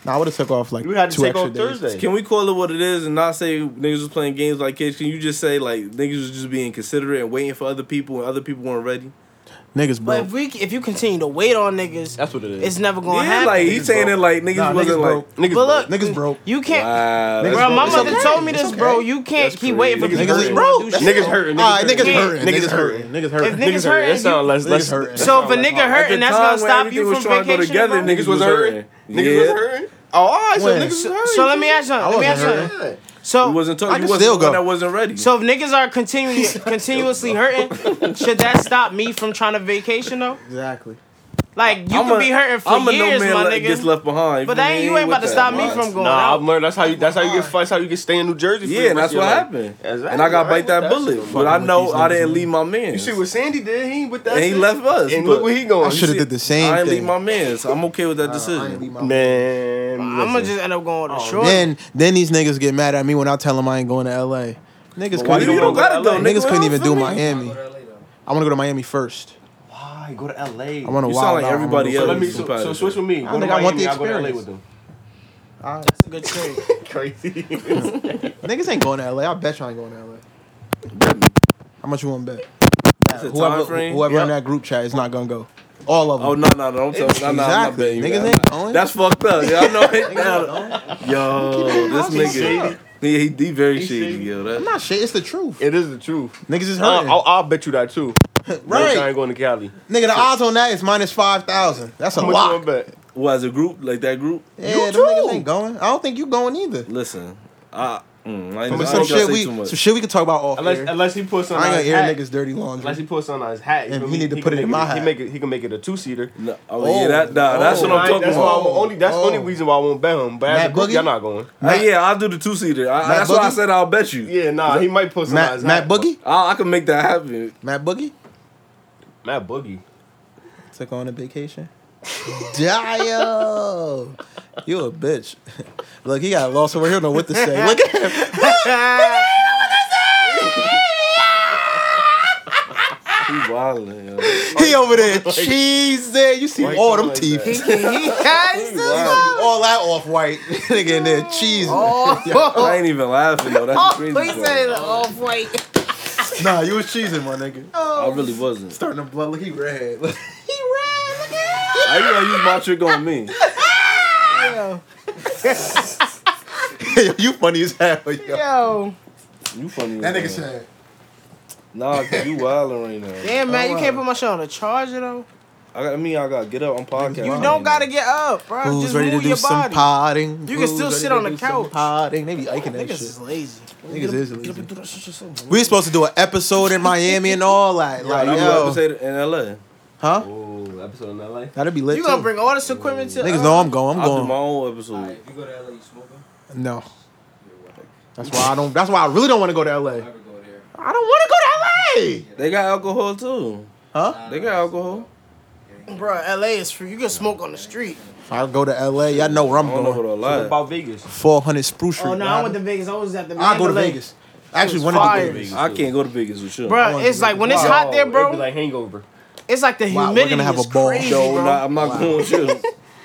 Speaker 1: Nah, I would have took off like
Speaker 2: You had to
Speaker 1: two
Speaker 2: take
Speaker 1: extra
Speaker 2: off
Speaker 1: days.
Speaker 2: Thursday.
Speaker 3: Can we call it what it is and not say niggas was playing games like kids? Can you just say like niggas was just being considerate and waiting for other people and other people weren't ready?
Speaker 1: Niggas
Speaker 4: But
Speaker 1: broke.
Speaker 4: if we if you continue to wait on niggas,
Speaker 2: That's what it is.
Speaker 4: it's never gonna
Speaker 3: yeah,
Speaker 4: happen.
Speaker 3: like he's saying it like niggas
Speaker 1: Nah, niggas
Speaker 3: wasn't like.
Speaker 1: broke.
Speaker 2: Niggas
Speaker 4: but look,
Speaker 1: broke. Niggas broke.
Speaker 4: You can't.
Speaker 3: Wow, that's
Speaker 4: Bro,
Speaker 3: broke.
Speaker 4: my
Speaker 1: It's
Speaker 4: mother
Speaker 1: okay.
Speaker 4: told me
Speaker 1: It's
Speaker 4: this,
Speaker 1: okay.
Speaker 4: bro. You can't
Speaker 2: That's
Speaker 4: keep waiting for
Speaker 2: crazy.
Speaker 4: these
Speaker 1: Niggas
Speaker 4: niggas
Speaker 1: was
Speaker 4: to
Speaker 1: broke.
Speaker 4: do
Speaker 1: That's-
Speaker 4: shit.
Speaker 2: Niggas hurting.
Speaker 1: All right, niggas
Speaker 2: hurting.
Speaker 1: hurting. Niggas
Speaker 2: Niggas
Speaker 1: hurting.
Speaker 2: hurting.
Speaker 1: Niggas
Speaker 4: If
Speaker 1: hurting.
Speaker 4: niggas hurting,
Speaker 2: That sound less.
Speaker 1: Niggas
Speaker 2: less
Speaker 1: hurting.
Speaker 2: that
Speaker 4: So
Speaker 2: sound
Speaker 4: if a
Speaker 2: less-
Speaker 4: nigga hurt
Speaker 3: At the
Speaker 4: and that's
Speaker 3: time
Speaker 4: gonna
Speaker 3: when
Speaker 4: stop
Speaker 3: everything
Speaker 4: you
Speaker 3: was
Speaker 4: from
Speaker 3: trying to go
Speaker 4: vacationing,
Speaker 3: together,
Speaker 4: bro?
Speaker 2: Niggas was hurting. Niggas was
Speaker 3: Yeah.
Speaker 2: hurting. Oh, all right. So
Speaker 1: When?
Speaker 2: niggas was hurting.
Speaker 4: So let me ask you.
Speaker 1: I
Speaker 4: Let me ask
Speaker 1: wasn't
Speaker 4: you.
Speaker 1: hurting.
Speaker 3: We
Speaker 4: So
Speaker 3: wasn't talking.
Speaker 1: I
Speaker 3: You
Speaker 1: can
Speaker 3: wasn't
Speaker 1: still
Speaker 3: the one
Speaker 1: go.
Speaker 3: that wasn't ready.
Speaker 4: so if niggas are continuing continuously hurting, should that stop me from trying to vacation though?
Speaker 1: Exactly.
Speaker 4: Like you
Speaker 3: I'm
Speaker 4: could
Speaker 3: a-
Speaker 4: be hurting for
Speaker 3: I'm a
Speaker 4: years,
Speaker 3: no man
Speaker 4: my
Speaker 3: le- gets
Speaker 4: nigga.
Speaker 3: left behind.
Speaker 4: But that ain't-
Speaker 3: feel
Speaker 4: you
Speaker 3: me?
Speaker 4: ain't
Speaker 3: With
Speaker 4: about to
Speaker 3: that
Speaker 4: stop me
Speaker 3: nonsense.
Speaker 4: from going
Speaker 2: Nah,
Speaker 4: out.
Speaker 2: I've learned that's how you. That's how you get fights. How you can stay in New Jersey. for the
Speaker 3: Yeah,
Speaker 2: rest
Speaker 3: and that's
Speaker 2: of your
Speaker 3: what
Speaker 2: life.
Speaker 3: happened.
Speaker 2: Exactly.
Speaker 3: And I got
Speaker 2: Right,
Speaker 3: bite that
Speaker 2: what the
Speaker 3: bullet,
Speaker 2: hell?
Speaker 3: but I
Speaker 1: Fucking with
Speaker 3: know
Speaker 1: these
Speaker 3: I
Speaker 1: niggas,
Speaker 3: didn't
Speaker 1: man.
Speaker 3: leave my man.
Speaker 2: You see what Sandy did? He ain't with that.
Speaker 3: And he
Speaker 2: shit.
Speaker 3: left us,
Speaker 2: And
Speaker 3: but-
Speaker 2: look where he
Speaker 1: I
Speaker 2: going.
Speaker 1: should have did the same
Speaker 3: I ain't leave
Speaker 1: thing.
Speaker 3: my man, so I'm okay with that decision.
Speaker 2: Man,
Speaker 4: I'm gonna
Speaker 2: listen.
Speaker 4: just end up going
Speaker 3: Oh,
Speaker 4: to short.
Speaker 1: Then then these niggas get mad at me when I tell them I ain't going to LA. Niggas
Speaker 2: why
Speaker 1: couldn't
Speaker 2: you
Speaker 1: even,
Speaker 2: don't
Speaker 1: go-
Speaker 2: gotta go,
Speaker 1: niggas
Speaker 3: nigga?
Speaker 1: couldn't even do
Speaker 3: Feel me?
Speaker 1: Miami.
Speaker 6: Go to LA though.
Speaker 1: I want to go to Miami first.
Speaker 2: Why go to LA?
Speaker 1: I want to
Speaker 3: You
Speaker 1: wild
Speaker 3: sound like
Speaker 1: out. I wanna
Speaker 3: everybody
Speaker 1: go
Speaker 2: So
Speaker 3: else.
Speaker 2: let me
Speaker 1: first.
Speaker 2: so, so switch with me. Go
Speaker 1: don't
Speaker 2: to
Speaker 1: think I want
Speaker 2: Miami,
Speaker 1: the
Speaker 2: I'll go to LA
Speaker 1: experience.
Speaker 2: with them.
Speaker 4: That's a good trade.
Speaker 2: Crazy.
Speaker 1: Niggas ain't going to LA. I bet you all ain't going to LA. How much you want to bet?
Speaker 3: It's a
Speaker 1: Whoever,
Speaker 3: time frame.
Speaker 1: whoever in
Speaker 2: Yep.
Speaker 1: that group chat is not gonna go. All of them.
Speaker 3: Oh no no no! Don't tell me. No, no, I'm not
Speaker 1: Exactly.
Speaker 3: betting you.
Speaker 1: Niggas
Speaker 3: I'm
Speaker 1: ain't
Speaker 3: not-
Speaker 1: going.
Speaker 3: That's fucked up. Yeah, I know it
Speaker 1: Niggas
Speaker 3: now.
Speaker 1: don't.
Speaker 3: Yo, this
Speaker 1: Keep it
Speaker 3: nigga, he, he, he very
Speaker 2: He
Speaker 3: shady.
Speaker 2: shady.
Speaker 3: Yo,
Speaker 1: I'm
Speaker 3: that
Speaker 1: not shit. It's the truth.
Speaker 2: It is the truth.
Speaker 1: Niggas is
Speaker 2: Uh,
Speaker 1: hurting.
Speaker 2: I'll, I'll bet you that too.
Speaker 1: right.
Speaker 2: I ain't going to Cali.
Speaker 1: Nigga, the odds on that is minus five thousand. That's a
Speaker 2: How much you
Speaker 1: lot.
Speaker 2: want to bet?
Speaker 3: was a group like that group.
Speaker 1: Yeah, them niggas ain't going. I don't think you going either.
Speaker 3: Listen, I, mm, I ain't
Speaker 1: But
Speaker 3: I
Speaker 1: some
Speaker 3: ain't
Speaker 1: shit
Speaker 3: gonna say
Speaker 1: we
Speaker 3: too
Speaker 1: some
Speaker 3: much.
Speaker 1: shit we could talk about off
Speaker 2: Unless
Speaker 1: air.
Speaker 2: unless he puts on.
Speaker 1: I ain't
Speaker 2: his
Speaker 1: gonna air
Speaker 2: hat.
Speaker 1: niggas dirty
Speaker 2: Unless he
Speaker 1: laundry.
Speaker 2: puts on his hat,
Speaker 1: And
Speaker 2: feel
Speaker 1: he
Speaker 2: me?
Speaker 1: need to put
Speaker 2: can
Speaker 1: it in
Speaker 2: make
Speaker 1: my
Speaker 2: He
Speaker 1: hat.
Speaker 2: make it. He can make it a two seater.
Speaker 3: No, oh,
Speaker 1: Oh,
Speaker 3: yeah, that nah, that's
Speaker 1: oh,
Speaker 3: what I'm
Speaker 1: right,
Speaker 3: talking
Speaker 2: that's
Speaker 3: about.
Speaker 2: Why I won't- only that's the only
Speaker 1: Oh.
Speaker 2: reason why I won't bet him. But as
Speaker 1: Matt
Speaker 2: a group,
Speaker 1: Boogie?
Speaker 2: y'all not going.
Speaker 1: Matt-
Speaker 3: Hey, yeah, I'll do the two seater. I,
Speaker 1: Matt
Speaker 3: that's why I
Speaker 1: Boogie?
Speaker 3: said I'll bet you.
Speaker 2: Yeah, nah, he might put some.
Speaker 1: Matt Matt Boogie.
Speaker 3: I, I can make that happen.
Speaker 1: Matt Boogie
Speaker 2: Matt Boogie.
Speaker 1: took on a vacation. Dio, you a bitch. Look, he got lost over here. Don't know what to say. Look at him.
Speaker 3: He wildin', yo.
Speaker 1: He over there cheesing. You see
Speaker 2: Why you
Speaker 1: all
Speaker 2: talking
Speaker 1: them
Speaker 2: like
Speaker 1: teeth.
Speaker 2: that?
Speaker 1: all that off white. Nigga in there cheesing.
Speaker 4: Oh.
Speaker 3: Oh. I ain't even laughing though.
Speaker 1: Oh,
Speaker 3: That's the crazy. part.
Speaker 4: off white.
Speaker 1: Nah, you was cheesing, my nigga.
Speaker 3: I
Speaker 4: Oh,
Speaker 3: really wasn't.
Speaker 1: Starting to blood. Look, he red.
Speaker 3: I you gonna use my trick on me?
Speaker 1: you funny as hell, yo.
Speaker 4: Yo,
Speaker 3: You funny.
Speaker 5: That nigga
Speaker 3: as hell.
Speaker 5: said,
Speaker 3: Nah, 'cause you wildin' right now.
Speaker 4: damn man, you can't put my shit on the charger though.
Speaker 3: I got I mean I gotta get up. I'm podcasting.
Speaker 4: You
Speaker 3: right
Speaker 4: don't gotta
Speaker 3: now.
Speaker 4: get up, bro.
Speaker 1: Who's
Speaker 4: Just
Speaker 1: ready to
Speaker 4: move
Speaker 1: do
Speaker 4: your
Speaker 1: some
Speaker 4: body.
Speaker 1: potting?
Speaker 4: You can
Speaker 1: Who's
Speaker 4: still
Speaker 1: ready
Speaker 4: sit
Speaker 1: to
Speaker 4: on the
Speaker 1: do some
Speaker 4: couch.
Speaker 1: Potting. They be Iking that
Speaker 4: Niggas is
Speaker 1: shit.
Speaker 4: lazy.
Speaker 1: Niggas is
Speaker 3: Get up and
Speaker 1: lazy.
Speaker 3: do that shit yourself.
Speaker 1: We was supposed to do an episode in Miami and all that.
Speaker 3: Like,
Speaker 1: Like,
Speaker 3: I'm about to
Speaker 1: yo.
Speaker 3: say that in LA.
Speaker 1: Huh?
Speaker 2: Oh, episode in LA.
Speaker 1: That'd be lit.
Speaker 4: You gonna
Speaker 1: too.
Speaker 4: bring all this equipment to?
Speaker 1: Niggas
Speaker 4: uh,
Speaker 1: know I'm going. I'm
Speaker 3: I'll do my
Speaker 1: going.
Speaker 3: own episode.
Speaker 6: Alright, if you go to LA, you smoking?
Speaker 1: No. That's why I don't. That's why I really don't want to go to LA.
Speaker 6: Never go there.
Speaker 1: I don't want to go to LA.
Speaker 3: They got alcohol too.
Speaker 1: Huh?
Speaker 6: Nah,
Speaker 3: They
Speaker 6: nah,
Speaker 3: got
Speaker 6: it's-
Speaker 3: alcohol.
Speaker 4: Bro, LA is free. You can smoke on the street.
Speaker 1: I go to LA. Y'all know where I'm
Speaker 3: I don't know
Speaker 1: going.
Speaker 3: what a
Speaker 2: What
Speaker 3: lot.
Speaker 2: about Vegas?
Speaker 1: 400 Spruce Street.
Speaker 4: Oh no, I went to Vegas. I was at the.
Speaker 1: I go to
Speaker 4: Mandalay.
Speaker 1: Vegas. I actually
Speaker 4: was
Speaker 1: wanted to
Speaker 4: fire.
Speaker 1: go to Vegas.
Speaker 3: I can't go to Vegas with you.
Speaker 4: Bro, it's like when it's hot there,
Speaker 2: It'd
Speaker 4: bro.
Speaker 2: be like hangover.
Speaker 4: It's like the
Speaker 1: Wow,
Speaker 4: humidity
Speaker 1: we're gonna have
Speaker 4: is
Speaker 1: a ball.
Speaker 4: crazy,
Speaker 3: no,
Speaker 4: bro.
Speaker 3: not, I'm not going with you.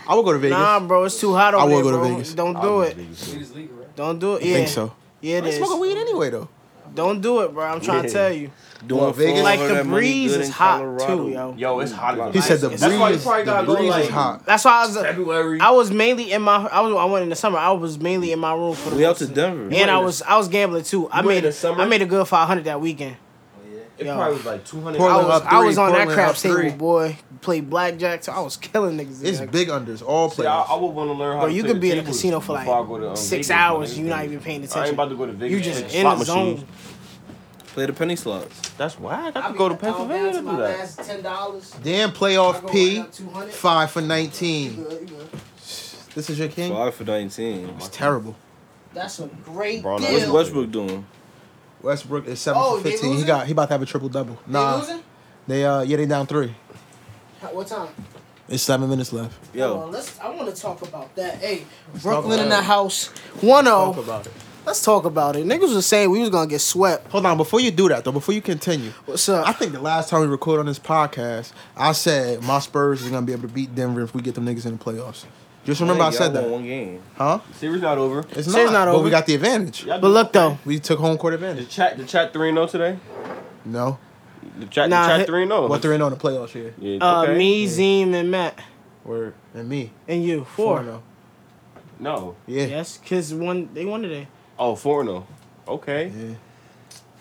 Speaker 1: I would go to Vegas.
Speaker 4: Nah, bro, it's too hot
Speaker 1: I
Speaker 4: over
Speaker 1: will
Speaker 4: there,
Speaker 1: go to
Speaker 4: bro.
Speaker 1: Vegas.
Speaker 4: Don't do it.
Speaker 6: Weed is legal, right?
Speaker 4: Don't do it.
Speaker 1: I
Speaker 4: Yeah.
Speaker 1: think so.
Speaker 4: Yeah, it
Speaker 1: I
Speaker 4: is.
Speaker 1: smoking weed anyway, though.
Speaker 4: Don't do it, bro. I'm trying to
Speaker 2: Yeah.
Speaker 4: tell you.
Speaker 3: Doing
Speaker 1: Vegas?
Speaker 4: Like,
Speaker 3: all
Speaker 4: the
Speaker 3: that money
Speaker 4: breeze
Speaker 3: good
Speaker 4: is
Speaker 3: in
Speaker 4: hot,
Speaker 3: Colorado.
Speaker 4: too, yo.
Speaker 2: Yo, it's hot. as
Speaker 1: He
Speaker 2: a-
Speaker 1: said the breeze,
Speaker 2: That's why you probably
Speaker 1: the
Speaker 2: gotta go
Speaker 1: breeze is
Speaker 2: like
Speaker 1: hot.
Speaker 4: That's why I was.
Speaker 2: February.
Speaker 4: I was mainly in my. I was. I went in the summer. I was mainly in my room for the.
Speaker 3: We out to
Speaker 4: most-
Speaker 3: Denver.
Speaker 4: And I was. I was gambling too. I
Speaker 2: You went in
Speaker 4: made.
Speaker 2: the summer?
Speaker 4: I made a good 500 that weekend.
Speaker 6: Oh, yeah.
Speaker 2: It
Speaker 4: Yo.
Speaker 2: probably was like 200.
Speaker 4: I
Speaker 1: Portland
Speaker 4: was.
Speaker 1: up
Speaker 4: I was
Speaker 1: three,
Speaker 4: on that
Speaker 1: Portland
Speaker 4: crap
Speaker 1: up three.
Speaker 4: table, boy. Played blackjack, so I was killing niggas.
Speaker 1: It's
Speaker 4: yo.
Speaker 1: big unders, all
Speaker 2: See, I, I
Speaker 1: players.
Speaker 2: would want to learn how.
Speaker 4: Bro,
Speaker 2: to
Speaker 4: you
Speaker 2: play
Speaker 4: could be in a
Speaker 2: tables
Speaker 4: casino
Speaker 2: before
Speaker 4: for
Speaker 2: I go
Speaker 4: like
Speaker 2: to, um,
Speaker 4: six
Speaker 2: Vegas, man.
Speaker 4: hours. You're not even paying
Speaker 2: I ain't about
Speaker 4: attention.
Speaker 2: to go to Vegas.
Speaker 4: You
Speaker 2: and
Speaker 4: just
Speaker 2: play
Speaker 4: in
Speaker 2: slot
Speaker 4: the
Speaker 2: machines.
Speaker 4: zone.
Speaker 3: Play the penny slots.
Speaker 2: That's whack. I could go to Pennsylvania to do that.
Speaker 4: Ten dollars.
Speaker 1: Damn playoff P, five for 19. This is your king?
Speaker 3: Five for 19.
Speaker 1: It's terrible.
Speaker 4: That's a great
Speaker 2: Bro,
Speaker 3: What's
Speaker 2: Ew.
Speaker 4: deal.
Speaker 3: Westbrook doing?
Speaker 1: Westbrook is seven
Speaker 4: Oh,
Speaker 1: for
Speaker 4: they
Speaker 1: fifteen. He
Speaker 4: losing?
Speaker 1: got he about to have a triple double. Nah, they uh yeah they down three.
Speaker 4: What time?
Speaker 1: It's seven minutes left.
Speaker 4: Hold
Speaker 3: Yo,
Speaker 4: on, let's. I want to talk about that. Hey,
Speaker 1: talk
Speaker 4: Brooklyn
Speaker 1: about
Speaker 4: in the
Speaker 1: it.
Speaker 4: house. One
Speaker 1: Talk
Speaker 4: zero.
Speaker 1: about it.
Speaker 4: Let's talk about it. Niggas was saying we was gonna get swept.
Speaker 1: Hold on, before you do that though, before you continue,
Speaker 4: What's up?
Speaker 1: I think the last time we recorded on this podcast, I said my Spurs is gonna be able to beat Denver if we get them niggas in the playoffs. Just remember I
Speaker 3: Hey,
Speaker 1: said
Speaker 3: y'all
Speaker 1: that,
Speaker 3: won One game.
Speaker 1: huh?
Speaker 2: Series not over.
Speaker 1: It's
Speaker 4: Shit's
Speaker 1: not,
Speaker 4: not
Speaker 1: but
Speaker 4: over.
Speaker 1: we got the advantage.
Speaker 2: Y'all
Speaker 4: but
Speaker 2: do-
Speaker 4: look though,
Speaker 1: We took home court
Speaker 2: the
Speaker 1: advantage.
Speaker 2: chat, the chat three and zero today.
Speaker 1: No,
Speaker 2: The chat,
Speaker 4: Nah,
Speaker 2: the
Speaker 4: hit-
Speaker 2: chat three and zero.
Speaker 1: what three and oh in the playoffs here?
Speaker 2: Yeah,
Speaker 4: uh,
Speaker 2: okay.
Speaker 4: me, Zim, and Matt,
Speaker 1: Word and me
Speaker 4: and you
Speaker 1: four
Speaker 4: four.
Speaker 1: and oh.
Speaker 2: No.
Speaker 1: Yeah.
Speaker 4: Yes, cause one they won today.
Speaker 2: Oh, four and zero. Okay.
Speaker 1: yeah.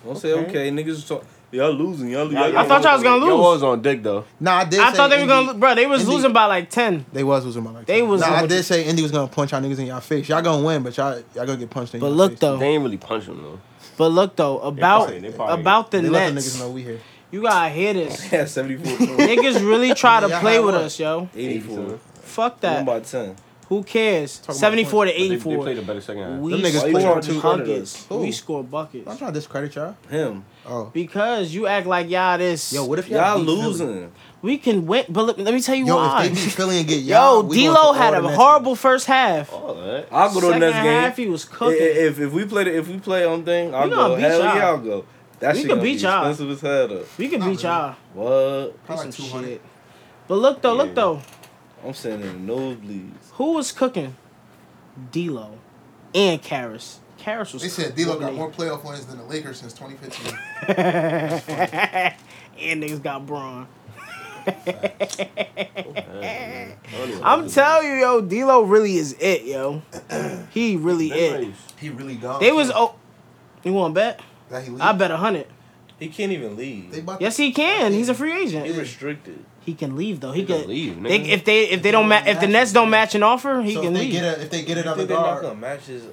Speaker 3: Don't say okay.
Speaker 2: Okay.
Speaker 3: Niggas talk. Y'all losing. Y'all losing.
Speaker 2: Y'all-
Speaker 4: I thought y'all was gonna
Speaker 2: Y'all
Speaker 4: lose.
Speaker 2: was on dick though.
Speaker 1: Nah, I did.
Speaker 4: I
Speaker 1: say
Speaker 4: thought they were
Speaker 1: Indy-
Speaker 4: gonna, lo- bro. They was
Speaker 1: Indy-
Speaker 4: losing by like ten.
Speaker 1: They was losing my life.
Speaker 4: They was
Speaker 1: Nah, I
Speaker 4: losing.
Speaker 1: did say Indy was gonna punch y'all niggas in y'all face. Y'all gonna win, but y'all y'all gonna get punched in.
Speaker 4: But
Speaker 1: y'all
Speaker 4: look
Speaker 1: face.
Speaker 4: though,
Speaker 2: They ain't really punch him though.
Speaker 4: but look though about
Speaker 2: probably- they probably-
Speaker 4: about the
Speaker 1: they let the niggas
Speaker 4: Nets.
Speaker 1: know we here.
Speaker 4: You gotta hear this.
Speaker 3: Yeah, 74 points.
Speaker 4: niggas really try to
Speaker 1: Yeah,
Speaker 4: play
Speaker 1: how
Speaker 4: with
Speaker 1: what?
Speaker 4: us, yo.
Speaker 3: 84.
Speaker 4: Fuck
Speaker 3: One
Speaker 4: that.
Speaker 3: by 10.
Speaker 4: Who cares?
Speaker 1: about
Speaker 4: Seventy four to
Speaker 2: But they-
Speaker 4: eighty
Speaker 2: They,
Speaker 4: four.
Speaker 2: played a better second half.
Speaker 4: We
Speaker 1: Them niggas played
Speaker 4: score
Speaker 1: on
Speaker 3: two
Speaker 4: buckets.
Speaker 1: corners.
Speaker 4: We
Speaker 1: Who?
Speaker 4: score
Speaker 1: I'm
Speaker 4: buckets
Speaker 1: trying to discredit y'all.
Speaker 3: Him.
Speaker 1: Oh,
Speaker 4: because you act like y'all this.
Speaker 1: yo, what if y'all,
Speaker 3: Y'all
Speaker 1: beat Philly?
Speaker 3: losing.
Speaker 4: We can win, but let, let me tell you
Speaker 1: Yo,
Speaker 4: why.
Speaker 1: if they beat Philly and get
Speaker 4: Yo,
Speaker 1: y'all, we going
Speaker 4: D'Lo
Speaker 1: to
Speaker 4: had
Speaker 1: all
Speaker 4: a
Speaker 1: the next Oh,
Speaker 4: horrible first half.
Speaker 2: All that.
Speaker 3: I'll go to the
Speaker 4: Second
Speaker 3: next
Speaker 4: half,
Speaker 3: game.
Speaker 4: he was
Speaker 3: I- i-
Speaker 4: cooking.
Speaker 3: If if we play the- if we play on thing, I'll
Speaker 4: We gonna
Speaker 3: go.
Speaker 4: beat
Speaker 3: Hell
Speaker 4: y'all.
Speaker 3: yeah, I'll go. That
Speaker 4: We
Speaker 3: shit
Speaker 4: can
Speaker 3: gonna be
Speaker 4: beat y'all.
Speaker 3: expensive as hell though.
Speaker 4: we could
Speaker 1: Not
Speaker 4: beat
Speaker 1: really.
Speaker 4: y'all.
Speaker 3: What?
Speaker 1: Probably
Speaker 4: Some
Speaker 1: 200.
Speaker 4: shit. But look though, look
Speaker 2: Yeah.
Speaker 4: though,
Speaker 3: I'm sitting in the nosebleeds.
Speaker 4: who was cooking? D'Lo and Karras. Karras was.
Speaker 5: They said
Speaker 4: cooking.
Speaker 5: D-Lo got more playoff wins than the Lakers since 2015.
Speaker 4: and niggas got Braun.
Speaker 2: I'm
Speaker 4: I'm telling you, yo, D'Lo really is it, yo. He really it.
Speaker 5: he really don't.
Speaker 4: They was oh, you want to bet?
Speaker 5: That he leave.
Speaker 4: I bet a hundred.
Speaker 3: He can't even leave.
Speaker 5: They about
Speaker 4: Yes, he can. He's a free
Speaker 3: He
Speaker 4: agent.
Speaker 3: restricted.
Speaker 4: He can leave though. He,
Speaker 2: He
Speaker 4: could
Speaker 2: can leave,
Speaker 4: They,
Speaker 2: nigga.
Speaker 4: if they if they don't ma- if the Nets don't match an offer, he
Speaker 5: so
Speaker 4: can
Speaker 5: if they
Speaker 4: leave.
Speaker 5: Get a, if they get
Speaker 3: I
Speaker 5: another
Speaker 3: think they're not gonna
Speaker 5: guard,
Speaker 3: match his.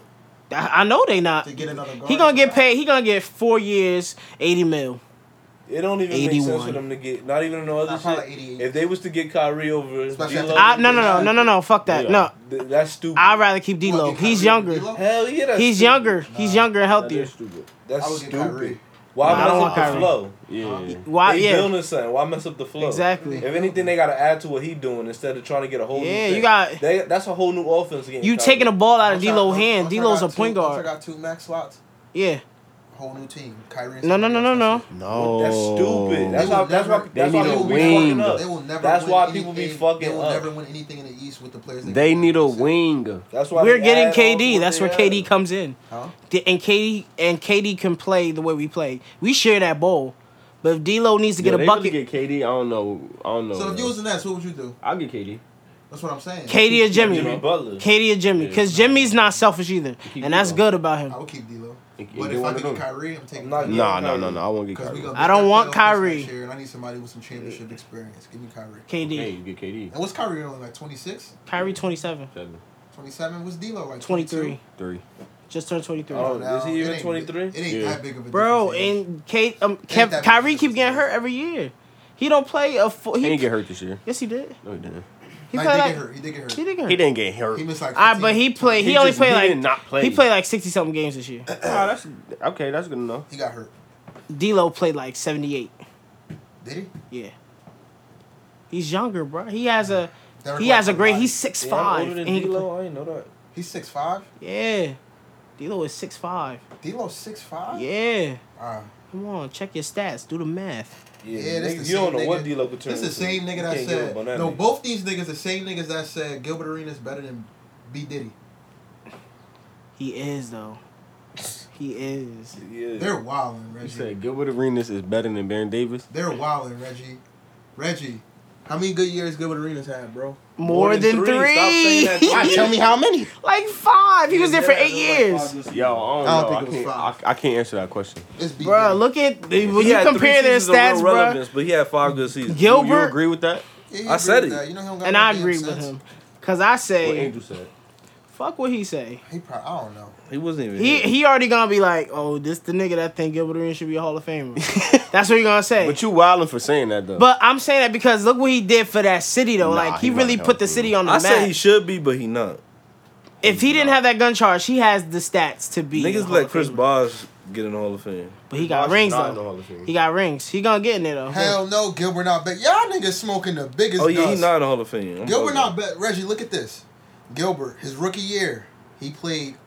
Speaker 4: I I know they not.
Speaker 5: to get another guard.
Speaker 4: He gonna get paid. He gonna get four years, eighty mil.
Speaker 3: It don't even make sense
Speaker 4: 81.
Speaker 3: for them to get. Not even no other
Speaker 5: Nah, probably
Speaker 3: shit.
Speaker 5: 88.
Speaker 3: If they was to get Kyrie over
Speaker 5: Especially
Speaker 3: D-Lo,
Speaker 4: I, no no no no no no. Fuck that.
Speaker 2: Yeah.
Speaker 4: No,
Speaker 3: th- that's stupid.
Speaker 4: I'd rather keep D'Lo.
Speaker 5: Look, get
Speaker 4: He's
Speaker 5: Kyrie
Speaker 4: younger.
Speaker 5: D'Lo?
Speaker 3: Hell yeah, that's
Speaker 4: He's
Speaker 3: stupid.
Speaker 4: younger. He's younger and healthier.
Speaker 2: stupid.
Speaker 3: That's
Speaker 5: I would get
Speaker 3: stupid.
Speaker 5: Kyrie.
Speaker 3: Why
Speaker 4: Nah, I don't
Speaker 3: mess
Speaker 4: want
Speaker 3: up the
Speaker 4: Kyrie.
Speaker 3: flow?
Speaker 2: Yeah.
Speaker 4: Why?
Speaker 3: they
Speaker 4: Yeah,
Speaker 3: building something. Why mess up the flow?
Speaker 4: exactly.
Speaker 3: If anything, they gotta add to what he doing instead of trying to get a whole. new
Speaker 4: Yeah,
Speaker 3: thing.
Speaker 4: you got-
Speaker 3: They, that's a whole new offense game.
Speaker 4: You taking a ball out of D'Lo's hand. D'Lo's a point
Speaker 5: I
Speaker 4: guard.
Speaker 5: got two max slots.
Speaker 4: Yeah.
Speaker 5: Whole new team. Kyrie. and
Speaker 4: No no
Speaker 5: Steph
Speaker 4: no no
Speaker 5: Curry.
Speaker 4: no.
Speaker 2: No.
Speaker 3: That's
Speaker 4: Oh.
Speaker 3: stupid.
Speaker 5: They
Speaker 3: That's
Speaker 5: will
Speaker 3: why. That's why.
Speaker 5: never-
Speaker 3: That's
Speaker 2: they
Speaker 3: why
Speaker 2: need a
Speaker 3: people be
Speaker 2: wing.
Speaker 3: fucking up.
Speaker 5: They will never.
Speaker 3: That's
Speaker 5: win
Speaker 3: why people be
Speaker 5: anything.
Speaker 3: fucking
Speaker 5: They will
Speaker 3: up.
Speaker 5: never win anything in the East with the players.
Speaker 2: They need a
Speaker 5: got.
Speaker 2: wing.
Speaker 3: That's why
Speaker 4: We're
Speaker 3: they
Speaker 4: getting
Speaker 3: add on to
Speaker 4: KD.
Speaker 3: what
Speaker 4: That's
Speaker 3: they
Speaker 4: where
Speaker 3: have.
Speaker 4: KD comes in.
Speaker 5: Huh?
Speaker 4: The- And KD and KD can play the way we play. We share that bowl. But if D'Lo needs to get
Speaker 2: Yeah,
Speaker 4: a
Speaker 2: they
Speaker 4: bucket,
Speaker 2: really get KD. I don't know. I don't know.
Speaker 5: So
Speaker 2: yo.
Speaker 5: if you was the Nets, what would you do?
Speaker 2: I'll get KD.
Speaker 5: That's what I'm saying.
Speaker 4: KD or Jimmy.
Speaker 3: Jimmy Butler.
Speaker 4: Katie or Jimmy, because Jimmy's not selfish either,
Speaker 2: Keep
Speaker 4: and that's
Speaker 2: going.
Speaker 4: good about him.
Speaker 5: I would keep D'Lo.
Speaker 2: If- if
Speaker 5: But
Speaker 2: they
Speaker 5: if I
Speaker 2: wanted
Speaker 5: could get
Speaker 2: him.
Speaker 5: Kyrie, I'm taking
Speaker 3: I'm not
Speaker 5: Kyrie.
Speaker 2: Nah, no, no, no. I won't get
Speaker 5: 'Cause we
Speaker 2: KD.
Speaker 5: gonna
Speaker 4: I
Speaker 5: be
Speaker 4: don't
Speaker 5: that
Speaker 4: want
Speaker 5: playoff this
Speaker 4: Kyrie.
Speaker 5: next year, and I need somebody with some championship experience. Give me Kyrie.
Speaker 4: KD,
Speaker 2: Hey, you get KD.
Speaker 5: And what's Kyrie only like 26,
Speaker 4: Kyrie, twenty-seven,
Speaker 2: Seven,
Speaker 5: 27? What's D'Lo like?
Speaker 4: 23,
Speaker 5: 22?
Speaker 2: three.
Speaker 4: just turned twenty-three.
Speaker 3: Oh,
Speaker 5: Now,
Speaker 3: is he
Speaker 5: it
Speaker 3: even
Speaker 5: ain't-
Speaker 3: 23?
Speaker 5: It ain't
Speaker 2: Yeah.
Speaker 5: that big of a
Speaker 4: Bro,
Speaker 5: difference.
Speaker 4: and Kate, um, Kev,
Speaker 5: that
Speaker 4: Kyrie
Speaker 5: big.
Speaker 4: keep getting hurt every year. He don't play a full.
Speaker 2: He
Speaker 4: He,
Speaker 2: didn't get hurt this year.
Speaker 4: yes, he did.
Speaker 2: No, he didn't.
Speaker 4: He
Speaker 5: Nah,
Speaker 4: played
Speaker 5: he did
Speaker 4: like
Speaker 5: get hurt. He did get hurt.
Speaker 4: he didn't get
Speaker 2: He
Speaker 4: hurt.
Speaker 2: didn't get hurt.
Speaker 5: He missed like.
Speaker 4: All right, but
Speaker 5: 15.
Speaker 4: he played. He,
Speaker 2: He
Speaker 4: only
Speaker 2: just-
Speaker 4: played
Speaker 2: he
Speaker 4: like
Speaker 2: did not play.
Speaker 4: he played like sixty something games this year.
Speaker 2: Ah, that's okay. That's good enough.
Speaker 5: He got hurt.
Speaker 4: D'Lo played like seventy-eight.
Speaker 5: Did he?
Speaker 4: Yeah, He's younger, bro. He has a
Speaker 1: Derrick
Speaker 4: he
Speaker 1: White
Speaker 4: has a great.
Speaker 1: somebody.
Speaker 4: He's six
Speaker 3: Damn,
Speaker 4: five.
Speaker 3: older than
Speaker 4: and he can
Speaker 3: D-Lo? I ain't know that.
Speaker 1: He's six five.
Speaker 4: play- yeah, D'Lo is six five.
Speaker 1: D'Lo six five.
Speaker 4: Yeah,
Speaker 1: Uh,
Speaker 4: come on, check your stats. Do the math.
Speaker 3: Yeah,
Speaker 1: Yeah, this
Speaker 3: nigga,
Speaker 1: the
Speaker 3: you don't
Speaker 1: same
Speaker 3: know what
Speaker 1: nigga-
Speaker 3: D-Lo could turn.
Speaker 1: this the
Speaker 3: into.
Speaker 1: same nigga
Speaker 3: You
Speaker 1: that
Speaker 3: can't give
Speaker 1: said
Speaker 3: up on that
Speaker 1: no.
Speaker 3: nigga.
Speaker 1: Both these niggas the same niggas that said Gilbert Arenas better than B Diddy.
Speaker 4: He is though. He is.
Speaker 3: Yeah.
Speaker 1: They're wilding,
Speaker 2: You
Speaker 1: Reggie.
Speaker 2: said Gilbert Arenas is better than Baron Davis.
Speaker 1: They're wilding, Reggie. Reggie, how many good years Gilbert Arenas had, bro?
Speaker 4: More, than,
Speaker 3: Stop saying
Speaker 4: three.
Speaker 3: that. Why?
Speaker 7: Tell me how many.
Speaker 4: like five. He was there for
Speaker 3: Yeah,
Speaker 4: eight
Speaker 3: it was
Speaker 4: years.
Speaker 3: like five
Speaker 2: Yo, I don't,
Speaker 1: I don't
Speaker 2: know.
Speaker 1: think it was
Speaker 2: I, can't,
Speaker 1: five.
Speaker 2: I, I can't answer that question.
Speaker 1: It's B.
Speaker 4: Bro,
Speaker 1: Diddy.
Speaker 4: look at when
Speaker 3: He
Speaker 4: you
Speaker 3: had three
Speaker 4: compare their
Speaker 3: seasons of real
Speaker 4: stats, bro.
Speaker 3: relevance, But he had five good seasons.
Speaker 4: Gil-
Speaker 2: You,
Speaker 4: Gilbert-
Speaker 2: you agree with that?
Speaker 1: Yeah, you
Speaker 3: I
Speaker 1: agree
Speaker 3: said
Speaker 1: with
Speaker 3: it.
Speaker 1: that. You know he don't got
Speaker 4: And
Speaker 1: no
Speaker 4: I
Speaker 1: damn
Speaker 4: agree with
Speaker 1: sense.
Speaker 4: him, cause I
Speaker 2: What
Speaker 4: say
Speaker 2: Angel said.
Speaker 4: fuck what he say.
Speaker 1: He probably I don't know.
Speaker 3: He wasn't even.
Speaker 4: He
Speaker 3: here.
Speaker 4: he already gonna be like, oh, this the nigga that think Gilbert Arenas should be a Hall of Famer. That's what he gonna say.
Speaker 2: But you wilding for saying that though.
Speaker 4: But I'm saying that because look what he did for that city though.
Speaker 2: Nah,
Speaker 4: like he,
Speaker 2: he
Speaker 4: really
Speaker 2: not
Speaker 4: put the
Speaker 2: helping.
Speaker 4: city on the
Speaker 3: I
Speaker 4: map.
Speaker 3: said he should be, but he not.
Speaker 4: if he didn't have that gun charge, he has the stats to be. a
Speaker 3: Niggas
Speaker 4: Hall
Speaker 3: let
Speaker 4: of
Speaker 3: Chris
Speaker 4: Famer.
Speaker 3: Bosh get in the Hall of Fame.
Speaker 4: But he got
Speaker 2: Bosh is
Speaker 4: rings
Speaker 2: not in the Hall
Speaker 4: though.
Speaker 2: of Fame.
Speaker 4: He got rings. He gonna get in there though.
Speaker 1: Hell no, Gilbert not bet. Y'all niggas smoking the biggest.
Speaker 3: Oh yeah, he
Speaker 1: dust.
Speaker 3: not in the Hall of Fame. I'm
Speaker 1: Gilbert
Speaker 3: bugging.
Speaker 1: not bet. Reggie, look at this. Gilbert, his rookie year, he played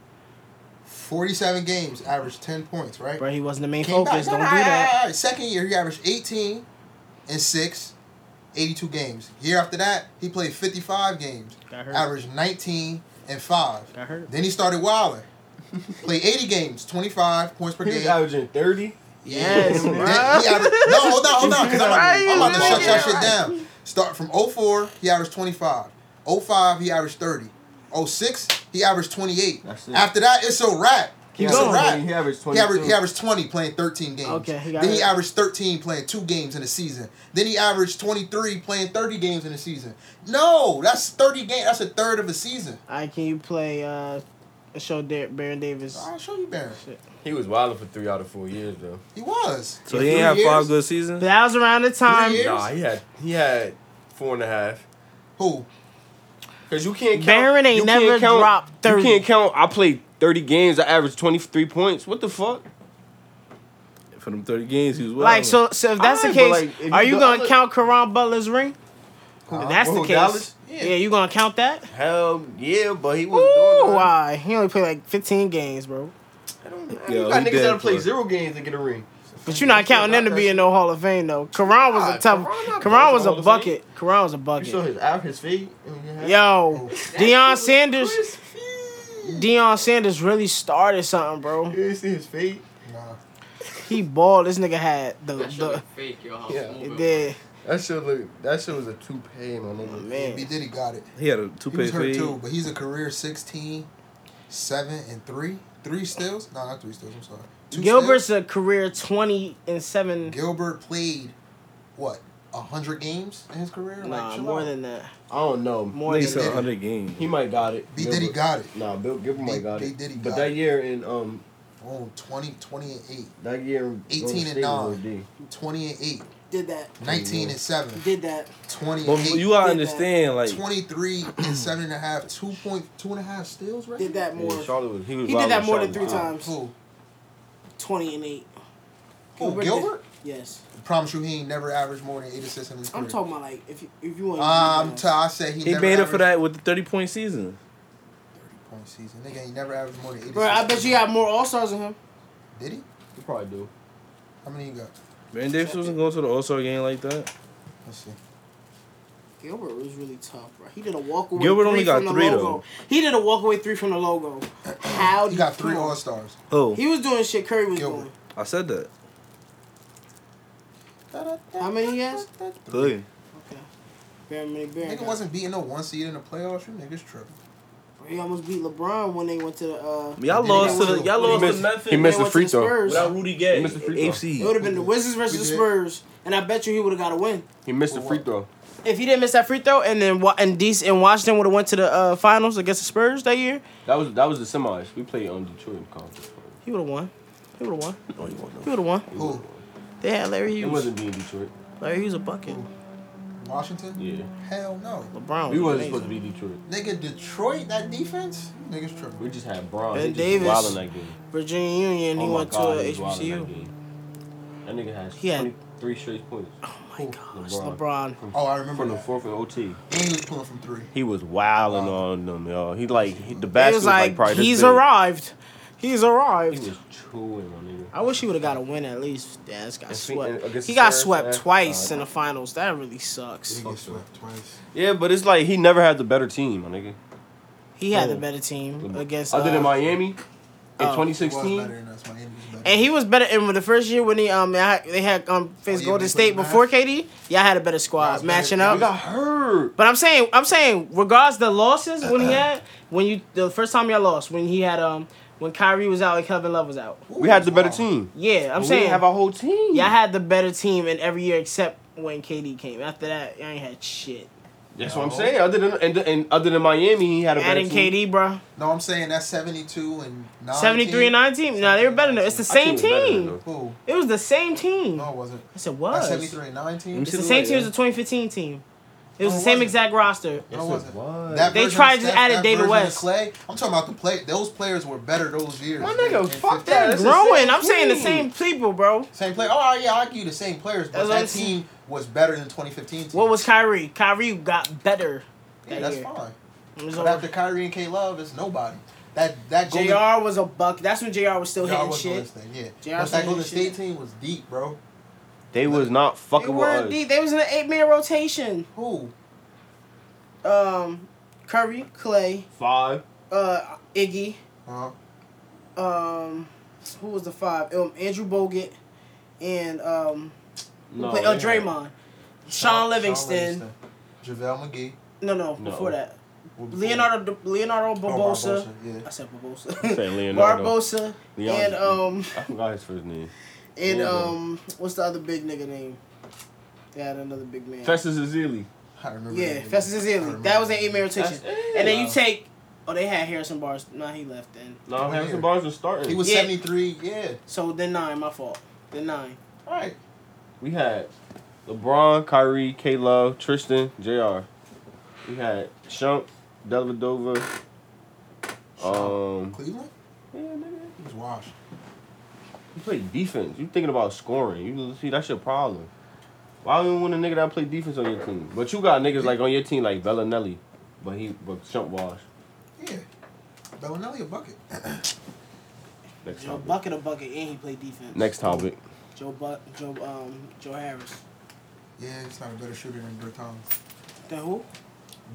Speaker 1: forty-seven games, averaged ten points, right?
Speaker 4: Bro, he wasn't the main
Speaker 1: Came back.
Speaker 4: focus.
Speaker 1: No,
Speaker 4: Don't do
Speaker 1: no, all right, all
Speaker 4: that.
Speaker 1: right, all right. Second year, he averaged 18 and 6, 82 games. Year after that, he played 55 games,
Speaker 4: Got hurt.
Speaker 1: averaged 19 and 5.
Speaker 4: Got hurt.
Speaker 1: Then he started wilding. played 80 games, 25 points per
Speaker 2: he was
Speaker 1: game.
Speaker 2: averaging thirty.
Speaker 4: Yes,
Speaker 1: Then
Speaker 4: bruh.
Speaker 1: he averaged, no, hold on, hold on, because I'm, about- I'm about to shut y'all shit down. Start from 04, he averaged 25. 05, he averaged 30. 06, he averaged 28.
Speaker 2: That's it.
Speaker 1: After that, it's a wrap.
Speaker 4: Keep
Speaker 1: it's
Speaker 4: going.
Speaker 1: a wrap.
Speaker 2: He
Speaker 1: He
Speaker 2: averaged
Speaker 1: averaged,
Speaker 2: 22.
Speaker 1: he averaged 20 playing 13 games.
Speaker 4: Okay, he got
Speaker 1: then he
Speaker 4: it.
Speaker 1: averaged 13 playing two games in a season. Then he averaged 23 playing 30 games in a season. No, that's 30 games. That's a third of a season.
Speaker 4: All right, can you play uh, show Dar- Baron Davis?
Speaker 1: I'll show you, Baron.
Speaker 2: He was wilding for three out of four years though.
Speaker 1: He was.
Speaker 3: So
Speaker 1: For three
Speaker 3: he ain't have
Speaker 1: years?
Speaker 3: five good
Speaker 4: But
Speaker 3: seasons.
Speaker 4: that was around the time
Speaker 1: Three years?
Speaker 2: Nah, he had he had four and a half.
Speaker 1: Who?
Speaker 2: Cause you can't count.
Speaker 4: Baron ain't
Speaker 2: you can't
Speaker 4: never
Speaker 2: count-
Speaker 4: dropped 30.
Speaker 2: You can't count. I played thirty games. I averaged twenty three points. What the fuck?
Speaker 3: For them thirty games, he was well.
Speaker 4: Like so, so if that's the
Speaker 2: Alright,
Speaker 4: case,
Speaker 2: but, like, if
Speaker 4: are
Speaker 2: you
Speaker 4: you
Speaker 2: go-
Speaker 4: gonna
Speaker 2: look-
Speaker 4: count Karan Butler's ring? If that's the
Speaker 2: Who,
Speaker 4: case.
Speaker 2: Dallas?
Speaker 4: Yeah. you gonna count that?
Speaker 2: Hell yeah, but he was
Speaker 4: Ooh,
Speaker 2: doing that.
Speaker 4: why? He only played like 15 games, bro.
Speaker 2: I don't know.
Speaker 3: Yo,
Speaker 2: you got
Speaker 3: he
Speaker 2: niggas
Speaker 3: dead
Speaker 2: that'll play
Speaker 3: for it.
Speaker 2: zero games to get a ring.
Speaker 4: But you're not counting them to be in no Hall of Fame though. Karan was a
Speaker 2: Nah,
Speaker 4: tough.
Speaker 2: Ah, Karan
Speaker 4: Karan,
Speaker 2: not playing
Speaker 4: was
Speaker 2: for
Speaker 4: a
Speaker 2: Hall of
Speaker 4: bucket. Karan was a
Speaker 2: You saw
Speaker 4: bucket.
Speaker 2: his af- his feet. and he had-
Speaker 4: Yo, Deion Sanders.
Speaker 2: Crispy.
Speaker 4: Deion Sanders really started something, bro.
Speaker 2: You didn't see his feet.
Speaker 1: Nah.
Speaker 4: He balled. This nigga had the
Speaker 6: That shit look
Speaker 4: the.
Speaker 6: fake, yo. How
Speaker 2: Yeah.
Speaker 6: smooth
Speaker 4: It
Speaker 6: it
Speaker 4: did.
Speaker 2: That shit look. That shit was a toupee, my nigga.
Speaker 1: B
Speaker 4: Man,
Speaker 1: Diddy got it.
Speaker 3: he had a
Speaker 1: He
Speaker 3: two-page
Speaker 1: was hurt
Speaker 3: fade.
Speaker 1: too, but he's a career 16, 7, and 3. Three steals? No, not three steals. I'm sorry. Two
Speaker 4: Gilbert's
Speaker 1: steals.
Speaker 4: a career 20 and seven.
Speaker 1: Gilbert played, what, 100 games in his career?
Speaker 4: Nah,
Speaker 1: chill
Speaker 4: more
Speaker 1: out.
Speaker 4: than that.
Speaker 2: I don't know.
Speaker 3: Nigga
Speaker 4: More than
Speaker 3: said
Speaker 1: Diddy.
Speaker 4: that.
Speaker 3: hundred games.
Speaker 2: He might got it.
Speaker 1: B Diddy got it.
Speaker 2: Nah, Bill Gilbert
Speaker 1: B-
Speaker 2: might got
Speaker 1: B.
Speaker 2: it.
Speaker 1: Diddy
Speaker 2: but
Speaker 1: got
Speaker 2: that
Speaker 1: it.
Speaker 2: year in um
Speaker 1: Boom, 20, 20 and 8.
Speaker 2: that year in
Speaker 1: 18
Speaker 2: Golden
Speaker 1: and
Speaker 2: State was
Speaker 1: nine.
Speaker 2: OD.
Speaker 1: 20 and 8.
Speaker 4: Did that.
Speaker 1: 19 and 7.
Speaker 4: Did that.
Speaker 1: 20 and
Speaker 3: But
Speaker 1: 8.
Speaker 3: you gotta understand, like
Speaker 1: 23 and 7 and a half. 2 point, two and a half steals, right?
Speaker 4: Did that more.
Speaker 2: Yeah, Charlotte was. He, was
Speaker 4: He did that
Speaker 2: wilding
Speaker 4: more than three
Speaker 2: Charlotte.
Speaker 4: times.
Speaker 1: Who?
Speaker 4: 20 and 8.
Speaker 1: Who,
Speaker 4: did-
Speaker 1: Gilbert?
Speaker 4: yes.
Speaker 1: promise you he ain't never averaged more than 8 assists in his career.
Speaker 4: I'm talking about like if you, if you want
Speaker 1: Um, t- I said he,
Speaker 3: he
Speaker 1: never
Speaker 3: made up for
Speaker 1: averaged-
Speaker 3: that with the thirty-point season.
Speaker 1: point season. Nigga ain't never averaged more than 80.
Speaker 4: Bro, I bet you got more all-stars than him.
Speaker 1: Did he?
Speaker 2: He probably do.
Speaker 1: How many you got?
Speaker 3: Baron Davis wasn't going to the All Star game like that.
Speaker 1: Let's see.
Speaker 4: Gilbert was really tough, bro. He did a walk away
Speaker 3: Gilbert
Speaker 4: three
Speaker 3: only got
Speaker 4: from the
Speaker 3: three,
Speaker 4: logo.
Speaker 3: though.
Speaker 4: He did a walk away three from the logo. How
Speaker 1: He got three All Stars.
Speaker 3: Oh,
Speaker 4: He was doing shit Curry was
Speaker 1: Gilbert.
Speaker 4: doing.
Speaker 3: I said that.
Speaker 4: How many he has?
Speaker 3: Three.
Speaker 4: Okay. Very many Baron.
Speaker 1: Nigga
Speaker 4: got-
Speaker 1: wasn't beating no one seed in the playoffs. You niggas tripping.
Speaker 4: He almost beat LeBron when they went to the. Uh,
Speaker 3: Y'all
Speaker 1: He
Speaker 3: lost to
Speaker 1: missed-
Speaker 3: the y'all
Speaker 4: he
Speaker 3: lost to
Speaker 2: missed-
Speaker 3: nothing.
Speaker 2: he
Speaker 4: when
Speaker 2: missed
Speaker 4: they
Speaker 2: the
Speaker 4: went to
Speaker 2: free throw.
Speaker 4: Spurs.
Speaker 3: without Rudy Gay.
Speaker 2: He missed the free throw.
Speaker 4: It
Speaker 3: AFC.
Speaker 4: would have been the Wizards versus the
Speaker 1: did.
Speaker 4: Spurs, and I bet you he would have got a win.
Speaker 2: He missed the
Speaker 1: For
Speaker 2: free
Speaker 1: what?
Speaker 2: throw.
Speaker 4: If he didn't miss that free throw, and then Wa- and DC and Washington would have went to the uh, finals against the Spurs that year,
Speaker 2: That was that was the semis. We played on Detroit in conference.
Speaker 4: he would have won. He would have won.
Speaker 2: No, you won't
Speaker 4: He
Speaker 2: know.
Speaker 4: would have won.
Speaker 1: Who?
Speaker 4: They had Larry
Speaker 2: It
Speaker 4: Hughes.
Speaker 2: wasn't being Detroit.
Speaker 4: Larry Hughes a bucket.
Speaker 1: Washington?
Speaker 2: Yeah,
Speaker 1: Hell no.
Speaker 4: LeBron.
Speaker 2: we wasn't
Speaker 4: was amazing.
Speaker 2: supposed to be Detroit.
Speaker 1: Nigga, Detroit, that defense? Niggas tripping.
Speaker 2: We just had Bron.
Speaker 4: Ben
Speaker 2: he just
Speaker 4: Davis.
Speaker 2: Wild in that game.
Speaker 4: Virginia Union.
Speaker 2: oh
Speaker 4: he
Speaker 2: my
Speaker 4: went
Speaker 2: God,
Speaker 4: to a
Speaker 2: he was wild in that
Speaker 4: HBCU.
Speaker 2: game. That nigga has
Speaker 4: He had-
Speaker 2: 23 straight points.
Speaker 4: Oh my my gosh,
Speaker 2: LeBron.
Speaker 4: LeBron.
Speaker 1: Oh, I remember
Speaker 2: From the
Speaker 1: that.
Speaker 2: fourth and OT.
Speaker 1: When he was pulling from three.
Speaker 2: He was wilding on them, y'all. He like he, the
Speaker 4: He
Speaker 2: basket
Speaker 4: was like,
Speaker 2: probably this
Speaker 4: he's
Speaker 2: big.
Speaker 4: arrived. He's
Speaker 2: He
Speaker 4: arrived.
Speaker 2: was chewing on nigga.
Speaker 4: I wish he would have got a win at least. Yeah, this got
Speaker 2: And speaking-
Speaker 4: swept.
Speaker 2: against
Speaker 4: He
Speaker 2: the
Speaker 4: got
Speaker 2: Spurs, eh? Oh,
Speaker 4: swept
Speaker 2: yeah.
Speaker 4: twice in the finals. That really sucks.
Speaker 1: He gets swept twice.
Speaker 2: Yeah, but it's like he never had the better team, my nigga.
Speaker 4: He had the
Speaker 2: Oh.
Speaker 4: better team against.
Speaker 2: Other
Speaker 4: uh,
Speaker 2: than Miami in
Speaker 4: oh.
Speaker 1: He was
Speaker 2: 2016.
Speaker 1: better than us. Miami was better.
Speaker 4: And he was better in the first year when he um they had- they had um
Speaker 1: Oh,
Speaker 4: faced
Speaker 1: yeah, when
Speaker 4: Golden
Speaker 1: he
Speaker 4: State
Speaker 1: played the
Speaker 4: before
Speaker 1: Mavs.
Speaker 4: KD. Y'all had a better
Speaker 1: Yeah, it
Speaker 4: squad
Speaker 1: was
Speaker 4: matching
Speaker 1: better.
Speaker 2: We
Speaker 4: up.
Speaker 2: got hurt.
Speaker 4: But I'm saying I'm saying regards the losses when
Speaker 2: Uh-uh.
Speaker 4: he had when you the first time y'all lost when he had um when Kyrie was out and Kevin Love was out.
Speaker 1: Ooh,
Speaker 2: We had the better
Speaker 1: wow.
Speaker 2: team.
Speaker 4: Yeah, I'm
Speaker 2: But we
Speaker 4: saying
Speaker 2: didn't have our whole team.
Speaker 4: y'all had the better team in every year except when KD came. After that, y'all ain't had shit.
Speaker 2: That's what I'm saying. Other than and, and other than Miami, he had a better
Speaker 4: Adding
Speaker 2: team.
Speaker 4: KD, bro,
Speaker 1: No, I'm saying that's 72 and 9.
Speaker 4: 73 and 19. No, they were better than It's the
Speaker 2: Our team was
Speaker 4: same
Speaker 2: better than
Speaker 4: team.
Speaker 2: them. Oh.
Speaker 1: Who?
Speaker 4: It was the same team.
Speaker 1: No, it wasn't.
Speaker 4: Yes, it
Speaker 1: Not
Speaker 4: was.
Speaker 1: 73 and 19?
Speaker 4: It's the
Speaker 2: Should've
Speaker 4: same
Speaker 2: went,
Speaker 4: team as
Speaker 2: yeah.
Speaker 4: the 2015 team. It was
Speaker 1: No,
Speaker 4: the
Speaker 1: it
Speaker 4: same
Speaker 1: wasn't.
Speaker 4: exact roster.
Speaker 1: No, it
Speaker 2: Yes, it
Speaker 1: wasn't.
Speaker 2: was.
Speaker 1: That
Speaker 4: They
Speaker 1: version of
Speaker 4: tried to
Speaker 1: Steph,
Speaker 4: add it
Speaker 1: that
Speaker 4: David
Speaker 1: version of
Speaker 4: West.
Speaker 1: Clay. I'm talking about the play. Those players were better those years.
Speaker 2: My nigga,
Speaker 1: And
Speaker 2: fuck
Speaker 1: 15.
Speaker 2: that. It's the
Speaker 4: Growing,
Speaker 2: same
Speaker 4: I'm saying the
Speaker 2: team.
Speaker 4: same people, bro.
Speaker 1: Same player. Oh yeah, I give you the same players, but
Speaker 4: That's what I'm
Speaker 1: that team was better than 2015. Team.
Speaker 4: What was Kyrie? Kyrie got better.
Speaker 1: Yeah,
Speaker 4: that
Speaker 1: that's
Speaker 4: year.
Speaker 1: fine.
Speaker 4: It was
Speaker 1: But
Speaker 4: over.
Speaker 1: after Kyrie and K Love, it's nobody. That that Golden-
Speaker 4: JR was a buck. That's when JR was still
Speaker 1: Y'all
Speaker 4: hitting
Speaker 1: wasn't
Speaker 4: shit.
Speaker 1: listening, Yeah,
Speaker 4: JR
Speaker 1: but
Speaker 4: still
Speaker 1: that
Speaker 4: hitting
Speaker 1: Golden State
Speaker 4: shit.
Speaker 1: team was deep, bro.
Speaker 2: They was not
Speaker 4: They
Speaker 2: fucking with
Speaker 4: were
Speaker 2: us.
Speaker 4: deep. They was in an eight man rotation.
Speaker 1: Who?
Speaker 4: Um, Curry, Clay,
Speaker 2: Five.
Speaker 4: uh, Iggy.
Speaker 1: Uh-huh.
Speaker 4: Um, who was the five? Um, Andrew Bogut, and um, who
Speaker 2: No,
Speaker 4: played, oh,
Speaker 2: they had-
Speaker 4: Draymond, Sean Livingston.
Speaker 1: JaVale McGee,
Speaker 4: No, no,
Speaker 2: No.
Speaker 4: before that,
Speaker 1: Well,
Speaker 4: Leonardo Leonardo
Speaker 1: before-
Speaker 4: Barbosa.
Speaker 1: Oh, Barbosa,
Speaker 4: I
Speaker 1: yeah.
Speaker 4: said Barbosa.
Speaker 2: You said Leonardo.
Speaker 4: Barbosa
Speaker 2: Leon-
Speaker 4: and um
Speaker 2: I forgot his first name.
Speaker 4: and
Speaker 2: Leonardo.
Speaker 4: um what's the other big nigga name? They had another big man.
Speaker 2: Festus Azili.
Speaker 1: I remember.
Speaker 4: Yeah,
Speaker 1: that nigga.
Speaker 4: Festus
Speaker 1: I
Speaker 4: Ezeli.
Speaker 1: remember
Speaker 4: That was an
Speaker 1: that
Speaker 4: eight
Speaker 1: nigga.
Speaker 4: man rotation.
Speaker 2: it.
Speaker 4: And then you
Speaker 1: Wow.
Speaker 4: take oh they had Harrison Barnes. Nah, he left then.
Speaker 2: No,
Speaker 1: He
Speaker 2: Harrison
Speaker 1: was
Speaker 2: Barnes was starting.
Speaker 1: He was
Speaker 4: Yeah.
Speaker 1: 73. Yeah.
Speaker 4: So then nine, my fault. Then nine.
Speaker 1: All right.
Speaker 2: we had LeBron, Kyrie, K Love, Tristan, JR. We had Shump, Delavadova. Um
Speaker 1: Cleveland.
Speaker 2: yeah, nigga.
Speaker 1: He was washed.
Speaker 2: You play defense. You thinking about scoring. You see that's your problem. Why do you want a nigga that play defense on your team? But you got niggas like on your team like Bellinelli. But he but Shump wash.
Speaker 1: Yeah. Bellinelli a bucket.
Speaker 2: Next
Speaker 4: Joe
Speaker 2: topic.
Speaker 4: Bucket a bucket and he played defense.
Speaker 2: Next topic.
Speaker 4: Joe Buck Joe um Joe Harris.
Speaker 1: Yeah, he's not a better shooter than Bertans.
Speaker 4: Then who?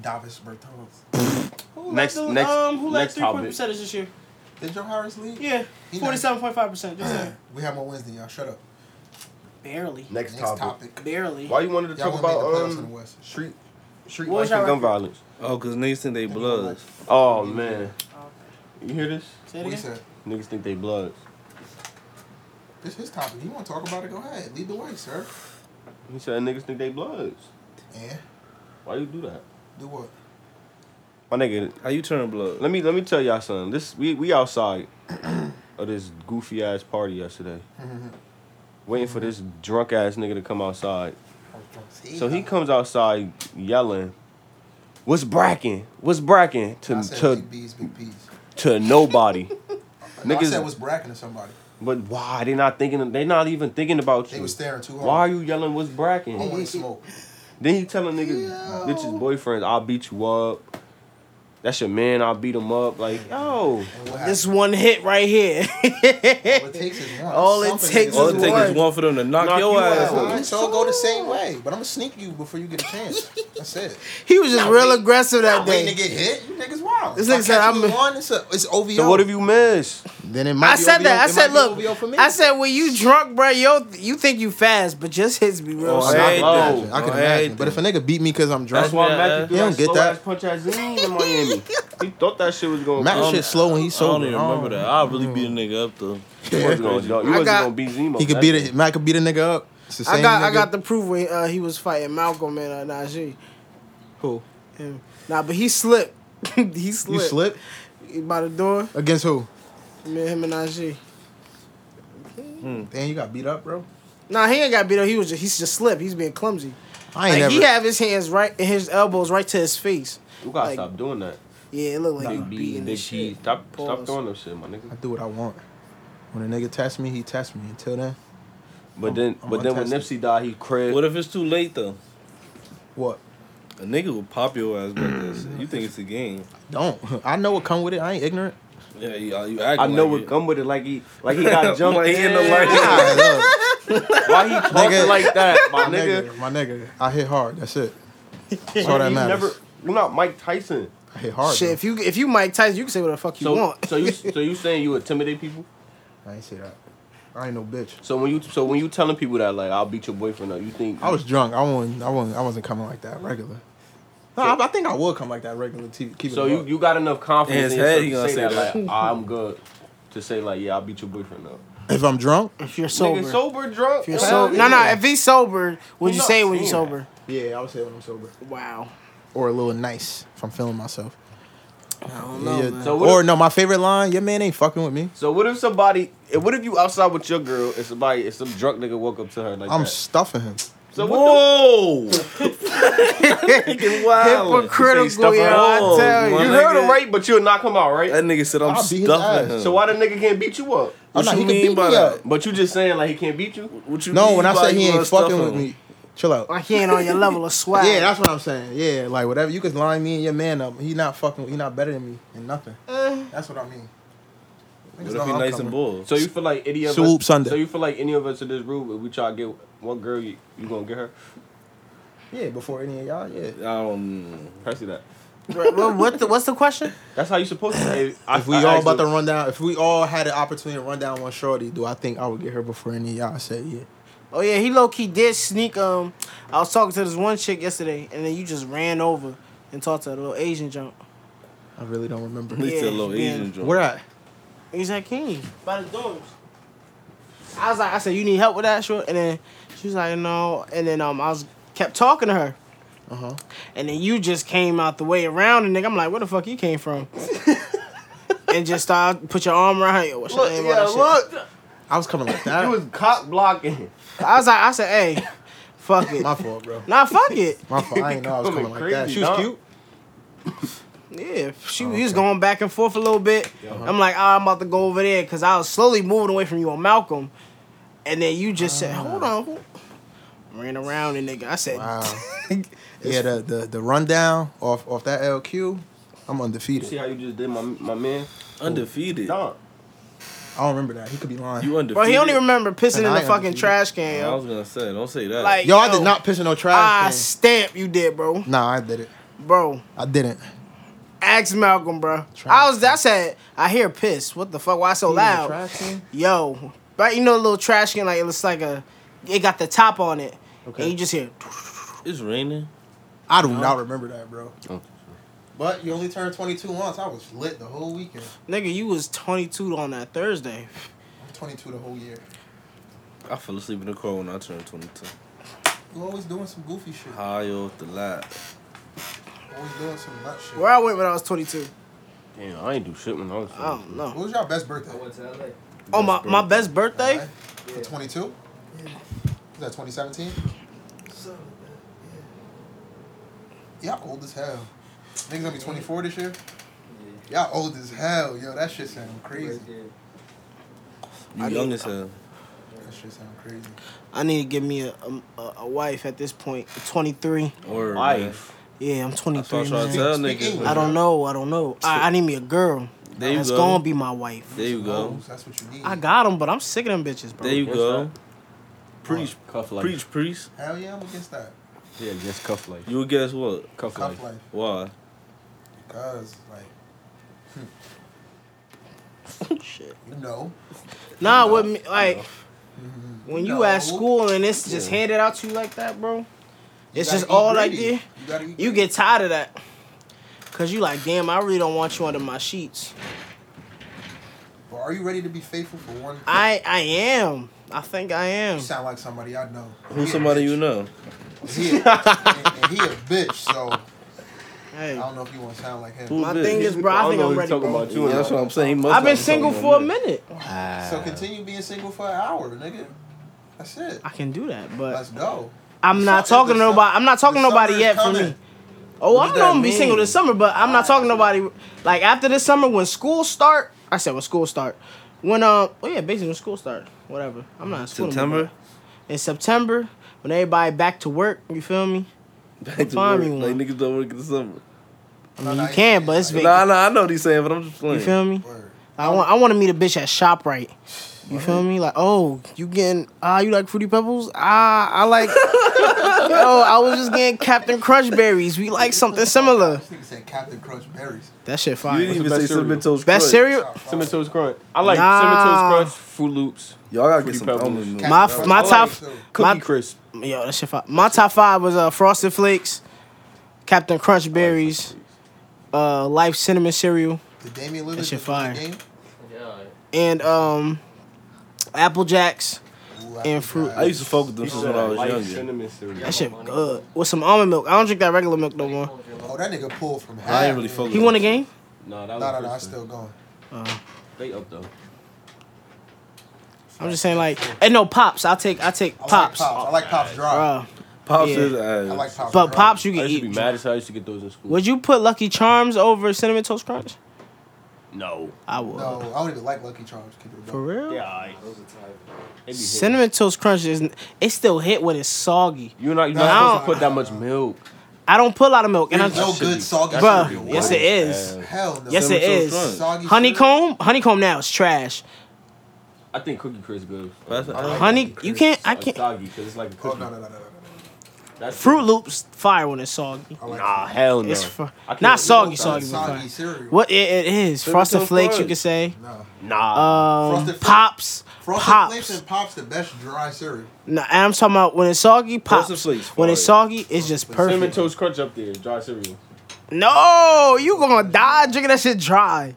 Speaker 1: Davis Bertans.
Speaker 4: Who
Speaker 2: Next-
Speaker 4: let the,
Speaker 2: next-
Speaker 4: um who
Speaker 2: next
Speaker 4: let three point
Speaker 2: topic.
Speaker 4: percentage this year?
Speaker 1: Did Joe Harris leave?
Speaker 4: Yeah.
Speaker 1: He not-
Speaker 4: Forty seven point five percent. Just saying.
Speaker 1: we have on Wednesday, y'all. Shut up.
Speaker 4: Barely.
Speaker 2: Next,
Speaker 1: Next
Speaker 2: topic.
Speaker 1: topic.
Speaker 4: Barely.
Speaker 2: Why you wanted to
Speaker 1: Y'all
Speaker 2: talk
Speaker 1: wanna make
Speaker 2: about
Speaker 1: the playoffs in the
Speaker 2: um,
Speaker 1: West.
Speaker 2: street street
Speaker 4: What was
Speaker 2: life
Speaker 4: y'all
Speaker 2: and gun
Speaker 4: record?
Speaker 2: violence?
Speaker 3: Oh, cause niggas think they bloods.
Speaker 2: Oh man.
Speaker 4: Oh,
Speaker 2: You hear this?
Speaker 4: Say it
Speaker 1: What he
Speaker 4: again.
Speaker 1: said.
Speaker 2: Niggas think they bloods.
Speaker 1: This his topic. You want to talk about it? Go ahead. Lead the way, sir.
Speaker 2: He said niggas think they bloods.
Speaker 1: Yeah.
Speaker 2: Why you do that?
Speaker 1: Do what?
Speaker 2: My nigga,
Speaker 3: How you turn blood?
Speaker 2: let me let me tell y'all something. This we we outside of this goofy ass party yesterday.
Speaker 1: Mm-hmm.
Speaker 2: Waiting for this drunk ass nigga to come outside. So he comes outside yelling, What's bracking? What's bracking?
Speaker 1: I
Speaker 2: To
Speaker 1: said
Speaker 2: to
Speaker 1: big B's, big P's.
Speaker 2: to nobody.
Speaker 1: No, I
Speaker 2: Niggas-
Speaker 1: said was bragging to somebody.
Speaker 2: But why? They not thinking they not even thinking about
Speaker 1: They
Speaker 2: you.
Speaker 1: was staring too hard.
Speaker 2: Why are you yelling what's bracking?
Speaker 1: I want to smoke.
Speaker 2: Then you telling niggas, bitches, boyfriends, I'll beat you up. That's your man, I'll beat him up. Like, yo,
Speaker 1: And what
Speaker 4: This
Speaker 1: happened?
Speaker 4: one hit right here.
Speaker 1: All it takes is one.
Speaker 4: All it
Speaker 1: Something
Speaker 4: takes
Speaker 1: niggas
Speaker 3: All
Speaker 1: do.
Speaker 3: it takes
Speaker 4: one.
Speaker 3: is one for them to knock,
Speaker 2: Knock
Speaker 3: your
Speaker 2: you
Speaker 3: ass
Speaker 2: out.
Speaker 3: out.
Speaker 1: Alright, so go the same way, but I'm gonna sneak you before you get a chance. That's it.
Speaker 4: he was just real aggressive that
Speaker 1: I'm waiting to
Speaker 4: day.
Speaker 1: get hit. You niggas wild.
Speaker 4: This
Speaker 1: If I
Speaker 4: nigga said,
Speaker 1: catch you
Speaker 4: I'm-
Speaker 1: one, it's, a, it's OVO.
Speaker 2: so what have you missed?
Speaker 8: Then it might
Speaker 4: I
Speaker 8: be
Speaker 4: said
Speaker 8: OVO
Speaker 4: that. I
Speaker 8: it
Speaker 4: said,
Speaker 8: might be
Speaker 4: look,
Speaker 8: OVO for me.
Speaker 4: I said, when you drunk, bro, yo, you think you fast, but just hits me real
Speaker 3: Oh,
Speaker 8: I
Speaker 4: slow.
Speaker 8: can
Speaker 3: Hey,
Speaker 8: imagine.
Speaker 3: dude.
Speaker 8: I can
Speaker 3: Oh, hey,
Speaker 8: imagine. but if a nigga beat me because I'm drunk,
Speaker 2: That's why
Speaker 3: Yeah,
Speaker 2: Matthew
Speaker 8: you
Speaker 2: threw that
Speaker 8: don't get
Speaker 2: slow
Speaker 8: that.
Speaker 2: ass punch at Zine in Miami. he thought that shit was going.
Speaker 8: Matt
Speaker 2: to
Speaker 8: shit slow when he's
Speaker 3: I don't
Speaker 8: sober.
Speaker 3: even remember that. I'll really beat a nigga up though.
Speaker 2: You wasn't going to
Speaker 4: I got-
Speaker 2: beat Zemo.
Speaker 8: He could beat it. Matt could beat a nigga up. It's the same
Speaker 4: I got I
Speaker 8: nigga.
Speaker 4: got the proof when uh, he was fighting Malcolm and uh, Najee.
Speaker 8: Who?
Speaker 4: Him. Nah, but he slipped. he
Speaker 8: You
Speaker 4: slipped.
Speaker 8: slipped
Speaker 4: By the door,
Speaker 8: against who?
Speaker 4: me and him and Najee.
Speaker 8: Damn, you got beat up, bro.
Speaker 4: Nah, he ain't got beat up. He was just, he's just slipped. He's being clumsy.
Speaker 8: I ain't
Speaker 4: Like,
Speaker 8: never.
Speaker 4: he have his hands right, his elbows right to his face.
Speaker 2: You gotta
Speaker 4: Like-
Speaker 2: stop doing that.
Speaker 4: Yeah, it looked like he
Speaker 2: Big B,
Speaker 4: beating the
Speaker 2: Big
Speaker 4: shit.
Speaker 2: P. Stop,
Speaker 4: Pause.
Speaker 2: stop throwing them shit, my nigga.
Speaker 8: I do what I want. When a nigga test me, he test me. Until then,
Speaker 2: But then,
Speaker 1: I'm
Speaker 2: but then when
Speaker 1: untested.
Speaker 2: Nipsey died, he crib.
Speaker 3: What if it's too late though?
Speaker 1: What?
Speaker 3: A nigga will pop your ass like this. You think it's a game?
Speaker 1: Don't. I know what come with it. I ain't ignorant.
Speaker 3: Yeah, you, uh, you
Speaker 2: I know
Speaker 3: like
Speaker 2: what come with it. Like he, like he got jumped
Speaker 3: Like he in the
Speaker 2: Yeah.
Speaker 3: light.
Speaker 2: Why he talking
Speaker 1: Nigga.
Speaker 2: like that, my
Speaker 1: my
Speaker 2: nigga?
Speaker 1: nigga, my nigga. I hit hard. That's it. That's all that
Speaker 2: you
Speaker 1: matters.
Speaker 2: never, you're not Mike Tyson.
Speaker 1: I hit hard.
Speaker 4: Shit,
Speaker 1: though.
Speaker 4: if you if you Mike Tyson, you can say what the fuck you
Speaker 2: So,
Speaker 4: want.
Speaker 2: so you, so you saying you intimidate people?
Speaker 1: I ain't say that. I ain't no bitch.
Speaker 2: So when you, so when you telling people that like I'll beat your boyfriend up, you think
Speaker 1: I was drunk. I wasn't. I wasn't. I wasn't coming like that regular. No, I, I think I would come like that regular. T- keep it
Speaker 2: So
Speaker 1: a
Speaker 2: you,
Speaker 1: buck.
Speaker 2: you got enough confidence
Speaker 3: In
Speaker 2: in
Speaker 3: his head,
Speaker 2: yourself
Speaker 3: he
Speaker 2: to
Speaker 3: gonna
Speaker 2: say,
Speaker 3: say
Speaker 2: that,
Speaker 3: that.
Speaker 2: like I'm good to say like yeah I'll beat your boyfriend up.
Speaker 1: if I'm drunk,
Speaker 4: if you're sober,
Speaker 2: Nigga sober drunk.
Speaker 4: if you're
Speaker 2: Hell
Speaker 4: sober, no, no.
Speaker 2: yeah.
Speaker 4: If he's sober, would
Speaker 2: I'm
Speaker 4: you
Speaker 2: not
Speaker 4: say it when you're
Speaker 2: saying that.
Speaker 4: sober?
Speaker 1: yeah, I would say when I'm sober
Speaker 4: Wow,
Speaker 1: or a little nice if I'm feeling myself.
Speaker 4: I don't know,
Speaker 1: Yeah.
Speaker 4: man.
Speaker 2: So what
Speaker 1: Or
Speaker 2: if-
Speaker 1: no, my favorite line: Your man ain't fucking with me.
Speaker 2: So what if somebody? and What if you outside with your girl and somebody and some drunk nigga woke up to her like
Speaker 1: I'm
Speaker 2: that?
Speaker 1: stuffing him.
Speaker 2: so what
Speaker 3: Whoa! Freaking wild.
Speaker 4: Hypocritical, yo.
Speaker 3: balls,
Speaker 4: I tell
Speaker 2: the,
Speaker 4: you.
Speaker 3: man.
Speaker 2: you
Speaker 3: nigga-
Speaker 2: heard him right, but you'll knock him out
Speaker 3: That
Speaker 2: right.
Speaker 3: nigga said I'm
Speaker 1: I'll beat his ass.
Speaker 3: stuffing him.
Speaker 2: So why the nigga can't beat you up?
Speaker 1: I'm
Speaker 3: What
Speaker 1: not-
Speaker 3: you
Speaker 1: he can
Speaker 3: mean
Speaker 1: beat
Speaker 3: by
Speaker 1: me
Speaker 3: that?
Speaker 1: up.
Speaker 2: But you just saying like he can't beat you.
Speaker 3: What you
Speaker 1: No,
Speaker 3: mean
Speaker 1: when I
Speaker 3: by
Speaker 1: say
Speaker 3: you
Speaker 1: he ain't
Speaker 3: gonna stuff
Speaker 1: fucking with
Speaker 3: him?
Speaker 1: me, chill out.
Speaker 4: Like he ain't on your level of swag.
Speaker 1: Yeah, that's what I'm saying. Yeah, like whatever. You could line me and your man up. He not fucking. He not better than me in nothing. That's what I mean. Niggas
Speaker 3: What
Speaker 1: know
Speaker 3: if he
Speaker 1: I'm
Speaker 3: nice
Speaker 1: coming.
Speaker 3: and bull?
Speaker 2: So you feel like any of
Speaker 1: Swoop
Speaker 2: us,
Speaker 1: Sunday.
Speaker 2: So you feel like any of us in this room, if we try to get one girl, you, you gonna get her?
Speaker 1: Yeah, before any of y'all. Yeah.
Speaker 3: Um,
Speaker 2: I see that.
Speaker 4: what, what the, what's the question?
Speaker 2: That's how you supposed to. If,
Speaker 1: If we all about to run down, if we all had an opportunity to run down one shorty, do I think I would get her before any of y'all said yeah?
Speaker 4: Oh yeah, he low key did sneak. Um, I was talking to this one chick yesterday, and then you just ran over and talked to a little Asian junk.
Speaker 1: I really don't remember.
Speaker 3: at least a
Speaker 4: Yeah,
Speaker 3: little
Speaker 4: yeah.
Speaker 3: Asian joint.
Speaker 1: Where at?
Speaker 4: He's like, "King, by the doors." I was like, I said, "You need help with that, sure?" And then she was like, "No." And then um, I was kept talking to her,
Speaker 1: Uh huh.
Speaker 4: and then you just came out the way around, and nigga, I'm like, "Where the fuck you came from?" and just started put your arm around her. Yo, what's your
Speaker 2: Look,
Speaker 4: name?
Speaker 2: yeah,
Speaker 4: All that shit.
Speaker 2: look.
Speaker 1: I was coming like
Speaker 2: He
Speaker 1: that.
Speaker 2: was cock blocking.
Speaker 4: I was like, I said, "Hey, fuck it."
Speaker 1: my fault, bro.
Speaker 4: Nah, fuck it.
Speaker 1: My fault. I ain't know I was coming like that.
Speaker 2: Crazy,
Speaker 1: She was
Speaker 2: dog.
Speaker 1: cute.
Speaker 4: Yeah, she
Speaker 1: Oh,
Speaker 4: he was
Speaker 1: okay.
Speaker 4: going back and forth a little bit. I'm like, oh, I'm about to go over there because I was slowly moving away from you on Malcolm, and then you just said, "Hold on." who-" Ran around and nigga, I said,
Speaker 1: Ah. Wow. yeah, the, the the rundown off off that LQ. I'm
Speaker 2: You see
Speaker 1: undefeated.
Speaker 2: how you just did my my man?
Speaker 3: Undefeated.
Speaker 2: Don.
Speaker 1: I don't remember that. He could be lying.
Speaker 3: You undefeated.
Speaker 4: "Bro, he only remember pissing
Speaker 1: And
Speaker 4: in
Speaker 1: I
Speaker 4: the
Speaker 1: am
Speaker 4: fucking
Speaker 1: defeated.
Speaker 4: trash can."
Speaker 3: I was
Speaker 4: Yo.
Speaker 3: gonna say, don't say that.
Speaker 4: Like,
Speaker 1: Yo, I
Speaker 4: yo,
Speaker 1: did not piss in no
Speaker 2: Ah,
Speaker 4: I
Speaker 1: trash
Speaker 4: stamp you did, bro.
Speaker 1: can. Nah, I did it.
Speaker 4: Bro,
Speaker 1: I didn't.
Speaker 4: ask Malcolm, bro.
Speaker 1: Trash
Speaker 4: I was, I said, I hear piss. What the fuck? Why so loud? Yo, but you know, a little trash can, like it looks like a, it got the top on it, and you just hear.
Speaker 3: it's raining.
Speaker 1: I do not remember that, bro.
Speaker 2: Oh.
Speaker 5: But you only turned 22 once. I was lit the whole weekend.
Speaker 4: Nigga, you was 22 on that Thursday.
Speaker 5: I'm 22 the whole year.
Speaker 3: I fell asleep in the car when I turned 22.
Speaker 5: You always doing some goofy shit.
Speaker 3: High off the lot.
Speaker 5: Always doing some nut shit.
Speaker 4: Where I went when I was 22.
Speaker 2: Damn, I ain't do shit when I was.
Speaker 4: I don't
Speaker 5: What
Speaker 4: know.
Speaker 5: was y'all best birthday?
Speaker 6: I went to LA.
Speaker 4: Oh, my, my best
Speaker 5: Alright.
Speaker 4: birthday?
Speaker 5: For 22? Was that 2017? Y'all old as hell. Niggas gonna be 24 this year? Y'all old as hell. Yo, that shit sound crazy.
Speaker 3: You young as hell.
Speaker 5: That shit sound crazy.
Speaker 4: I need to give me a, a, a- a wife at this point. 23.
Speaker 3: Or
Speaker 2: Life.
Speaker 4: Yeah, I'm 23.
Speaker 3: That's what I
Speaker 4: man.
Speaker 3: tell
Speaker 5: Speak
Speaker 3: niggas,
Speaker 5: English.
Speaker 4: I don't know. I don't know. I, I need me a girl.
Speaker 3: There you
Speaker 4: that's
Speaker 3: go.
Speaker 4: gonna be my wife.
Speaker 3: There you go.
Speaker 5: Hoes, That's what you need.
Speaker 4: I got them, but I'm sick of them bitches, bro.
Speaker 3: There you
Speaker 2: Yes,
Speaker 3: go.
Speaker 2: sir.
Speaker 3: Preach,
Speaker 2: Cuff life.
Speaker 3: preach, preach.
Speaker 5: Hell yeah, I'm against that.
Speaker 2: Yeah, just cuff life.
Speaker 3: You would guess what?
Speaker 2: Cuff
Speaker 5: Cuff
Speaker 2: life.
Speaker 5: life.
Speaker 3: Why?
Speaker 5: Because, like,
Speaker 4: Shit.
Speaker 5: you know.
Speaker 4: Nah, with me, like, when you
Speaker 5: No.
Speaker 4: at school and it's just handed out to you like that, bro,
Speaker 5: you
Speaker 4: it's
Speaker 5: gotta
Speaker 4: just
Speaker 5: eat
Speaker 4: all like
Speaker 5: greedy.
Speaker 4: there.
Speaker 5: You gotta eat
Speaker 4: You
Speaker 5: greedy.
Speaker 4: get tired of that. Cause you like, damn, I really don't want you under my sheets.
Speaker 5: But are you ready to be faithful for one?
Speaker 4: I I am. I think I am.
Speaker 5: You sound like somebody I know.
Speaker 3: Who's somebody you know?
Speaker 5: know? He a, and, and he a bitch, so I
Speaker 4: Hey,
Speaker 5: don't know if you want to sound like him.
Speaker 3: Who
Speaker 4: my
Speaker 3: this?
Speaker 4: thing is, bro. I think I'm ready.
Speaker 2: talking
Speaker 4: Bro.
Speaker 2: about you.
Speaker 3: that's what I'm saying. He must
Speaker 4: I've
Speaker 3: not be
Speaker 4: been single
Speaker 3: talking
Speaker 4: for a
Speaker 3: about me.
Speaker 4: minute.
Speaker 5: So continue being single for an hour, nigga. That's it.
Speaker 4: I can do that,
Speaker 5: Let's
Speaker 4: but
Speaker 5: go.
Speaker 4: I'm
Speaker 5: The
Speaker 4: not
Speaker 5: sum-
Speaker 4: talking
Speaker 5: the
Speaker 4: to
Speaker 5: sum-
Speaker 4: nobody. I'm not talking to
Speaker 5: the
Speaker 4: nobody
Speaker 5: summer is
Speaker 4: yet for
Speaker 5: coming.
Speaker 4: me. Oh,
Speaker 3: What
Speaker 4: I
Speaker 3: does
Speaker 4: know I'm
Speaker 3: that
Speaker 4: gonna be single
Speaker 3: mean?
Speaker 4: this summer, but I'm not talking to nobody. Like after this summer, when school start, uh, I said when school start. When um, oh yeah, basically when school start, whatever. I'm not in school no more.
Speaker 3: September.
Speaker 4: in September when everybody back to work. You feel me?
Speaker 3: Back to
Speaker 4: Find
Speaker 3: work.
Speaker 4: me
Speaker 3: Like
Speaker 4: one.
Speaker 3: niggas don't work in the summer.
Speaker 4: I mean, you can, but it's vac-
Speaker 3: Nah, nah, I know what he's saying, but I'm just playing.
Speaker 4: You feel me?
Speaker 1: Word.
Speaker 4: I want I want to meet a bitch at Shoprite. You feel me? Like, oh, you getting ah, you like fruity pebbles? Ah, I like. yo, I was just getting Captain Crunch berries. We like something similar.
Speaker 1: This nigga said Captain Crunch berries.
Speaker 4: That shit
Speaker 3: You
Speaker 4: fire.
Speaker 3: didn't even
Speaker 2: What's the
Speaker 3: say
Speaker 2: best
Speaker 3: cinnamon
Speaker 2: cereal?
Speaker 3: toast
Speaker 4: Best
Speaker 3: Crunch.
Speaker 4: cereal?
Speaker 2: Cinnamon Toast Crunch. I like
Speaker 4: Nah.
Speaker 2: Cinnamon Toast Crunch, Fruit Loops,
Speaker 3: Y'all gotta get
Speaker 2: Fruity
Speaker 3: some
Speaker 2: Pebbles.
Speaker 3: almond milk.
Speaker 4: My
Speaker 1: Captain
Speaker 4: my
Speaker 1: Crunch
Speaker 4: top
Speaker 1: berries, too.
Speaker 2: Cookie
Speaker 4: my,
Speaker 2: Crisp.
Speaker 4: yo that shit fire. My top five was uh Frosted Flakes, Captain Crunch berries, uh Life cinnamon cereal,
Speaker 1: The Damian Lillard.
Speaker 4: That shit
Speaker 1: just won the
Speaker 4: fire.
Speaker 1: game?
Speaker 6: Yeah.
Speaker 4: and um Apple Jacks.
Speaker 1: Ooh,
Speaker 4: And fruit.
Speaker 3: I used to fuck with them
Speaker 2: You
Speaker 3: since
Speaker 2: said
Speaker 3: when I was
Speaker 2: light
Speaker 3: younger.
Speaker 2: cinnamon cereal.
Speaker 4: That shit good with some almond milk. I don't drink that regular milk no more.
Speaker 1: Oh, that nigga pulled from half.
Speaker 3: I ain't really fuck with
Speaker 4: He won a game.
Speaker 2: Nah, that
Speaker 1: No,
Speaker 2: was
Speaker 1: no,
Speaker 2: the
Speaker 1: no. I
Speaker 2: first
Speaker 1: still going.
Speaker 2: one. They up though.
Speaker 4: I'm just saying like, and no pops. I'll take I take
Speaker 1: I
Speaker 4: pops,
Speaker 1: Like pops. I like pops dry.
Speaker 4: Bruh.
Speaker 3: Pops
Speaker 4: Yeah.
Speaker 3: is
Speaker 1: I
Speaker 3: ass.
Speaker 1: like pops.
Speaker 4: But
Speaker 1: dry.
Speaker 4: pops you
Speaker 2: I
Speaker 4: can
Speaker 2: used to be
Speaker 4: eat.
Speaker 2: mad as hell. I used to get those in school.
Speaker 4: Would you put Lucky Charms over cinnamon toast crunch?
Speaker 2: No.
Speaker 4: I would.
Speaker 1: No, I don't even like Lucky Charms. Keep it a
Speaker 4: For
Speaker 1: buck.
Speaker 4: real?
Speaker 2: Yeah, I.
Speaker 6: Those are tight.
Speaker 4: Cinnamon toast crunch is it still hit when it's soggy.
Speaker 2: You're not, you're
Speaker 1: No,
Speaker 2: not supposed
Speaker 1: I
Speaker 2: to put that
Speaker 1: don't-
Speaker 2: much milk.
Speaker 4: I don't put a lot of milk, and I
Speaker 1: There's no good soggy
Speaker 4: Bruh,
Speaker 1: cereal.
Speaker 4: yes, it is.
Speaker 1: Hell no.
Speaker 4: Yes, it
Speaker 3: Cinnamon
Speaker 4: is.
Speaker 3: toast crunch.
Speaker 1: Soggy
Speaker 4: Honeycomb, honeycomb now is trash.
Speaker 2: I think Cookie Crisp goes.
Speaker 3: That's-
Speaker 2: Uh,
Speaker 1: I like
Speaker 4: Honey,
Speaker 1: Cookie
Speaker 4: you
Speaker 1: Crisp.
Speaker 4: can't. I
Speaker 2: like
Speaker 4: can't.
Speaker 2: Soggy, because it's like a
Speaker 1: cereal. Oh
Speaker 2: cookie.
Speaker 1: no, no, no, no, no. no.
Speaker 2: That's
Speaker 4: Fruit Loops fire when it's soggy.
Speaker 1: I like
Speaker 2: Nah,
Speaker 1: fruit.
Speaker 2: hell no.
Speaker 4: It's fu-
Speaker 2: I can't
Speaker 4: not
Speaker 2: eat
Speaker 4: soggy,
Speaker 2: those.
Speaker 4: soggy, but
Speaker 1: soggy
Speaker 4: fire.
Speaker 1: cereal.
Speaker 4: What it, it is?
Speaker 3: Cinnamon
Speaker 4: Frosted
Speaker 3: toast
Speaker 4: flakes, you
Speaker 3: crunch.
Speaker 4: could say.
Speaker 1: No.
Speaker 2: Nah.
Speaker 4: Um,
Speaker 1: Frosted Flakes.
Speaker 4: pops,
Speaker 1: Frosted Flakes
Speaker 4: pops.
Speaker 1: and Pops the best dry cereal.
Speaker 4: No, and I'm talking about when it's soggy, pops.
Speaker 3: Frosted Flakes
Speaker 4: when it's
Speaker 3: fire.
Speaker 4: soggy, it's just
Speaker 1: Flakes.
Speaker 2: Cinnamon
Speaker 4: perfect.
Speaker 2: Toast Crunch up there, dry cereal.
Speaker 4: No, you gonna die drinking that shit dry.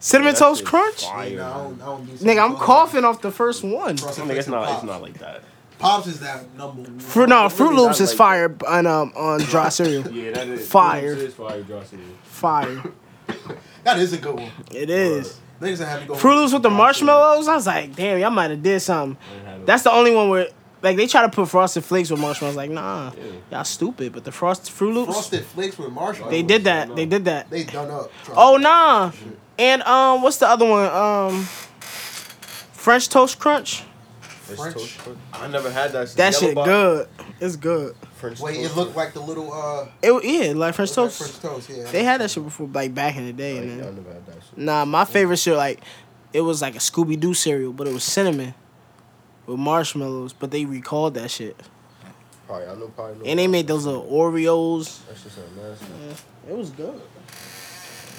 Speaker 4: Cinnamon
Speaker 2: That
Speaker 4: toast
Speaker 2: shit's
Speaker 4: crunch,
Speaker 1: Nigga,
Speaker 2: Fire.
Speaker 1: I
Speaker 2: man.
Speaker 1: don't, I don't do
Speaker 4: nigga. I'm
Speaker 1: soda.
Speaker 4: coughing off the first one.
Speaker 1: Frosted
Speaker 2: Nigga,
Speaker 1: Flakes
Speaker 2: it's
Speaker 1: and
Speaker 2: not,
Speaker 1: Pops.
Speaker 2: it's not like that.
Speaker 1: Pops is that number one.
Speaker 4: Fruit, no, Fruit
Speaker 3: really
Speaker 4: Loops
Speaker 3: not
Speaker 4: is
Speaker 3: like
Speaker 4: fire on um on dry cereal.
Speaker 2: Yeah, that is.
Speaker 4: Fire.
Speaker 2: It is fire, dry cereal.
Speaker 4: Fire,
Speaker 1: That is a good one.
Speaker 4: it is.
Speaker 1: Niggas that have me going.
Speaker 4: Fruit Loops with the marshmallows. I was like, damn, y'all might have did something.
Speaker 2: I ain't had no-
Speaker 4: That's the only one where like they try to put Frosted Flakes with marshmallows. Like, nah,
Speaker 2: Yeah.
Speaker 4: y'all stupid. But the Frost Fruit Loops,
Speaker 1: Frosted Flakes with marshmallows.
Speaker 4: they did that. They did that.
Speaker 1: They done up. Trust
Speaker 4: Oh
Speaker 1: me.
Speaker 4: nah. And um, what's the other one? Um, French toast crunch.
Speaker 1: French.
Speaker 2: I never had that shit.
Speaker 4: That
Speaker 2: Yellow
Speaker 4: shit
Speaker 2: box.
Speaker 4: good. It's good.
Speaker 2: French
Speaker 1: Wait,
Speaker 2: toast
Speaker 1: it looked like the little uh.
Speaker 4: It wa- yeah, like French
Speaker 1: looked like French
Speaker 4: toast.
Speaker 1: toast. Yeah.
Speaker 4: They had that shit before, like back in the day.
Speaker 2: crunch. Like, Oh, I
Speaker 4: man.
Speaker 2: never had that shit.
Speaker 4: Nah, my favorite shit like it was like a Scooby Doo cereal, but it was cinnamon with marshmallows. But they recalled that shit,
Speaker 2: Probably, I know, probably know.
Speaker 4: and they made those little Oreos.
Speaker 2: That shit sound nasty.
Speaker 4: It was good.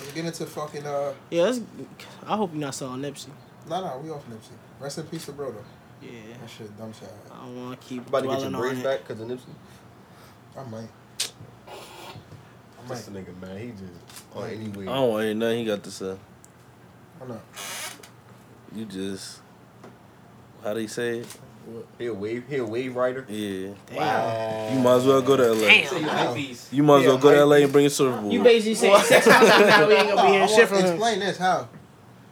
Speaker 1: Let's get into fucking uh.
Speaker 4: Yeah, that's, I hope you're not selling Nipsey.
Speaker 1: Nah, nah, we off Nipsey. Rest in peace to Brodo.
Speaker 4: Yeah,
Speaker 1: That shit dumb shit.
Speaker 4: I don't want to keep
Speaker 2: About to get your
Speaker 4: dwelling on
Speaker 2: braids
Speaker 4: it.
Speaker 2: back because of Nipsey.
Speaker 1: I might. I might.
Speaker 2: This nigga, man, he just on any
Speaker 3: I
Speaker 2: wave.
Speaker 4: Oh.
Speaker 3: don't want to hear nothing he got to say.
Speaker 1: Why not?
Speaker 3: You just, how do you say it?
Speaker 2: He a wave, he a wave rider.
Speaker 3: Yeah.
Speaker 4: Damn.
Speaker 3: You might as well go to LA.
Speaker 6: So you
Speaker 1: Wow.
Speaker 6: hype beast.
Speaker 3: You might as well go to LA and bring a surfboard.
Speaker 4: You basically saying six months from now we ain't
Speaker 1: Nah, I
Speaker 4: gonna be hearing
Speaker 1: want to
Speaker 4: shit from him.
Speaker 1: explain this how.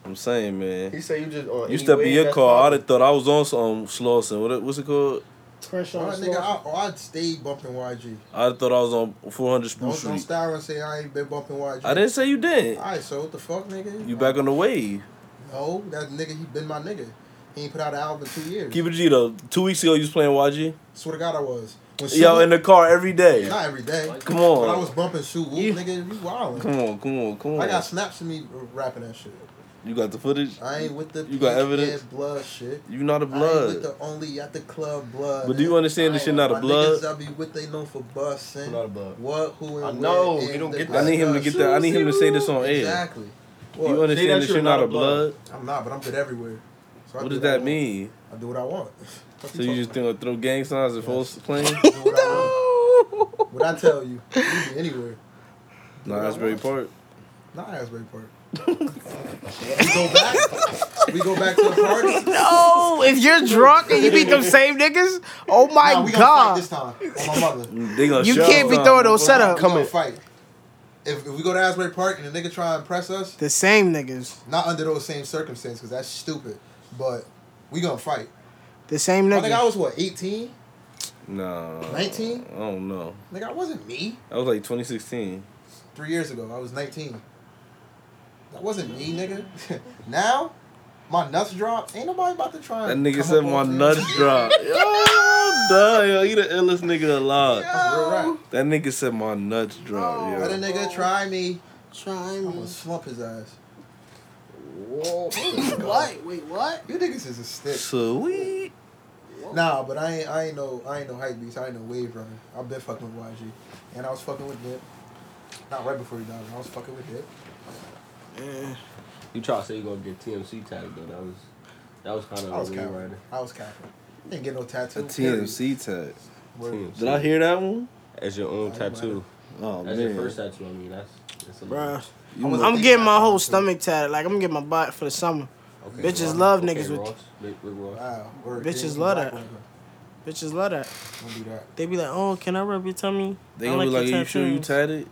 Speaker 3: I'm saying, man.
Speaker 2: He say you just on.
Speaker 3: You
Speaker 2: any
Speaker 3: step in
Speaker 2: wave,
Speaker 3: your
Speaker 2: that's
Speaker 3: car, I'd
Speaker 2: fine.
Speaker 3: have thought I was on some Slauson. What, it- what's it called?
Speaker 1: Oh,
Speaker 4: Crenshaw.
Speaker 1: nigga, I, oh, I'd stay bumping YG.
Speaker 3: I'd have thought I was on 400 Spruce
Speaker 1: Don't, don't
Speaker 3: Street.
Speaker 1: style and say I ain't been bumping YG.
Speaker 3: I didn't say you didn't.
Speaker 1: Alright, so what the fuck, nigga?
Speaker 3: You back on the wave.
Speaker 1: No, that nigga, he been my nigga. He ain't put out an album in two years.
Speaker 3: Keep it G though. Two weeks ago, you was playing YG.
Speaker 1: Swear to God, I was. When Sue
Speaker 3: Yo,
Speaker 1: Woo-
Speaker 3: in the car every day.
Speaker 1: not every day.
Speaker 3: Come
Speaker 1: But I
Speaker 3: on.
Speaker 1: was bumping Sue Woo,
Speaker 4: You-
Speaker 1: nigga. You wildin'.
Speaker 3: Come on, come on, come
Speaker 1: I got
Speaker 3: on.
Speaker 1: snaps of me rapping that shit.
Speaker 3: You got the footage?
Speaker 1: I ain't with the
Speaker 3: You got
Speaker 1: pink
Speaker 3: evidence?
Speaker 1: ass blood shit.
Speaker 3: You not a
Speaker 1: I ain't with
Speaker 3: blood.
Speaker 1: the only at the club blood.
Speaker 3: But do you understand this shit not a
Speaker 1: My
Speaker 3: blood?
Speaker 1: Niggas I be with they known for busting.
Speaker 2: Not a blood.
Speaker 1: What, who, and
Speaker 2: I
Speaker 1: where,
Speaker 2: know,
Speaker 1: and
Speaker 2: you don't
Speaker 1: the
Speaker 2: get
Speaker 3: I
Speaker 2: that.
Speaker 3: need him to get that. I need him to say this on air.
Speaker 1: Exactly.
Speaker 3: Do
Speaker 1: What?
Speaker 2: Say
Speaker 3: you
Speaker 2: that
Speaker 3: understand this
Speaker 2: you're
Speaker 3: shit not a blood?
Speaker 1: I'm not, but I'm good everywhere. So I
Speaker 3: What
Speaker 1: do
Speaker 3: does
Speaker 1: I
Speaker 3: that
Speaker 1: want.
Speaker 3: mean?
Speaker 1: I do what I want. What
Speaker 3: So you just
Speaker 1: talking
Speaker 3: gonna throw gang signs and false playing?
Speaker 1: about? I do what, I want. what I tell you, you be anywhere.
Speaker 3: Nah, Asbury Park.
Speaker 1: Not Asbury Park. we go back. We go back to the party.
Speaker 4: No, if you're drunk and you beat them same niggas, oh my
Speaker 1: Nah, we gonna fight
Speaker 4: god,
Speaker 1: this time. On my mother.
Speaker 3: They gonna
Speaker 4: you
Speaker 3: shut
Speaker 4: can't be
Speaker 3: down.
Speaker 4: throwing those
Speaker 1: We
Speaker 4: setup.
Speaker 1: gonna fight. If, if we go to Asbury Park and a nigga try and press us,
Speaker 4: The same niggas,
Speaker 1: not under those same circumstances, because that's stupid. But we gonna fight.
Speaker 4: the same
Speaker 1: I think I
Speaker 4: niggas.
Speaker 1: was what 18,
Speaker 3: Nah.
Speaker 1: 19.
Speaker 3: I don't know.
Speaker 1: Like I wasn't me.
Speaker 3: That was like 2016.
Speaker 1: Three years ago, I was 19. That wasn't me, nigga. now, my nuts dropped. Ain't nobody about to try.
Speaker 3: That
Speaker 1: and
Speaker 3: nigga
Speaker 1: come
Speaker 3: said
Speaker 1: up
Speaker 3: my
Speaker 1: on me.
Speaker 3: nuts dropped. Yo, duh, yo, he the illest nigga alive.
Speaker 5: Real rap.
Speaker 3: That nigga said my nuts
Speaker 1: Oh,
Speaker 3: drop,
Speaker 5: Let a
Speaker 3: yo.
Speaker 5: nigga try me.
Speaker 4: Try
Speaker 5: I'm gonna
Speaker 4: me.
Speaker 5: slump his ass.
Speaker 4: what? Wait, what?
Speaker 5: You niggas is a stick.
Speaker 3: Sweet.
Speaker 5: Nah, but I ain't I ain't no I ain't no hype beast. I ain't no wave runner. I've been fucking with YG, and I was fucking with Dip. Not right before he died. but I was fucking with Dip.
Speaker 2: You try to say you gonna get TMC tagged though. That was that was kind of
Speaker 5: I was
Speaker 2: a
Speaker 5: capping.
Speaker 2: rewriter.
Speaker 5: I was capping. Didn't get no tattoo.
Speaker 3: A TMC tag.
Speaker 5: Word.
Speaker 2: TMC.
Speaker 3: Did I hear that one?
Speaker 2: As your own
Speaker 5: I don't
Speaker 2: tattoo.
Speaker 3: Oh
Speaker 2: That's
Speaker 3: man.
Speaker 2: your first tattoo. I mean, that's that's a
Speaker 4: Bruh.
Speaker 3: You
Speaker 5: I was-
Speaker 3: must-
Speaker 4: I'm getting my whole stomach tatted. Like, I'm gonna get my butt for the summer. Bitches
Speaker 2: Ross.
Speaker 4: love
Speaker 2: Okay,
Speaker 4: niggas with-
Speaker 2: Ross. Big, big Ross.
Speaker 5: Wow. Word.
Speaker 4: Bitches
Speaker 5: Didn't
Speaker 4: love
Speaker 5: black
Speaker 4: that.
Speaker 5: women.
Speaker 4: Bitches love that.
Speaker 5: Don't do that.
Speaker 4: They be like, oh, can I rub your tummy?
Speaker 3: they
Speaker 4: I
Speaker 3: gonna be like,
Speaker 4: your
Speaker 3: are you sure you
Speaker 4: tattoos."
Speaker 3: tatted?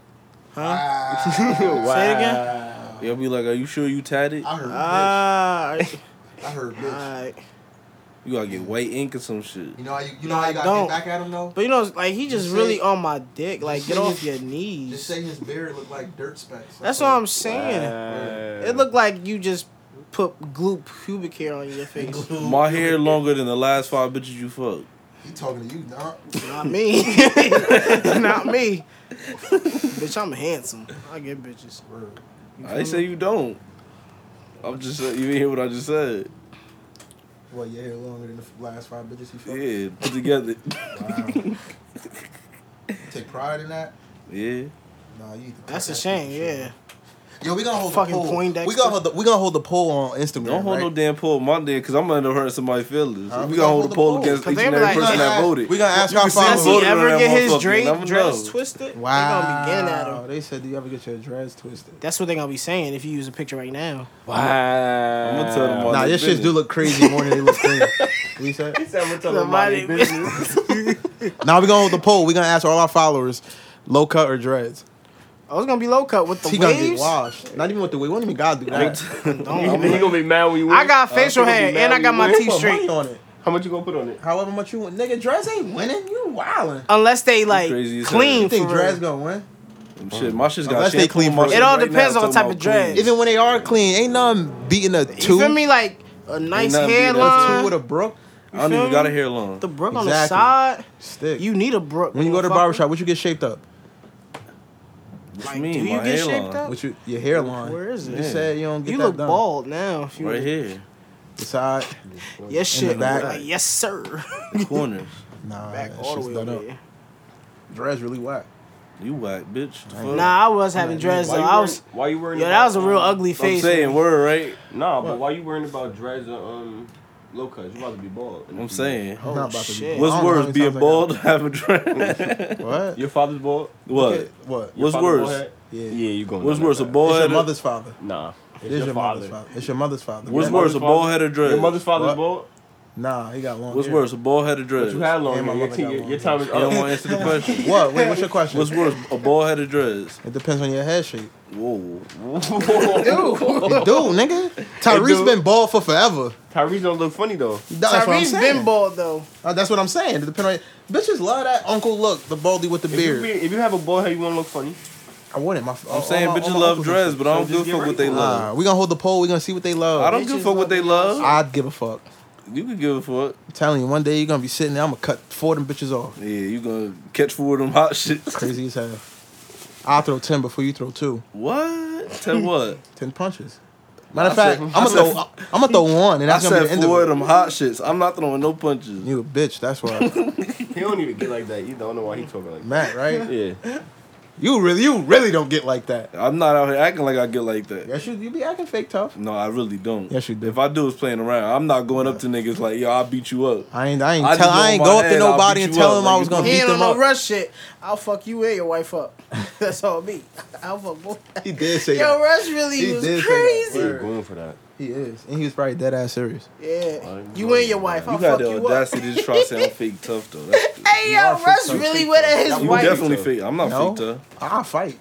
Speaker 4: Huh?
Speaker 1: Ah.
Speaker 2: wow.
Speaker 4: Say it again.
Speaker 3: They'll be like, are you sure you tatted?
Speaker 5: I heard
Speaker 4: Ah,
Speaker 5: bitch. I heard bitch.
Speaker 4: alright.
Speaker 3: You gotta get white ink or some shit.
Speaker 5: You know how you, you know how
Speaker 4: I
Speaker 5: you gotta
Speaker 4: don't.
Speaker 5: get back at him though?
Speaker 4: But you know, like he just
Speaker 5: Just say-
Speaker 4: really on my dick. Like,
Speaker 5: just
Speaker 4: get
Speaker 5: say
Speaker 4: off
Speaker 5: it.
Speaker 4: your
Speaker 5: Just
Speaker 4: knees.
Speaker 5: saying his beard looked like dirt specks.
Speaker 4: That's what I'm
Speaker 2: Uh,
Speaker 4: saying. It looked like you just put glue pubic hair on your face.
Speaker 3: My hair longer than the last five bitches you fucked.
Speaker 5: He talking to you, nah.
Speaker 4: Not me. Not me. Bitch, I'm handsome. I get bitches.
Speaker 5: Word.
Speaker 3: I ain't say you don't. I'm just saying, you didn't hear what I just said.
Speaker 5: Well, your hair longer than the last five bitches he fucked.
Speaker 3: Yeah, put together.
Speaker 5: Wow. Take pride in that.
Speaker 3: Yeah.
Speaker 5: Nah, you. need to
Speaker 4: That's a
Speaker 5: cut that
Speaker 4: shame,
Speaker 5: shit for
Speaker 4: yeah.
Speaker 5: sure. Yo, we gonna hold
Speaker 4: Fucking
Speaker 5: the poll.
Speaker 4: Poindexter.
Speaker 5: We gonna hold the we gonna hold the poll on Instagram.
Speaker 3: Don't hold no
Speaker 5: right?
Speaker 3: damn poll Monday because I'm gonna end up hurting somebody's feelings.
Speaker 5: Huh?
Speaker 3: we gonna hold the poll against
Speaker 4: 'Cause
Speaker 3: each
Speaker 4: they
Speaker 3: and
Speaker 4: be
Speaker 3: every
Speaker 4: like,
Speaker 3: person that
Speaker 5: nah,
Speaker 3: voted.
Speaker 5: we gonna ask
Speaker 3: You
Speaker 5: our
Speaker 3: can see
Speaker 5: followers.
Speaker 4: Does
Speaker 3: who
Speaker 4: he
Speaker 3: voted on
Speaker 4: ever
Speaker 3: that
Speaker 4: get his
Speaker 3: motherfucker, you
Speaker 4: dra-
Speaker 3: never
Speaker 4: dreads
Speaker 3: know.
Speaker 4: twisted?
Speaker 5: Wow.
Speaker 4: They gonna be getting at him.
Speaker 1: They said, "Do you ever get your dreads twisted?"
Speaker 4: That's what they gonna be saying if you use a picture right now.
Speaker 2: Wow. I'm
Speaker 3: I'ma tell them all-
Speaker 1: Nah,
Speaker 3: they
Speaker 1: your shits
Speaker 3: didn't.
Speaker 1: do look crazy more than they look clean. We said.
Speaker 4: Somebody-
Speaker 1: Now we gonna hold the poll. We gonna ask all our followers, low cut or dreads.
Speaker 4: I was Oh, gonna be low cut with the
Speaker 1: he gonna get
Speaker 4: waves.
Speaker 1: washed. Not even with the wave. What do you mean God do that?
Speaker 2: You think he gonna be mad when you win?
Speaker 4: I got
Speaker 2: Uh, he
Speaker 4: facial
Speaker 2: gonna be
Speaker 4: hair
Speaker 2: mad
Speaker 4: and I
Speaker 2: when
Speaker 4: got
Speaker 2: you
Speaker 4: my
Speaker 2: win?
Speaker 4: teeth straight.
Speaker 1: on it.
Speaker 2: How much you gonna put on it?
Speaker 1: However much you want, nigga. Dreads ain't winning. You wildin'.
Speaker 4: Unless they like
Speaker 3: crazy as hell.
Speaker 4: clean
Speaker 5: You think
Speaker 4: for real.
Speaker 5: dreads gonna win?
Speaker 3: Shit, my shit's got
Speaker 1: Unless they
Speaker 3: shampoo
Speaker 1: clean
Speaker 3: in my
Speaker 1: first.
Speaker 3: shit
Speaker 1: It
Speaker 4: all
Speaker 3: right now,
Speaker 4: depends on
Speaker 3: talking
Speaker 4: the type of
Speaker 3: about
Speaker 4: dread.
Speaker 3: clean.
Speaker 1: Even when they are clean, ain't none beating a two.
Speaker 4: You feel me? Uh, Like a nice
Speaker 3: nothing beat that.
Speaker 1: Two
Speaker 4: hairline.
Speaker 1: with a brook
Speaker 3: I don't
Speaker 4: feel
Speaker 3: even got a
Speaker 4: me?
Speaker 3: hair long.
Speaker 4: the brook on the
Speaker 1: Exactly.
Speaker 4: side.
Speaker 1: stick.
Speaker 4: You need a brook.
Speaker 1: when you go to the
Speaker 4: motherfucker.
Speaker 1: barbershop, what you get shaped up?
Speaker 4: Like,
Speaker 3: you mean,
Speaker 4: do you
Speaker 3: my
Speaker 4: get
Speaker 3: hairline?
Speaker 4: shaped up?
Speaker 1: What you your hairline?
Speaker 4: Where is
Speaker 1: You
Speaker 4: it?
Speaker 1: said you don't get
Speaker 4: You
Speaker 1: that
Speaker 4: look
Speaker 1: done.
Speaker 4: bald now. If you
Speaker 3: Right here,
Speaker 1: The side,
Speaker 4: Yes,
Speaker 1: In the
Speaker 4: shit.
Speaker 1: back.
Speaker 4: Like, yes, sir.
Speaker 3: the corners.
Speaker 1: nah,
Speaker 4: back
Speaker 1: that
Speaker 4: all the
Speaker 1: shit's
Speaker 4: way
Speaker 1: done
Speaker 4: over
Speaker 1: up.
Speaker 4: here.
Speaker 1: Dreads really whack.
Speaker 3: You whack, bitch. The fuck?
Speaker 4: Nah, I was having dreads.
Speaker 2: Why
Speaker 4: Though.
Speaker 2: you
Speaker 4: I
Speaker 2: worried-
Speaker 4: was.
Speaker 2: Why you wearing?
Speaker 4: Yo,
Speaker 2: about-
Speaker 4: that was a real ugly
Speaker 3: I'm
Speaker 4: face.
Speaker 3: saying word right.
Speaker 2: Nah, but why you worrying about dreads or um low cuts? You about to be bald.
Speaker 3: I'm saying.
Speaker 1: I'm
Speaker 4: Oh,
Speaker 1: not about to
Speaker 4: shit.
Speaker 1: be.
Speaker 3: What's
Speaker 1: I don't know how
Speaker 3: worse,
Speaker 1: many
Speaker 3: being
Speaker 1: times I got-
Speaker 3: bald or having dread?
Speaker 1: What?
Speaker 2: Your father's bald.
Speaker 3: what?
Speaker 1: What?
Speaker 2: Your
Speaker 3: What's
Speaker 2: father's
Speaker 3: worse?
Speaker 2: bald head?
Speaker 1: Yeah.
Speaker 2: Yeah, you going.
Speaker 3: What's
Speaker 2: down
Speaker 3: worse, a
Speaker 2: like that.
Speaker 1: It's
Speaker 3: bald
Speaker 1: your
Speaker 3: head? or-
Speaker 1: mother's father.
Speaker 2: Nah,
Speaker 1: It is your, mother's father. It's your mother's father.
Speaker 3: What's
Speaker 1: Yeah.
Speaker 2: mother's
Speaker 3: worse, a bald head or
Speaker 2: Your mother's
Speaker 3: dread?
Speaker 2: father's
Speaker 1: What?
Speaker 2: bald.
Speaker 1: Nah, he got long.
Speaker 3: What's
Speaker 1: hair.
Speaker 3: worse, a bald head or
Speaker 2: But
Speaker 3: dread?
Speaker 2: you had long
Speaker 1: And my
Speaker 2: hair. Your,
Speaker 1: mother
Speaker 2: t-
Speaker 1: got
Speaker 2: your,
Speaker 1: long
Speaker 2: your
Speaker 1: hair.
Speaker 2: time is
Speaker 3: You don't
Speaker 2: up.
Speaker 3: want to answer the question.
Speaker 1: What? Wait, what's your question?
Speaker 3: What's worse, a bald head or dreads?
Speaker 1: It depends on your head shape.
Speaker 3: Whoa.
Speaker 1: Dude, nigga. Tyrese
Speaker 2: do.
Speaker 1: been bald for forever.
Speaker 2: Tyrese don't look funny though.
Speaker 1: That's what I'm
Speaker 4: Tyrese
Speaker 1: saying.
Speaker 4: been bald though.
Speaker 1: Uh, that's what I'm saying. It depends on bitches love that uncle look, the baldy with the
Speaker 2: If you,
Speaker 1: beard.
Speaker 2: be, if you have a bald head, you want to look funny.
Speaker 1: I wouldn't. My,
Speaker 3: I'm saying bitches love dreads, but I don't
Speaker 2: So
Speaker 3: give a
Speaker 2: just
Speaker 3: fuck
Speaker 2: get
Speaker 3: what they
Speaker 2: ready.
Speaker 3: love.
Speaker 1: Nah, we gonna hold the poll. We gonna see what they love.
Speaker 3: I don't give a
Speaker 4: bitches
Speaker 3: fuck what they
Speaker 4: love
Speaker 3: love.
Speaker 1: I'd give a fuck.
Speaker 3: You can give a fuck.
Speaker 1: I'm telling you, one day you're gonna be sitting there. I'm gonna cut four of them bitches off.
Speaker 3: Yeah, you gonna catch four of them hot shits.
Speaker 1: Crazy as hell. I'll throw ten before you throw two.
Speaker 3: What? Tell what?
Speaker 1: Ten punches. Matter of
Speaker 3: I
Speaker 1: fact,
Speaker 3: said-
Speaker 1: I'm
Speaker 3: I
Speaker 1: gonna
Speaker 3: said-
Speaker 1: throw. I'm gonna throw one, and
Speaker 3: I
Speaker 1: that's gonna be
Speaker 3: said
Speaker 1: the end
Speaker 3: four of
Speaker 1: of it.
Speaker 3: them hot shits. I'm not throwing no punches.
Speaker 1: You a bitch. That's why.
Speaker 2: He don't even get like that. You don't know why he talking like
Speaker 1: Matt, right?
Speaker 2: that. Yeah.
Speaker 1: You really, you really don't get like that.
Speaker 3: I'm not out here acting like I get like that.
Speaker 1: Yes, you. You be acting fake tough.
Speaker 3: No, I really don't.
Speaker 1: Yes, you do.
Speaker 3: If I do, it's playing around. I'm not going up to niggas like, yo, I'll beat you up.
Speaker 1: I ain't. I ain't.
Speaker 3: I
Speaker 1: tell,
Speaker 3: just
Speaker 1: I ain't
Speaker 3: go
Speaker 1: go
Speaker 3: in my
Speaker 1: up to
Speaker 3: head, I'll
Speaker 1: nobody
Speaker 3: beat
Speaker 1: and
Speaker 3: you
Speaker 1: tell
Speaker 3: up,
Speaker 1: them
Speaker 3: like
Speaker 1: I
Speaker 3: you
Speaker 1: was gonna
Speaker 4: He
Speaker 1: beat
Speaker 4: ain't on
Speaker 1: them
Speaker 4: no
Speaker 1: up.
Speaker 4: rush shit. I'll fuck you and your wife up. That's all me. I'll fuck both.
Speaker 1: He did say
Speaker 4: Yo,
Speaker 1: that.
Speaker 4: Rush really
Speaker 1: He
Speaker 4: was
Speaker 1: did say that.
Speaker 4: crazy.
Speaker 2: Where you going for that?
Speaker 1: He is, and he was probably dead ass serious.
Speaker 4: Yeah,
Speaker 2: Like,
Speaker 4: you
Speaker 2: bro,
Speaker 4: and your wife.
Speaker 3: You
Speaker 4: I'll
Speaker 3: got
Speaker 4: fuck
Speaker 3: the
Speaker 4: you up.
Speaker 3: audacity to try to say I'm fake tough though. That's,
Speaker 4: Hey
Speaker 1: You are
Speaker 4: yo,
Speaker 1: fake
Speaker 4: Rush
Speaker 1: tough.
Speaker 4: really with it. His
Speaker 3: you
Speaker 4: wife.
Speaker 3: definitely fake. I'm not
Speaker 1: No,
Speaker 3: fake
Speaker 1: I fight.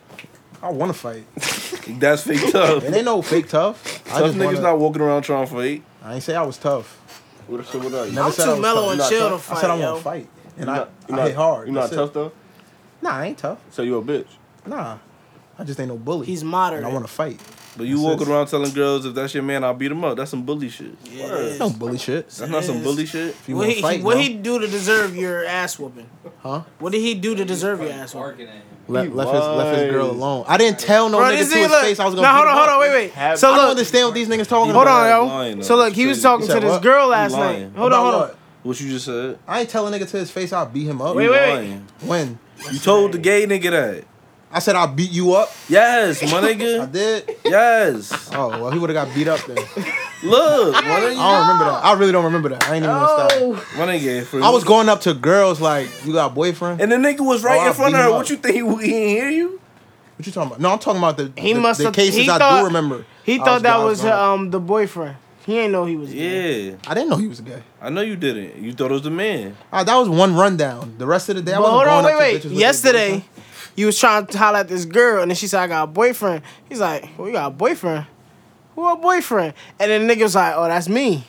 Speaker 1: I want to fight.
Speaker 3: tough. That's fake tough.
Speaker 1: It ain't no fake tough. I
Speaker 3: tough
Speaker 1: just
Speaker 3: niggas
Speaker 1: wanna,
Speaker 3: not walking around trying to fight.
Speaker 1: I ain't say I was tough.
Speaker 2: What, so what are you?
Speaker 1: Never
Speaker 4: I'm
Speaker 1: said
Speaker 4: too
Speaker 1: I was
Speaker 4: mellow
Speaker 1: tough.
Speaker 4: and
Speaker 1: Not
Speaker 4: chill
Speaker 1: tough.
Speaker 4: to
Speaker 1: I said I
Speaker 4: fight,
Speaker 1: want
Speaker 4: yo.
Speaker 1: to fight, and
Speaker 2: You
Speaker 1: I,
Speaker 2: not- you
Speaker 1: I
Speaker 2: not-
Speaker 1: hit hard.
Speaker 2: You not
Speaker 1: That's it.
Speaker 2: tough though.
Speaker 1: Nah, I ain't tough.
Speaker 2: So you a bitch.
Speaker 1: Nah, I just ain't no bully.
Speaker 4: He's
Speaker 1: and
Speaker 4: moderate.
Speaker 1: I want to fight.
Speaker 3: But you walking around telling girls if that's your man, I'll beat him up. That's some bully shit.
Speaker 4: Yeah, it is.
Speaker 1: No bully shit.
Speaker 3: That's not some
Speaker 4: Yes.
Speaker 3: bully shit.
Speaker 1: If you
Speaker 4: what
Speaker 1: want
Speaker 4: he,
Speaker 1: to fight,
Speaker 4: what
Speaker 1: no.
Speaker 4: he do to deserve your ass whooping?
Speaker 1: Huh?
Speaker 4: What did he do to deserve your ass whooping?
Speaker 6: Barking at him.
Speaker 1: Le-
Speaker 2: He
Speaker 1: left his left his girl
Speaker 2: wise.
Speaker 1: alone. I didn't tell no
Speaker 4: Bro,
Speaker 1: nigga
Speaker 4: this
Speaker 1: to his
Speaker 4: nigga look-
Speaker 1: face I was gonna.
Speaker 4: Nah,
Speaker 1: beat
Speaker 4: hold on,
Speaker 1: him
Speaker 4: hold on,
Speaker 1: up.
Speaker 4: wait, wait.
Speaker 2: Have-
Speaker 4: So
Speaker 1: I don't
Speaker 4: look,
Speaker 1: understand what these niggas talking about.
Speaker 4: hold on, yo.
Speaker 3: lying, though.
Speaker 4: so look, he
Speaker 3: That's
Speaker 4: was
Speaker 3: crazy.
Speaker 1: He
Speaker 4: talking
Speaker 1: said
Speaker 4: to this
Speaker 1: what?
Speaker 4: girl
Speaker 3: He
Speaker 4: last
Speaker 3: lying.
Speaker 4: night. Hold on,
Speaker 1: About
Speaker 4: hold on.
Speaker 1: what?
Speaker 3: What you just said?
Speaker 1: I ain't tell a nigga to his face I'll beat him up.
Speaker 4: Wait,
Speaker 3: You
Speaker 4: wait.
Speaker 3: lying.
Speaker 1: When?
Speaker 3: You told the gay nigga that.
Speaker 1: I said I'll beat you up.
Speaker 3: Yes, my
Speaker 1: I
Speaker 3: nigga.
Speaker 1: did.
Speaker 3: Yes.
Speaker 1: Oh well, he would have got beat up then.
Speaker 3: Look, my nigga.
Speaker 1: I don't remember that. I really don't remember that. I ain't even gonna stop.
Speaker 3: My nigga.
Speaker 4: Oh.
Speaker 3: For
Speaker 1: I was going up to girls like, "You got a boyfriend?"
Speaker 3: And the nigga was right
Speaker 1: Oh, I
Speaker 3: in front
Speaker 1: beat
Speaker 3: of her.
Speaker 1: him
Speaker 3: What
Speaker 1: up.
Speaker 3: you think he, he didn't hear you?
Speaker 1: What you talking about? No, I'm talking about the
Speaker 4: He
Speaker 1: the,
Speaker 4: must
Speaker 1: the
Speaker 4: have-
Speaker 1: cases
Speaker 4: he
Speaker 1: I
Speaker 4: thought-
Speaker 1: do remember.
Speaker 4: He
Speaker 1: I
Speaker 4: thought that
Speaker 1: I
Speaker 4: was
Speaker 1: going up.
Speaker 4: um the boyfriend. He ain't know he was. gay.
Speaker 3: Yeah.
Speaker 1: I didn't know he was gay.
Speaker 3: I know you didn't. You thought it was the man.
Speaker 1: Ah, that was one rundown. The rest of the day, I
Speaker 4: But
Speaker 1: wasn't
Speaker 4: hold on,
Speaker 1: going
Speaker 4: wait,
Speaker 1: up to bitches
Speaker 4: wait.
Speaker 1: with their
Speaker 4: Yesterday,
Speaker 1: boyfriend.
Speaker 4: you was trying to holler at this girl, and then she said, "I got a boyfriend." He's like, "Well, you got a boyfriend? Who a boyfriend?" And then the nigga was like, "Oh, that's me."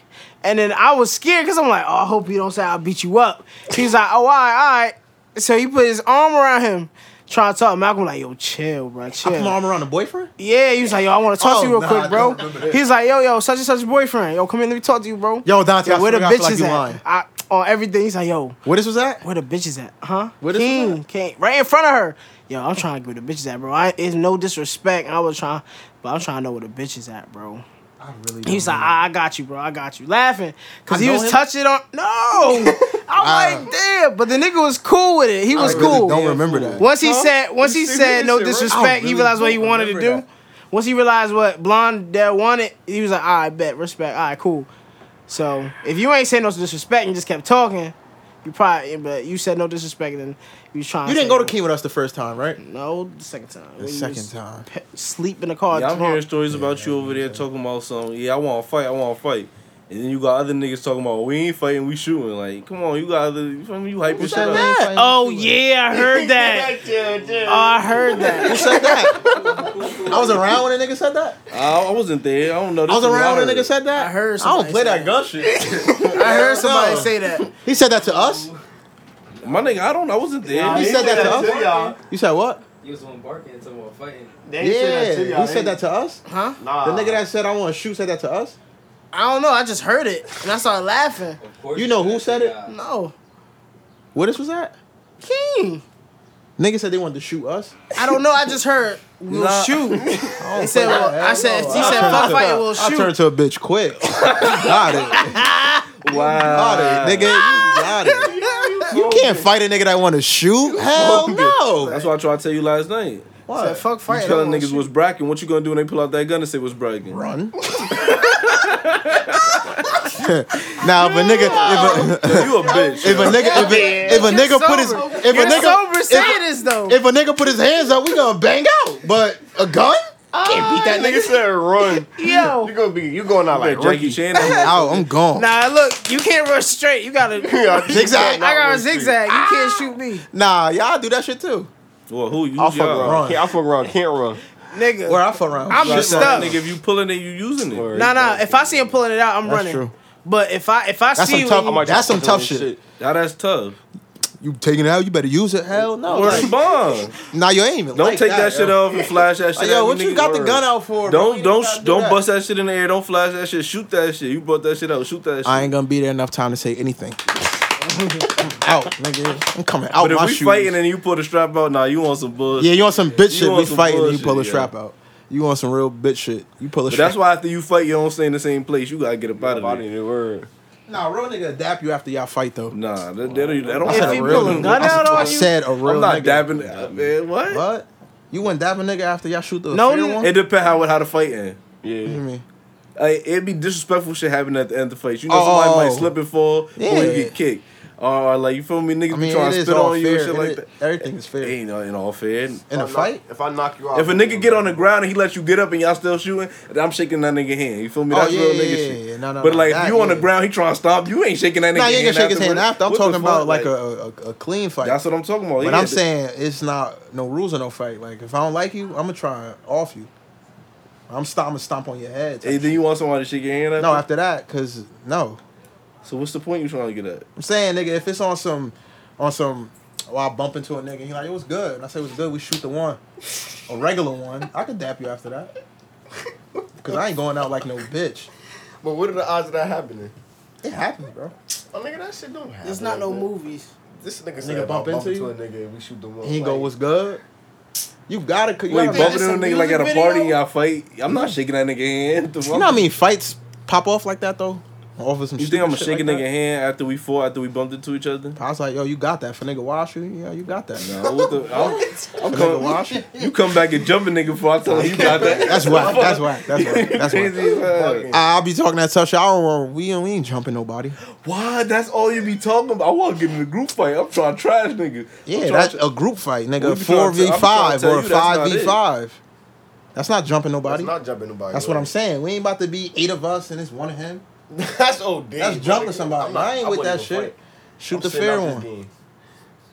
Speaker 4: And then I was scared because I'm like, "Oh, I hope he don't say I beat you up." He's like, "Oh, all right, all right." So he put his arm around him, trying to talk. Malcolm like, "Yo, chill, bro,
Speaker 1: I put
Speaker 4: chill."
Speaker 1: my arm around the boyfriend.
Speaker 4: Yeah, he was like, yo, I want to talk to
Speaker 1: Oh,
Speaker 4: you real
Speaker 1: nah, I
Speaker 4: quick,
Speaker 1: don't
Speaker 4: bro.
Speaker 1: remember this.
Speaker 4: He's like, yo, yo, such and such boyfriend. Yo, come in, let me talk to you, bro.
Speaker 1: Yo, Dante,
Speaker 4: Yo,
Speaker 1: I
Speaker 4: where
Speaker 1: swear to
Speaker 4: the
Speaker 1: God, I
Speaker 4: bitch
Speaker 1: feel like
Speaker 4: is
Speaker 1: you
Speaker 4: at?
Speaker 1: lying.
Speaker 4: I, on everything. He's like, yo,
Speaker 1: Where this was at?
Speaker 4: where the bitch is at? Huh?
Speaker 1: Where this
Speaker 4: King,
Speaker 1: was at?
Speaker 4: King, right in front of her. Yo, I'm trying to get where the bitch is at, bro. I, it's no disrespect. I was trying, but I'm trying to know where the bitch is at, bro.
Speaker 1: I really. don't
Speaker 4: He's like,
Speaker 1: remember.
Speaker 4: ah, I got you, bro. I got you. Laughing. Because
Speaker 1: Mm-hmm. I
Speaker 4: he
Speaker 1: know
Speaker 4: was
Speaker 1: him. Uh.
Speaker 4: touching on. No! I'm like, damn. But the nigga was cool with it. He was
Speaker 1: I
Speaker 4: cool.
Speaker 1: really don't remember that.
Speaker 4: Once he
Speaker 3: Huh?
Speaker 4: said, once he
Speaker 3: You see,
Speaker 4: said
Speaker 3: nigga
Speaker 4: no
Speaker 3: said, right?
Speaker 1: I
Speaker 4: disrespect,
Speaker 1: really
Speaker 4: he realized what he
Speaker 3: don't
Speaker 4: wanted to do.
Speaker 3: remember
Speaker 4: Once he realized what blonde dad wanted, he was like, "All right, bet respect. All right, cool." So if you ain't saying no disrespect and just kept talking, you probably but you said no disrespect and you was trying.
Speaker 1: You didn't go
Speaker 4: say
Speaker 1: to King with us the first time, right?
Speaker 4: No, the second time. When
Speaker 1: The
Speaker 4: you
Speaker 1: second
Speaker 4: was
Speaker 1: time.
Speaker 4: pe- sleep in the car.
Speaker 3: Yeah, I'm
Speaker 4: drunk.
Speaker 3: hearing stories about you over there talking about some. Yeah, I want to fight. I want to fight. And then you got other niggas talking about we ain't fighting, we shooting. Like, come on, you got other. You feel me? You hyping shit
Speaker 1: said
Speaker 3: up.
Speaker 1: that?
Speaker 4: Oh yeah, I heard that. oh, I heard that.
Speaker 1: Who said that? I was around when a nigga said that.
Speaker 3: I, I wasn't there. I don't know.
Speaker 1: I
Speaker 3: This
Speaker 1: was
Speaker 3: is what
Speaker 1: around when a
Speaker 3: heard.
Speaker 1: nigga said that.
Speaker 4: I heard
Speaker 1: I don't
Speaker 4: somebody
Speaker 1: play
Speaker 4: say
Speaker 1: that
Speaker 4: that.
Speaker 1: gun shit.
Speaker 4: I heard somebody
Speaker 1: No.
Speaker 4: say that.
Speaker 1: He said that to us.
Speaker 3: My nigga, I don't. I wasn't there.
Speaker 1: He said that to us.
Speaker 9: y'all.
Speaker 1: You said what?
Speaker 6: He was the one barking and talking about fighting.
Speaker 9: They ain't said that to
Speaker 1: Yeah,
Speaker 9: y'all.
Speaker 1: he said that to us.
Speaker 4: Huh?
Speaker 9: Nah.
Speaker 1: The
Speaker 2: Uh,
Speaker 1: nigga that said I want to shoot said that to us.
Speaker 4: I don't know. I just heard it and I started laughing.
Speaker 6: Of course.
Speaker 1: You know who
Speaker 6: that's
Speaker 1: said
Speaker 6: the
Speaker 1: it?
Speaker 6: guy.
Speaker 4: No,
Speaker 1: Where this was at?
Speaker 4: King.
Speaker 1: Nigga said they wanted to shoot us.
Speaker 4: I don't know. I just heard we'll
Speaker 3: Nah.
Speaker 4: shoot. They said, well, I said, he
Speaker 1: I
Speaker 4: said,
Speaker 1: turned
Speaker 4: fuck
Speaker 1: to-
Speaker 4: fight, we'll
Speaker 1: I turned
Speaker 4: shoot.
Speaker 1: to a bitch quick. You got it. Got
Speaker 3: Wow,
Speaker 1: it, nigga. You got it. You can't fight a nigga that want to shoot. Hell no.
Speaker 3: That's what I tried to tell you last night.
Speaker 4: I said,
Speaker 1: What?
Speaker 4: fuck
Speaker 3: You
Speaker 4: fight.
Speaker 3: telling niggas what's bragging. What you gonna do when they pull out that gun and say what's bragging?
Speaker 1: Run. now if a nigga if a,
Speaker 3: You a bitch.
Speaker 1: if a nigga if a, if a nigga put his if a
Speaker 4: You're
Speaker 1: nigga
Speaker 4: sober saying this, though.
Speaker 1: if a nigga put his hands up, we gonna bang out. But a gun? Can't beat that nigga.
Speaker 9: nigga said run.
Speaker 4: Yo.
Speaker 9: You gonna be you going out like
Speaker 3: Jackie
Speaker 9: Ricky.
Speaker 3: Chan.
Speaker 1: Out, I'm gone.
Speaker 4: Nah, look, you can't run straight. You gotta.
Speaker 9: Yeah,
Speaker 1: Zigzag.
Speaker 4: I got a zigzag. You can't shoot me.
Speaker 1: Nah, y'all do that shit too.
Speaker 3: Well, who you?
Speaker 1: I'll fuck
Speaker 3: y'all.
Speaker 1: around.
Speaker 9: Can't, I fuck around. Can't run.
Speaker 4: Nigga.
Speaker 1: Where I fuck around.
Speaker 4: I'm
Speaker 3: Like,
Speaker 4: just
Speaker 3: that
Speaker 4: stuck.
Speaker 3: nigga, if you pulling it, you using it.
Speaker 9: Word.
Speaker 4: Nah, nah. If I see him pulling it out, I'm
Speaker 1: That's
Speaker 4: running.
Speaker 1: true.
Speaker 4: But if I if I
Speaker 1: That's
Speaker 4: see
Speaker 1: some
Speaker 4: you,
Speaker 1: tough-
Speaker 4: you-
Speaker 1: That's some tough shit.
Speaker 3: Now that's tough.
Speaker 1: You taking it out, you better use it. Hell no.
Speaker 3: Or
Speaker 1: Like,
Speaker 3: a bomb.
Speaker 1: nah, you ain't even
Speaker 3: Don't
Speaker 1: like
Speaker 3: take that, shit
Speaker 1: yo.
Speaker 3: off and flash that shit.
Speaker 1: Like,
Speaker 3: at
Speaker 1: yo,
Speaker 3: me,
Speaker 1: what you
Speaker 3: nigga.
Speaker 1: got the
Speaker 3: Word.
Speaker 1: gun out for? bro?
Speaker 3: Don't
Speaker 1: You
Speaker 3: don't
Speaker 1: gotta
Speaker 3: sh-
Speaker 1: do
Speaker 3: don't
Speaker 1: that.
Speaker 3: bust that shit in the air. Don't flash that shit. Shoot that shit. You brought that shit out. Shoot that shit.
Speaker 1: I ain't gonna be there enough time to say anything. I'm out, nigga. I'm coming out
Speaker 3: but if
Speaker 1: my
Speaker 3: we
Speaker 1: shoes.
Speaker 3: fighting and you pull the strap out, nah, you want some bullshit.
Speaker 1: yeah, you want some bitch
Speaker 3: You
Speaker 1: shit?
Speaker 3: want
Speaker 1: We
Speaker 3: some
Speaker 1: fighting, you
Speaker 3: bullshit,
Speaker 1: pull a
Speaker 3: yeah.
Speaker 1: strap out. You want some real bitch shit? You pull a
Speaker 3: But
Speaker 1: strap.
Speaker 3: that's why after you fight, you don't stay in the same place. You gotta get up out of
Speaker 9: Body
Speaker 3: there.
Speaker 9: the word.
Speaker 1: Nah, real nigga adapt you after y'all fight though.
Speaker 3: Nah, that, that, that don't.
Speaker 1: I
Speaker 4: If
Speaker 1: said
Speaker 4: he
Speaker 1: a real
Speaker 4: pull a
Speaker 1: nigga.
Speaker 4: gun
Speaker 1: I,
Speaker 4: out
Speaker 1: I
Speaker 4: on you-
Speaker 1: said a real
Speaker 3: I'm not
Speaker 1: nigga.
Speaker 3: dabbing. Man, what?
Speaker 1: What? You wouldn't dab a nigga after y'all shoot the
Speaker 4: No,
Speaker 1: fair
Speaker 4: n-
Speaker 1: one?
Speaker 3: It depend how how the fight end.
Speaker 1: You
Speaker 9: Yeah.
Speaker 1: mean?
Speaker 3: Like, it'd be disrespectful shit happening at the end of the fight. You know,
Speaker 1: Oh.
Speaker 3: somebody might slip and fall, or you
Speaker 1: Yeah.
Speaker 3: get kicked, or like you feel me, niggas
Speaker 1: I
Speaker 3: be
Speaker 1: mean,
Speaker 3: trying
Speaker 1: it
Speaker 3: to
Speaker 1: is
Speaker 3: spit
Speaker 1: all fair.
Speaker 3: on you and shit
Speaker 1: It
Speaker 3: like
Speaker 1: is-
Speaker 3: that.
Speaker 1: Everything is fair.
Speaker 3: Ain't no- in all fair.
Speaker 1: In a
Speaker 9: If I knock-
Speaker 1: fight,
Speaker 9: If I knock you out.
Speaker 3: If a nigga get on the ground and he lets you get up and y'all still shooting, then I'm shaking that nigga hand. You feel me?
Speaker 1: Oh,
Speaker 3: That's
Speaker 1: yeah,
Speaker 3: real
Speaker 1: yeah,
Speaker 3: nigga
Speaker 1: yeah,
Speaker 3: shit.
Speaker 1: yeah. No, no,
Speaker 3: but
Speaker 1: no,
Speaker 3: like
Speaker 1: that,
Speaker 3: if you on the
Speaker 1: yeah.
Speaker 3: ground, he trying to stop you. Ain't shaking that nigga.
Speaker 1: Nah, you ain't
Speaker 3: hand
Speaker 1: gonna shake his hand after. I'm
Speaker 3: What the
Speaker 1: talking about
Speaker 3: fuck?
Speaker 1: like a, a a clean fight.
Speaker 3: That's what I'm talking about.
Speaker 1: but
Speaker 3: Yeah,
Speaker 1: I'm
Speaker 3: th-
Speaker 1: saying it's not no rules in no fight. Like if I don't like you, I'm gonna try and off you. I'm stomp and stomp on your head. type
Speaker 3: Hey, then you want somebody to shake your hand?
Speaker 1: shit. No, after that, cause no.
Speaker 3: So what's the point you trying to get at?
Speaker 1: I'm saying, nigga, if it's on some, on some, oh, I bump into a nigga, and he like it was good, and I say it was good, we shoot the one, a regular one. I could dap you after that. because I ain't going out like no bitch.
Speaker 9: But what are the odds of that happening?
Speaker 1: It happened, bro.
Speaker 9: Oh nigga, that shit don't happen.
Speaker 4: There's not no
Speaker 9: man.
Speaker 4: movies.
Speaker 9: This nigga,
Speaker 1: Nigga
Speaker 9: said bump,
Speaker 1: bump
Speaker 9: bump
Speaker 1: into
Speaker 9: into
Speaker 1: you?
Speaker 9: a nigga and we shoot the one.
Speaker 1: He go, what's good? You gotta, you
Speaker 3: Wait,
Speaker 1: gotta
Speaker 3: bumping into
Speaker 4: it's
Speaker 3: a
Speaker 4: a
Speaker 3: nigga like at a
Speaker 4: music
Speaker 3: party,
Speaker 4: video?
Speaker 3: y'all fight. I'm not shaking that nigga hand.
Speaker 1: You know how many fights pop off like that though? Off of some
Speaker 3: You
Speaker 1: stupid
Speaker 3: think I'm gonna
Speaker 1: shit
Speaker 3: shake a
Speaker 1: like
Speaker 3: nigga
Speaker 1: that?
Speaker 3: hand after we fought, after we bumped into each other?
Speaker 1: I was like, yo, you got that for nigga wash you? Yeah, you got that.
Speaker 3: No, what the? I'm, I'm
Speaker 1: For nigga
Speaker 3: coming.
Speaker 1: wash you?
Speaker 3: You come back and jump a nigga before I tell you you got that.
Speaker 1: That's whack. That's whack. That's whack. That's
Speaker 3: Crazy
Speaker 1: whack.
Speaker 3: as hell.
Speaker 1: I'll be talking that tough shit. I don't. We ain't- we ain't jumping nobody.
Speaker 3: Why? That's all you be talking about. I want to get in a group fight. I'm trying to trash nigga.
Speaker 1: Yeah,
Speaker 3: I'm
Speaker 1: that's
Speaker 3: trying
Speaker 1: a group fight,
Speaker 3: We
Speaker 1: nigga.
Speaker 3: be
Speaker 1: Four
Speaker 3: trying to-
Speaker 1: v
Speaker 3: I'm trying
Speaker 1: five
Speaker 3: to tell
Speaker 1: or
Speaker 3: you that's
Speaker 1: five
Speaker 3: not
Speaker 1: v
Speaker 3: it.
Speaker 1: five. That's not jumping
Speaker 9: That's
Speaker 1: nobody.
Speaker 9: not jumping nobody.
Speaker 1: That's what I'm saying. We ain't about to be eight of us and it's one of him.
Speaker 9: saying. That's OD.
Speaker 1: That's jumping somebody. I ain't with that shit. Shoot the fair one.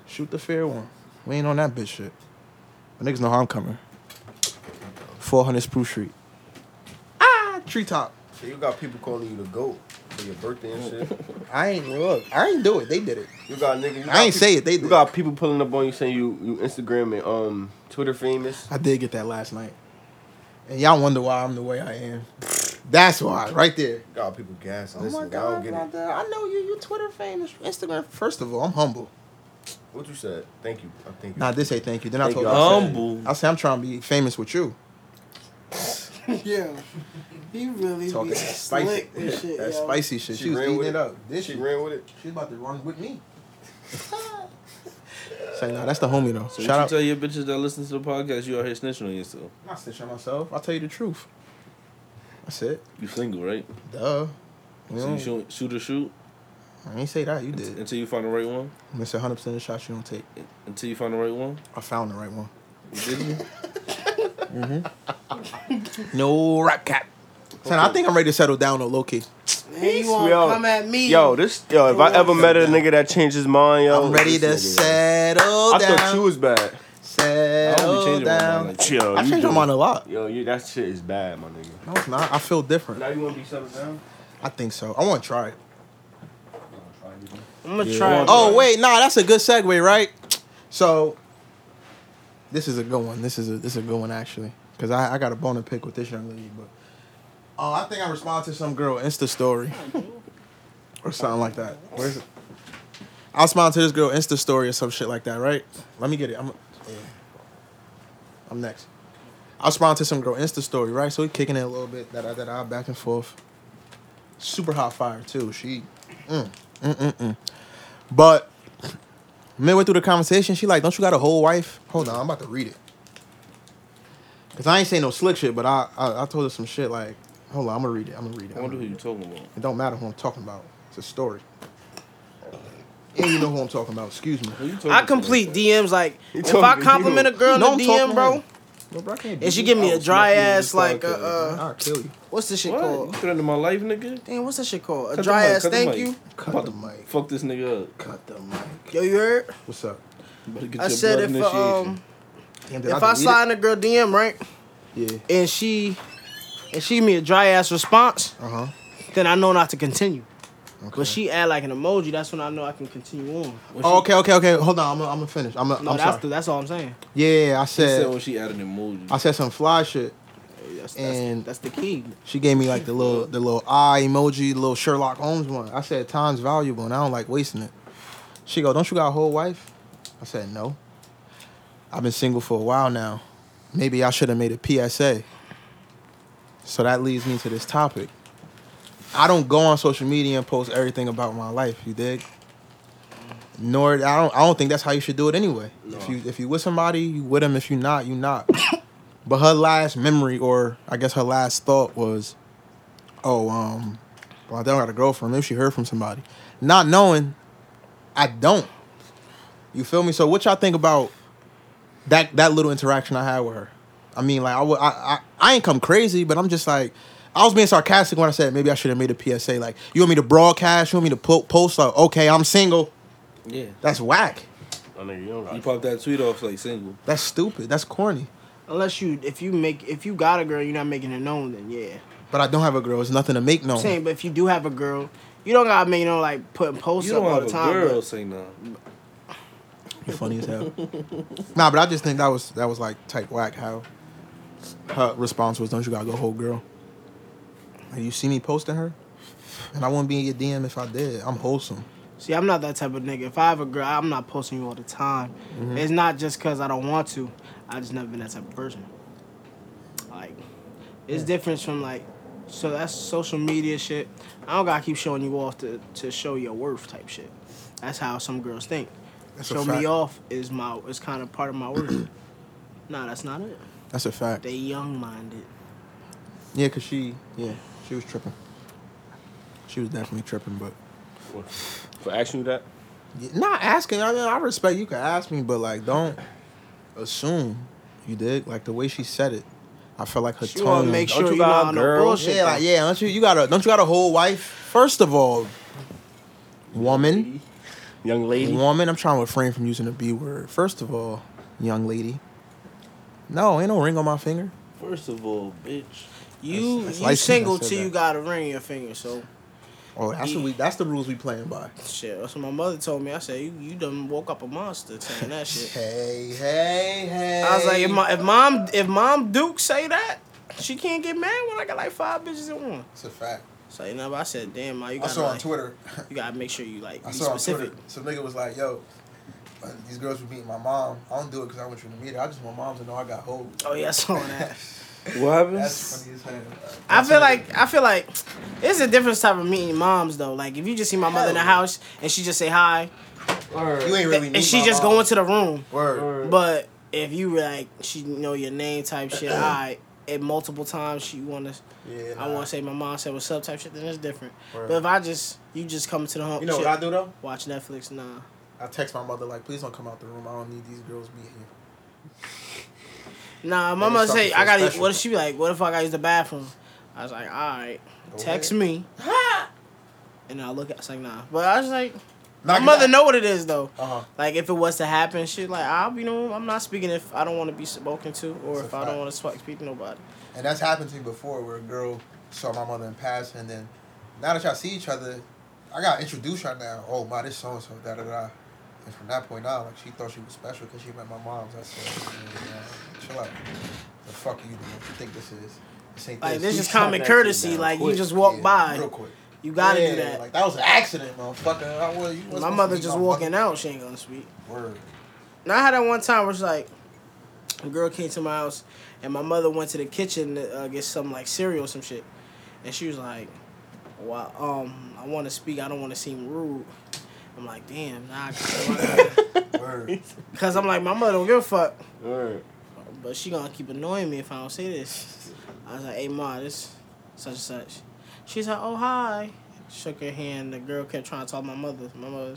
Speaker 1: Shoot the fair one. We ain't on that bitch shit. But niggas know how I'm coming. 400 Spruce Street. Ah, treetop.
Speaker 9: So you got people calling you the goat for your birthday and shit.
Speaker 1: I ain't look. I ain't do it. They did it.
Speaker 9: You got nigga. You got
Speaker 1: I ain't
Speaker 9: people-
Speaker 1: say it. They
Speaker 2: You
Speaker 1: did.
Speaker 2: got people pulling up on you saying you you Instagram and um Twitter famous.
Speaker 1: I did get that last night, and y'all wonder why I'm the way I am. That's why, right there.
Speaker 9: you Got people gas.
Speaker 1: Oh
Speaker 4: Oh
Speaker 9: Listen, I don't get it.
Speaker 1: I know you. You Twitter famous, Instagram. First of all, I'm humble.
Speaker 9: What you said? Thank you. I thank you.
Speaker 1: Nah, this ain't thank you. Then I
Speaker 2: Thank
Speaker 1: told
Speaker 2: you.
Speaker 1: her, I said-
Speaker 3: Humble.
Speaker 1: I said I'm trying to be famous with you.
Speaker 4: Yeah. He really
Speaker 1: Talking
Speaker 4: be
Speaker 1: that spicy-
Speaker 4: slick with shit,
Speaker 1: That
Speaker 4: yo.
Speaker 1: spicy shit. She, was
Speaker 9: ran
Speaker 1: eating
Speaker 9: with
Speaker 1: it up. This
Speaker 9: She
Speaker 1: shit.
Speaker 9: ran with it.
Speaker 1: She's about to run with me. Say nah, that's the homie though.
Speaker 3: So
Speaker 1: Shout
Speaker 3: Shout
Speaker 1: out.
Speaker 3: you tell your bitches that listen to the podcast, you out here snitching on yourself.
Speaker 1: I'm not snitching on myself. I'll tell you the truth. That's it.
Speaker 3: You single, right?
Speaker 1: Duh. We
Speaker 3: So you
Speaker 1: don't-
Speaker 3: shoot, shoot or shoot
Speaker 1: I ain't say that. You did.
Speaker 3: until you find the right one.
Speaker 1: Miss 100 percent of the shots you don't take.
Speaker 3: Until you find the right one.
Speaker 1: I found the right one.
Speaker 3: Did you?
Speaker 1: No rap cap. Son, I think I'm ready to settle down though, low key.
Speaker 4: Man, you want
Speaker 2: Yo.
Speaker 4: to come at me?
Speaker 2: Yo, this yo, if I ever met a nigga that changed his mind, yo,
Speaker 1: I'm ready to
Speaker 2: this nigga.
Speaker 1: settle
Speaker 2: I
Speaker 1: down.
Speaker 2: thought you was bad.
Speaker 3: I
Speaker 1: settle
Speaker 3: don't be changing my mind
Speaker 1: down.
Speaker 3: like that.
Speaker 2: Yo,
Speaker 1: I
Speaker 2: you
Speaker 1: changed my
Speaker 2: do-
Speaker 1: mind a lot.
Speaker 2: Yo, you, that shit is bad, my nigga.
Speaker 1: No, it's not. I feel different.
Speaker 2: Now you wanna be settled down?
Speaker 1: I think so. I want to try it.
Speaker 4: I'm gonna try. it.
Speaker 1: Oh wait, nah, that's a good segue, right? So, this is a good one. This is a this is a good one actually, because I, I got a bone to pick with this young lady, but oh, I think I responded to some girl Insta story or something like that. Where's it? I responded to this girl Insta story or some shit like that, right? Let me get it. I'm yeah. I'm next. I responded to some girl Insta story, right? So we kicking it a little bit, da da da da, back and forth. Super hot fire too. She, mm, mm mm mm. But midway through the conversation, she like, "Don't you got a whole wife?" Hold on, I'm about to read it. Cause I ain't saying no slick shit, but I, I I told her some shit like, "Hold on, I'm gonna read it. I'm gonna read it."
Speaker 3: I
Speaker 1: I'ma
Speaker 3: wonder
Speaker 1: read
Speaker 3: who
Speaker 1: it."
Speaker 3: you talking about.
Speaker 1: It don't matter who I'm talking about. It's a story. And you know who I'm talking about. Excuse me.
Speaker 3: Who you talking
Speaker 4: I
Speaker 3: to?
Speaker 4: complete DMs like if
Speaker 2: told
Speaker 4: I
Speaker 2: me you-
Speaker 4: compliment a girl in
Speaker 1: No,
Speaker 4: a
Speaker 1: I'm talking
Speaker 4: DM,
Speaker 1: to
Speaker 4: bro,
Speaker 1: him. No, bro, I can't do
Speaker 4: and she
Speaker 1: this.
Speaker 4: give me a dry
Speaker 3: smack you in
Speaker 4: ass
Speaker 3: this
Speaker 4: like uh,
Speaker 3: podcast,
Speaker 4: uh
Speaker 1: I'll kill you.
Speaker 4: what's this shit
Speaker 3: What? You
Speaker 4: called?
Speaker 3: threatening my life, nigga?
Speaker 4: Damn, what's that shit called?
Speaker 3: Cut
Speaker 4: A
Speaker 3: the
Speaker 4: dry
Speaker 3: mic,
Speaker 4: ass
Speaker 3: cut the
Speaker 4: thank
Speaker 3: mic.
Speaker 4: you.
Speaker 1: Cut the mic.
Speaker 3: Fuck this nigga up.
Speaker 1: Cut the mic.
Speaker 4: Yo, you heard?
Speaker 1: What's up?
Speaker 3: Better get
Speaker 4: I
Speaker 3: your
Speaker 4: said
Speaker 3: blood
Speaker 4: if
Speaker 3: initiation.
Speaker 4: uh, um
Speaker 1: Damn, did
Speaker 4: if I
Speaker 1: delete
Speaker 4: slide in a girl DM right,
Speaker 1: it? yeah.
Speaker 4: and she and she give me a dry ass response,
Speaker 1: Uh huh.
Speaker 4: then I know not to continue.
Speaker 1: Okay.
Speaker 4: But she add like an emoji, that's when I know I can continue on.
Speaker 3: What
Speaker 1: Oh, okay, okay, okay. Hold on. I'm gonna I'm gonna finish. I'm gonna.
Speaker 4: No,
Speaker 1: I'm
Speaker 4: that's
Speaker 1: sorry.
Speaker 4: the, that's all I'm saying.
Speaker 1: yeah, yeah, I
Speaker 3: she, she said
Speaker 1: said.
Speaker 3: when she added an emoji.
Speaker 1: I said some fly shit.
Speaker 4: That's, that's,
Speaker 1: And-
Speaker 4: that's the key.
Speaker 1: She gave me like the little the little eye emoji, the little Sherlock Holmes one. I said time's valuable and I don't like wasting it. She go, don't you got a whole wife? I said no. I've been single for a while now. Maybe I should have made a PSA. So that leads me to this topic. I don't go on social media and post everything about my life. You dig? Nor I don't. I don't think that's how you should do it anyway. If you if you with somebody, you with them. If you not, you not. But her last memory, or I guess her last thought was, "Oh, um, well, I don't got a girlfriend. Maybe she heard from somebody." Not knowing, I don't. You feel me? So what y'all think about that that little interaction I had with her? I mean, like I wa- I- I- I ain't come crazy, but I'm just like. I was being sarcastic when I said maybe I should have made a PSA. Like, you want me to broadcast? You want me to po- post? Like, okay, I'm single.
Speaker 3: yeah.
Speaker 1: That's whack.
Speaker 2: My nigga, you don't got
Speaker 3: You popped that tweet off like single.
Speaker 1: That's stupid. That's corny.
Speaker 4: Unless you if you make if you got a girl, you're not making it known. Then yeah,
Speaker 1: But I don't have a girl. It's nothing to make known.
Speaker 4: I'm saying. But if you do have a girl, you don't gotta make you know like putting posts
Speaker 3: You
Speaker 4: up
Speaker 3: don't
Speaker 4: all
Speaker 3: have
Speaker 4: the
Speaker 3: a
Speaker 4: time.
Speaker 3: girl
Speaker 4: but-
Speaker 3: say nothing.
Speaker 1: You funny as hell. nah, but I just think that was that was like type whack how her response was, "Don't you gotta go whole girl."
Speaker 10: and you see me posting her, and I wouldn't be in your DM if I did. I'm wholesome.
Speaker 4: See, I'm not that type of nigga. If I have a girl, I'm not posting you all the time. It's not just because I don't want to. I just never been that type of person. Like, it's different from like, so that's social media shit. I don't gotta keep showing you off to, to show your worth type shit. That's how some girls think.
Speaker 10: That's a
Speaker 4: show
Speaker 10: fact.
Speaker 4: me off is my is kind of part of my worth. nah, that's not it.
Speaker 10: That's a fact.
Speaker 4: They young minded.
Speaker 10: Yeah, cause she, yeah, she was tripping. She was definitely tripping, but
Speaker 2: For asking you that?
Speaker 10: not asking. I mean, I respect you can ask me, but like, don't assume. You dig? Like the way she said it, I felt like her
Speaker 4: She
Speaker 10: tone.
Speaker 4: wanna make
Speaker 2: Don't
Speaker 4: sure
Speaker 2: you
Speaker 4: you not
Speaker 2: got
Speaker 4: on
Speaker 2: a girl?
Speaker 4: no bullshit.
Speaker 10: yeah, like, yeah. Don't you? You got a? Don't you got a whole wife? First of all, woman,
Speaker 2: Young lady.
Speaker 10: woman. I'm trying to refrain from using the B word. First of all, young lady. No, ain't no ring on my finger.
Speaker 3: First of all, bitch.
Speaker 4: You
Speaker 10: that's licensed,
Speaker 4: you
Speaker 10: I
Speaker 4: single
Speaker 10: said
Speaker 4: till you
Speaker 10: that.
Speaker 4: got a ring in your finger, so.
Speaker 10: Oh, that's what we. That's the rules we playing by.
Speaker 4: Shit, that's what my mother told me. I said, you, you done woke up a monster saying that shit.
Speaker 10: Hey, hey, hey.
Speaker 4: I was like, if, my, if mom if mom Duke say that, she can't get mad when I got like five bitches in one.
Speaker 1: It's a fact.
Speaker 4: So you know, but I said, damn, ma, you
Speaker 1: I
Speaker 4: gotta
Speaker 1: saw on
Speaker 4: like,
Speaker 1: Twitter.
Speaker 4: you gotta make sure you like
Speaker 1: I
Speaker 4: be
Speaker 1: saw on
Speaker 4: specific.
Speaker 1: Twitter. Some nigga was like, "Yo, uh, these girls were beating my mom. I don't do it because I want you to meet her. I just want moms to know I got hoes."
Speaker 4: Oh yeah, I saw that.
Speaker 3: What happened?
Speaker 1: That's funny as hell.
Speaker 4: I feel like I feel like it's a different type of meeting moms though. Like if you just see my mother in the house and she just say hi,
Speaker 1: you ain't really.
Speaker 4: and she just go into the room.
Speaker 1: Word.
Speaker 4: But if you like she know your name type shit, I at multiple times she wanna
Speaker 1: Yeah.
Speaker 4: I want to say my mom said what's up type shit, then it's different. But if I just you just come to the home,
Speaker 1: You know
Speaker 4: shit,
Speaker 1: what I do though?
Speaker 4: watch Netflix, nah.
Speaker 1: I text my mother like, "Please don't come out the room. I don't need these girls beating you."
Speaker 4: Nah, my
Speaker 1: Then it
Speaker 4: mom
Speaker 1: starts to
Speaker 4: say
Speaker 1: feel
Speaker 4: I gotta.
Speaker 1: special.
Speaker 4: What if she be like? What if I gotta use the bathroom? I was like, all right, text me. and I look at, it's like nah. But I was like, my mother know what it is though.
Speaker 1: Uh huh.
Speaker 4: Like if it was to happen, she like I'll be no. I'm not speaking if I don't want to be spoken to or
Speaker 1: It's a
Speaker 4: if I
Speaker 1: fact.
Speaker 4: don't want to speak to nobody.
Speaker 1: And that's happened to me before, where a girl saw my mother in passing, and then now that y'all see each other, I got introduced right now. Oh my, this so and so, da da da. And from that point on, like she thought she was special because she met my mom's. I said, "Yeah, yeah, chill out. The fuck you, doing? what you think this is? This ain't
Speaker 4: Like
Speaker 1: this.
Speaker 4: this is
Speaker 1: You
Speaker 4: common
Speaker 2: that shit
Speaker 4: courtesy.
Speaker 2: down
Speaker 4: Like you
Speaker 2: quick.
Speaker 4: just walk
Speaker 1: yeah,
Speaker 4: by.
Speaker 1: real quick.
Speaker 4: You gotta
Speaker 1: Yeah,
Speaker 4: do that.
Speaker 1: Like that was an accident, motherfucker. I was, you wasn't
Speaker 4: my
Speaker 1: supposed
Speaker 4: mother
Speaker 1: to be
Speaker 4: just
Speaker 1: my
Speaker 4: walking
Speaker 1: mother.
Speaker 4: out, she ain't gonna speak.
Speaker 1: Word.
Speaker 4: And I had that one time where it's like, a girl came to my house, and my mother went to the kitchen to uh, get some like cereal, or some shit, and she was like, "Well, um, I want to speak. I don't want to seem rude." I'm like, "Damn, nah,"
Speaker 1: Word.
Speaker 4: because I'm like, my mother don't give a fuck,
Speaker 2: Word.
Speaker 4: but she gonna keep annoying me if I don't say this. I was like, "Hey, ma, this such and such." She's like, "Oh, hi." Shook her hand. The girl kept trying to talk to my mother. My mother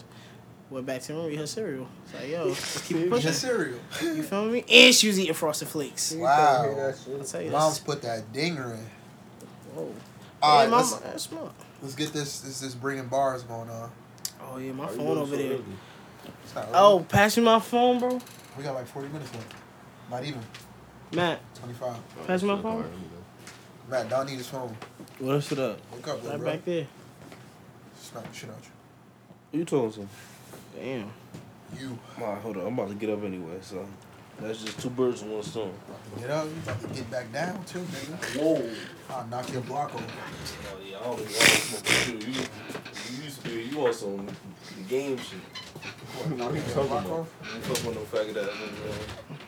Speaker 4: went back to the room, eat her cereal. It's like, "Yo, just keep it pushing."
Speaker 1: Just cereal.
Speaker 4: You feel me? And she was eating frosted flakes.
Speaker 1: Wow.
Speaker 4: I'll tell you
Speaker 1: Mom's
Speaker 4: that's
Speaker 1: put that dinger in.
Speaker 4: Whoa.
Speaker 1: All
Speaker 4: yeah,
Speaker 1: right,
Speaker 4: my
Speaker 1: let's,
Speaker 4: mom, that's smart.
Speaker 1: let's get this. This this bringing bars going on.
Speaker 4: Oh yeah, my phone over there.
Speaker 1: It's not early.
Speaker 4: Oh, pass me my phone, bro.
Speaker 1: we got like forty minutes left. Not even
Speaker 4: Matt,
Speaker 1: twenty five.
Speaker 2: Oh,
Speaker 4: pass me my phone.
Speaker 1: Matt, Don need his phone.
Speaker 3: What else it up?
Speaker 1: Wake up, little
Speaker 4: Right
Speaker 1: bro.
Speaker 4: back there.
Speaker 1: Smack the shit out you.
Speaker 3: You told some.
Speaker 4: Damn.
Speaker 1: You
Speaker 3: Nah, hold on. I'm about to get up anyway, so that's just two birds in one stone.
Speaker 1: about to get up. You about to get back down too, nigga.
Speaker 3: Whoa.
Speaker 1: I'll knock your block over.
Speaker 3: Oh yeah, I don't even want to smoke too. You, you used to be, you want some game shit.
Speaker 1: What, knocking your
Speaker 3: talking
Speaker 1: block
Speaker 3: about?
Speaker 1: off?
Speaker 3: You fuck with no faggot ass nigga. man.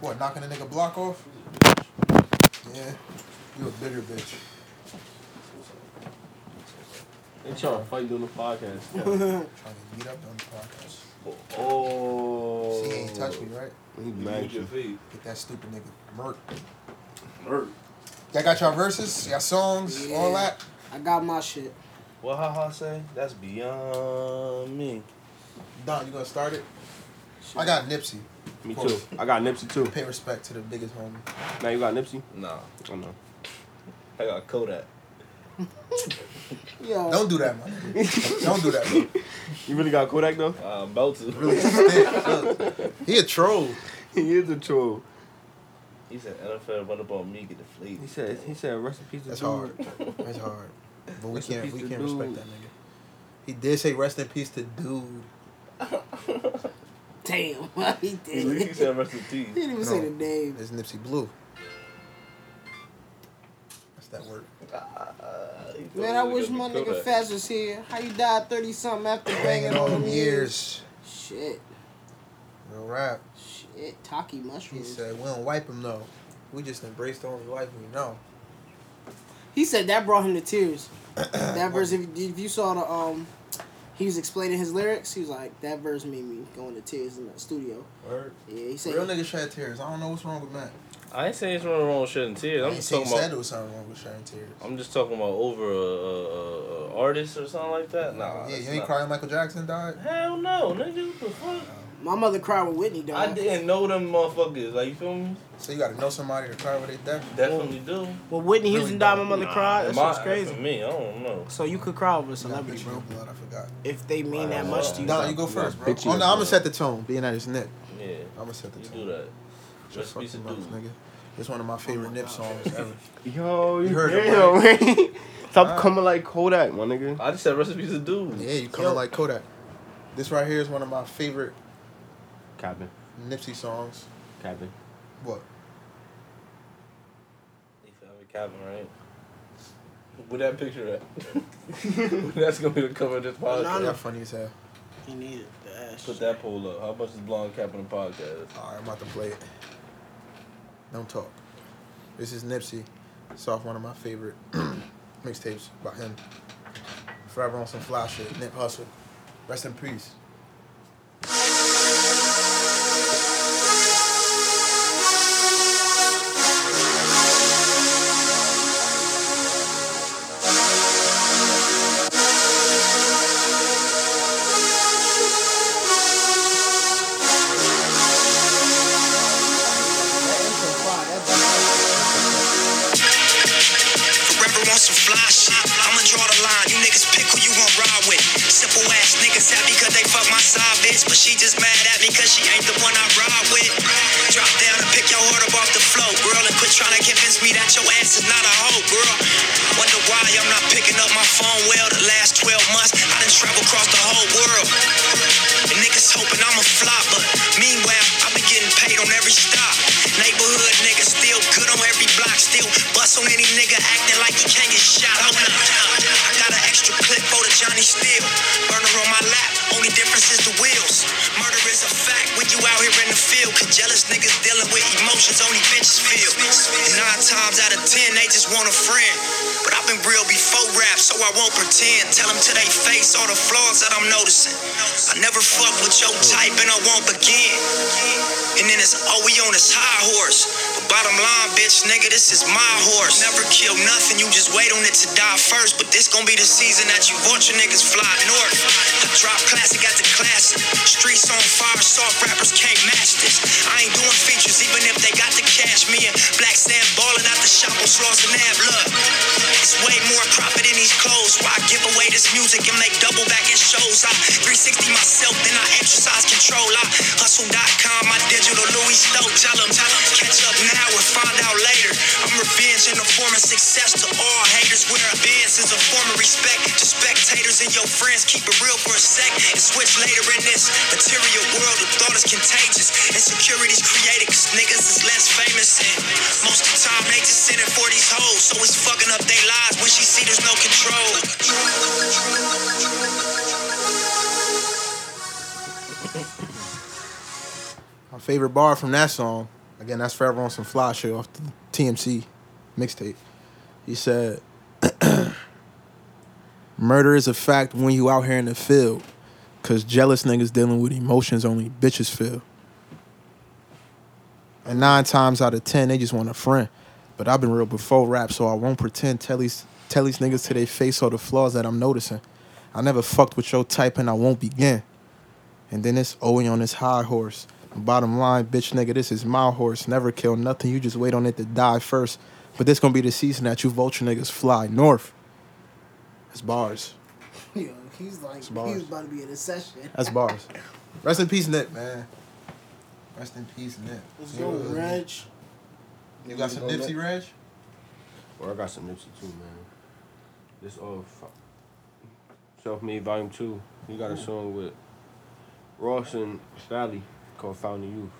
Speaker 1: What, knocking a nigga block off? Yeah. You a bitter bitch.
Speaker 2: They trying to fight doing the podcast.
Speaker 1: Trying to beat up on the podcast.
Speaker 3: Oh.
Speaker 1: See, he ain't touch me, right?
Speaker 2: He
Speaker 3: You
Speaker 2: mad
Speaker 3: with
Speaker 2: at
Speaker 3: your
Speaker 2: you.
Speaker 3: feet.
Speaker 1: Get that stupid nigga. Merc.
Speaker 3: Murk.
Speaker 1: Y'all got y'all verses, y'all songs, all
Speaker 4: Yeah.
Speaker 1: that.
Speaker 4: I got my shit.
Speaker 3: What Haha say? That's beyond me.
Speaker 1: Don, you gonna start it? I got Nipsey.
Speaker 2: Me too. I got Nipsey too.
Speaker 1: Pay respect to the biggest homie.
Speaker 2: Now you got Nipsey?
Speaker 3: Nah,
Speaker 2: I know.
Speaker 3: I got Kodak.
Speaker 4: Yo.
Speaker 1: Don't do that, man. Don't do that. Man.
Speaker 2: You really got Kodak though?
Speaker 3: Uh, I'm about to.
Speaker 1: Really, stick. he a troll.
Speaker 2: he is a troll.
Speaker 3: He said NFL run up on me, get the fleet.
Speaker 2: He said he said rest in peace to
Speaker 1: That's
Speaker 2: dude.
Speaker 1: hard. That's hard. But we
Speaker 2: Rest in
Speaker 1: can't
Speaker 2: peace
Speaker 1: we
Speaker 2: to
Speaker 1: can't
Speaker 2: dude.
Speaker 1: respect that nigga. He did say rest in peace to dude.
Speaker 4: Damn. he
Speaker 3: He he said rest in peace.
Speaker 4: even
Speaker 1: say the
Speaker 4: name.
Speaker 1: It's Nipsey Blue. That's
Speaker 5: That's that word.
Speaker 4: Man, I wish my nigga Fez was here. How you died 30 something after
Speaker 5: Banging
Speaker 4: banging
Speaker 5: all
Speaker 4: on
Speaker 5: them
Speaker 4: them years?
Speaker 5: years.
Speaker 4: Shit.
Speaker 5: Real rap.
Speaker 4: Shit. Taki
Speaker 5: He
Speaker 4: mushrooms.
Speaker 5: said, we don't wipe him, though. We just embrace the only life we know.
Speaker 4: He said that brought him to tears. that verse, if, if you saw the um, he was explaining his lyrics. He was like, "That verse made me go into tears in the studio."
Speaker 5: Word.
Speaker 4: Yeah, he said.
Speaker 5: Real nigga shed tears. I don't know what's wrong with that.
Speaker 3: I ain't saying it's wrong wrong with shedding tears.
Speaker 5: i
Speaker 3: I'm
Speaker 5: ain't
Speaker 3: just
Speaker 5: seen
Speaker 3: talking
Speaker 5: said
Speaker 3: about.
Speaker 5: there was something wrong with shedding tears.
Speaker 3: I'm just talking about over a, a, a, a artist or something like that. Nah.
Speaker 5: yeah,
Speaker 3: that's
Speaker 5: you ain't
Speaker 3: not-
Speaker 5: crying Michael Jackson died?
Speaker 3: Hell no, nigga. What the fuck?
Speaker 4: My mother cried when Whitney
Speaker 3: I
Speaker 4: died.
Speaker 3: didn't know them motherfuckers. Like you feel me?
Speaker 5: So you gotta know somebody to cry with their death?
Speaker 3: Definitely do.
Speaker 4: Well, Whitney
Speaker 5: Really
Speaker 4: Houston died. My
Speaker 5: don't.
Speaker 4: mother cried. That's
Speaker 3: My-
Speaker 4: what's crazy.
Speaker 3: For me, I don't know.
Speaker 4: So you could cry over a
Speaker 5: Nah,
Speaker 4: celebrity,
Speaker 5: bitch, you
Speaker 4: bro,
Speaker 5: got Blood, I forgot.
Speaker 4: if they mean that much to you.
Speaker 5: Nah, you go first, bro.
Speaker 1: bitch, you
Speaker 5: Oh,
Speaker 1: got
Speaker 5: no, I'm gonna
Speaker 1: blood.
Speaker 5: set the tone, being that it's Nip.
Speaker 3: Yeah,
Speaker 5: I'm gonna set the
Speaker 3: you
Speaker 5: tone.
Speaker 3: do that.
Speaker 5: Just
Speaker 3: Rest in peace
Speaker 5: fucking
Speaker 3: to
Speaker 5: nuts,
Speaker 3: dude.
Speaker 5: nigga. It's one of my favorite Nip songs ever.
Speaker 2: Yo, you
Speaker 5: heard
Speaker 2: heard
Speaker 5: him,
Speaker 2: him. Stop
Speaker 5: Alright.
Speaker 2: coming like Kodak, my nigga.
Speaker 3: I just said recipes to dude.
Speaker 5: Yeah, you coming like Kodak. This right here is one of my favorite
Speaker 2: Cabin,
Speaker 5: Nipsey songs.
Speaker 2: cabin.
Speaker 5: What?
Speaker 3: You feel me, Calvin, right? With that picture at? That's gonna be the cover of this podcast.
Speaker 4: No, no.
Speaker 5: Y'all funny as hell.
Speaker 4: He needed the ass.
Speaker 3: Put that poll up. How much is blonde cap on the podcast?
Speaker 5: Alright, I'm about to play it. Don't talk. This is Nipsey. It's off one of my favorite mixtapes by him. Forever on some fly shit. Nip Hustle. Rest in peace.
Speaker 11: Forever on some fly shit. I'ma draw the line. You niggas pick who you gon' ride with. Simple ass niggas happy cause they fuck my side bitch. But she just mad at me cause she ain't the one I ride with. Drop down and pick your heart up off the floor, girl. And quit tryna convince me that your ass is not a hoe, girl. Wonder why I'm not picking up my phone well the last 12 months. I done traveled across the whole world. And niggas hoping I'm a flop, but meanwhile, I've been getting paid on every stop. Neighborhood niggas still good on every block, still bust on any nigga acting like he can't get shot. Hold up, I got an extra clip for the Johnny Steel. Burner on my lap, only difference is the wheels. Murder is a fact when you out here in the field. Cause jealous niggas dealing with emotions only bitches feel. Nine times out of ten, they just want a friend. But I've been real before rap, so I won't pretend. Tell them to they face all the flaws that I'm noticing. I never fuck with your type and I won't begin. And then it's oh we on this high horse. But bottom line, bitch, nigga, this is my horse. Never kill nothing, you just wait on it to die first. But this gon' be the season that you want your niggas fly north. I drop classic after classic. Streets on fire, soft rappers can't match this. I ain't doing features, even if they got the cash. Me and Black Sam ballin' out the shop on Slauson Ave. Look, it's way more profit in these clothes. Why I give away this music and make double back in shows? I 360 myself, then I exercise control. I hustle.com, my digital Louis Stowe. Tell them, catch up now or find out later. I'm revenge in the form of success to all haters. Where advance is a form of respect to spectators and your friends. Keep it real for a sec and switch later in this material world. The thought is contagious. Insecurities created cause niggas is less famous. And most of the time, they just sending for these hoes. So it's fucking up their lives when she see there's no control.
Speaker 1: My favorite bar from that song, again, that's Forever on Some Fly shit off the TMC mixtape. He said, Murder is a fact when you out here in the field, because jealous niggas dealing with emotions only bitches feel. And nine times out of ten, they just want a friend. But I've been real before rap, so I won't pretend. Tell these, tell these niggas to their face all the flaws that I'm noticing. I never fucked with your type, and I won't begin. And then it's Owen on his high horse. Bottom line, bitch nigga, this is my horse. Never kill nothing. You just wait on it to die first. But this gonna be the season that you vulture niggas fly north. That's bars.
Speaker 4: Yo, he's like, he
Speaker 1: bars.
Speaker 4: was about to be in a session.
Speaker 1: That's bars.
Speaker 5: Rest in peace, Nip, man. Rest in peace, Nip.
Speaker 4: Let's
Speaker 5: You
Speaker 4: go,
Speaker 5: really-
Speaker 4: Reg.
Speaker 5: You got some Nipsey, Reg?
Speaker 2: Or I got some Nipsey too, man. This all Self Made Volume Two. He got a song with Ross and Sally called Founding Youth.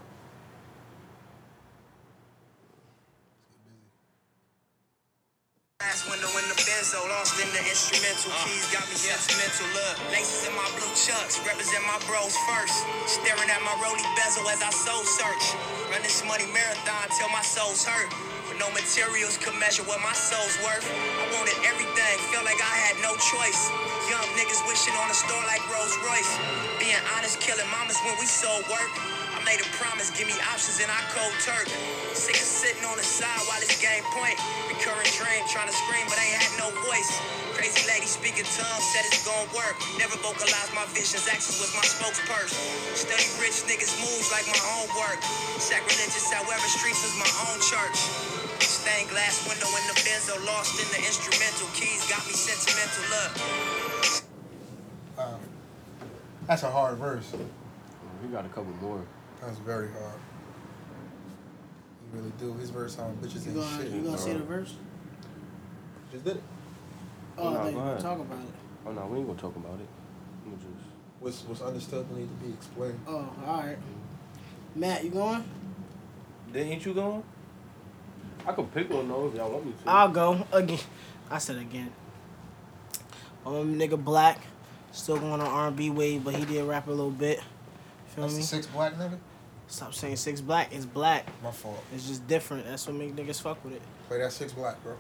Speaker 11: I so lost in the instrumental keys, got me sentimental. Look, laces in my blue chucks, represent my bros first. Staring at my rollie bezel as I soul search. Run this money marathon till my soul's hurt. But no materials could measure what my soul's worth. I wanted everything, felt like I had no choice. Young niggas wishing on a star like Rolls Royce. Being honest, killing mamas when we sold work. I made a promise, give me options and I cold turk. Sick of sitting on the side while it's game point. Recurring dream, trying to scream, but ain't had no voice. Crazy lady speaking tongues, said it's gonna work. Never vocalized my visions, actions was my spokesperson. Study rich niggas' moves like my homework. Sacrilegious, however, streets was my own church. Stained glass window in the benzo, lost in the instrumental. Keys got me sentimental, look.
Speaker 5: Wow. That's a hard verse.
Speaker 2: We Oh, got a couple more.
Speaker 5: That's very hard. You really do. His verse on bitches
Speaker 4: You
Speaker 5: ain't
Speaker 4: gonna,
Speaker 5: shit.
Speaker 4: you gonna
Speaker 5: bro.
Speaker 4: say the verse?
Speaker 5: Just did it.
Speaker 2: Nah,
Speaker 4: Oh, I thought you
Speaker 2: go
Speaker 4: were gonna
Speaker 2: ahead.
Speaker 4: talk about it.
Speaker 2: Oh no, we ain't gonna talk about it. I'ma just-
Speaker 5: What's what's understood will need to be explained.
Speaker 4: Oh, all right. Matt, you going?
Speaker 3: Then ain't you going?
Speaker 2: I can pick one though if y'all want me to.
Speaker 4: I'll go again. I said again. Um, nigga Black, still going on R&B wave, but he did rap a little bit. Feel
Speaker 5: That's the
Speaker 4: me?
Speaker 5: six black nigga.
Speaker 4: Stop saying six black. It's black.
Speaker 5: My fault.
Speaker 4: It's just different. That's what make niggas fuck with it.
Speaker 5: Play that six black, bro.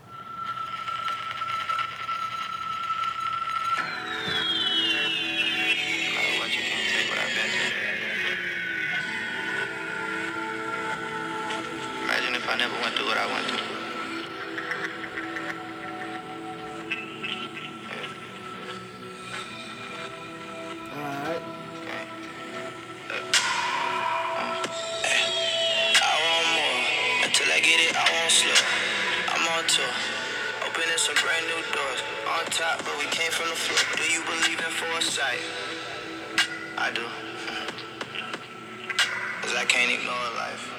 Speaker 11: What you can't take what I've been through. Imagine if I never went through what I went through.
Speaker 4: All right.
Speaker 11: I want more. Until I get it, I won't slow. I'm on tour. Opening some brand new doors. On top, but we came from the floor. Do you believe in foresight? I do. Mm-hmm. Cause I can't ignore life.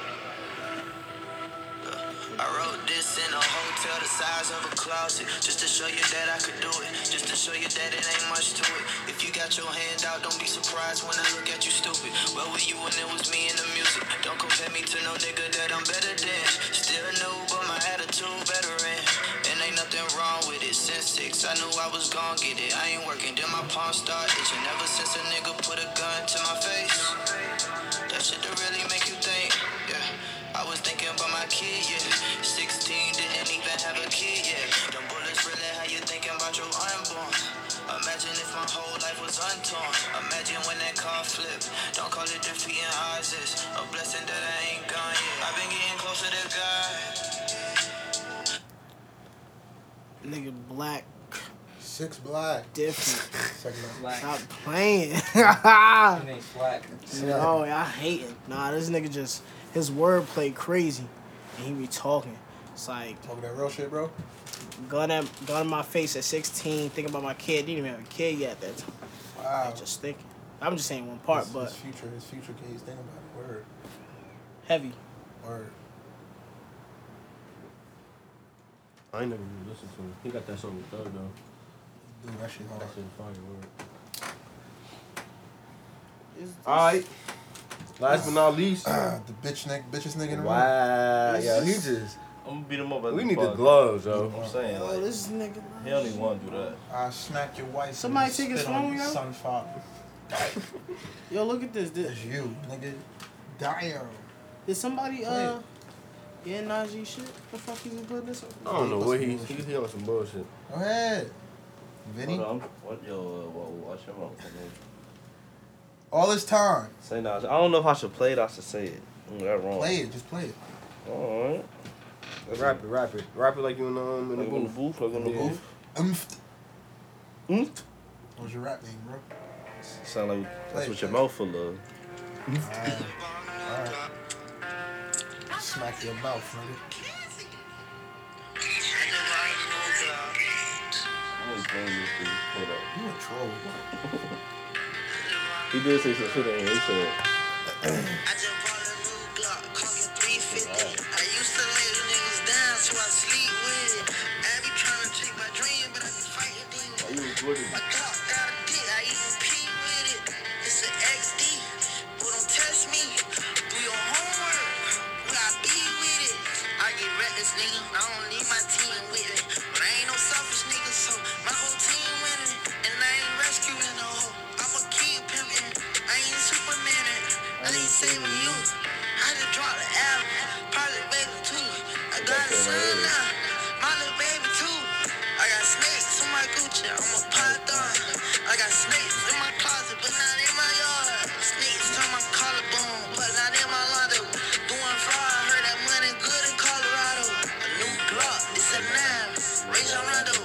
Speaker 11: Uh, I wrote this in a hotel the size of a closet. Just to show you that I could do it. Just to show you that it ain't much to it. If you got your hand out, don't be surprised when I look at you stupid. Where were you when it was me and the music? Don't compare me to no nigga that I'm better than. Still new, but my attitude veteran. And ain't nothing wrong with it. Since six, I knew I was gon' get it. I ain't working, then my palm start itching. Ever since a nigga put a gun to my face. That shit to really make you think, yeah. I was thinking about my kid, yeah. 16, didn't even have a kid, yeah. Them bullets really how you thinking about your unborn. Imagine if my whole life was untorn. Imagine when that car flipped. Don't call it defeat and odds, it's a blessing that I ain't gone yet. I've been getting closer to God.
Speaker 4: Nigga Black,
Speaker 5: Six black.
Speaker 4: different.
Speaker 5: Second black.
Speaker 6: Black.
Speaker 4: Stop playing.
Speaker 6: It ain't black.
Speaker 4: no, I hate it. Nah, this nigga just his wordplay crazy, and he be talking. It's like
Speaker 5: Talking that real shit, bro.
Speaker 4: gun at gun in my face at 16, thinking about my kid. Didn't even have a kid yet at that time.
Speaker 1: Oh.
Speaker 5: Wow.
Speaker 4: Like, just thinking. I'm just saying one part,
Speaker 5: His-
Speaker 4: but
Speaker 5: his future, his future kids thinking about it. Word,
Speaker 4: heavy.
Speaker 5: word.
Speaker 2: I ain't never really listened to him. He got that song with Thug though.
Speaker 5: Dude, that shit hard.
Speaker 2: That shit fire word.
Speaker 9: Alright.
Speaker 2: Last but not least.
Speaker 5: Ah, the bitch nigga, bitches nigga in the room.
Speaker 9: Wow. Yo, he just.
Speaker 3: I'm gonna beat him up. at
Speaker 9: We need the
Speaker 3: pod.
Speaker 9: gloves, yo.
Speaker 3: I'm saying
Speaker 4: Oh,
Speaker 3: like,
Speaker 4: this nigga.
Speaker 3: he don't even want to do that.
Speaker 5: I smack your wife.
Speaker 4: Somebody
Speaker 5: and
Speaker 4: take his
Speaker 5: spit on
Speaker 4: phone,
Speaker 5: your
Speaker 4: yo.
Speaker 5: Son father.
Speaker 4: Yo, look at this. Did,
Speaker 5: It's you, nigga. Damn.
Speaker 4: did somebody
Speaker 5: Play
Speaker 4: uh get Najee shit? The fuck he was putting this on?
Speaker 9: I don't know what he he, he on some bullshit.
Speaker 5: Go ahead. Vinny.
Speaker 3: Hold on, what yo, uh, wa- watch him out. hold on.
Speaker 5: All this time.
Speaker 3: Say Nas. I don't know if I should play it. I should say it. Mm, that wrong.
Speaker 5: Play it. Just play it.
Speaker 3: All right.
Speaker 9: Rap it, rap it, rap it like you in the um, in the
Speaker 3: Like on the
Speaker 9: booth.
Speaker 3: booth. Like on the
Speaker 9: Yeah.
Speaker 3: booth.
Speaker 5: Oomphed.
Speaker 3: Mm.
Speaker 5: What's your rap name, bro?
Speaker 3: Sound like that's
Speaker 5: Play
Speaker 3: what
Speaker 5: it,
Speaker 3: your
Speaker 5: play it.
Speaker 3: mouth full of.
Speaker 5: Alright. Alright. Smack your mouth, nigga.
Speaker 3: I ain't playing this dude. Hold up.
Speaker 5: You a troll, bro.
Speaker 3: He did say some shit that ain't said.
Speaker 11: I just bought a new Glock, call me 350. I used to lay the niggas down, so I sleep with it. I be trying to chase my dream, but I be fighting demons.
Speaker 2: you recording?
Speaker 11: My Glock got a dick, I even pee with it. It's an XD, but don't test me. Do your homework, will I be with it? I get reckless, nigga. I don't need my team with it. But I ain't no selfish niggas. shit, I'm a python. I got snakes in my closet, but not in my yard. Snakes on my collarbone, but not in my lotto. Doing fraud, heard that money good in Colorado. A new Glock, it's a nine, Rachel Rondo.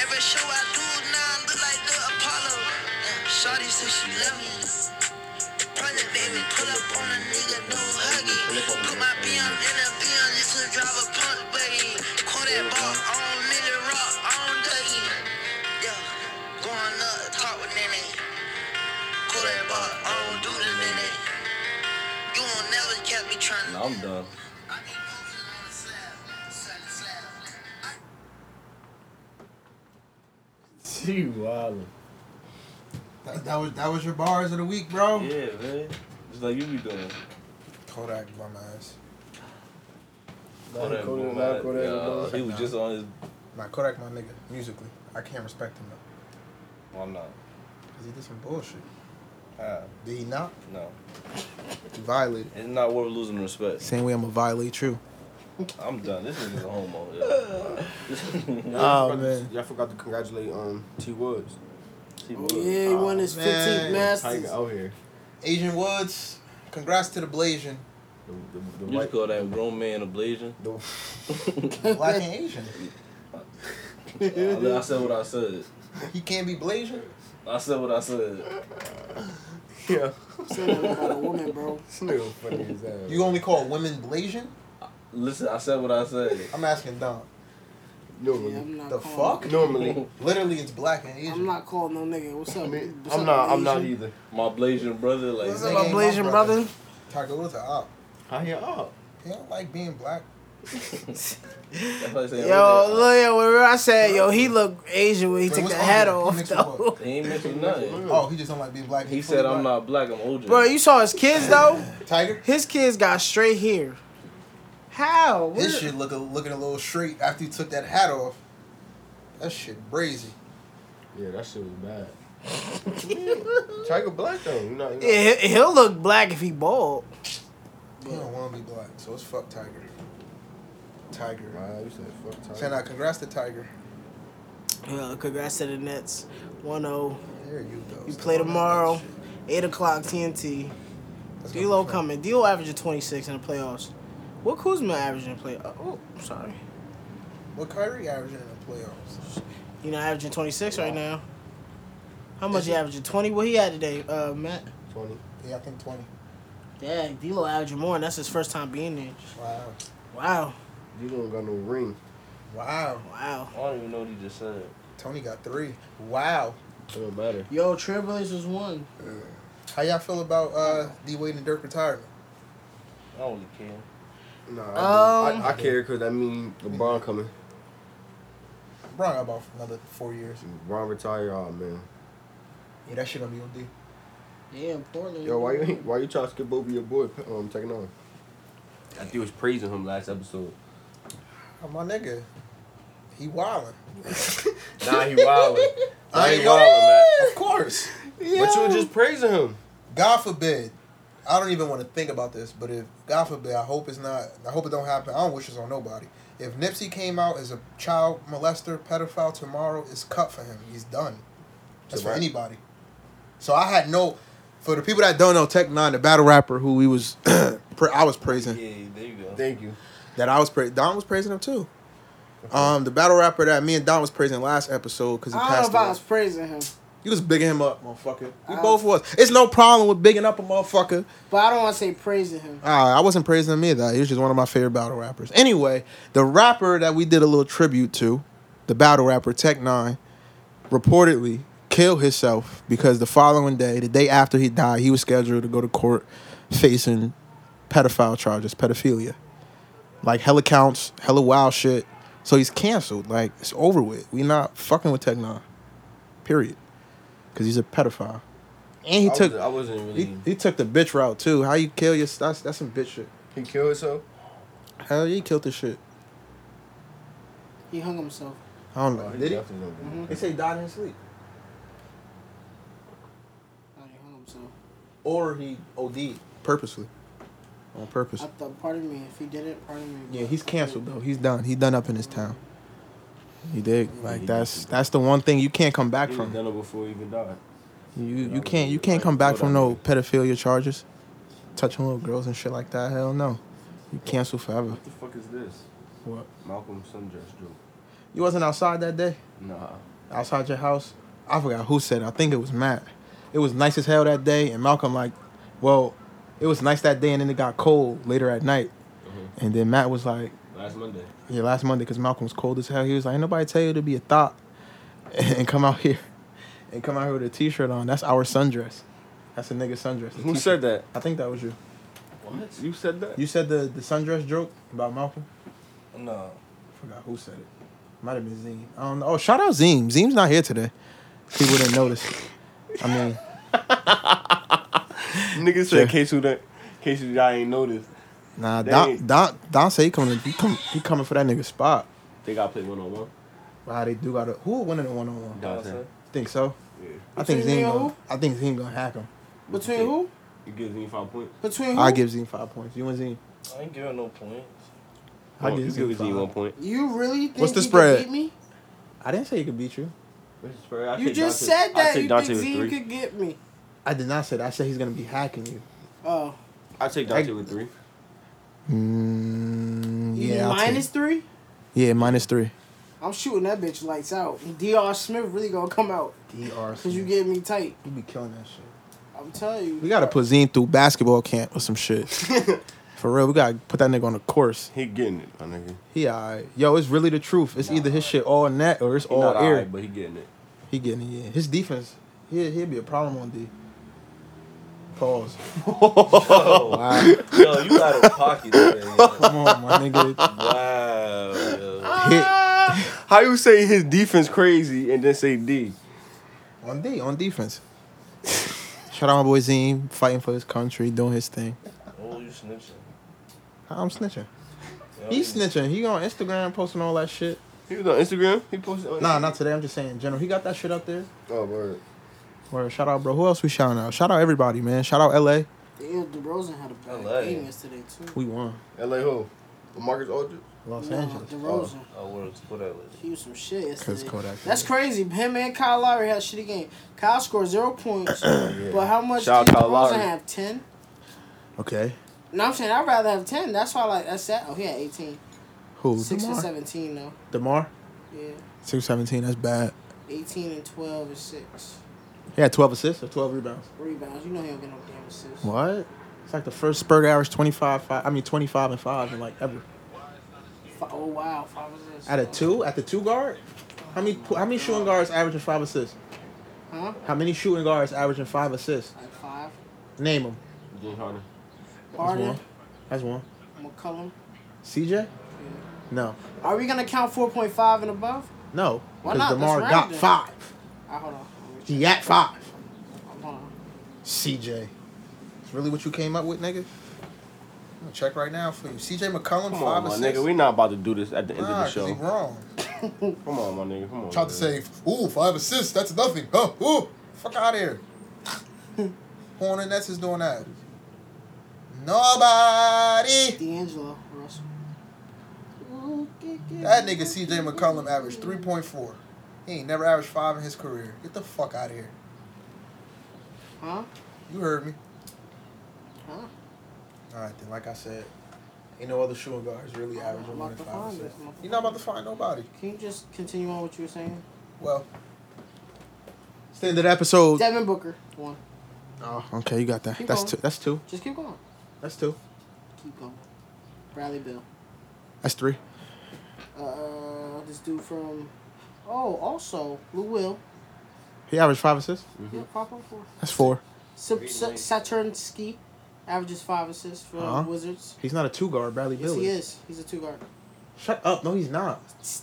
Speaker 11: Every show I do now look like the Apollo. Shawty said she love me. Project baby, pull up on a nigga, no huggy. Put my BM in a BM, this will drive a punk buggy. Call that ball on Millie Rock, on Dougie. Yeah, going up, talk with Nene. Call that ball, I don't do the Nene. You won't never catch me trying
Speaker 3: Nah, I'm done.
Speaker 12: She wildin'.
Speaker 5: That, that was that was your bars of the week, bro.
Speaker 3: Yeah, man. Just like you be doing.
Speaker 5: Kodak bum ass.
Speaker 12: Kodak,
Speaker 3: Kodak, Kodak,
Speaker 12: Kodak, Kodak,
Speaker 3: uh,
Speaker 12: Kodak.
Speaker 3: he was just on his.
Speaker 5: Nah, Kodak my nigga musically. I can't respect him though,
Speaker 3: Well, I'm not.
Speaker 5: cause he did some bullshit.
Speaker 3: Uh,
Speaker 5: Did he not?
Speaker 3: no,
Speaker 5: He violated.
Speaker 3: it's not worth losing respect.
Speaker 1: Same way I'm gonna violate you.
Speaker 3: I'm done. This nigga's a homo. Yeah.
Speaker 1: Oh,
Speaker 9: forgot
Speaker 1: man.
Speaker 9: To, y'all forgot to congratulate um T Woods.
Speaker 3: He
Speaker 4: Oh,
Speaker 3: was.
Speaker 4: yeah, he won his
Speaker 5: man.
Speaker 4: 15th
Speaker 9: Tiger
Speaker 4: Masters.
Speaker 9: out here.
Speaker 5: Asian Woods. Congrats to the Blazing.
Speaker 9: The, the, the
Speaker 3: You
Speaker 9: white.
Speaker 3: just call that grown man ablation?
Speaker 9: The,
Speaker 5: Black and Asian.
Speaker 3: I said what I said.
Speaker 5: He can't be Blazing.
Speaker 3: I said what I said.
Speaker 9: yeah.
Speaker 4: Say that about a woman, bro.
Speaker 9: This nigga funny as hell.
Speaker 5: You only call women Blazing?
Speaker 3: Listen, I said what I said.
Speaker 5: I'm asking Don.
Speaker 4: Yeah,
Speaker 9: normally.
Speaker 4: I'm not
Speaker 5: The
Speaker 4: calling-
Speaker 5: fuck?
Speaker 9: Normally.
Speaker 5: Literally, it's black and
Speaker 4: I'm
Speaker 5: Asian.
Speaker 4: not calling no nigga. What's up?
Speaker 9: I mean,
Speaker 4: What's
Speaker 9: I'm
Speaker 4: up,
Speaker 9: not. I'm
Speaker 4: Asian?
Speaker 9: not either.
Speaker 3: My blazing brother, like,
Speaker 4: What's
Speaker 5: Nigga
Speaker 4: up, my
Speaker 5: ain't my
Speaker 4: blazing
Speaker 5: brother.
Speaker 4: brother?
Speaker 5: Tiger Woods are up.
Speaker 9: How you up?
Speaker 5: He don't like being black.
Speaker 3: that's like saying,
Speaker 4: Yo, look at what I said. Yo, he look Asian when he
Speaker 5: Wait,
Speaker 4: took
Speaker 5: what's
Speaker 4: the hat
Speaker 5: Andre? He
Speaker 4: off,
Speaker 5: mixed with
Speaker 4: though.
Speaker 3: he ain't mentioned nothing.
Speaker 5: Oh, he just don't like being black.
Speaker 3: He
Speaker 5: He's
Speaker 3: said
Speaker 5: fully
Speaker 3: I'm
Speaker 5: black.
Speaker 3: not black. I'm OJ.
Speaker 4: Bro, you saw his kids, though?
Speaker 5: Tiger.
Speaker 4: His kids got straight hair. How? What-
Speaker 5: His shit look a, looking a little straight after he took that hat off. That shit brazy.
Speaker 9: Yeah, that shit was bad. Tiger black though. You know. You know.
Speaker 4: Yeah, he- he'll look black if he bald.
Speaker 5: He don't want to be black, so it's fuck Tiger. Tiger.
Speaker 9: Wow, you said fuck
Speaker 5: Saying
Speaker 9: Tiger.
Speaker 5: I congrats to Tiger.
Speaker 4: Uh, congrats to the Nets. oh. 1-0.
Speaker 5: There you go.
Speaker 4: You
Speaker 5: Step
Speaker 4: play
Speaker 5: on that
Speaker 4: tomorrow.
Speaker 5: shit.
Speaker 4: 8 o'clock TNT.
Speaker 5: That's gonna be
Speaker 4: D'Lo
Speaker 5: fun.
Speaker 4: coming. D'Lo averaging 26 in the playoffs. What Kuzma averaging in the playoffs? Oh, sorry.
Speaker 5: What Kyrie averaging in the playoffs?
Speaker 4: You know, averaging 26 right now. How much you averaging? 20? What he had today, uh, Matt?
Speaker 9: Twenty.
Speaker 5: Yeah, I think twenty.
Speaker 4: Dang, D'Lo averaging more, and that's his first time being there.
Speaker 5: Wow.
Speaker 4: Wow.
Speaker 9: You don't got no ring.
Speaker 5: Wow.
Speaker 4: Wow.
Speaker 3: I don't even know what he just said.
Speaker 5: Tony got three. Wow.
Speaker 9: It don't matter.
Speaker 4: Yo, Trailblazers won.
Speaker 5: How y'all feel about uh, D Wade and Dirk retirement?
Speaker 3: I don't really care.
Speaker 9: Nah. I, do.
Speaker 4: Um,
Speaker 9: I, I care because I mean LeBron coming.
Speaker 5: LeBron got about another four years.
Speaker 9: LeBron retire. Oh man.
Speaker 5: Yeah, that shit gonna be on D.
Speaker 4: Damn, Portland.
Speaker 9: Yo, why you ain't- why you trying to skip over your boy? Um, taking on.
Speaker 2: I think was praising him last episode.
Speaker 5: Oh, my nigga, he wildin'.
Speaker 9: Nah, he wildin'. nah,
Speaker 5: I
Speaker 9: he
Speaker 5: ain't
Speaker 9: wildin',
Speaker 5: gonna-
Speaker 9: man.
Speaker 5: Of course.
Speaker 9: But you were just praising him.
Speaker 5: God forbid. I don't even want to think about this, but if God forbid, I hope it's not. I hope it don't happen. I don't wish this on nobody. If Nipsey came out as a child molester, pedophile tomorrow, it's cut for him. He's done. That's for
Speaker 9: Right.
Speaker 5: anybody. So I had no. For the people that don't know, Tech Nine, the battle rapper who we was, pra- I was praising
Speaker 3: Yeah, there you go.
Speaker 9: Thank you.
Speaker 1: That I was pra- Don was praising him too. Um, the battle rapper that me and Don was praising last episode because he
Speaker 4: I don't know
Speaker 1: passed
Speaker 4: if I
Speaker 1: away.
Speaker 4: was praising him,
Speaker 1: You was bigging him up, motherfucker. We
Speaker 4: I-
Speaker 1: both was. It's no problem with bigging up a motherfucker.
Speaker 4: but I don't want to say praising him.
Speaker 1: Uh, I wasn't praising him either. He was just one of my favorite battle rappers. Anyway, the rapper that we did a little tribute to, the battle rapper Tech Nine, reportedly killed himself because the following day, the day after he died, he was scheduled to go to court facing pedophile charges, pedophilia. Like hella counts, hella wild shit. So he's canceled. Like it's over with. We not fucking with Tech Nine. Period. Cause he's a pedophile. And he
Speaker 9: I,
Speaker 1: took
Speaker 9: was, I wasn't really.
Speaker 2: Mm.
Speaker 1: he, he took the bitch route too. How you kill your that's that's some bitch shit.
Speaker 9: He killed himself.
Speaker 1: Hell, he killed this shit.
Speaker 4: He hung himself.
Speaker 1: I don't know.
Speaker 9: Oh,
Speaker 1: Did he?
Speaker 9: definitely don't
Speaker 2: Mm-hmm.
Speaker 9: do
Speaker 1: They say died in his sleep,
Speaker 4: Oh, he hung himself.
Speaker 1: or he OD'd purposely, on purpose.
Speaker 4: I thought, pardon me, if he did it, pardon me.
Speaker 1: Yeah, he's canceled though. He's done. He done up in his town. You dig? Like that's that's the one thing you can't come back
Speaker 2: He was
Speaker 1: from.
Speaker 2: done it before he even died.
Speaker 1: You you can't you can't come back from no pedophilia charges, touching little girls and shit like that. Hell no, you cancel forever.
Speaker 2: What the fuck is this?
Speaker 1: What?
Speaker 2: Malcolm Sundress joke.
Speaker 1: You wasn't outside that day,
Speaker 2: Nah.
Speaker 1: outside your house. I forgot who said. It. I think it was Matt. It was nice as hell that day, and Malcolm like, well, it was nice that day, and then it got cold later at night,
Speaker 2: Mm-hmm.
Speaker 1: and then Matt was like,
Speaker 2: Last Monday.
Speaker 1: yeah, last Monday because Malcolm was cold as hell. He was like, ain't nobody tell you to be a thought and come out here and come out here with a t-shirt on. That's our sundress. That's a nigga sundress. the
Speaker 2: Who
Speaker 1: t-shirt.
Speaker 2: said that?
Speaker 1: I think that was you.
Speaker 2: What? You said that?
Speaker 1: You said the, the sundress joke about Malcolm?
Speaker 3: No.
Speaker 1: I forgot who said it. Might have been Zim. I don't know. Oh, shout out Zim. Zim's not here today. He wouldn't notice. I mean,
Speaker 2: Nigga said case who that case who y'all ain't noticed.
Speaker 1: nah, Don,
Speaker 2: Dang.
Speaker 1: Don, Don say he coming, he, come, he coming for that nigga spot.
Speaker 2: They gotta play one on one.
Speaker 1: Wow, they do got a who winning the one on one?
Speaker 2: Dante.
Speaker 1: Think so?
Speaker 2: Yeah.
Speaker 1: I think
Speaker 4: Between
Speaker 1: Zim.
Speaker 4: who?
Speaker 1: Gonna, I think Zim gonna hack him.
Speaker 4: Between who?
Speaker 2: You give me five points.
Speaker 4: Between who?
Speaker 1: I give Zim five points. You and Zim.
Speaker 3: I ain't giving no points.
Speaker 1: I
Speaker 2: Come on,
Speaker 1: give
Speaker 2: you
Speaker 1: Zim
Speaker 2: give Z
Speaker 1: five.
Speaker 2: one point.
Speaker 4: You really think
Speaker 1: What's the
Speaker 4: he
Speaker 1: spread?
Speaker 4: Could beat me?
Speaker 1: I didn't say he could beat you.
Speaker 2: I
Speaker 4: You
Speaker 2: take
Speaker 4: just
Speaker 2: Dante-
Speaker 4: said
Speaker 2: I
Speaker 4: that
Speaker 2: take
Speaker 4: you
Speaker 2: Dante
Speaker 4: think
Speaker 2: with
Speaker 4: Zeke
Speaker 2: three.
Speaker 4: could get me.
Speaker 1: I did not say that. I said he's gonna be hacking you.
Speaker 4: Oh,
Speaker 2: I take Dante with three.
Speaker 1: Mm,
Speaker 4: you
Speaker 1: yeah,
Speaker 4: yeah,
Speaker 1: I'll take
Speaker 4: minus
Speaker 1: it.
Speaker 4: three.
Speaker 1: yeah, minus three.
Speaker 4: I'm shooting that bitch lights out. Dr. Smith really gonna come out
Speaker 1: Dr.
Speaker 4: because you get me tight.
Speaker 1: you be killing that shit.
Speaker 4: I'm telling you.
Speaker 1: We gotta put Zine through basketball camp or some shit. For real, we gotta put that nigga on the course.
Speaker 2: He getting it, my nigga.
Speaker 1: He alright. Yo, it's really the truth. It's either his shit all net or it's
Speaker 2: He
Speaker 1: all
Speaker 2: not
Speaker 1: air.
Speaker 2: alright, but he getting it.
Speaker 1: He getting it. Yeah. His defense, he he'd be a problem on D. Pause.
Speaker 3: Yo,
Speaker 1: Wow.
Speaker 3: yo, you out of pocket today. yo.
Speaker 1: Come on, my nigga.
Speaker 3: Wow. Yo.
Speaker 1: Hit.
Speaker 2: How you say his defense crazy and then say D?
Speaker 1: On D, on defense. Shout out my boy Zine, fighting for his country, doing his thing.
Speaker 3: Oh, you snitching.
Speaker 1: I'm snitching.
Speaker 3: Yo,
Speaker 1: He's snitching. He on Instagram posting all that shit.
Speaker 2: He was on Instagram. He posted. on
Speaker 1: Nah,
Speaker 2: Instagram?
Speaker 1: not today. I'm just saying in general. He got that shit up there.
Speaker 2: Oh word.
Speaker 1: Where shout out, bro. Who else we shouting out? Shout out everybody, man. Shout out LA.
Speaker 4: Damn, DeRozan had a bad
Speaker 3: LA.
Speaker 4: game yesterday too.
Speaker 1: We won.
Speaker 2: L.A. who? Marcus Aldridge.
Speaker 1: Los
Speaker 4: no,
Speaker 1: Angeles.
Speaker 4: DeRozan.
Speaker 3: Oh, words. Put that list.
Speaker 4: He was some shit
Speaker 1: Cause
Speaker 4: yesterday.
Speaker 1: Kodak.
Speaker 4: That's crazy. Him and Kyle Lowry had a shitty game. Kyle scored zero points, but how much
Speaker 2: Shout out
Speaker 4: did
Speaker 2: Kyle
Speaker 4: DeRozan
Speaker 2: Lowry.
Speaker 4: have? Ten.
Speaker 1: Okay.
Speaker 4: No, I'm saying I'd rather have ten. That's why like that's that. Oh, he had eighteen.
Speaker 1: Who?
Speaker 4: Six and
Speaker 1: Demar.
Speaker 4: seventeen though.
Speaker 1: Demar.
Speaker 4: Yeah,
Speaker 1: Six seventeen. That's bad.
Speaker 4: eighteen and twelve and six
Speaker 1: He had twelve assists or twelve rebounds.
Speaker 4: rebounds. You know he don't get no damn assists.
Speaker 1: What? It's like the first Spurger average twenty five five. I mean twenty five and five and like ever.
Speaker 4: Fi- oh wow, five assists.
Speaker 1: At a two, at the two guard. How many how many shooting guards averaging five assists?
Speaker 4: Huh?
Speaker 1: How many shooting guards averaging five assists?
Speaker 4: Like five.
Speaker 1: Name them.
Speaker 2: James Harden.
Speaker 1: That's
Speaker 4: Harden,
Speaker 1: one. That's one.
Speaker 4: McCollum.
Speaker 1: CJ? No.
Speaker 4: Are we gonna count four point five and above?
Speaker 1: No.
Speaker 4: Why
Speaker 1: Because
Speaker 4: not?
Speaker 1: DeMar
Speaker 4: That's
Speaker 1: got
Speaker 4: random.
Speaker 1: five.
Speaker 4: I hold on.
Speaker 1: He got five.
Speaker 4: Hold on.
Speaker 1: CJ. It's really what you came up with, nigga?
Speaker 5: I'm gonna check right now for you. CJ McCollum,
Speaker 2: Come
Speaker 5: five
Speaker 2: on, my
Speaker 5: assists.
Speaker 2: nigga. We not about to do this at the end of
Speaker 5: Nah,
Speaker 2: the
Speaker 5: 'cause
Speaker 2: show.
Speaker 5: he wrong.
Speaker 2: Come on, my nigga. Come on.
Speaker 5: Tried to
Speaker 2: man.
Speaker 5: say, ooh, five assists, that's nothing. Huh? Ooh, fuck out here. Horn and Nets is doing that. Nobody.
Speaker 4: D'Angelo Russell.
Speaker 5: That nigga CJ McCollum averaged 3.4. He ain't never averaged five in his career. Get the fuck out of here.
Speaker 4: Huh?
Speaker 5: You heard me.
Speaker 4: Huh?
Speaker 5: All right, then, like I said, ain't no other shooting guards really
Speaker 4: I'm
Speaker 5: averaging
Speaker 4: about
Speaker 5: more than
Speaker 4: to
Speaker 5: five
Speaker 4: find
Speaker 5: assists.
Speaker 4: it. I'm about to
Speaker 5: You're not about to find nobody.
Speaker 4: Can you just continue on what you were saying?
Speaker 5: Well,
Speaker 1: Standard episode.
Speaker 4: Devin Booker. One.
Speaker 1: Oh, okay, you got that.
Speaker 4: Keep
Speaker 1: That's
Speaker 4: going.
Speaker 1: two. That's two.
Speaker 4: Just keep going.
Speaker 1: That's two.
Speaker 4: Keep going. Bradley Bill.
Speaker 1: That's three.
Speaker 4: Uh, this dude from. Oh, also Lou Will.
Speaker 1: He averaged five assists.
Speaker 4: Yeah, pop up for.
Speaker 1: That's four.
Speaker 4: Sub- Sub- Saturnsky averages five assists for the
Speaker 1: Uh-huh.
Speaker 4: Wizards.
Speaker 1: He's not a two guard, Bradley
Speaker 4: Yes,
Speaker 1: Bill.
Speaker 4: he is. He's a two guard.
Speaker 1: Shut up. No, he's not.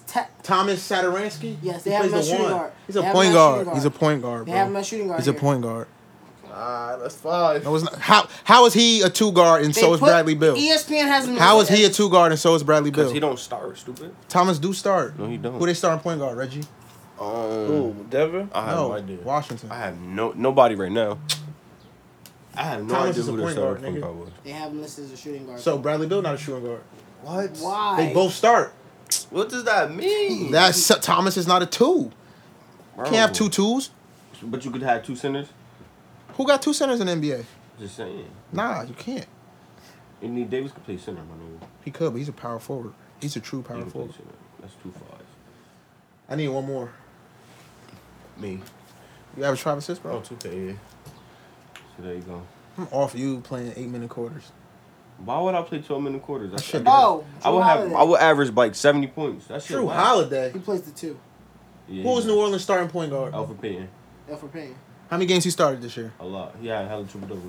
Speaker 4: Ta-
Speaker 1: Thomas Sadaransky?
Speaker 4: Yes,
Speaker 1: He
Speaker 4: they have
Speaker 1: plays
Speaker 4: him
Speaker 1: the
Speaker 4: as shooting
Speaker 1: one.
Speaker 4: guard.
Speaker 1: He's a
Speaker 4: They have
Speaker 1: point
Speaker 4: him as shooting
Speaker 1: guard. He's a point guard,
Speaker 4: they have him
Speaker 1: bro.
Speaker 4: as shooting guard.
Speaker 1: He's a
Speaker 4: here.
Speaker 1: point guard.
Speaker 9: Ah, that's five.
Speaker 1: No, it's not. How, how is he a two guard and
Speaker 4: They
Speaker 1: so is
Speaker 4: put- E
Speaker 1: Bradley Bill?
Speaker 4: ESPN has him.
Speaker 1: How is he a two guard and so is Bradley
Speaker 2: Cause
Speaker 1: Bill?
Speaker 2: he don't start, stupid.
Speaker 1: Thomas do start.
Speaker 2: No, he don't.
Speaker 1: Who they starting point guard? Reggie?
Speaker 2: Um,
Speaker 3: Who? Denver?
Speaker 2: I have
Speaker 1: no,
Speaker 2: no idea.
Speaker 1: Washington.
Speaker 2: I have no nobody right now. I have no
Speaker 1: Thomas
Speaker 2: idea
Speaker 1: is a
Speaker 2: who the
Speaker 1: point
Speaker 2: starter
Speaker 1: guard,
Speaker 2: point
Speaker 1: nigga.
Speaker 2: guard was.
Speaker 4: They have him listed as a shooting guard.
Speaker 1: So Bradley Bill not a shooting guard.
Speaker 4: why?
Speaker 1: They both start.
Speaker 2: What does that mean?
Speaker 1: That's Thomas is not a two.
Speaker 2: Bro.
Speaker 1: Can't have two twos.
Speaker 2: But you could have two centers.
Speaker 1: Who got two centers in the NBA?
Speaker 2: Just saying.
Speaker 1: Nah, you can't.
Speaker 2: Anthony Davis could play center, my nigga.
Speaker 1: He could, but he's a power forward. He's a true power
Speaker 2: He could play
Speaker 1: forward.
Speaker 2: center. That's two fives.
Speaker 1: I need one more.
Speaker 13: Me.
Speaker 1: You average five assists, bro.
Speaker 13: Oh, 2K, yeah.
Speaker 2: So there you go.
Speaker 1: I'm off you playing eight minute quarters.
Speaker 2: Why would I play twelve minute quarters? I,
Speaker 1: should
Speaker 2: should.
Speaker 1: do
Speaker 2: I
Speaker 4: Oh,
Speaker 2: would have. I
Speaker 4: Holiday.
Speaker 2: would average like seventy points. That's
Speaker 1: True Holiday.
Speaker 4: He plays the two.
Speaker 2: Yeah,
Speaker 1: Who was New Orleans starting point guard?
Speaker 2: Alpha Payton.
Speaker 4: F for pain.
Speaker 1: How many games he started this year?
Speaker 2: A lot. He had hella triple doubles.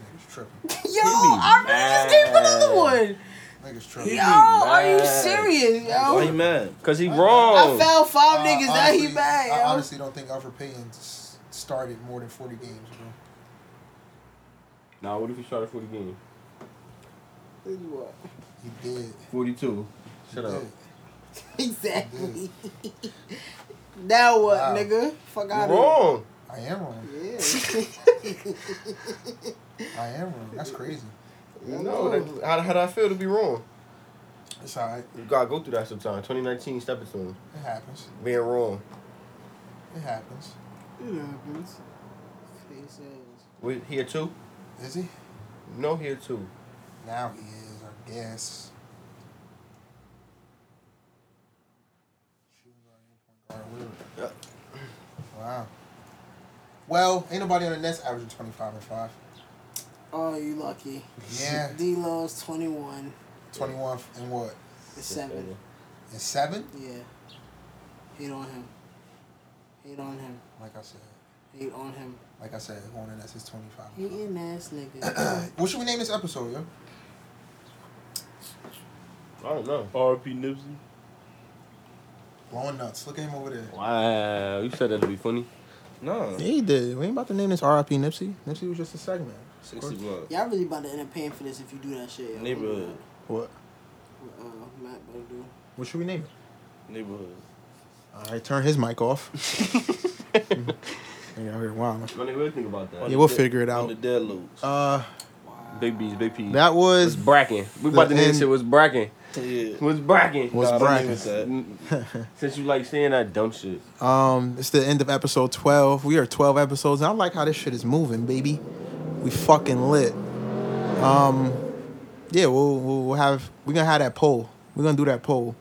Speaker 5: Niggas tripping.
Speaker 4: Yo, I really just gave him another one.
Speaker 5: Niggas
Speaker 4: Yo,
Speaker 5: tripping.
Speaker 4: are you serious,
Speaker 3: Why you
Speaker 4: yo?
Speaker 3: mad?
Speaker 2: Cause he
Speaker 4: I
Speaker 2: wrong.
Speaker 4: found five
Speaker 5: Uh,
Speaker 4: niggas that he
Speaker 5: honestly,
Speaker 4: bad,
Speaker 5: I
Speaker 4: yo.
Speaker 5: honestly don't think Alfred Payton s- started more than 40 games, bro.
Speaker 2: Nah, what if he started forty games?
Speaker 4: What?
Speaker 5: He did.
Speaker 3: 42.
Speaker 5: Shut up.
Speaker 4: Exactly. now what,
Speaker 5: Wow.
Speaker 4: nigga? Fuck out of here.
Speaker 2: Wrong.
Speaker 5: I am wrong.
Speaker 4: Yeah.
Speaker 5: I am wrong. That's crazy.
Speaker 2: No, that, how how do I feel to be wrong?
Speaker 5: It's all right.
Speaker 2: You gotta go through that sometime. Twenty nineteen stepping stone.
Speaker 5: It happens.
Speaker 2: Being wrong.
Speaker 5: It happens.
Speaker 4: It happens. Face ass.
Speaker 2: We here too?
Speaker 5: Is he?
Speaker 2: No, here too.
Speaker 5: Now he is, I guess. Shooting guard and point guard, weird. Wow. Well, ain't nobody on the Nets averaging 25 and 5.
Speaker 4: Oh, you lucky.
Speaker 5: Yeah.
Speaker 4: D Lo's 21
Speaker 5: 21 and what?
Speaker 4: and 7.
Speaker 5: And 7?
Speaker 4: Yeah. Hate on him. Hate on him.
Speaker 5: Like I said.
Speaker 4: Hate on him.
Speaker 5: Like I said, who on the Nets is 25 and five.
Speaker 4: Hating ass nigga.
Speaker 5: What should we name this episode, yo?
Speaker 2: I don't know.
Speaker 3: RP Nipsey.
Speaker 5: Blowing nuts. Look at him over there.
Speaker 2: Wow, Uh, you said that'd be funny.
Speaker 3: No.
Speaker 1: Yeah, he did. We ain't about to name this RIP Nipsey. Nipsey was just a segment.
Speaker 3: 60 blood.
Speaker 4: Y'all really about to end up paying for this if you do that shit. yo.
Speaker 3: Neighborhood.
Speaker 1: What?
Speaker 4: Uh, Matt better do.
Speaker 1: What should we name it?
Speaker 3: Neighborhood.
Speaker 1: All right, turn his mic off. Nigga out here wilding.
Speaker 2: My nigga, what you think about that?
Speaker 1: Yeah, we'll figure it
Speaker 3: On
Speaker 1: out.
Speaker 3: the dead loops.
Speaker 1: Uh,
Speaker 2: Big B's, Big P's.
Speaker 1: that
Speaker 2: was
Speaker 1: was
Speaker 2: bracken. We about to name this shit was bracken.
Speaker 3: yeah.
Speaker 2: Was bracken.
Speaker 1: was
Speaker 3: Nah, don't
Speaker 1: bracket.
Speaker 3: even say it.
Speaker 2: Since you like saying that dumb shit.
Speaker 1: Um, it's the end of episode twelve. We are twelve episodes. And I like how this shit is moving, baby. We fucking lit. Um, yeah, we'll we'll we'll have we're gonna have that poll. We're gonna do that poll.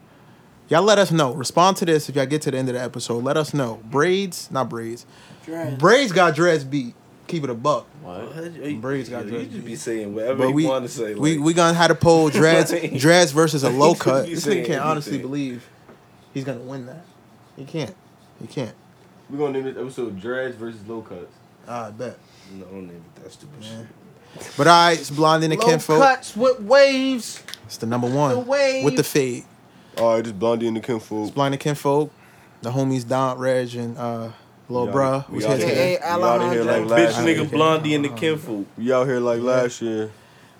Speaker 1: Y'all let us know. Respond to this if y'all get to the end of the episode. Let us know. Braids, not braids.
Speaker 4: Dread.
Speaker 1: Braids got dreads beat. Keep it a buck.
Speaker 3: What?
Speaker 1: Braids got
Speaker 3: You
Speaker 1: dreads
Speaker 3: just
Speaker 1: beat.
Speaker 3: be saying whatever
Speaker 1: But we
Speaker 3: you want to say. Like,
Speaker 1: we we gonna have to poll dreads
Speaker 3: Like-
Speaker 1: dreads versus a low
Speaker 3: You could
Speaker 1: cut.
Speaker 3: be
Speaker 1: This
Speaker 3: saying
Speaker 1: nigga can't honestly
Speaker 3: anything.
Speaker 1: believe he's gonna win that. He can't. He can't.
Speaker 2: We're gonna name this episode Dreads versus Low Cuts.
Speaker 1: Ah, I bet.
Speaker 3: No, don't name it that stupid shit.
Speaker 1: But I, it's blonde and the
Speaker 3: Low
Speaker 1: kinfolk.
Speaker 3: cuts with waves.
Speaker 1: It's the number one with the fade.
Speaker 2: All right, Oh, it's Blondie and the Kinfolk.
Speaker 1: Blind and kinfolk, the homies Don Reg and uh, Lil Bruh.
Speaker 2: We
Speaker 1: who's
Speaker 2: out
Speaker 1: here
Speaker 2: here.
Speaker 1: today.
Speaker 4: AKA
Speaker 2: We out here
Speaker 4: Alejandro.
Speaker 2: like
Speaker 3: Bitch
Speaker 2: last year.
Speaker 3: nigga Blondie and the Kinfolk.
Speaker 2: We out here like last year.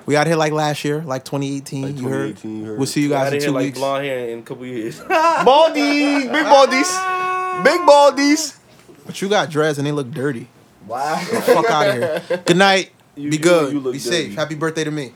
Speaker 1: We out here like last year, like 2018.
Speaker 2: Like
Speaker 1: you, heard?
Speaker 2: 2018, you heard.
Speaker 1: We'll see you guys
Speaker 3: Out
Speaker 1: in
Speaker 3: of
Speaker 1: two
Speaker 3: here like
Speaker 1: weeks.
Speaker 3: blonde hair in a couple years.
Speaker 2: Baldies! Big Baldies! Big Baldies!
Speaker 1: But you got dreads and they look dirty. Wow. fuck out of here. Good night.
Speaker 3: You
Speaker 1: Be
Speaker 3: do,
Speaker 1: good.
Speaker 3: you look
Speaker 1: Be safe.
Speaker 3: dirty.
Speaker 1: Happy birthday to me.